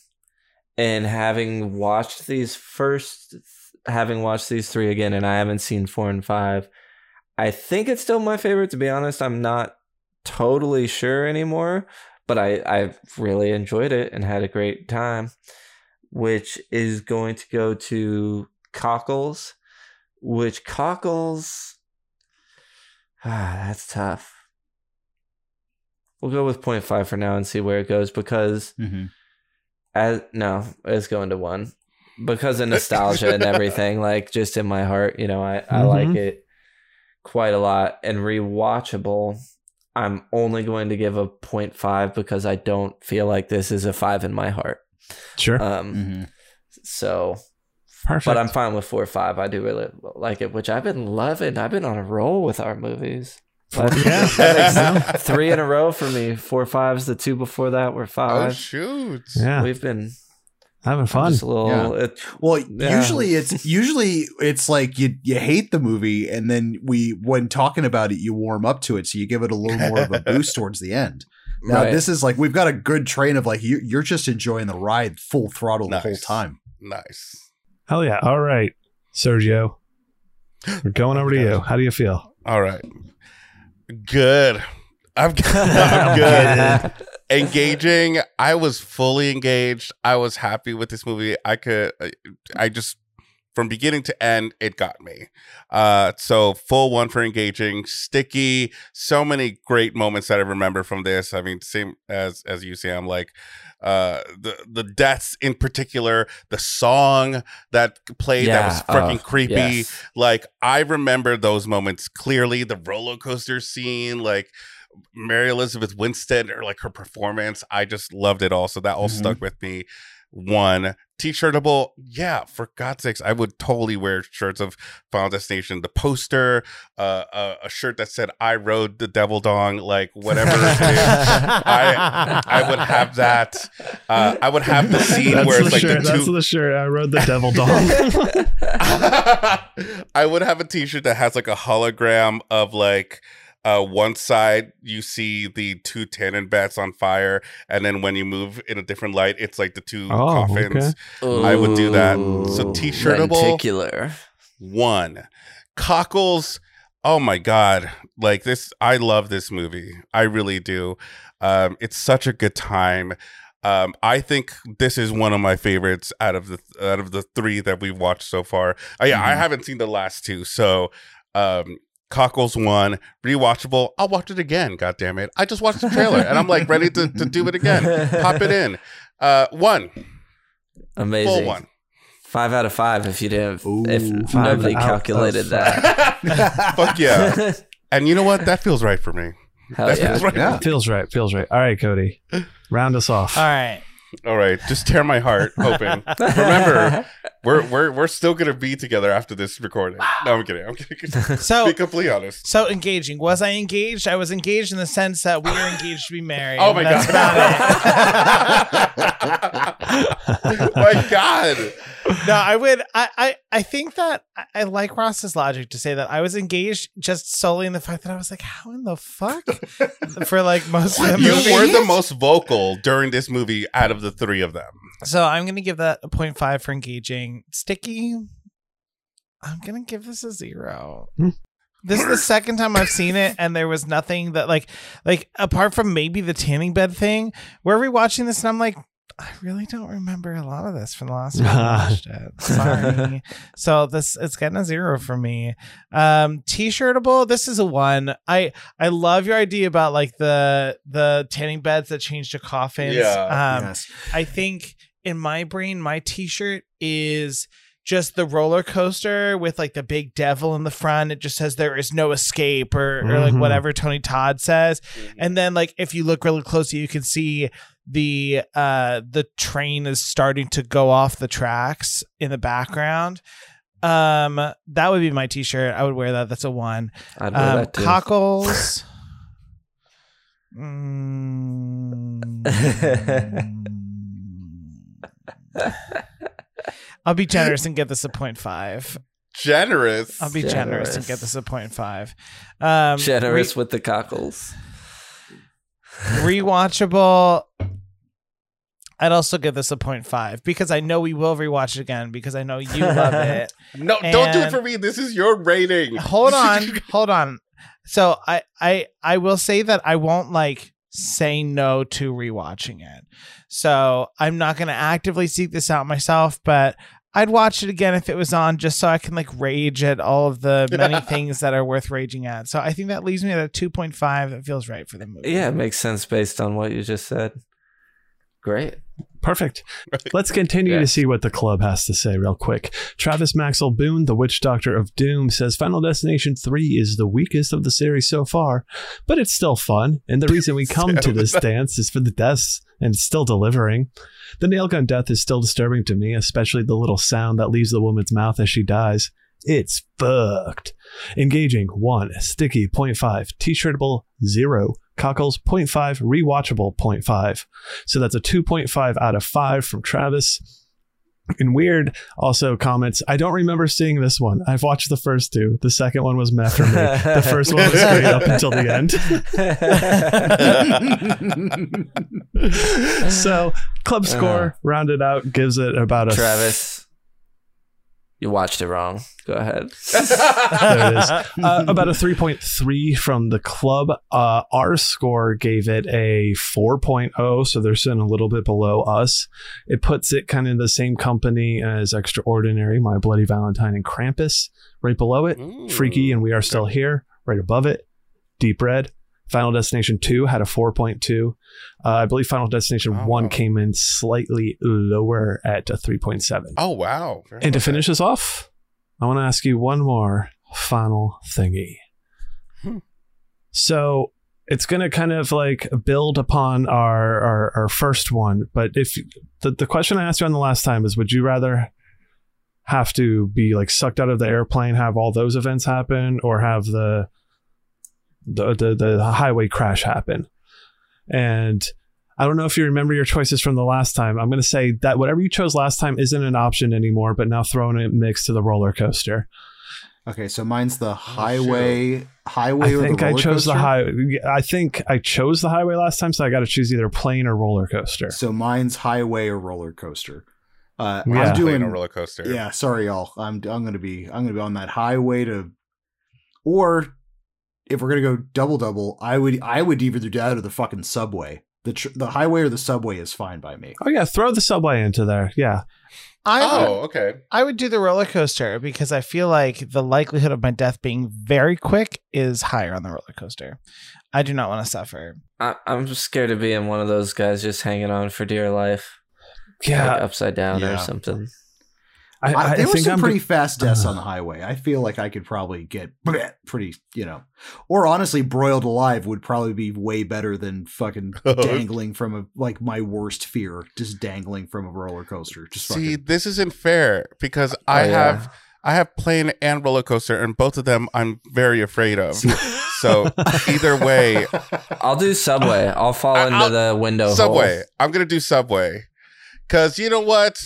Speaker 2: and having watched these first having watched these three again and i haven't seen four and five i think it's still my favorite to be honest i'm not totally sure anymore but i i really enjoyed it and had a great time which is going to go to cockles which cockles [sighs] ah that's tough we'll go with 0.5 for now and see where it goes because
Speaker 1: Mm-hmm.
Speaker 2: as no, it's going to one because of nostalgia and everything. Like just in my heart, you know, I I like
Speaker 3: Mhm.
Speaker 2: it quite a lot. And rewatchable, I'm only going to give a 0.5 because I don't feel like this is a five in my heart.
Speaker 3: Sure.
Speaker 2: Um,
Speaker 1: Mm-hmm.
Speaker 2: so.
Speaker 3: Perfect.
Speaker 2: But I'm fine with four or five. I do really like it, which I've been loving. I've been on a roll with our movies.
Speaker 3: Yeah.
Speaker 2: [laughs] That makes three in a row for me. Four fives. The two before that were
Speaker 5: oh
Speaker 2: five.
Speaker 5: shoot!
Speaker 3: yeah,
Speaker 2: We've been
Speaker 3: having fun.
Speaker 2: just a little. it-
Speaker 1: Well,
Speaker 2: Yeah.
Speaker 1: usually it's usually it's like you you hate the movie and then we when talking about it you warm up to it so you give it a little more of
Speaker 3: [laughs]
Speaker 1: a boost towards the end. Now
Speaker 2: Right.
Speaker 1: this is like we've got a good train of like you, you're just enjoying the ride full throttle the whole
Speaker 5: Nice.
Speaker 1: time.
Speaker 5: Nice.
Speaker 3: Hell yeah. All right, Sergio. We're going over to you. How do you feel?
Speaker 5: [laughs] All right. Good. I'm,
Speaker 2: [laughs]
Speaker 5: [laughs]
Speaker 3: [laughs]
Speaker 5: I'm good. engaging. I was fully engaged. I was happy with this movie. I could, I- I just, from beginning to end, it got me. Uh, so full one for engaging, sticky. So many great moments that I remember from this. I mean, same as as you, Sam. Like uh, the the deaths in particular, the song that played that was
Speaker 2: Yeah,
Speaker 5: freaking
Speaker 2: oh,
Speaker 5: creepy
Speaker 2: yes.
Speaker 5: like I remember those moments clearly. The roller coaster scene, like Mary Elizabeth Winstead, or like her performance. I just loved it all. So that all
Speaker 3: Mm-hmm.
Speaker 1: Mhm.
Speaker 5: stuck with me. One t-shirtable, yeah. For God's sakes, I would totally wear shirts of Final Destination. The poster, uh, a, a shirt that said "I rode the devil dong," like whatever. it is.
Speaker 3: [laughs]
Speaker 5: I- I would have that.
Speaker 2: [laughs]
Speaker 5: Uh, I would have the
Speaker 3: [laughs]
Speaker 5: scene
Speaker 3: That's
Speaker 5: where
Speaker 3: the
Speaker 5: it's like
Speaker 3: shirt.
Speaker 5: the two.
Speaker 3: That's the shirt. I rode the devil dog.
Speaker 2: [laughs]
Speaker 5: [laughs] I would have a t-shirt that has like a hologram of like Uh, one side you see the two Tannen bats on fire, and then when you move in a different light, it's like the two
Speaker 3: Oh,
Speaker 5: coffins. I would do that. So t-shirtable
Speaker 2: Reticular.
Speaker 5: one, cockles. Oh my god! Like this, I love this movie. I really do. Um, it's such a good time. Um, I think this is one of my favorites out of the out of the three that we've watched so far. Uh, yeah,
Speaker 2: Mm-hmm.
Speaker 5: I haven't seen the last two, so um, Cockles one rewatchable. I'll watch it again. God damn it! I just watched the trailer and I'm like ready to, to do it again. Pop it in. Uh, one
Speaker 2: Amazing.
Speaker 5: full one.
Speaker 2: Five out of five if you didn't.
Speaker 1: Ooh.
Speaker 2: if
Speaker 3: Five
Speaker 2: nobody
Speaker 3: out of
Speaker 2: calculated that. [laughs]
Speaker 5: Fuck yeah! And you know what? That feels right for me.
Speaker 2: Hell
Speaker 5: That
Speaker 2: Oh, yeah.
Speaker 5: feels right.
Speaker 1: Yeah.
Speaker 3: Feels right. Feels right. All right, Cody. Round us off.
Speaker 4: All right.
Speaker 5: All right, just tear my heart open. Remember, we're we're we're still gonna be together after this recording. No, I'm kidding.
Speaker 4: [laughs]
Speaker 5: I'm kidding.
Speaker 2: [laughs]
Speaker 4: So
Speaker 5: be completely honest.
Speaker 4: so engaging. Was I engaged? I was engaged in the sense that we were engaged to be married.
Speaker 5: Oh my
Speaker 4: That's
Speaker 5: god!
Speaker 3: [laughs]
Speaker 5: [laughs] [laughs] my god!
Speaker 4: about- No, I would. I, I I think that I, I like Ross's logic to say that I was engaged just solely in the fact that I was like, how in the
Speaker 5: [laughs]
Speaker 4: fuck for like most of the
Speaker 5: You
Speaker 4: movie.
Speaker 5: were the most vocal during this movie out of the three of them.
Speaker 4: So I'm gonna give that a 0.5 for engaging. Sticky. I'm gonna give this a zero.
Speaker 3: Hmm.
Speaker 4: This is the second time I've seen it, and there was nothing that like like apart from maybe the tanning bed thing. We're rewatching this, and I'm like, I really don't remember a lot of this from the last time I watched it. Sorry. so this it's getting a zero for me. Um, t-shirtable. This is a one. I I love your idea about like the the tanning beds that change to coffins.
Speaker 5: Yeah.
Speaker 4: Um,
Speaker 1: yes.
Speaker 4: I think in my brain, my T-shirt is just the roller coaster with like the big devil in the front. It just says there is no escape or, or like
Speaker 3: Mhm.
Speaker 4: whatever Tony Todd says. And then like if you look really closely, you can see the uh the train is starting to go off the tracks in the background. Um, that would be my T-shirt. I would wear that. That's a one.
Speaker 2: I'd wear
Speaker 4: Um,
Speaker 2: that too.
Speaker 4: cockles.
Speaker 2: [laughs]
Speaker 4: Mm. I'll be generous and get this a point five.
Speaker 5: Generous.
Speaker 4: I'll be generous, and
Speaker 2: Generous.
Speaker 4: get this a point five. Um,
Speaker 2: Generous [laughs] with the cockles.
Speaker 4: re- rewatchable. I'd also give this a point five because I know we will rewatch it again because I know you love
Speaker 2: [laughs]
Speaker 4: it.
Speaker 5: no, don't do it
Speaker 4: and-
Speaker 5: for me. This is your rating.
Speaker 4: hold
Speaker 5: [laughs]
Speaker 4: on [laughs] hold on so i i i will say that i won't like say no to rewatching it so i'm not going to actively seek this out myself but i'd watch it again if it was on just so i can like rage at all of the many things that are worth raging at so i think that leaves me at a 2.5 that feels right for the movie
Speaker 2: Yeah, it makes sense based on what you just said. Great.
Speaker 3: Perfect. Let's continue to
Speaker 2: Yes.
Speaker 3: see what the club has to say real quick. Travis Maxwell Boone, the Witch Doctor of Doom, says Final Destination 3 is the weakest of the series so far, but it's still fun. And the reason we come to this dance is for the deaths, and it's still delivering. The nail gun death is still disturbing to me, especially the little sound that leaves the woman's mouth as she dies. It's fucked. Engaging 1, sticky 0.5, t shirtable 0, cockles 0.5, rewatchable 0.5. So that's a 2.5 out of 5 from Travis. And weird also comments, I don't remember seeing this one. I've watched the first two. The second one was meh for me. [laughs] [laughs]
Speaker 2: [laughs]
Speaker 3: The first one was great up until the end. [laughs] so club score rounded out gives it about a
Speaker 2: Travis, you watched it wrong. Go
Speaker 5: [laughs]
Speaker 2: ahead.
Speaker 3: there it is. Uh, about a 3.3 from the club. Uh, our score gave it a 4.0, so they're sitting a little bit below us. It puts it kind of in the same company as Extraordinary, My Bloody Valentine, and Krampus. Right below it, Freaky, and We Are Still Here. Right above it, Deep Red. Final Destination 2 had a 4.2. Uh, I believe Final Destination
Speaker 5: Wow.
Speaker 3: 1 came in slightly lower at a 3.7.
Speaker 5: Oh wow! Very
Speaker 3: And to
Speaker 5: okay.
Speaker 3: finish us off, I want to ask you one more final thingy.
Speaker 5: Hmm.
Speaker 3: So it's going to kind of like build upon our, our our first one, but if the the question I asked you on the last time is, would you rather have to be like sucked out of the airplane, have all those events happen, or have the the the, the highway crash happen? And I don't know if you remember your choices from the last time. I'm going to say that whatever you chose last time isn't an option anymore, but now throwing it mixed to the roller coaster.
Speaker 1: Okay, so mine's
Speaker 5: Oh,
Speaker 1: the highway. highway.
Speaker 3: I
Speaker 1: or
Speaker 3: think
Speaker 1: the
Speaker 3: I
Speaker 1: roller
Speaker 3: chose the
Speaker 1: coaster?
Speaker 3: high. I think I chose the highway last time, so I got to choose either plane or roller coaster.
Speaker 1: So mine's highway or roller coaster. Uh,
Speaker 3: Yeah.
Speaker 1: I'm doing
Speaker 5: Playing a roller coaster.
Speaker 1: Yeah, sorry y'all. I'm I'm gonna be I'm gonna be on that highway to, or if we're gonna go double double, I would I would either do that or the fucking subway. The tr- the highway or the subway is fine by me.
Speaker 3: Oh yeah, throw the subway into there. Yeah,
Speaker 4: I
Speaker 5: Oh, okay.
Speaker 4: I would do the roller coaster because I feel like the likelihood of my death being very quick is higher on the roller coaster. I do not want to suffer.
Speaker 2: I, I'm just scared of being one of those guys just hanging on for dear life, like
Speaker 3: yeah.
Speaker 2: upside down
Speaker 1: Yeah.
Speaker 2: or something.
Speaker 3: I,
Speaker 1: I,
Speaker 3: I
Speaker 1: there were
Speaker 3: think
Speaker 1: some
Speaker 3: I'm uh-huh.
Speaker 1: pretty
Speaker 3: pretty.
Speaker 1: fast deaths on the highway. I feel like I could probably get [laughs] pretty, you know, or honestly, broiled alive would probably be way better than
Speaker 3: [laughs]
Speaker 1: fucking dangling from a like my worst fear, just dangling from a roller coaster. Just
Speaker 5: See,
Speaker 1: fucking,
Speaker 5: this isn't fair because I
Speaker 2: Oh, yeah.
Speaker 5: have I have plane and roller coaster, and both of them I'm very
Speaker 1: [laughs]
Speaker 5: afraid of. so either way,
Speaker 2: I'll do
Speaker 5: [laughs]
Speaker 2: subway. I'll fall
Speaker 5: I-
Speaker 2: into the window. hole.
Speaker 5: subway. I'm gonna do subway because you know what?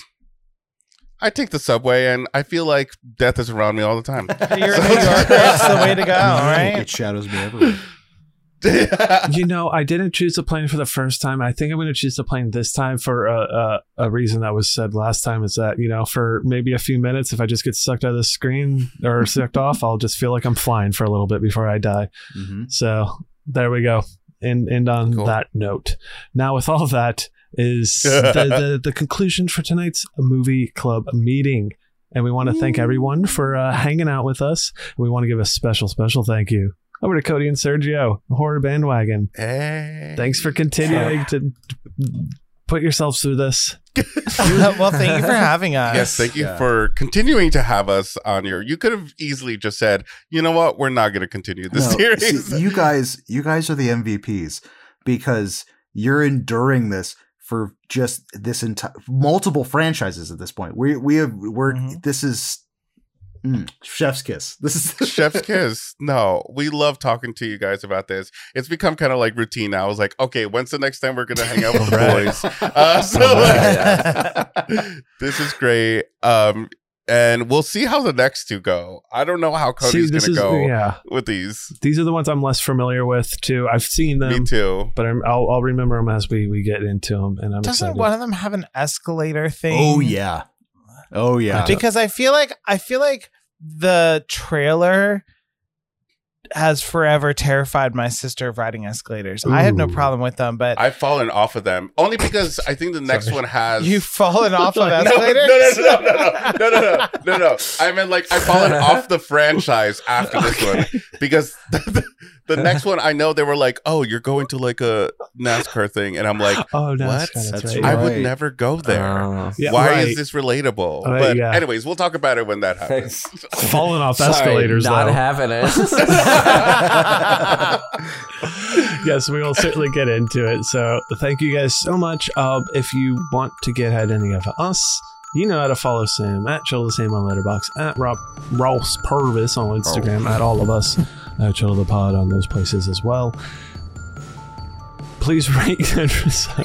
Speaker 5: I take the subway, and I feel like death is around me all
Speaker 1: [laughs]
Speaker 5: the time. [laughs]
Speaker 4: You're in New York. That's the way to
Speaker 1: It
Speaker 4: go, right?
Speaker 1: shadows me everywhere.
Speaker 3: [laughs] You know, I didn't choose the plane for the first time. I think I'm going to choose the plane this time for a, a, a reason that was said last time. Is that you know, for maybe a few minutes, if I just get sucked out of the screen or
Speaker 1: [laughs]
Speaker 3: sucked off, I'll just feel like I'm flying for a little bit before I die.
Speaker 1: hmm
Speaker 3: So there we go. And end on
Speaker 5: Cool.
Speaker 3: that note. Now with all that
Speaker 5: [laughs]
Speaker 3: is the, the the conclusion for tonight's movie club meeting. And we want to thank everyone for uh, hanging out with us. We want to give a special, special thank you over to Cody and Sergio, the Horror Bandwagon.
Speaker 5: Hey.
Speaker 3: Thanks for continuing to put yourselves through this.
Speaker 4: [laughs] well, thank you for having us.
Speaker 5: Yes, thank you
Speaker 1: Yeah.
Speaker 5: for continuing to have us on your. You could have easily just said, "You know what? We're not going to continue this
Speaker 1: No, see, [laughs]
Speaker 5: series."
Speaker 1: you guys, you guys are the MVPs because you're enduring this for just this entire multiple franchises at this point. We we have we're
Speaker 5: Mm-hmm.
Speaker 4: Mhm.
Speaker 1: this is mm, chef's kiss. This is
Speaker 5: [laughs] Chef's
Speaker 1: [laughs]
Speaker 5: kiss. No, we love talking to you guys about this. It's become kind of like routine now. I was like, okay, when's the next time we're gonna hang
Speaker 3: [laughs]
Speaker 5: out with the boys? Uh, so [laughs] this is great. Um, and we'll see how the next two go. I don't know how Cody's gonna go
Speaker 3: yeah.
Speaker 5: with these.
Speaker 3: These are the ones I'm less familiar with too. I've seen them,
Speaker 5: Me too.
Speaker 3: Um, but I'm, I'll, I'll remember them as we, we get into them. And I'm
Speaker 4: Doesn't
Speaker 3: excited.
Speaker 4: one of them have an escalator thing?
Speaker 1: oh yeah, oh yeah.
Speaker 4: Because I feel like I feel like the trailer has forever terrified my sister of riding escalators. I had no
Speaker 3: Ooh.
Speaker 4: problem with them, but
Speaker 5: I've fallen off of them only because I think the next
Speaker 3: Sorry.
Speaker 5: one has
Speaker 4: you've fallen off of
Speaker 5: [laughs] No, no,
Speaker 4: escalators.
Speaker 5: no, no, no, no, no, no, no, no, no. I meant like I've fallen off the franchise after this one because [laughs] the, the, next one I know they were like, oh, you're going to like a NASCAR thing, and I'm like,
Speaker 3: Oh no,
Speaker 5: What?
Speaker 3: That's,
Speaker 1: That's
Speaker 3: right.
Speaker 5: I
Speaker 1: right.
Speaker 5: would never go there. [laughs]
Speaker 2: Oh.
Speaker 3: Yeah,
Speaker 5: Why
Speaker 3: right.
Speaker 5: is this relatable?
Speaker 3: Uh,
Speaker 5: but
Speaker 3: yeah.
Speaker 5: anyways, we'll talk about it when that happens.
Speaker 3: [laughs] falling off
Speaker 2: Sorry,
Speaker 3: escalators
Speaker 2: not
Speaker 3: though?
Speaker 5: [laughs]
Speaker 2: [laughs] happening.
Speaker 3: yes, we will certainly get into it. So thank you guys so much. Uh, if you want to get at any of us, you know how to follow Sam at Chilla Sam on Letterbox at Rob Ross Purvis on Instagram at all of us at Chilla the Pod on those places as well. Please rate [laughs] and
Speaker 5: [laughs]
Speaker 3: rec-
Speaker 5: oh my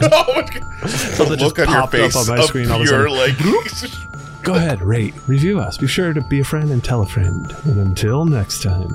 Speaker 5: god!
Speaker 3: Something just
Speaker 5: Look on your
Speaker 3: popped up
Speaker 5: face
Speaker 3: on my
Speaker 5: of
Speaker 3: screen all of a
Speaker 5: pure, like.
Speaker 3: [laughs] Go ahead, rate, review us. Be sure to be a friend and tell a friend. And until next time,